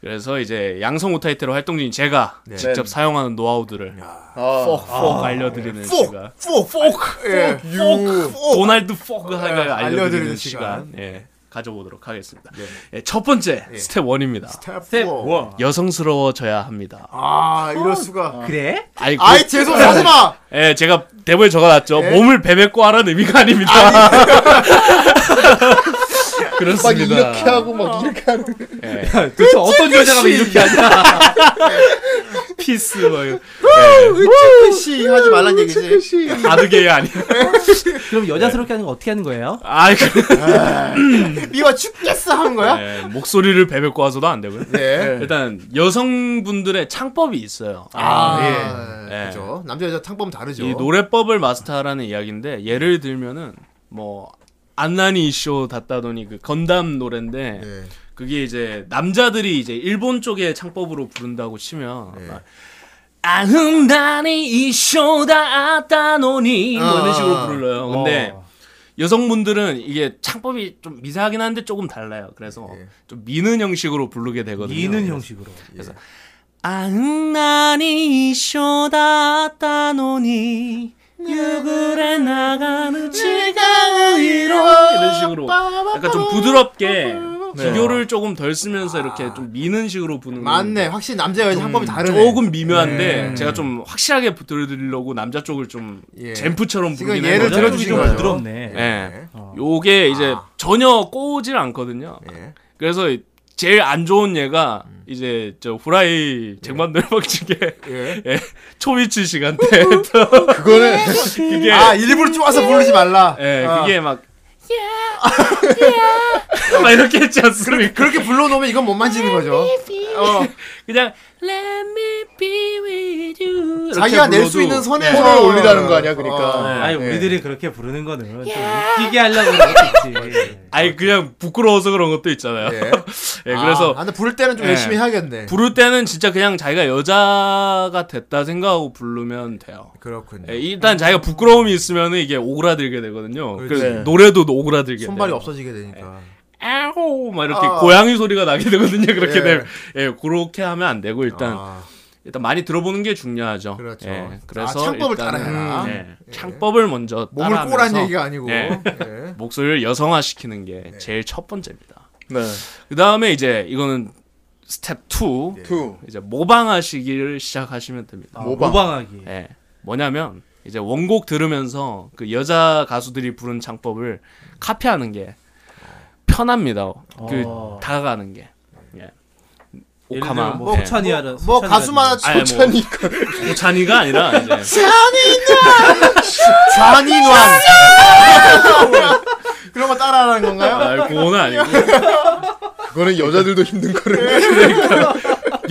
I: 그래서 이제 양성 오타이테로 활동 중인 제가
C: 네.
I: 직접 사용하는 노하우들을
C: 아,
I: 폭폭
A: 아.
I: 알려드리는 시간.
A: 포, 포크, 예. 유, 포크.
I: 도날드 포그가
A: 예,
I: 알려드리는
A: 알려드리는
I: 시간,
A: 시간.
I: 예, 가져보도록 하겠습니다. 예, 첫 번째 스텝 1입니다.
A: 스텝 포.
I: 여성스러워져야 합니다.
A: 아, 이럴 수가.
B: 그래?
I: 아이, 그,
A: 아이 죄송 하지 마.
I: 예, 제가 대본에 적어놨죠.
A: 예?
I: 몸을 베베고 하라는 의미가 아닙니다.
C: 막
I: 그렇습니다.
C: 이렇게 하고 막 이렇게 하는.
I: 예,
B: 도대체 어떤 여자가 왜 이렇게 하냐?
I: 피스 뭐 이런.
A: 의치크시 하지 말란 얘기지.
C: 씨.
I: 바둑에 아니.
B: 그럼 여자스럽게 하는 거 어떻게 하는 거예요?
I: 네. 아, 그,
A: 미워 네. 죽겠어 하는 거야?
I: 예, 목소리를 베베고 와서도 안 되고요.
A: 네.
I: 일단 여성분들의 창법이 있어요.
A: 아,
I: 예.
A: 예. 그죠. 남자 여자 창법 다르죠.
I: 이 노래법을 마스터하라는 이야기인데 예를 들면은 뭐 안나니 이쇼 닷다더니 그 건담 노래인데
B: 네.
A: 예.
I: 그게 이제 남자들이 이제 일본 쪽의 창법으로 부른다고 치면
B: 네.
I: 아, 막 아흥다니 이쇼다 아따노니 뭐 이런
A: 아,
I: 식으로
A: 아,
I: 불러요. 근데
B: 어.
I: 여성분들은 이게 창법이 좀 미세하긴 한데 조금 달라요. 그래서 좀 미는 형식으로 부르게 되거든요.
B: 이는 네. 형식으로. 예.
I: 아흥나니 이쇼다 따노니 유그레 나가는 지가의로 이런 식으로
A: 어.
I: 약간 좀 부드럽게 기교를 조금 덜 쓰면서 이렇게 좀 미는 식으로 부는
A: 아. 맞네. 확실히 남자 여자 창법이 다르네.
I: 조금 미묘한데 제가 좀 확실하게 들려드리려고 남자 쪽을 좀
A: 예.
I: 잼프처럼
A: 지금
I: 부르긴
A: 예를
I: 했는데
B: 여자 쪽이
A: 들어주신
B: 좀
A: 거죠.
B: 부드럽네.
I: 예. 요게 이제 전혀 꼬우질 않거든요.
A: 예. 음.
I: 그래서 제일 안 좋은 얘가 이제 저 후라이 쟁반들박 중에
A: 예.
I: 예, 초비치 시간 때
C: 그거는
I: 그게
A: 아, 일부러 쪼아서 부르지 말라.
I: 예,
A: 아.
I: 그게 막 막 이렇게 했지 않습니까?
A: 그렇게 불러놓으면 이건 못 만지는 거죠. 어,
I: 그냥 Let me be with you 이렇게
A: 자기가 낼 수
I: 불러도
A: 있는
B: 네.
A: 선에서
I: 네.
C: 손을 올리라는 거 아니야, 그러니까.
A: 어.
B: 아니
C: 예.
B: 우리들이 그렇게 부르는 거는 좀 웃기게 하려고
A: 어,
B: 그런 거지.
I: 아니 그냥 부끄러워서 그런 것도 있잖아요.
A: 예.
I: 예, 그래서
A: 아, 근데 부를 때는 좀
I: 예.
A: 열심히 해야겠네.
I: 부를 때는 진짜 그냥 자기가 여자가 됐다 생각하고 부르면 돼요.
A: 그렇군요.
I: 예, 일단 자기가 부끄러움이 있으면 이게 오그라들게 되거든요.
A: 그렇지. 예.
I: 그래서 노래도 오그라들게 네.
A: 손발이
I: 돼요.
A: 없어지게 되니까.
I: 아오 막 이렇게
A: 아.
I: 고양이 소리가 나게 되거든요. 그렇게
A: 예.
I: 되면 예, 그렇게 하면 안 되고 일단
A: 아,
I: 일단 많이 들어보는 게 중요하죠.
A: 그렇죠.
I: 예, 그래서
A: 아, 창법을
I: 일단은,
A: 따라해라.
I: 예, 창법을 먼저
A: 몸을 꼬란
I: 따라하면서
A: 얘기가 아니고.
I: 예,
A: 예.
I: 목소리를 여성화시키는 게 제일 첫 번째입니다.
C: 네.
I: 그 다음에 이제 이거는 스텝 2
C: 투.
I: 이제 모방하시기를 시작하시면 됩니다.
B: 아,
C: 모방.
B: 모방하기.
I: 예. 뭐냐면 이제 원곡 들으면서 그 여자 가수들이 부른 창법을 카피하는 게 편합니다. 그
B: 어.
I: 다가가는 게. 예.
B: 예를
I: 오카마.
B: 들면 뭐
I: 예.
B: 찬이하는
A: 뭐 가수마다
I: 아니, 뭐
C: 그러니까
I: 오찬이가 아니라 이제
A: 잔인환. 그런 거 따라하는 건가요?
I: 아, 그거는 아니고
C: 그거는 여자들도 힘든 거를.
I: 그러니까.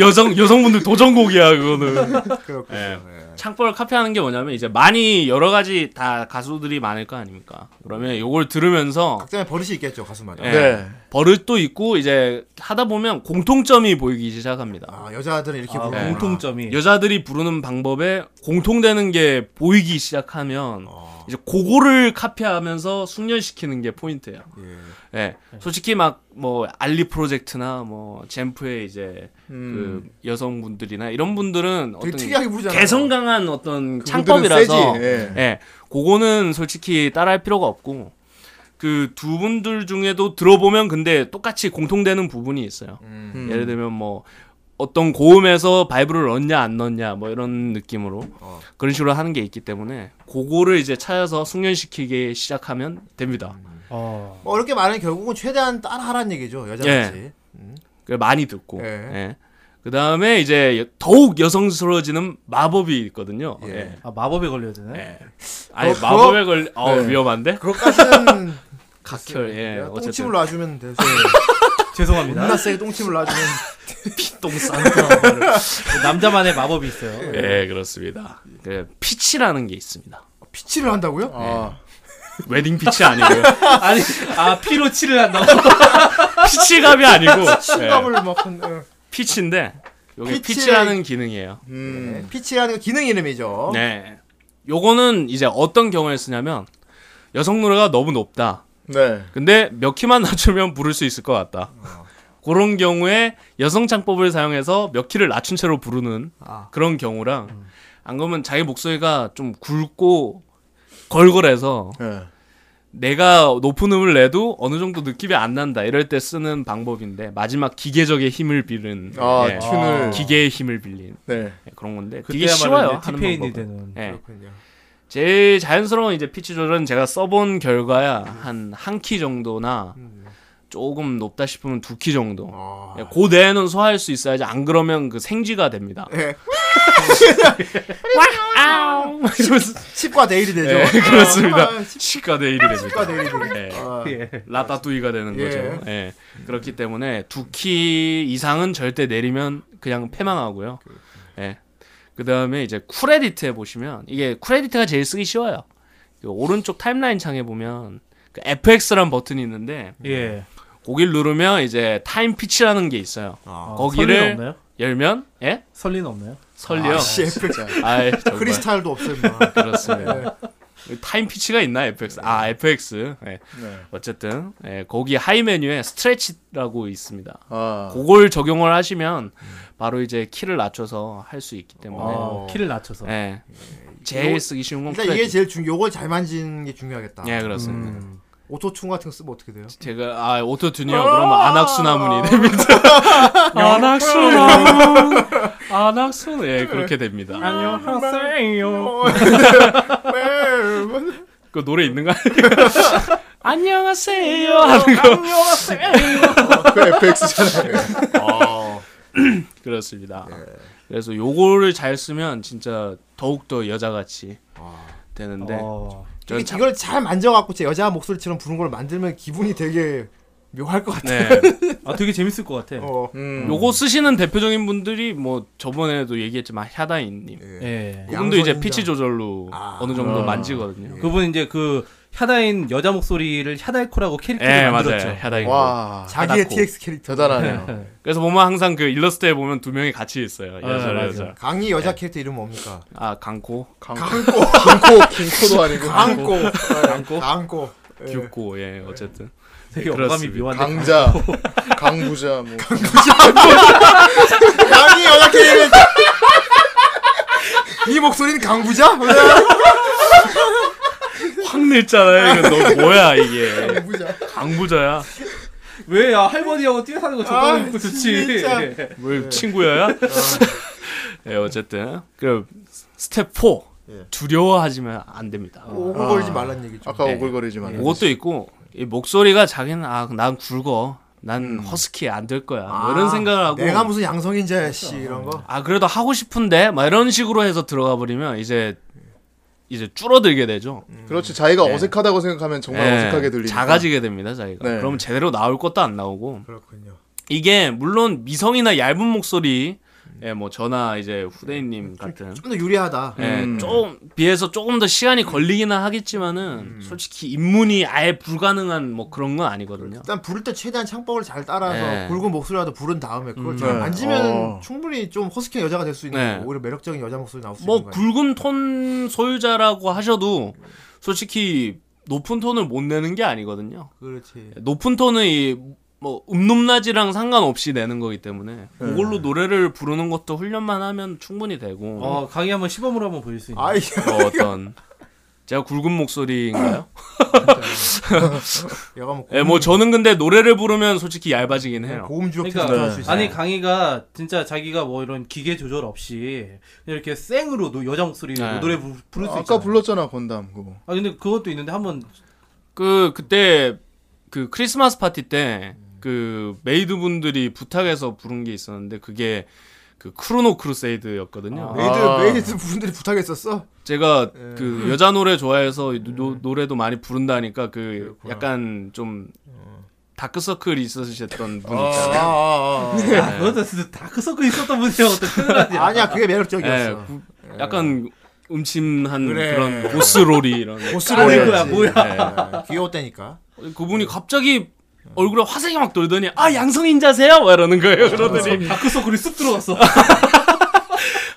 I: 여성 여성분들 도전곡이야 그거는.
A: 그렇군요.
I: 예.
A: 예.
I: 창법을 카피하는 게 뭐냐면 이제 많이 여러 가지 다 가수들이 많을 거 아닙니까? 그러면 요걸 들으면서
A: 각자의 버릇이 있겠죠 가수마다.
I: 예,
C: 네.
I: 버릇도 있고 이제 하다 보면 공통점이 보이기 시작합니다. 예.
A: 아 여자들은 이렇게
B: 아,
I: 네.
A: 부르는구나.
B: 공통점이
I: 여자들이 부르는 방법에 공통되는 게 보이기 시작하면
A: 아.
I: 이제 그거를 카피하면서 숙련시키는 게 포인트예요.
A: 예.
I: 예. 솔직히 막 뭐 알리 프로젝트나 뭐 젠프의 이제
C: 음.
I: 그 여성분들이나 이런 분들은
A: 되게
I: 어떤
A: 특이하게 부르잖아요.
I: 개성 강한 어떤
C: 그분들은
I: 창법이라서
C: 세지. 예.
I: 예. 그거는 솔직히 따라할 필요가 없고 그 두 분들 중에도 들어보면 근데 똑같이 공통되는 부분이 있어요.
A: 음.
I: 예를 들면 뭐 어떤 고음에서 바이브를 넣냐 안 넣냐 뭐 이런 느낌으로
A: 어.
I: 그런 식으로 하는 게 있기 때문에 그거를 이제 찾아서 숙련시키기 시작하면 됩니다. 아.
B: 어.
A: 뭐 어렵게 말하면 결국은 최대한 따라하라는 얘기죠 여자같이. 음.
I: 그 많이 듣고.
A: 예.
I: 예. 그다음에 이제 여- 더욱 여성스러워지는 마법이 있거든요.
A: 예.
I: 예.
B: 아 마법에 걸려야 되나?
I: 예. 아니
A: 그거-
I: 마법에 걸 어,
C: 네.
I: 위험한데?
A: 그것까지는
I: 각혈. 예.
A: 내가
I: 어쨌든
A: 똥침을 놔주면 돼서
B: 네. 죄송합니다.
A: 겁나 세게 똥침을 놔주면
B: 똥싼 그 남자만의 마법이 있어요.
I: 예, 그렇습니다. 그 피치라는 게 있습니다. 예.
A: 피치를
B: 예.
A: 한다고요?
I: 어.
C: 아,
I: 웨딩 피치 아니고요.
B: 아니 아 피로 치를 한다고.
I: 피치갑이 아니고 예,
A: 신감을 막 한- 어.
I: 피치인데 네, 요게
A: 피치의-
I: 피치라는 기능이에요.
A: 네. 피치라는 건 기능 이름이죠.
C: 어?
I: 네. 요거는 이제 어떤 경우에 쓰냐면 여성 노래가 너무 높다.
C: 네.
I: 근데 몇 키만 낮추면 부를 수 있을 것 같다.
C: 어.
I: 그런 경우에 여성 창법을 사용해서 몇 키를 낮춘 채로 부르는
A: 아.
I: 그런 경우랑
C: 음.
I: 안 그러면 자기 목소리가 좀 굵고 걸걸해서
C: 예.
I: 내가 높은 음을 내도 어느 정도 느낌이 안 난다 이럴 때 쓰는 방법인데 마지막 기계적의 힘을 빌은
C: 아,
I: 예,
C: 튠을.
I: 기계의 힘을 빌린
C: 네.
I: 예, 그런 건데 되게
B: 그때야말로
I: 쉬워요
B: 이제
I: 하는
B: 디페인이
I: 방법은
B: 되는.
I: 예.
A: 그렇군요.
I: 제일 자연스러운 이제 피치 조절은 제가 써본 결과야
A: 음.
I: 한 한 키 정도나 조금 높다 싶으면 두 키 정도
A: 네. 아.
I: 예, 그 내에는 소화할 수 있어야지 안 그러면 그 생쥐가 됩니다
A: 예.
I: 와우 막 이러면서
A: 치과 데일이 되죠.
I: 예,
A: 아,
I: 그렇습니다
A: 치-
I: 치과 내일이 됩니다
A: 치과 데일이 되죠.
I: 예.
A: 아.
B: 예.
I: 라따뚜이가 되는
A: 예.
I: 거죠. 예. 그렇기 때문에 두 키 이상은 절대 내리면 그냥 패망하고요. 예. 그다음에 이제 쿠레디트에 보시면 이게 쿠레디트가 제일 쓰기 쉬워요. 그 오른쪽 타임라인 창에 보면 그 FX라는 버튼이 있는데
B: 예.
I: 거길 누르면 이제 타임 피치라는 게 있어요.
B: 아,
I: 거기를-
B: 설리는 없나요? 열면
I: 열면 예?
B: 설리는 없나요? 아,
I: 설리요.
A: 씨, 애플
I: 아이, 정말.
A: 크리스탈도 없어요. 뭐. 네. 인마.
I: 그렇습니다. 타임 피치가 있나 FX?
A: 네.
I: 아 FX. 예. 어쨌든 예, 거기 하이 메뉴에 스트레치라고 있습니다.
C: 아.
I: 그걸 적용을 하시면 바로 이제 키를 낮춰서 할 수 있기 때문에
B: 어, 키를 낮춰서.
I: 예.
A: 요-
I: 제일 쓰기 쉬운 건
A: 일단 이게
I: 프레디.
A: 제일 중. 요걸 잘 만지는 게 중요하겠다. 음.
I: 예 그렇습니다.
A: 오토튠 같은 거 쓰면 어떻게 돼요? 어!
I: 제가 아 오토 튜닝 그러면 안악수나문이 됩니다. 어, 안악수나문
B: 아,
I: 안악수는 예 그렇게 됩니다.
B: 네, 안녕하세요.
I: 아. 그 노래 있는 거 아니에요? 어, 안녕하세요 하는 거
C: 그 FX잖아요.
I: 그렇습니다.
A: 예.
I: 그래서 요거를 잘 쓰면 진짜 더욱 더 여자같이
A: 아.
I: 되는데
B: 어.
I: 저는
A: 이게
I: 참-
A: 이걸 잘 만져갖고 제 여자 목소리처럼 부르는 걸 만들면 기분이 되게 묘할 것 같아.
I: 네
B: 아 되게 재밌을 것 같아.
A: 어.
C: 음.
I: 요거 쓰시는 대표적인 분들이 뭐 저번에도 얘기했지만 샤다인님
B: 예.
I: 그분도 이제
A: 양손
I: 피치
A: 인정.
I: 조절로
A: 아. 예.
I: 어느 정도
B: 아.
I: 만지거든요.
B: 그분 이제 그 샤다인 여자 목소리를 샤다이코라고
I: 예
B: 캐릭터로
I: 네,
B: 만들었죠.
I: 맞아요. 샤다인.
C: 와.
A: 자기의
I: 해놨고.
A: TX 캐릭터.
C: 대단하네요.
I: 그래서 보면 항상 그 일러스트에 보면 두 명이 같이 있어요. 여자
B: 네, 맞아요.
I: 여자. 네.
A: 강희 여자 캐릭터 이름 뭡니까?
I: 아 강코,
C: 강코. 긴코. 긴코도 아니고.
A: 강꼬.
I: 강코,
A: 강꼬. 예.
I: 규코. 예 어쨌든
B: 되게 어감이
I: 그렇습니다.
B: 묘한데.
C: 강자. 강부자. 뭐.
A: 강희 여자 캐릭터. 이 목소리는 강부자?
I: 확 냈잖아요. 이거 너 뭐야 이게
A: 강부자.
I: 강부자야?
B: 왜야 할머니하고 뛰어사는 거
A: 아,
B: 저거는 거 좋지.
A: 진짜.
I: 왜 친구야?
B: 아.
I: 예 어쨌든 그 스텝 4
A: 예.
I: 두려워하지면 안 됩니다.
A: 오글거리지 말란 얘기죠.
C: 아까
I: 네.
C: 오글거리지 마.
I: 그것도 있고 이 목소리가 자기는 아난 굵어 난 허스키 안 될 거야 뭐
C: 아,
I: 이런 생각을 하고
A: 아, 내가 무슨 양성인자야 씨
C: 그렇죠.
A: 이런 거.
I: 아 그래도 하고 싶은데 막 이런 식으로 해서 들어가 버리면 이제 이제 줄어들게 되죠
C: 그렇지. 자기가
I: 네.
C: 어색하다고 생각하면 정말
I: 예,
C: 어색하게 들리니까.
I: 작아지게 됩니다 자기가
C: 네.
I: 그러면 제대로 나올 것도 안 나오고
A: 그렇군요.
I: 이게 물론 미성이나 얇은 목소리 예, 뭐 저나 이제
C: 음.
I: 후대인님 같은
A: 좀 더 유리하다.
I: 예, 좀 비해서 조금 더 시간이 걸리기는
C: 음.
I: 하겠지만은 솔직히 입문이 아예 불가능한 뭐 그런 건
C: 그렇죠.
I: 아니거든요.
A: 일단 부를 때 최대한 창법을 잘 따라서
I: 네.
A: 굵은 목소리라도 부른 다음에 그걸 잘
C: 네.
A: 만지면
C: 어.
A: 충분히 좀 허스키한 여자가 될 수 있는
I: 네.
A: 거고 오히려 매력적인 여자 목소리 나올 수
I: 뭐
A: 있는 거예요.
I: 굵은 톤 소유자라고 하셔도 솔직히 높은 톤을 못 내는 게 아니거든요.
A: 그렇지.
I: 높은 톤은 이뭐 음높낮이랑 상관없이 내는 거기
A: 네.
I: 때문에 그걸로 노래를 부르는 것도 훈련만 하면 충분히 되고
B: 어, 강의 한번 시범으로 한번 보실 수 있나요?
A: 아, 아이
I: 뭐 어떤 제가 굵은 목소리인가요?
A: 얘가 뭐
I: 예, 뭐 저는 근데 노래를 부르면 솔직히 얇아지긴 해요.
A: 고음 주역
B: 그러니까
A: 테스트 할수 있어.
B: 아니 강희가 진짜 자기가 뭐 이런 기계 조절 없이 이렇게 생으로 노, 여자 목소리로
I: 네.
B: 노래 부, 를수
C: 아까
B: 있잖아.
C: 불렀잖아 건담 그거.
B: 아 근데 그것도 있는데 한번
I: 그 그때 그 크리스마스 파티 때 그 메이드 분들이 부탁해서 부른 게 있었는데 그게 그 크로노 크루세이드였거든요.
A: 메이드
C: 아.
A: 메이드 분들이 부탁했었어. 네.
I: 제가
A: 예.
I: 그 여자 노래 좋아해서 노, 노래도 많이 부른다니까 그 약간 좀
A: 어.
I: 다크서클이 있으셨던 분 있잖아요. 네.
B: 야 그것도 진짜 다크서클 있었던 분이야 어떤 큰일하지
A: 아니야 그게
I: 예,
A: 매력적이었어. 예.
I: 구- 약간 음침한 그
A: 그래.
I: 런 보스롤이 이런. 네.
A: 보스를
B: 거야 뭐야
A: 귀여웠다니까.
I: 그분이 갑자기 어, 얼굴에 화색이 막 돌더니 아 양성인자세요? 막 이러는 거예요. 그러더니
B: 다크서클이 쑥 들어갔어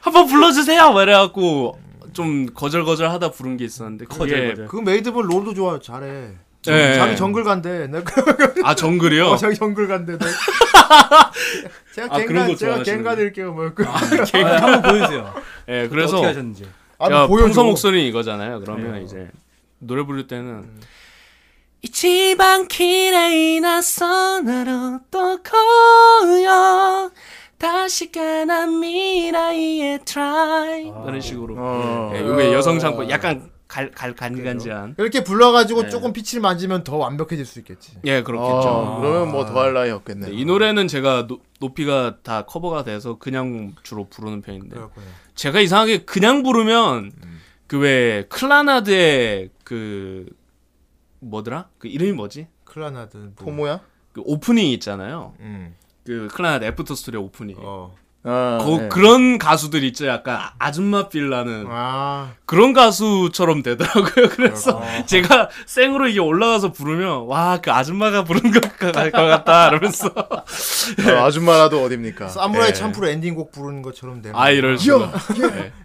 I: 한번 불러주세요. 막 이래갖고 좀 거절거절 하다 부른 게 있었는데 그게
B: 거절거절.
A: 그 메이드분 롤도 좋아요. 잘해.
I: 예.
A: 자기 정글 간대. 내가
I: 아 정글이요?
A: 어, 자기 정글 간대. 내가. 제가
I: 아,
A: 갱가
I: 그런
A: 제가
I: 거 좋아하시는구나.
A: 갱가 드릴게요. 뭐
B: 아, 한번 보여주세요
I: 예,
B: 그래서
I: 그래서
B: 어떻게 하셨는지
A: 아,
B: 네.
I: 야, 평소 목소리는 이거잖아요. 그러면 이제 노래 부를 때는 이치방 키레이나 선으로 또 고요 다시 가나 미라이의 트라이
B: 아.
I: 이런 식으로
C: 어.
I: 예, 요게 여성 창법 약간 갈, 갈, 간간지한 네.
A: 이렇게 불러가지고 조금 피치를 만지면 더 완벽해질 수 있겠지. 어,
I: 예 그렇겠죠
C: 아, 그러면 뭐 더 할 나위 없겠네.
I: 네, 이 노래는 제가 노, 높이가 다 커버가 돼서 그냥 주로 부르는 편인데
A: 그렇군요.
I: 제가 이상하게 그냥 부르면
C: 음.
I: 그 왜 클라나드의 그 뭐더라 그 이름이 뭐지
A: 클라나든 뭐.
C: 포모야?
I: 그 오프닝 있잖아요
A: 음.
I: 그 클라나드 애프터 스토리 오프닝
A: 어.
C: 아,
I: 거-
C: 예.
I: 그런 가수들 있죠 약간 아- 아줌마 빌라는
A: 아.
I: 그런 가수처럼 되더라고요 그래서
A: 어.
I: 제가 생으로 이게 올라가서 부르면 와 그 아줌마가 부른 것, 같- 것 같다 이러면서
C: 아, 아줌마라도 어딥니까?
A: 사무라이
I: 예.
A: 참프로 엔딩곡 부르는 것처럼 되는.
I: 아 이럴 수가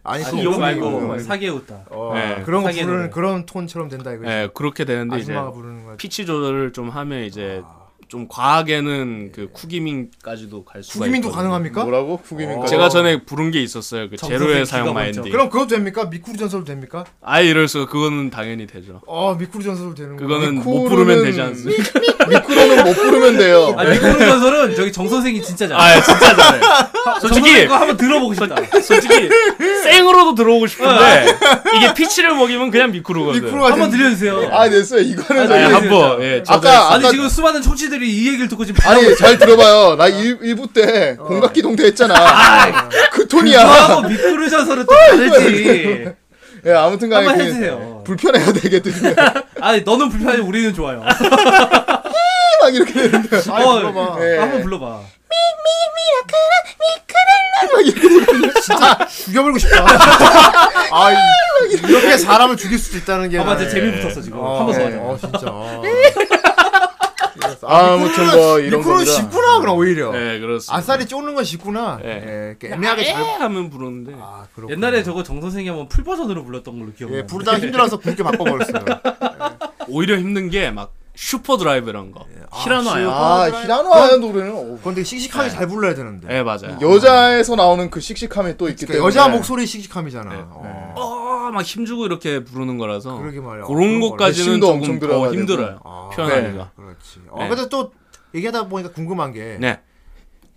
A: 아니 그
B: 이거
A: 오프닝
B: 말고
A: 곡은.
B: 사기의 웃다
A: 어,
I: 예.
A: 그런 거
B: 사기의
A: 부르는
B: 노래.
A: 그런 톤처럼 된다 아, 이거.
I: 예, 그렇게 되는데 이제
A: 아줌마가 부르는 거야. 아.
I: 피치 조절을 좀 하면 이제 좀 과하게는 그 쿠기민까지도 갈 수가
A: 구기민도 어.
I: 있거든요.
A: 네. 가능합니까?
C: 뭐라고? 후기민까지.
I: 제가 전에 부른 게 있었어요. 그
B: 정선생
I: 제로의
B: 기가
I: 사용
B: 막혀.
I: 마인딩.
A: 그럼 그것도 됩니까? 미쿠리 전설도 됩니까?
I: 아 이럴 수가 그거는 당연히 되죠.
A: 어, 미쿠리 전설도 되는 거.
I: 그거는 못
C: 미쿠르는-
I: 부르면 되지 않습니까?
C: 미끄러는 못 부르면 돼요.
B: 아 미꾸는 전설은 저기 정 선생이 진짜 잘해
I: 아 진짜 잘해. 솔직히
B: 이거 한번 들어보고 싶다
I: 솔직히 생으로도 들어오고 싶은데 이게 피치를 먹이면 그냥 미쿠르거든.
A: 미쿠리가
B: 한번
A: 된-
B: 들려주세요
C: 아 됐어요. 이거는
I: 아,
C: 저기.
B: 아니,
I: 한번 예. 저-
C: 아까
B: 아니
C: 아까
B: 지금 수많은 청취들이 이 얘기를 듣고 지금 바로
C: 아니 잘 들어봐요. 나 일, 일부 때
A: 어.
C: 공각기 동대 했잖아. 그 톤이야.
B: 하고 미꾸를 전설은 또 다르지
C: 예, 아무튼간에
B: 한번
C: 그게
B: 해주세요
C: 불편해야 되겠든
B: 아니 너는 불편하지 우리는 좋아요
C: 막 이렇게 되는데
A: 아니,
B: 어,
A: 들어봐.
C: 예.
B: 한번 불러봐
A: 아, 진짜 죽여버리고 싶다.
I: 음.
A: 아, 이- 이렇게 사람을 죽일 수도 있다는 게.
B: 아 맞아 재미 붙었어 지금 한번 더
A: 예.
B: 하자
A: 어, 진짜.
C: 아, 아무튼 뭐 이런
A: 미쿠리
C: 겁니다.
A: 쉽구나 그럼 오히려.
I: 예 그렇습니다.
A: 아싸리 쫓는 건 쉽구나.
I: 예.
A: 예. 이렇게 애매하게
C: 아,
A: 잘.
I: 하면 부르는데.
A: 아, 그렇군.
B: 옛날에 저거 정 선생이 한번 풀 버전으로 불렀던 걸로 예. 기억나
A: 예, 부르다가 힘들어서 굵게 바꿔버렸어요.
I: 오히려 힘든 게 막 슈퍼 드라이브란 거. 히라노야.
C: 아 히라노 아야 노래는 어우.
A: 그건 되게 씩씩하게 잘 불러야 되는데.
I: 예, 맞아요.
C: 여자에서 나오는 그 씩씩함이 또 있기
A: 그러니까
C: 때문에
A: 여자 목소리 씩씩함이잖아.
I: 네.
A: 어.
I: 어, 막 힘주고 이렇게 부르는 거라서
A: 그러게 말이야.
I: 그런
A: 그런
I: 것까지는
C: 거.
I: 조금
C: 엄청
I: 더
C: 들어가야
I: 힘들어요.
A: 아,
I: 표현하기가.
A: 그렇지. 어,
I: 네.
A: 근데 또 얘기하다 보니까 궁금한 게
I: 네.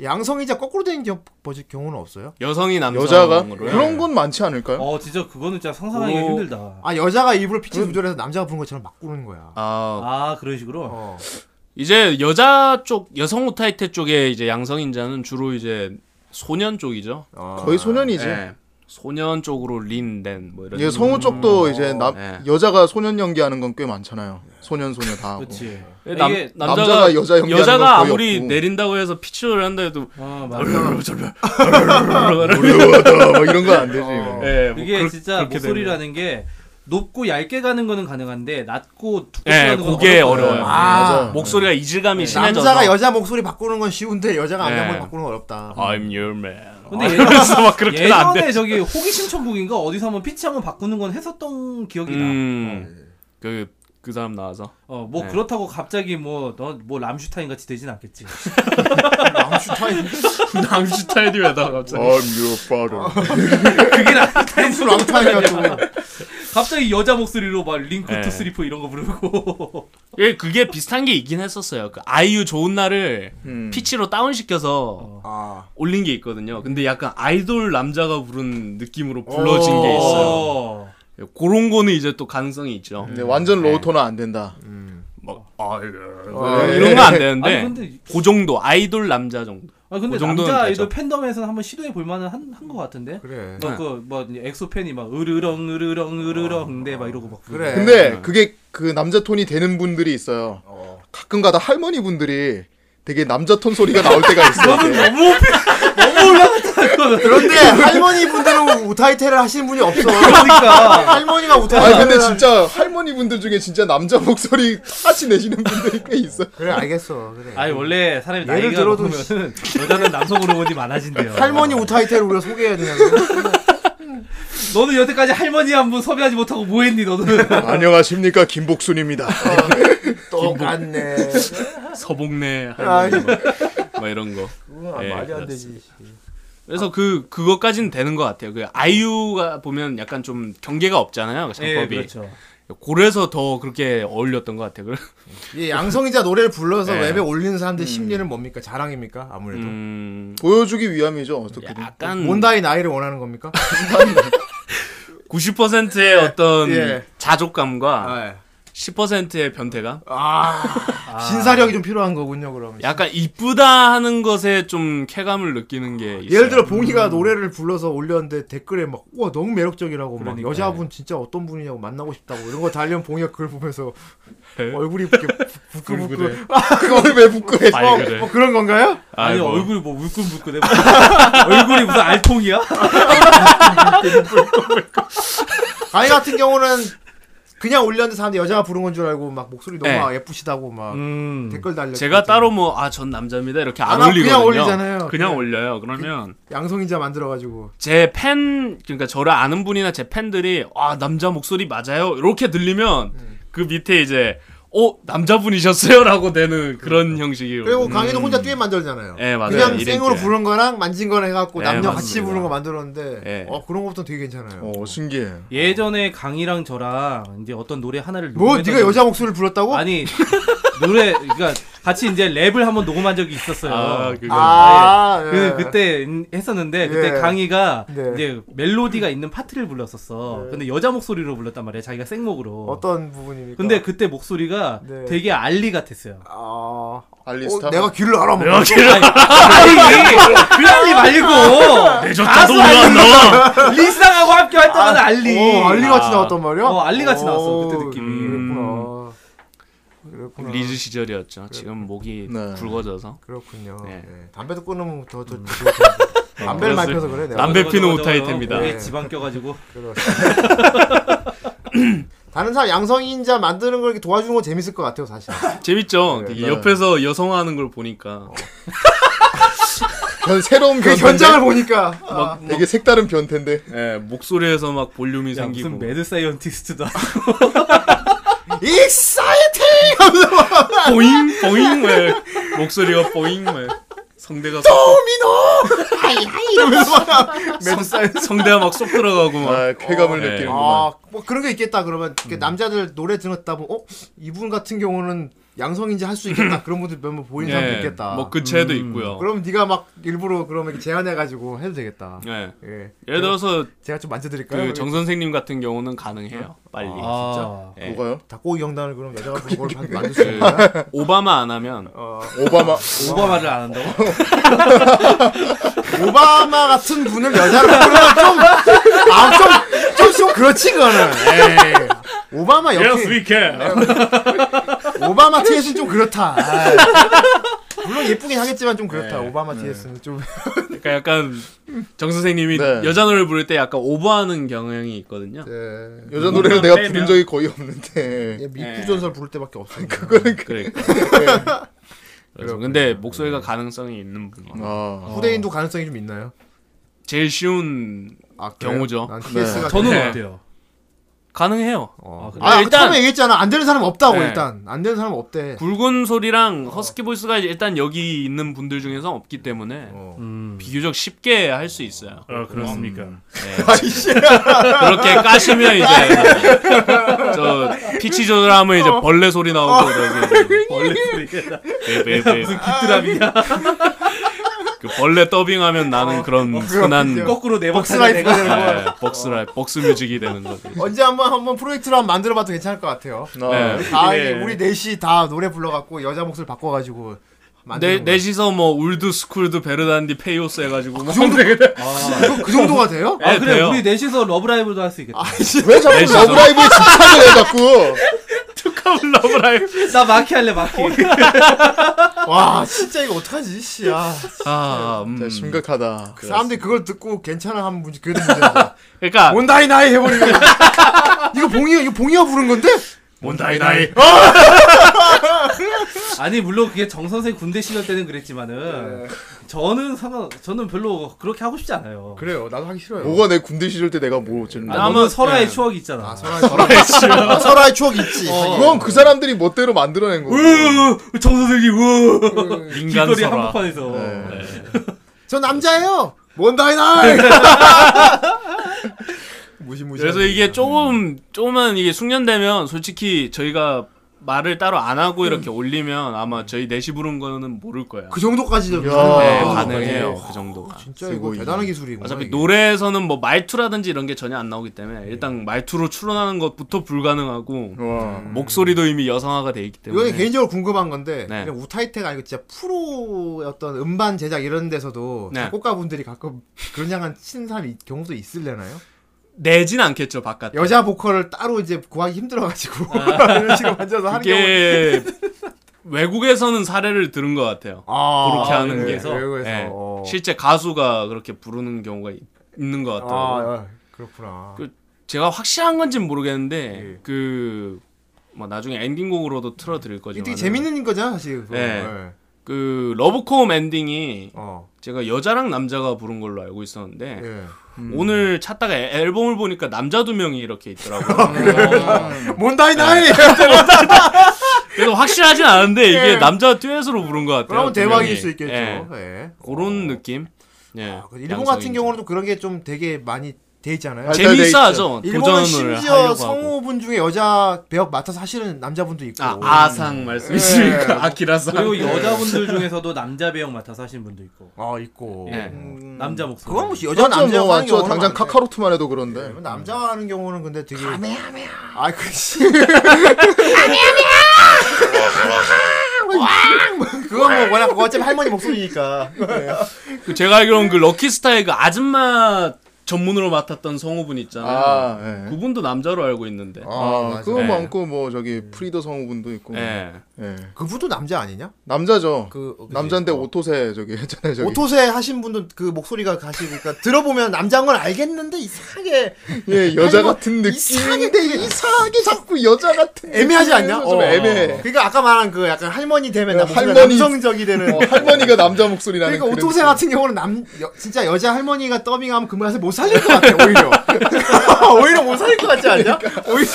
A: 양성이자 거꾸로 된 겨- 버지 경우는 없어요?
I: 여성이 남성
C: 여자가 그런 건 많지 않을까요?
B: 어 진짜 그거는 진짜 상상하기가
I: 오.
B: 힘들다
A: 아 여자가 입으로 피치 조절해서 남자가 부른 것처럼 막 부르는 거야.
I: 아,
B: 아 그런 식으로
A: 어.
I: 이제 여자 쪽 여성 오타이테 쪽에 이제 양성인자는 주로 이제 소년 쪽이죠.
A: 어.
B: 아.
C: 거의 소년이지.
I: 예. 소년 쪽으로 린넨 뭐 이런.
C: 이제 성우 쪽도 이제 남
I: 네.
C: 여자가 소년 연기하는 건 꽤 많잖아요. 소년 소녀 다 하고.
B: 그렇지.
I: 네, 남,
B: 이게-
I: 남자가,
C: 남자가 여자 연기하는
I: 여자가
C: 건 거의
I: 아무리
C: 없고.
I: 내린다고 해서 피치를 한다 해도
B: 아, 맞아.
C: 무료하다 막 이런 건 안 되지. 뭐.
I: 예, 뭐
B: 이게
I: 그렇-
B: 진짜
I: 그렇게
B: 목소리라는 게 높고 얇게 가는 거는 가능한데 낮고 두껍게
I: 되면. 예,
B: 가는 건
I: 그게
B: 어렵거든.
I: 어려워요.
A: 아,
I: 목소리가 이질감이 심해져서.
A: 남자가 여자 목소리 바꾸는 건 쉬운데
C: 아,
A: 여자가
I: 네.
A: 남자 목소리 바꾸는 건 어렵다.
I: I'm your man.
B: 근데
I: 아,
B: 예전-
I: 이러면서 막 그렇게는 안 돼. 음.
B: 예전에 저기 호기심 천국인가 어디서 한번 피치 한번 바꾸는 건 했었던 기억이 나.
I: 음, 그, 그 사람 나와서.
B: 어, 뭐
I: 네.
B: 그렇다고 갑자기 뭐너뭐 람슈타인 같이 되진 않겠지.
A: 랑슈타인
I: 남슈타인이 왜 나와, 갑자기.
C: I'm your father.
B: 어. 그게 람슈타인
A: 무슨 랑타인이야
B: 갑자기 여자 목소리로 막 링크
I: 네.
B: 투 스리퍼 이런 거 부르고.
I: 예, 그게 비슷한 게 있긴 했었어요. 그 아이유 좋은 날을
C: 음.
I: 피치로 다운시켜서
A: 아,
I: 올린 게 있거든요. 근데 약간 아이돌 남자가 부른 느낌으로 불러진 게 있어요.
B: 어.
I: 그런 거는 이제 또 가능성이 있죠.
C: 근데 음. 네, 완전 로우 토는 안 된다.
A: 음.
I: 막, 아,
C: 아, 예.
I: 이런 거 안 되는데,
B: 아니 근데
I: 그 정도, 아이돌 남자 정도.
B: 아 근데
I: 그 정도는
B: 남자
I: 되죠.
B: 아이돌 팬덤에서는 한번 시도해 볼 만한 한한거 같은데.
A: 그래.
I: 네.
B: 막그뭐 엑소 팬이 막 으르렁 으르렁 으르렁 근데 막 이러고 막 부르고.
A: 그래.
C: 근데 그게 그 남자 톤이 되는 분들이 있어요.
A: 어.
C: 가끔가다 할머니 분들이 되게 남자 톤 소리가 나올 때가 있어요.
B: 너무
A: 네. 그런데 할머니 분들은 우타이테를 하시는 분이 없어.
B: 그러니까.
A: 할머니가
C: 아
A: 우타이테를
C: 근데 진짜 할머니 분들 중에 진짜 남자 목소리 같이 내시는 분들이 꽤 있어.
A: 그래 알겠어. 그래.
B: 아니 원래 사람이
A: 예를
B: 나이가
A: 들어도
B: 먹으면은 여자는 남성 호르몬이 많아진대요.
A: 할머니 우타이테를 우리가 소개해야 되냐고.
B: 너는 여태까지 할머니 한 분 섭외하지 못하고 뭐했니 너는?
C: 안녕하십니까 김복순입니다.
A: 똑같네.
I: 서복내
A: 아,
I: 할머니 막, 막 이런 거.
A: 그건
B: 음, 아,
I: 예,
A: 아, 말이 안 되지.
I: 그래서 그 그것까지는 되는 것 같아요. 그 아이유가 보면 약간 좀 경계가 없잖아요. 그
A: 네,
B: 예
I: 장법이.
B: 그렇죠.
I: 그래서 더 그렇게 어울렸던 것 같아요. 그래서
A: 이 예, 양성이자 노래를 불러서
I: 네.
A: 웹에 올리는
C: 음.
A: 사람들 심리는 뭡니까? 자랑입니까? 아무래도.
I: 음,
C: 보여주기 위함이죠. 어떻게든.
I: 약간
A: 몬다의 나이를 원하는 겁니까?
I: 90%의 어떤
A: 예.
I: 자족감과
A: 네.
I: 10%의 변태감.
A: 아, 신사력이 좀 필요한 거군요, 그럼.
I: 약간 이쁘다 하는 것에 좀 쾌감을 느끼는 게 있어요.
A: 아,
I: 음.
A: 예를 들어 봉이가 노래를 불러서 올렸는데 댓글에 막 우와 너무 매력적이라고 막
B: 그러니까.
A: 여자분 진짜 어떤 분이냐고 만나고 싶다고 이런 거 달면 봉이가 그걸 보면서 얼굴이 이렇게 아, 부끄부끄
C: 그걸 왜 부끄해?
I: 아니
A: 어,
I: 그래.
A: 뭐 그런 건가요?
B: 아니
I: 아이고.
B: 얼굴이 뭐 울끈불끈해. 얼굴이 무슨 알통이야?
A: 아이 같은 경우는 그냥 올렸는데 사람들이 여자가 부른 건 줄 알고 막 목소리 너무
I: 네.
A: 아, 예쁘시다고 막
B: 음.
A: 댓글 달려
I: 제가 따로 뭐 아 전 남자입니다 이렇게 안
A: 아,
I: 올리거든요.
A: 그냥 올리잖아요. 네.
I: 그냥
A: 그냥.
I: 올려요. 그러면
A: 양성인자 만들어가지고
I: 제 팬 그러니까 저를 아는 분이나 제 팬들이 아 남자 목소리 맞아요 이렇게 들리면
A: 음.
I: 그 밑에 이제 어 남자분이셨어요라고 되는 그런 형식이요.
A: 그러니까. 그리고 강희도 혼자 듀엣 만들잖아요.
I: 음. 예 맞아요.
A: 그냥
I: 이런
A: 생으로
I: 게.
A: 부른 거랑 만진 거랑 해갖고
I: 네,
A: 남녀 같이
I: 맞습니다.
A: 부르는 거 만들었는데
I: 네.
A: 어 그런 것부터 되게 괜찮아요.
C: 어 신기해.
B: 예전에 강이랑 저랑 이제 어떤 노래 하나를
A: 뭐
B: 녹음해서-
A: 네가 여자 목소리를 불렀다고? 어,
B: 아니 노래 그러니까 같이 이제 랩을 한번 녹음한 적이 있었어요.
I: 아 그거
A: 아, 예.
B: 그, 그때 인- 했었는데 그때
A: 예.
B: 강희가
A: 네.
B: 이제 멜로디가 있는 파트를 불렀었어. 근데 여자 목소리로 불렀단 말이야. 자기가 생목으로.
A: 어떤 부분입니까?
B: 근데 그때 목소리가
A: 네.
B: 되게 알리 같았어요.
A: 아, 어,
C: 알리스타.
A: 내가 귀를 알아. 뭐.
B: 그 알리 말고
I: 내줬다도 올라왔나?
B: 리쌍하고 함께 활동하는 알리.
A: 오, 아, 어, 알리 같이
I: 아.
A: 나왔단 말이야?
B: 어, 알리 같이 나왔어,
A: 오,
B: 그때 느낌이.
I: 음.
A: 그랬구나.
B: 음.
A: 그랬구나.
I: 리즈 시절이었죠. 지금 목이
C: 네.
I: 굵어져서
A: 그렇군요.
I: 네.
A: 예. 담배도 끊으면 더,
B: 음.
A: 더,
B: 어,
A: 더 담배를 많이
I: 그렇습니다.
A: 펴서 그래. 내가.
I: 담배- 피는 오타이테입니다.
B: 네.
A: 네.
B: 지방 껴가지고.
A: 그래서. 다른 사람 양성인자 만드는 걸 이렇게 도와주는 건 재밌을 것 같아요, 사실.
I: 재밌죠.
A: 네, 어.
I: 되게
C: 네.
I: 옆에서 여성화하는 걸 보니까
C: 변 새로운
A: 그
C: 변태.
A: 현장을 보니까 아,
C: 되게 색다른 변태인데.
I: 예, 목소리에서 막 볼륨이
B: 야,
I: 생기고
B: 무슨 매드 사이언티스트도
A: 익사이팅!
I: 보잉 보잉 왜 목소리가 보잉 왜 성대가 쏙-
A: 이러면서 막 매드 사이언
I: 성대가 막 쏙 들어가고 막
C: 아 쾌감을
I: 어, 네.
C: 느끼는구만.
A: 아, 뭐 그런 게 있겠다 그러면
I: 음.
A: 이렇게 남자들 노래 들었다 보면 어 이분 같은 경우는 양성인지 할 수 있겠다 그런 분들 몇번 보이는 사람도 있겠다. 음.
I: 뭐 그체도 있고요.
A: 그럼 네가 막 일부러 그러면 이렇게 제안해가지고 해도 되겠다.
I: 예.
A: 예,
I: 예를 들어서
A: 제가 좀 만져드릴까요? 어?
I: 그 정 선생님 같은 경우는 가능해요. 빨리.
B: 아,
I: 예.
C: 뭐가요?
A: 닭고기 경단을 그럼 여자가 부른 걸 만- 만들 수
I: 그
A: 있나?
I: 오바마 안 하면
A: 어,
C: 오바마.
B: 오바마를 안 한다고?
A: 오바마 같은 분을 여자로 부르면 좀, 아, 좀, 좀, 좀 그렇지, 그거는. 에이. 오바마 네.
I: Yes,
A: 옆에,
I: we can.
A: 오바마 TS는 좀 그렇다. 아이. 물론 예쁘긴 하겠지만 좀 그렇다. 오바마 TS는 좀.
I: 그러니까 약간 정 선생님이
C: 네.
I: 여자 노래 부를 때 약간 오버하는 경향이 있거든요. 네.
C: 여자 노래를 내가
A: 네,
C: 부른
I: 빼면.
C: 적이 거의 없는데
A: 예, 미쿠전설 부를 때밖에 예. 없으니까.
C: 그거는
I: 네. 그러니까.
A: 네.
I: 그래서 근데 목소리가 가능성이 있는 분.
C: 아
A: 후대인도 가능성이 좀 있나요?
I: 제일 쉬운
A: 아,
I: 경우죠.
A: 난 TS가
B: 저는
I: 네.
B: 어때요?
I: 가능해요.
A: 어.
B: 아, 근데
A: 아,
I: 일단-
A: 일단 처음에 얘기했잖아. 안 되는 사람 없다고
I: 네.
A: 일단. 안 되는 사람 없대.
I: 굵은
A: 어.
I: 소리랑 허스키 보이스가 일단 여기 있는 분들 중에서 없기 때문에
A: 어.
B: 음.
I: 비교적 쉽게 할 수 있어요. 음. 네.
B: 아 그렇습니까?
I: 그렇게 까시면 이제 저 피치 조절하면 이제 벌레 소리
A: 어.
I: 나오고 저기
B: 벌레 소리가
I: 베베베
B: 귀뚜라미냐?
I: 그 벌레 더빙하면 나는 그런 흔한
A: 어. 그렇군요.
B: 거꾸로 네 내 박사가
A: 박스라이프
B: 내가
A: 되는 거야.
I: 네, 복스라 복스 뮤직이 되는 거죠.
A: 언제 한번 한번 프로젝트로 한번 만들어봐도 괜찮을 것 같아요.
C: 아,
I: 네.
A: 아,
B: 예.
A: 이게 우리 넷이 다 노래 불러갖고 여자 목소리
I: 네,
A: 바꿔가지고
I: 내,
A: 만드는 거.
I: 넷이서 뭐 울드 스쿨드 베르단디 페이오스 해가지고 막
A: 그, 그 정도가 돼요? 아,
B: 아
I: 아, 네,
B: 그래
I: 돼요.
B: 우리 넷이서 러브라이브도 할 수 있겠다.
C: 왜 자꾸
I: 네, 진짜.
C: 러브라이브에 집착을 해 자꾸
I: 툭하면 러브라이브
B: 나 마키 할래 마키.
A: 와 진짜 이거 어떡하지 씨야.
I: 아,
C: 진짜
I: 음.
C: 심각하다
A: 사람들이 그걸 듣고 괜찮아 하면 문제 그게 문제야.
I: 그러니까
A: 온다이 나이 해버리면 이거 봉이야 이거 봉이야 부른 건데?
I: 몬다이 나이 아!
B: 아니 물론 그게 정 선생 군대 시절 때는
A: 네.
B: 그랬지만은 저는 상관 저는 별로 그렇게 하고 싶지 않아요.
A: 그래요 나도 하기 싫어요.
C: 뭐가 내 군대 시절 때 내가 뭐 어쨌는
B: 아, 너무
I: 아마-
B: 설화의
I: 예.
B: 추억이 있잖아.
A: 아, 설화의 추억. 어. 설화의 추억 있지.
B: 어.
C: 그건 그 사람들이 멋대로 만들어낸 거고
B: 정 선생님 우.
A: 음.
I: 인간
B: 길거리
I: 설화
B: 한복판에서.
A: 네.
I: 네.
A: 저 남자예요. 뭔다이 나이. 무시무시.
I: 그래서 이게 조금 조금만 이게 숙련되면 솔직히 저희가 말을 따로 안 하고 이렇게 올리면 아마 저희 넷이 부른 거는 모를 거예요.
A: 음. 그 정도까지도
I: 네,
A: 가능해요. 어, 아,
I: 가능해요. 그 정도가.
A: 진짜 이거 대단한 기술이고.
I: 어차피 노래에서는 뭐 말투라든지 이런 게 전혀 안 나오기 때문에 일단 말투로 추론하는 것부터 불가능하고
C: 와
I: 목소리도 이미 여성화가 돼 있기 때문에
A: 음. 이거는 개인적으로 궁금한 건데
I: 네.
A: 그냥 우타이테가 아니고 진짜 프로의 어떤 음반 제작 이런 데서도
I: 네.
A: 작곡가분들이 가끔 그런 양한 치는 사람이 있- 경우도 있을려나요?
I: 내진 않겠죠 바깥에
A: 여자 보컬을 따로 이제 구하기 힘들어가지고 이런 식으로 만져서 하는 경우
I: 아. 그게 외국에서는 사례를 들은 것 같아요.
A: 아,
I: 그렇게 하는 게
A: 외국에서? 외국에서,
I: 예.
A: 어.
I: 실제 가수가 그렇게 부르는 경우가 있- 있는 것 같더라고요.
A: 아, 예, 그렇구나.
I: 그- 제가 확실한 건지는
A: 예.
I: 모르겠는데 그뭐 나중에 엔딩곡으로도 틀어드릴
A: 이게
I: 거지만
A: 되게 재밌는 거잖아 사실. 그거.
I: 그렇죠, 네.
A: 예.
I: 그 러브콤 엔딩이
A: 어.
I: 제가 여자랑 남자가 부른 걸로 알고 있었는데
A: 예.
I: 음. 오늘 찾다가 애- 앨범을 보니까 남자 두 명이 이렇게 있더라고요. 음. 네.
A: 뭔다이 나이.
I: 그래서 확실하진 않은데 이게
A: 예.
I: 남자 듀엣으로 부른 것 같아요.
A: 그러면
I: 두
A: 대박일
I: 명이.
A: 수 있겠죠.
I: 예.
A: 예.
I: 그런 느낌. 예.
A: 아, 그 일본 같은 경우는 그런 게 좀 되게 많이 돼 있잖아요.
C: 제-
I: 재밌어하죠.
A: 일본은
I: 도전을
A: 심지어
I: 하려고 하고.
A: 성우분 중에 여자 배역 맡아서 하시는 남자분도 있고. 음. 네.
I: 아 아상 말씀이십니까? 아키라상.
B: 네.
I: 네.
B: 그리고 여자분들 중에서도 남자 배역 맡아서 하시는 분도 있고
A: 아, 있고.
I: 예.
A: 음,
B: 남자 목소리.
A: 그건 뭐 여자 남자
C: 여자 뭐
A: 하는
C: 맞죠
A: 경우는
C: 당장
A: 많은데.
C: 카카로트만 해도 그런데
A: 네, 남자가 하는 경우는 근데 되게 아메아메아. 아, 그 씨. 아메아메아. 그거 뭐 워낙 그거 어차피 할머니 목소리니까.
I: 그 제가 알기로는 그 럭키스타의 그 아줌마 전문으로 맡았던 성우분 있잖아요.
C: 아 예.
I: 그분도 남자로 알고 있는데.
C: 아, 그거
I: 네.
C: 많고 뭐 저기 프리더 성우분도 있고
I: 예.
C: 예.
A: 그분도 남자 아니냐?
C: 남자죠
A: 그 그지?
C: 남잔데 오토세 저기 했잖아요 저기
A: 오토세 하신 분도 그 목소리가 가시 그러니까 들어보면 남자인 걸 알겠는데 이상하게
C: 예 여자
A: 아니, 뭐
C: 같은 느낌
A: 이상하게 되게
C: 이상하게 자꾸 여자 같은
A: 애매하지 않냐?
C: 좀
A: 어.
C: 애매해
A: 그러니까 아까 말한 그 약간 할머니 되면
C: 어,
A: 나 목소리가
C: 할머니.
A: 남성적이 되는
C: 어, 할머니가 남자 목소리 나는
A: 그러니까
C: 그런
A: 오토세
C: 느낌.
A: 같은 경우는 남 여, 진짜 여자 할머니가 더빙하면 그 맛을 못 살릴 것 같아 오히려 오히려 못 살릴 것 같지 않냐?
C: 그러니까.
A: 오히려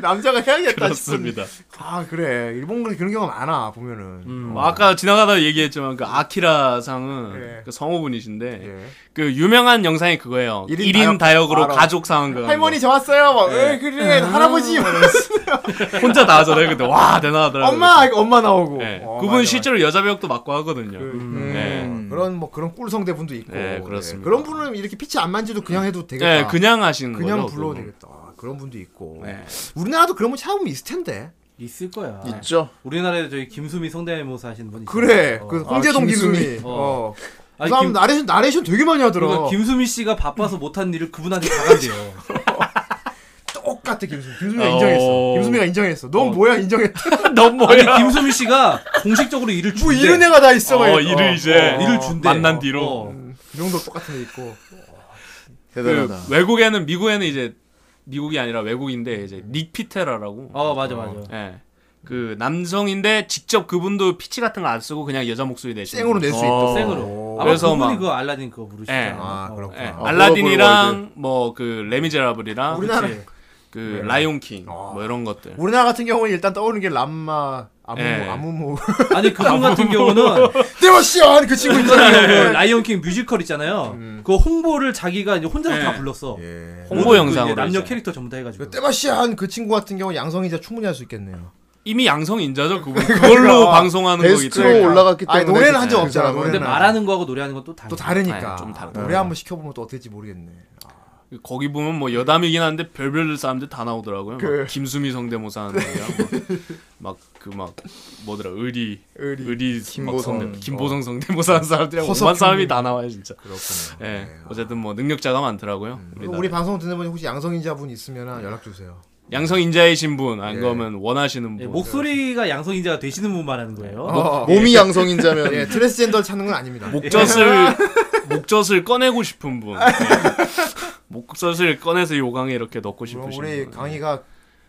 A: 남자가 해야겠다 싶은
I: 그렇습니다.
A: 아 그래 일본은 그런 경우가 많아 보면은 어.
I: 뭐 아까 지나가다 얘기했지만 그 아키라 상은
A: 예.
I: 그 성우분이신데
A: 예.
I: 그 유명한 영상이 그거예요.
A: 일인
I: 1인, 다역, 으로
A: 알아.
I: 가족 상황 그
A: 할머니 저 왔어요 막 에이, 그래 할아버지 막 이러면서.
I: 혼자 다 하잖아요. 근데 와 대단하더라고요.
A: 엄마 이거 엄마 나오고
I: 예.
A: 어,
I: 그분
A: 맞아, 맞아.
I: 실제로 여자 배역도 맡고 하거든요.
A: 음.
I: 예.
A: 그런 뭐 그런 꿀성대 분도 있고
I: 네, 그렇습니다.
A: 예. 그런 분은 이렇게 피치 안 만지도 그냥 해도 되겠다
I: 예, 그냥 하시는
A: 그냥
I: 거죠.
A: 불러도
I: 그분.
A: 되겠다 아, 그런 분도 있고
I: 네.
A: 우리나라도 그런 분 찾아보면 있을 텐데
B: 있을 거야.
C: 있죠
B: 우리나라에 저희 김수미 성대모사 하시는 분이
A: 그래
B: 있어요. 어.
A: 그 홍제동
C: 아, 김수미.
A: 김수미 어. 그
B: 아니,
A: 사람
B: 김-
A: 나레이션, 나레이션 되게 많이 하더라. 음.
B: 그러니까 김수미 씨가 바빠서 못한 일을 그분한테 다 간대요.
A: 똑같아, 김수미. 김수미가
I: 어.
A: 인정했어. 김수미가 인정했어. 넌 뭐야, 인정했다.
I: 넌
B: 아니
I: 뭐야?
B: 김수미 씨가 공식적으로 일을 준대.
A: 뭐 이런 애가 다 있어. 막
I: 어,
A: 이랬-
I: 일을 이제
B: 어, 일을 준대.
I: 만난 뒤로.
B: 어.
A: 이그 정도 똑같은 애 있고.
C: 대단하다.
I: 그 외국에는 미국에는 이제 미국이 아니라 외국인데 이제 닉 피테라라고.
B: 어, 맞아 맞아.
I: 예. 그 남성인데 직접 그분도 피치 같은 거 안 쓰고 그냥 여자 목소리 내시는 어.
A: 쌩으로 낼 수 있다.
B: 생으로. 아마
I: 그래서
B: 그분이
I: 막-
B: 그 알라딘 그거 어. 부르시잖아.
I: 예.
A: 아, 그렇구나.
I: 예.
A: 아,
I: 알라딘이랑 뭐 그 레미제라블이랑
A: 우리나라,
B: 그치.
I: 그 라이온 킹
A: 어.
I: 뭐 이런 것들.
A: 우리나라 같은 경우는 일단 떠오르는 게 람마, 아무,
I: 예.
A: 아무무.
B: 아니 그분 같은 경우는
A: 데모시언! 그
I: 네.
A: 친구
B: 그
A: 있잖아요.
B: 라이온 킹 뮤지컬 있잖아요. 그 홍보를 자기가 이제 혼자서
I: 예.
B: 다 불렀어.
A: 음. 예.
I: 홍보
B: 그
I: 영상으로
B: 이제 남녀
I: 이제.
B: 캐릭터 전부 다 해가지고.
A: 그 데모시언! 그 친구 같은 경우는 양성이자 충분히 할 수 있겠네요.
I: 이미 양성 인자죠 그분.
A: 그러니까
I: 그걸로 방송하는 거기
C: 베스트로
I: 때문에.
C: 올라갔기 때문에
A: 아, 아니, 노래는 한 적
C: 예,
A: 없잖아.
C: 그 사람은.
B: 근데
A: 노래는
B: 말하는 거하고 노래하는 건 또 다르.
A: 또 다르니까.
I: 아니, 네, 좀 다르다.
A: 노래 한번 시켜보면 또 어떨지 모르겠네.
I: 거기 보면 뭐 여담이긴 한데 별별 사람들 다 나오더라고요.
A: 그-
I: 막 김수미 성대모사 하는 거랑 막그 막 뭐더라 의리
A: 의리. 어.
I: 의리
C: 김보성.
I: 막 성대- 김보성 성대모사 하는 사람들이
A: 허석형.
I: 오만 사람이 다 나와요 진짜.
A: 그렇군요. 네. 음.
I: 예. 어쨌든 뭐 능력자가 많더라고요.
A: 우리,
I: 우리나라.
A: 방송 듣는 분이 혹시 양성인자분 있으면 연락 주세요.
I: 양성 인자이신 분, 안
A: 예.
I: 그러면 원하시는 분.
B: 예, 목소리가 양성인자가 되시는 분 말하는 거예요.
A: 어,
C: 몸이 양성인자면
A: 예, 트랜스젠더를 찾는 건 아닙니다. 예.
I: 목젖을 목젖을 꺼내고 싶은 분. 예. 목젖을 꺼내서 요강에 이렇게 넣고
A: 그럼
I: 싶으신
A: 우리
I: 분.
A: 강희가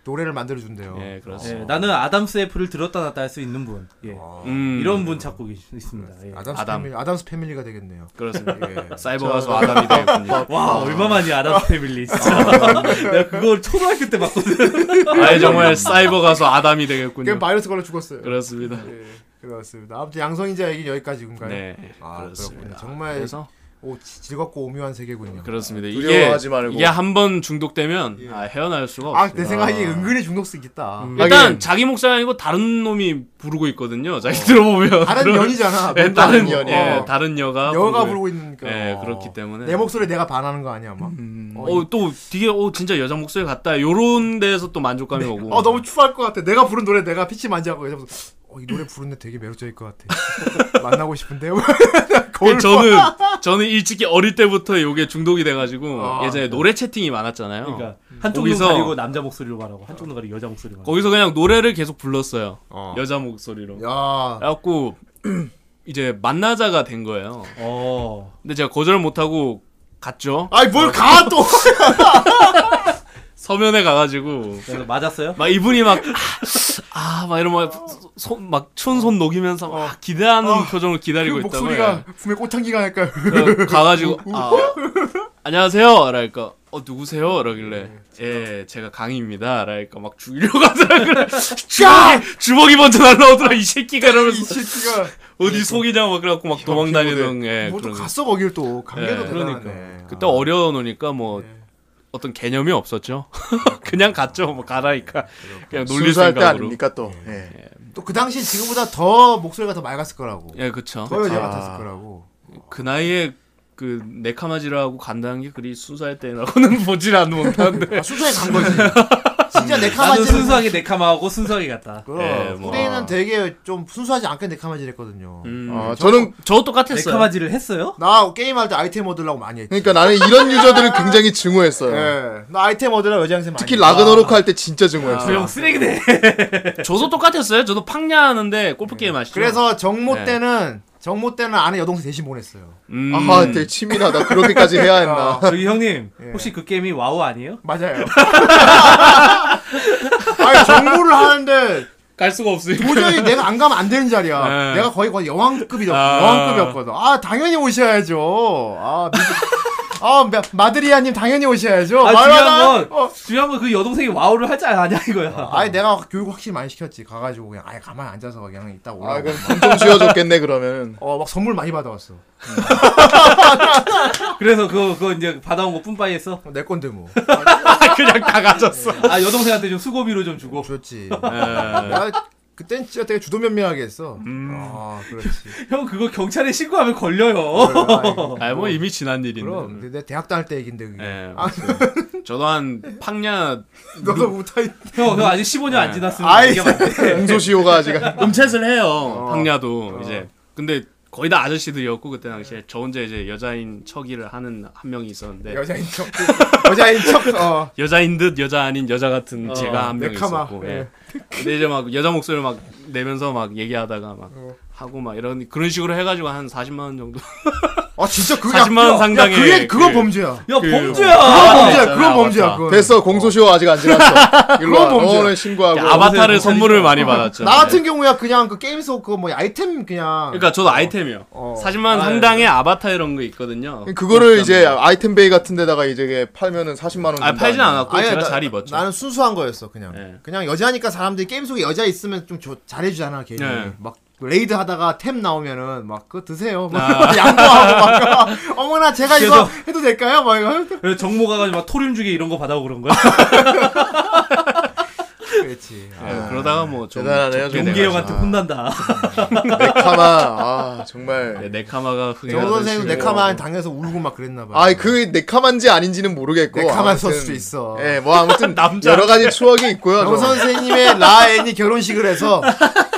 A: 노래를 만들어 준대요. 어,
I: 예,
B: 예,
I: 그렇습니다.
B: 나는 아담스 애플을 들었다 놨다 할 수 있는 분. 예.
C: 아.
I: 음,
B: 이런 분 찾고 계시- 있습니다. 예.
A: 아담스
I: 아담.
A: 패밀리, 아담스 패밀리가 되겠네요.
I: 그렇습니다.
A: 예. 어,
I: 사이버 가수 아담이 되겠군요.
B: 와 얼마만이 아담스 패밀리 진짜. 내가 그걸 초등학교 때 봤거든.
I: 아예 정말 사이버 가수 아담이 되겠군요.
A: 그냥 바이러스 걸려 죽었어요.
I: 그렇습니다.
A: 예, 그렇습니다. 아무튼 양성인자 얘기 여기까지인가요?
I: 네,
A: 아,
I: 그렇습니다.
A: 그렇군요. 정말
I: 그래서
A: 오, 지- 즐겁고 오묘한 세계군요.
I: 그렇습니다. 이게
C: 두려워하지 말고.
I: 이게 한 번 중독되면 아, 헤어날 수가 없어요.
A: 예. 아, 내 생각에 은근히 아. 중독성 있다.
I: 음. 일단
C: 하긴.
I: 자기 목소리 아니고 다른 놈이 부르고 있거든요. 자기 들어보면
A: 다른
I: 그런-
A: 연이잖아. 어.
I: 예, 다른
C: 연.
I: 연, 예, 다른 여가
A: 여가
I: 부르고
A: 부르고 있는 거.
I: 예, 그렇기 때문에.
A: 내 목소리 내가 반하는 거 아니야, 막. 어,
I: 어, 또 뒤에 어 진짜 여자 목소리 같다. 요런 데서 또 만족감이 오고.
A: 어 너무 추할 것 같아. 내가 부른 노래 내가 피치 만지하고 그래서 어, 이 노래 부르는데 되게 매력적일 것 같아. 만나고 싶은데. 거울 봐.
I: 그 저는 저는 일찍이 어릴 때부터 요게 중독이 돼가지고
A: 아.
I: 예전에 노래 채팅이 많았잖아요. 음.
B: 그러니까 한쪽 눈
I: 거기서-
B: 가리고 남자 목소리로 말하고 한쪽 눈 가리고 여자 목소리로 말하고.
I: 거기서 그냥 노래를 계속 불렀어요.
A: 어.
I: 여자 목소리로.
A: 야.
I: 그래갖고 이제 만나자가 된 거예요.
B: 어
I: 근데 제가 거절 못하고 갔죠.
A: 아이 뭘
I: 어.
A: 가 또.
I: 서면에 가가지고
B: 그래서 맞았어요?
I: 막 이분이 막아막 이런 막손막촌손 녹이면서 막 기대하는 표정을
A: 어. 그
I: 기다리고 있다고
A: 목소리가 분명 꽃향기가 날까요?
I: 그래서 가가지고 아, 안녕하세요 라니까 어 누구세요 라길래
A: 네.
I: 예 제가 강희입니다 라니까 막 죽이려고 하더라 그래 주먹이, 주먹이 먼저 날라오더라 이 새끼가
A: 이
I: 이러면서
A: 새끼가
I: 어디 속이냐 막 그래갖고 막 도망다니던 예
A: 뭐또
I: 그런 거.
A: 갔어 거길 또. 관계도
I: 예,
A: 대단하네. 아. 네.
I: 그때 어려놓으니까 뭐 어떤 개념이 없었죠 그냥 갔죠 뭐 가라니까 그냥 놀릴
C: 순수할 때
I: 생각으로
C: 아닙니까 또. 예.
A: 또그 당시 지금보다 더 목소리가 더 맑았을 거라고.
I: 예 그쵸
A: 더 여자
C: 아.
A: 같았을 거라고.
I: 그 나이에 그 네카마지라고 간다는 게 그리 순수할 때라고는 보질 않는데
A: 아, 순수하게 간 거지. 진짜
B: 나는
A: 네카마지.
B: 순수하게 네카마하고 순수하게 갔다.
A: 그럼
I: 예, 뭐.
A: 후대인은 되게 좀 순수하지 않게 네카마지랬거든요. 어,
I: 음,
C: 아, 저는
I: 저 똑같았어요
B: 네카마지를 했어요?
A: 나 게임할 때 아이템 얻으려고 많이 했지.
C: 그러니까 나는 이런 유저들을 굉장히 증오했어요.
A: 예. 나 아이템 얻으려고 여자 양생 많이
C: 특히
A: 했지.
C: 라그너로크 할 때 진짜 증오했어요.
B: 형 쓰레기네.
I: 저도 아. 똑같았어요. 저도 팡냐 하는데 골프 게임 하시죠.
A: 그래서 정모
I: 네.
A: 때는 정모 때는 아내 여동생 대신 보냈어요.
I: 음,
C: 아, 되게 치밀하다. 그렇게까지 해야 했나.
B: 아, 저기 형님
A: 예.
B: 혹시 그 게임이 와우 아니에요?
A: 맞아요. 아니 정모를 하는데
I: 갈 수가 없으니까.
A: 도저히 내가 안 가면 안 되는 자리야.
I: 네.
A: 내가 거의 거의 여왕급이었
I: 아.
A: 여왕급이었거든. 아 당연히 오셔야죠. 아, 미- 아 마- 마드리아님 당연히 오셔야죠.
B: 아,
A: 말마다-
B: 중요한 건
A: 어.
B: 중요한 건 그 여동생이 와우를 하지 않냐 이거야.
A: 아니 내가 교육 확실히 많이 시켰지. 가가지고 그냥 아예 가만히 앉아서 그냥 있다 올라.
C: 아,
A: 고
C: 그럼 엄청 쥐어줬겠네 음. 그러면.
A: 어막 선물 많이 받아왔어.
B: 그래서 그거 그거 이제 받아온 거 뿜빠이 했어.
A: 내 건데 뭐.
I: 그냥 다 가졌어.
B: 아 여동생한테 좀 수고비로 좀 주고.
C: 네.
A: 줬지.
I: 예.
A: 나 그땐 진짜 되게 주도면밀하게 했어.
C: 음.
A: 아 그렇지.
B: 형 그거 경찰에 신고하면 걸려요.
A: 그래,
I: 아, 뭐 이미 지난 일인데.
A: 그럼 근데 내 대학 다닐 때 얘긴데 그게.
I: 예.
A: 아,
I: 저도 한 팡냐
A: 너도 우타이.
B: 형, 형 아직 15년 안 지났으면
A: 아이.
B: 얘기하면 안 돼.
C: 공소시효가 아직 안-
I: 음챗을 해요. 팡냐도 이제. 근데 거의 다 아저씨들이었고 그때 당시에 저 혼자 이제 여자인 척이를 하는 한 명이 있었는데
A: 여자인 척 여자인 척 어.
I: 여자인 듯 여자 아닌 여자 같은
A: 어,
I: 제가 한 명
A: 네카마.
I: 있었고 예.
A: 예.
I: 근데 이제 막 여자 목소리를 막 내면서 막 얘기하다가 막
A: 어.
I: 하고 막 이런 그런 식으로 해가지고 한 40만 원 정도
A: 아 진짜 그게
I: 40만 원 상당의
A: 그게 그건
I: 그-
A: 범죄야.
B: 야
I: 그-
B: 범죄야.
A: 그건 범죄야.
I: 맞잖아,
A: 그건 범죄야.
I: 맞아.
A: 그건.
C: 됐어 공소시효 아직 안 지났어. 일로 와.
A: 그건 범죄야.
C: 너는 신고하고.
I: 아바타를 선물을 많이
C: 네.
I: 받았죠.
A: 나 같은 경우야 그냥 그 게임 속 그뭐 아이템 그냥
I: 그러니까 저도 아이템이요.
A: 어.
I: 40만 원 상당의 아바타 이런 거 있거든요.
C: 그거를 이제 아이템 베이 같은 데다가 이제 이게 팔면은 40만 원.
I: 아 팔진 않았고
A: 아니야,
I: 제가
A: 나-
I: 잘 입었죠.
A: 나는 순수한 거였어 그냥.
I: 예.
A: 네. 그냥 여자니까 사람들이 게임 속에 여자 있으면 좀 조- 잘해주잖아 걔.
C: 네.
I: 예.
A: 막 레이드 하다가 템 나오면은 막 그거 드세요.
C: 아.
A: 막 양보하고 막 어머나 제가 이거 해도 될까요? 막 이거.
B: 그래서 정모가 가지고 막 토륨 주기 이런 거 받아오고 그런 거야.
A: 그렇지. 아,
I: 예, 그러다가 뭐좀
C: 대단하네요, 정말.
B: 용기 형한테 혼난다.
A: 아.
C: 네카마. 아 정말.
I: 네카마가 흥행.
A: 정 선생도 네카만 당해서 울고 막 그랬나 봐.
C: 아 그 네카만지 아닌지는 모르겠고.
A: 네카만 썼
C: 아무튼-
A: 수도 있어.
C: 예, 뭐 아무튼
I: 남자.
C: 여러 가지 추억이 있고요.
A: 정
C: 저.
A: 선생님의 라엔이 결혼식을 해서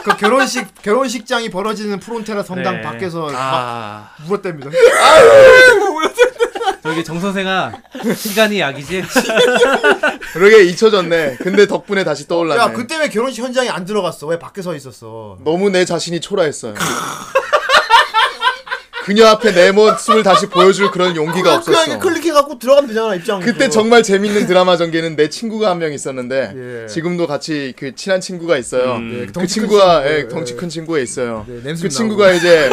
A: 그 결혼식 결혼식장이 벌어지는 프론테라 성당
I: 네.
A: 밖에서 막
I: 아
A: 울었답니다.
C: 네.
B: 저기 정 선생아 시간이 약이지.
C: 그러게 잊혀졌네. 근데 덕분에 다시 떠올랐네.
A: 야 그때 왜 결혼식 현장에 안 들어갔어? 왜 밖에 서 있었어?
C: 너무 내 자신이 초라했어요. 그녀 앞에 내 모습을 다시 보여줄 그런 용기가
A: 그러니까 그냥
C: 없었어.
A: 클릭해 갖고 들어가면 되잖아 입장.
C: 그때 정말 재밌는 드라마 전개는 내 친구가 한 명 있었는데
A: 예.
C: 지금도 같이 그 친한 친구가 있어요.
A: 예,
C: 그
A: 덩치 큰
C: 친구가
A: 친구.
C: 예,
A: 예.
C: 덩치 큰 친구가 있어요.
A: 네, 냄새
C: 그
A: 나고.
C: 친구가 이제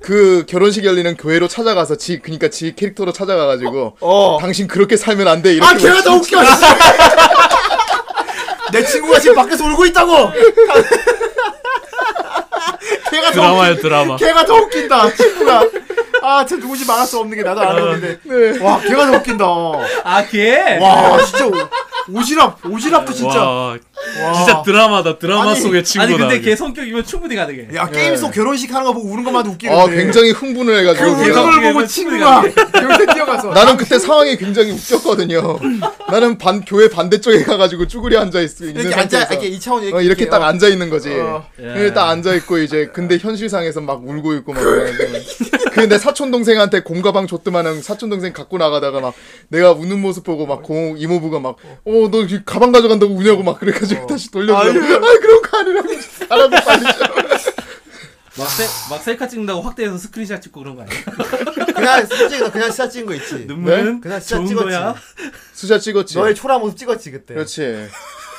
C: 그 결혼식 열리는 교회로 찾아가서 지 그러니까 지 캐릭터로 찾아가가지고
A: 어.
C: 당신 그렇게 살면 안 돼. 이렇게
A: 아 걔가 더 웃겨. 내 친구가 지금 밖에서 울고 있다고. 걔가 더
I: 드라마요
A: 웃긴,
I: 드라마.
A: 걔가 더 웃긴다 친구가. 아참 누구지 말할 수 없는 게 나도
I: 어.
A: 알았는데. 와 걔가 더 웃긴다.
B: 아
A: 네.
B: 걔.
A: 와 진짜 오- 오지랖 오지랖도 진짜.
I: 와,
A: 와.
I: 진짜 드라마다 드라마
A: 아니,
I: 속의 친구다. 네.
B: 아니 근데 걔 성격이면 충분히 가능해.
A: 야 예. 게임 속 결혼식 하는 거 보고 우는 것만 웃기는데.
C: 어, 예. 굉장히 흥분을
A: 그
C: 해가지고
A: 우는
C: 걔가-
A: 걸 보고 친구가 결혼 뛰어가서.
C: 나는 그때 상황이 굉장히 웃겼거든요. 나는 반 교회 반대쪽에 가가지고 쭈그려 앉아 있, 있는
A: 이렇게 앉아
C: 상태에서
A: 이렇게 이 차원
C: 어, 이렇게 딱 앉아 있는 거지.
A: 어.
C: 근데 딱 앉아 있고 이제 근데 현실상에서 막 울고 있고 막. 그내 사촌 동생한테 공가방 줬더만은 사촌 동생 갖고 나가다가 막 내가 우는 모습 보고 막 공, 이모부가 막 어 너 가방 가져간다고 우냐고 막 그래가지고 다시 돌려주고
A: 어. 아유.
C: 아 그런 거 아니라고 사람도 빨리 줘.
B: 막, 셀, 막 셀카 찍는다고 확대해서 스크린샷 찍고 그런 거 아니야?
A: 그냥 사진 찍어 그냥 사진 찍은 거 있지. 네?
B: 눈물은
A: 그냥 진짜
B: 네? 좋은
A: 찍었지.
B: 거야.
C: 네? 수자 찍었지. 네.
A: 너의 초라 모습 찍었지 그때.
C: 그렇지.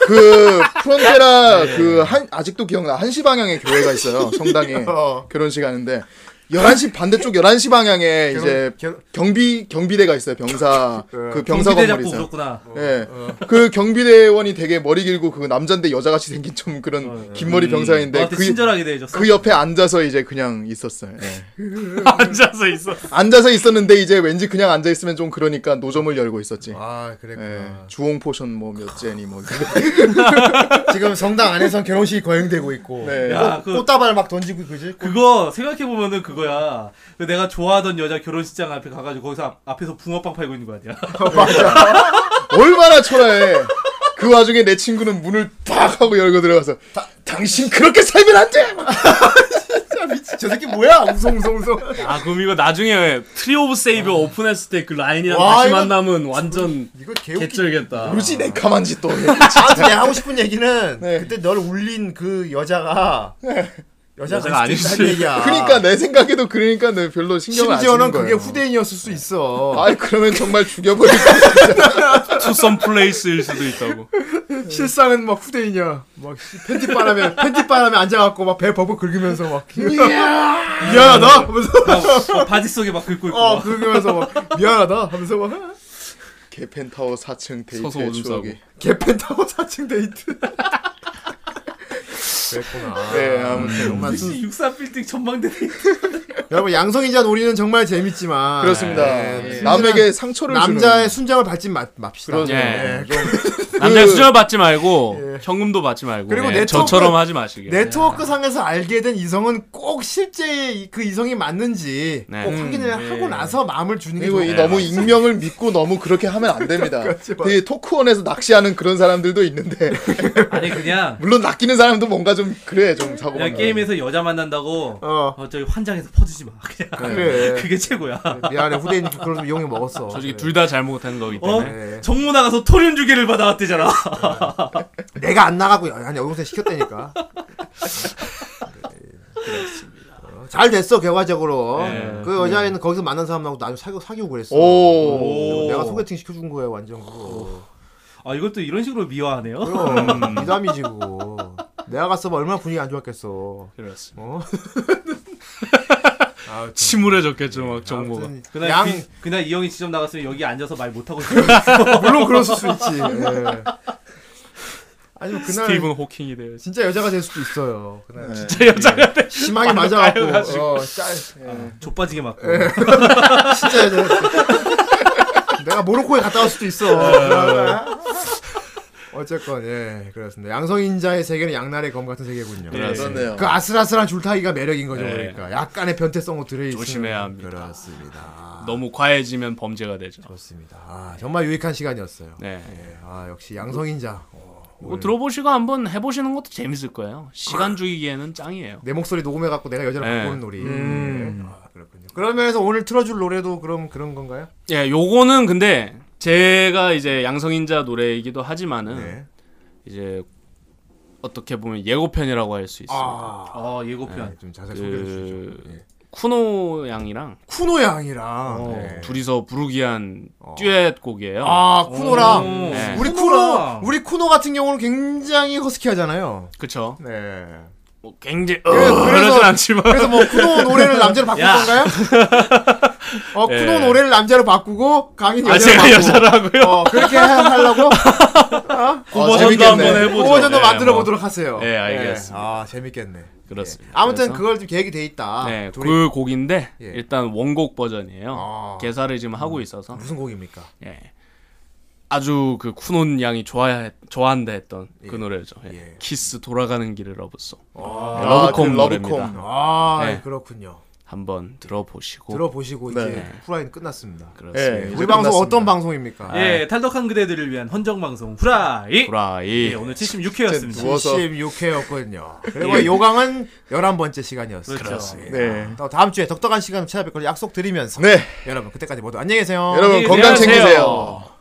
C: 그 프론테라
B: 네.
C: 그 한 아직도 기억나 한시 방향에 교회가 있어요 성당에
A: 어.
C: 결혼식 하는데 11시 반대쪽 11시 방향에
A: 결혼-
C: 이제
A: 결혼- 네.
C: 경비 경비대가 있어요 병사 그 병사 건물이
B: 경비대 잡고
C: 있어요.
B: 울었구나.
C: 예,
A: 어.
C: 그 경비대원이 되게 머리 길고 그 남잔데 여자같이 생긴 좀 그런 긴 머리 병사인데
B: 어, 네. 음. 너한테
C: 그,
B: 친절하게 대해줬어.
C: 그 옆에 앉아서 이제 그냥 있었어요. 예.
I: 앉아서 있어.
C: 앉아서 있었는데 이제 왠지 그냥 앉아 있으면 좀 그러니까 노점을 열고 있었지.
A: 아
C: 예,
A: 그랬구나.
C: 주홍 포션 뭐 몇 제니 뭐
A: 지금 성당 안에선 결혼식이 거행되고 있고
C: 네.
B: 야, 그-
A: 꽃다발 막 던지고 그지.
B: 그거 생각해보면은 그거야. 그 내가 좋아하던 여자 결혼식장 앞에 가가지고 거기서 앞, 앞에서 붕어빵 팔고 있는 거 아니야?
C: 얼마나 초라해. 그 와중에 내 친구는 문을 탁 하고 열고 들어가서 당신 그렇게 살면 안 돼.
A: 저 새끼 뭐야? 웅성웅성웅성.
I: 아 그럼 이거 나중에 트리 오브 세이브 오픈했을 때 그 라인이랑
A: 아. 와,
I: 다시
A: 이거-
I: 만나면 완전
A: 이거 네. 개웃기.
I: 개쩔겠다.
C: 굳이 내 가만지 또.
A: 아, 내가 하고 싶은 얘기는
C: 네.
A: 그때 널 울린 그 여자가
I: 여자가
A: 여자가 아닐
I: 아닐
A: 수
I: 수-
A: 얘기야.
C: 그러니까 내 생각에도 그러니까 내 별로 신경을 안 쓰는
A: 심지어는
C: 거예요.
A: 그게 후대인이었을 수 있어.
C: 아이 그러면 정말 죽여버릴 거
I: 투썸 플레이스일 수도 있다고.
C: 네.
A: 실상은 막 후대인이야. 막 씨, 팬티 바람에 팬티 바람에 앉아갖고 막 배 버벅 긁으면서 막 미안하다 하면서
B: 막 어, 바지 속에 막 긁고 있고.
A: 어
B: 막.
A: 긁으면서 막 미안하다 하면서 막
C: 개 펜타워 4층
I: 서서
C: 데이트의
I: 오줌
C: 추억이.
A: 개팬 타고 4층 데이트.
C: 네 아무튼
A: 정말 순-
B: 63 빌딩 전망대
A: 여러분 양성이자 놀이는 정말 재밌지만
C: 그렇습니다.
A: 예,
C: 남에게 상처를
A: 남자의
C: 주는.
A: 순정을 받지 마, 맙시다.
I: 네.
C: 그러죠.
A: 예, 그럼 예.
I: 남자 수절 받지 말고 현금도 받지 말고
A: 그리고
I: 네,
A: 네트워크-
I: 저처럼 하지 마시길.
A: 네트워크 상에서 알게 된 이성은 꼭 실제 이- 그 이성이 맞는지
I: 네.
A: 꼭
I: 음,
A: 확인을 하고 나서 마음을 주는 게
C: 그리고
A: 좋아요.
C: 이 너무 익명을 믿고 너무 그렇게 하면 안 됩니다.
A: 네, 그렇지만.
C: 되게 토크원에서 낚시하는 그런 사람들도 있는데
B: 아니 그냥
C: 물론 낚이는 사람도 뭔가 좀 그래 좀 사고.
B: 그냥 게임에서 여자 만난다고
A: 어. 네.
B: 어, 저기 환장해서 퍼지지 마. 그냥
A: 그래.
B: 그게 최고야.
A: 미안해 후대인 그런 이용해 먹었어.
I: 솔직히
A: 그래.
I: 둘 다 잘못한 거기
B: 어?
I: 때문에.
A: 네.
B: 정모 나가서 토륜 주기를 받아왔대잖아.
A: 네. 내가 안 나가고 아니 여동생 시켰다니까. 그렇습니다. 잘 됐어 결과적으로
I: 네.
A: 그 여자애는 거기서 만난 사람하고 나중에 사귀, 사귀고 그랬어
C: 오.
A: 오. 내가 소개팅 시켜준 거야 완전 그거
B: 아 이것도 이런 식으로 미화하네요. 음.
A: 그럼 미담이지 그거 내가 갔으면 얼마나 분위기 안 좋았겠어
I: 그렇습니다.
A: 어?
I: 침울해졌겠죠 막 정보가.
A: 네, 아무튼
B: 그날
A: 양
B: 이, 그날 이 형이 직접 나갔으면 여기 앉아서 말 못하고 있어.
A: 물론 그럴 수 있지 예. 아니면 그날
I: 스티븐 호킹이 돼요. 진짜.
A: 진짜 여자가 될 수도 있어요 그날 예.
I: 진짜 여자가 돼.
A: 심하게 맞아갖고
I: 까여가지고.
A: 어, 짤-
I: 아,
A: 예.
B: 좆빠지게 맞고.
A: 진짜 여자. 내가 모로코에 갔다 올 수도 있어.
I: 네.
A: 어쨌건 예 그렇습니다. 양성인자의 세계는 양날의 검 같은 세계군요.
I: 예.
C: 그렇네요.
A: 그 아슬아슬한 줄타기가 매력인 거죠
I: 예.
A: 그러니까 약간의 변태성도 들어 있는
I: 조심해야 합니다.
A: 그렇습니다.
I: 너무 과해지면 범죄가 되죠.
A: 그렇습니다. 아, 정말 유익한 시간이었어요.
I: 네.
A: 예, 아 역시 양성인자 어,
I: 뭐 들어보시고 한번 해보시는 것도 재밌을 거예요. 시간 죽이기에는 짱이에요.
A: 내 목소리 녹음해갖고 내가 여자를
I: 예.
A: 바꾸는 놀이.
B: 음.
A: 예. 아, 그렇군요. 그런 면에서 오늘 틀어줄 노래도 그럼 그런 건가요?
I: 예, 요거는 근데 제가 이제 양성인자 노래이기도 하지만은
A: 네.
I: 이제 어떻게 보면 예고편이라고 할 수 있어요.
A: 아,
B: 어 예고편.
A: 좀 자세히 소개해 주시죠. 예.
I: 그 쿠노 양이랑
A: 쿠노 양이랑
I: 어,
A: 네.
I: 둘이서 부르기 한
A: 어.
I: 듀엣 곡이에요.
A: 아 쿠노랑
B: 오.
I: 네.
A: 우리 쿠노
B: 쿠노랑.
A: 우리 쿠노 같은 경우는 굉장히 허스키하잖아요.
I: 그쵸?
A: 네.
I: 뭐 굉장히 어,
A: 그래서-
I: 그러진 않지만
A: 그래서 뭐 쿠노 노래를 남자로 바꾼
I: 야.
A: 건가요? 어
I: 예.
A: 쿠노 노래를 남자로 바꾸고 강인
I: 아
A: 여자로
I: 제가
A: 바꾸고.
I: 여자라고요?
A: 어 그렇게 하- 하려고
I: 고버전도
C: 재밌겠네.
I: 한번 해보죠.
A: 오버전도
I: 예,
A: 만들어
I: 뭐.
A: 보도록 하세요.
I: 예, 알겠습니다.
A: 예. 아 재밌겠네.
I: 그렇습니다.
A: 아무튼
I: 그래서-
A: 그걸좀 계획이 돼 있다.
I: 네,
A: 둘이-
I: 그 곡인데
A: 예.
I: 일단 원곡 버전이에요.
A: 아.
I: 개사를 지금 하고 있어서
A: 무슨 곡입니까?
I: 예. 아주 그 쿠논 양이 좋아 좋아한다 했던 그
A: 예.
I: 노래죠. 예.
A: 예.
I: 키스 돌아가는 길을 러브송.
A: 아,
I: 네, 러브콤
C: 그 러브콤.
I: 노래입니다.
A: 아
I: 네.
A: 그렇군요.
I: 한번 들어보시고
A: 들어보시고 이제
C: 네.
A: 후라이는 끝났습니다.
C: 예,
I: 그렇습니다.
A: 우리
C: 이제
A: 방송 어떤
C: 끝났습니다.
A: 방송입니까?
B: 예 탈덕한 그대들을 위한 헌정 방송 후라이.
I: 브라이.
B: 예 오늘 76회였습니다.
C: 누워서. 예.
A: 76회였거든요. 그리고 요강은 11번째 시간이었어요.
B: 그렇죠.
A: 예.
C: 네.
A: 또 다음 주에 독특한 시간을 찾아뵐 걸 약속드리면서
C: 네.
A: 여러분 그때까지 모두 안녕히 계세요.
C: 여러분 건강
I: 어, 안녕히 계세요.
C: 챙기세요.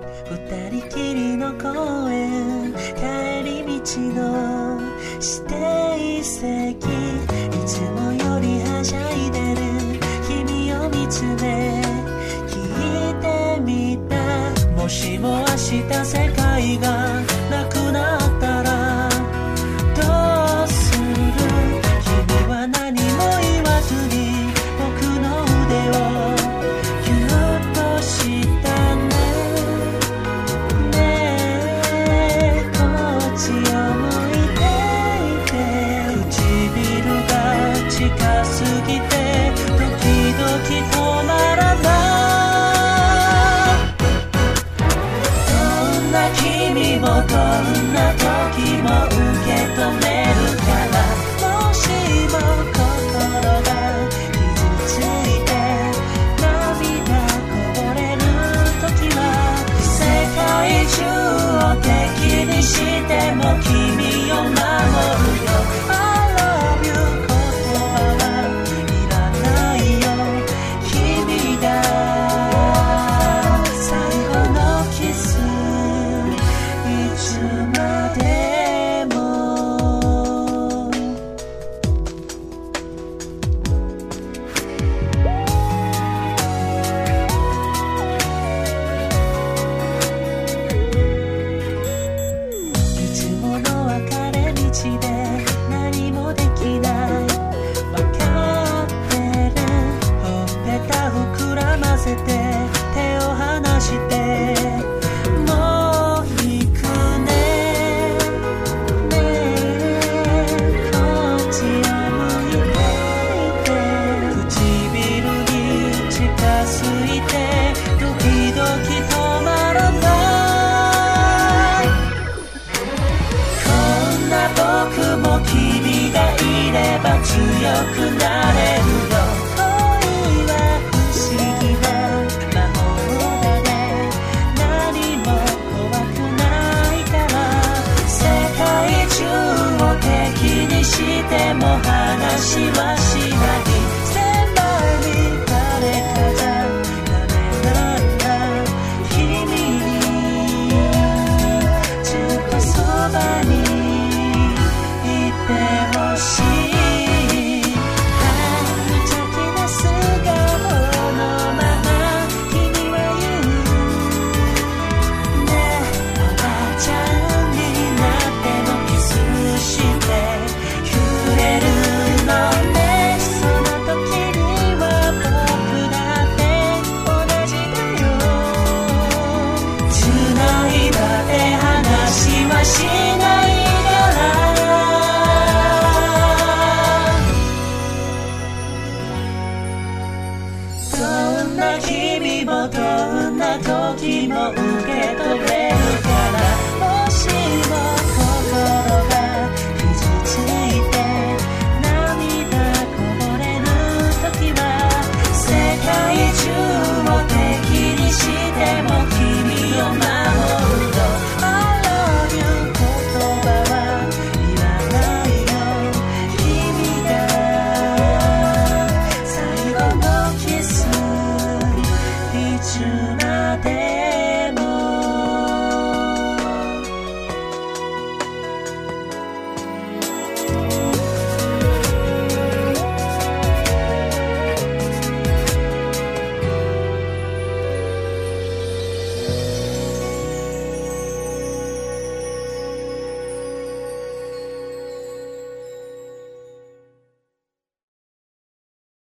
D: 二人きりの公園帰り道の指定席いつもよりはしゃいでる君を見つめ聞いてみたもしも明日世界がなくなったらどうする君は何も言わずに僕の腕をぎゅっとしたね「ねえこっちを向いていて」「唇が近すぎて時々止まらない」「どんな君もどんな時も受け止めるから」「もしも心が傷ついて涙こぼれる時は」「世界中を敵にしても君を守るよ」「I love you 言葉はいらないよ君が」「最後のキスいつまでも」いつもの分かれ道で何もできない分かってるほっぺた膨らませて手を離してもう行くねねえこっちを向いていて唇に近づいて時々止まらない強くなれるよ恋は不思議な魔法だね何も怖くないから世界中を敵にしても話はしない狭い誰かじゃダメなんだ君にずっとそばにいてほしい半着な素顔のまま君は言うね「おばあちゃんになってもキスして揺れるのね」「その時には僕だって同じだよ」「つないだって話はしないから」どんな君もどんな時も受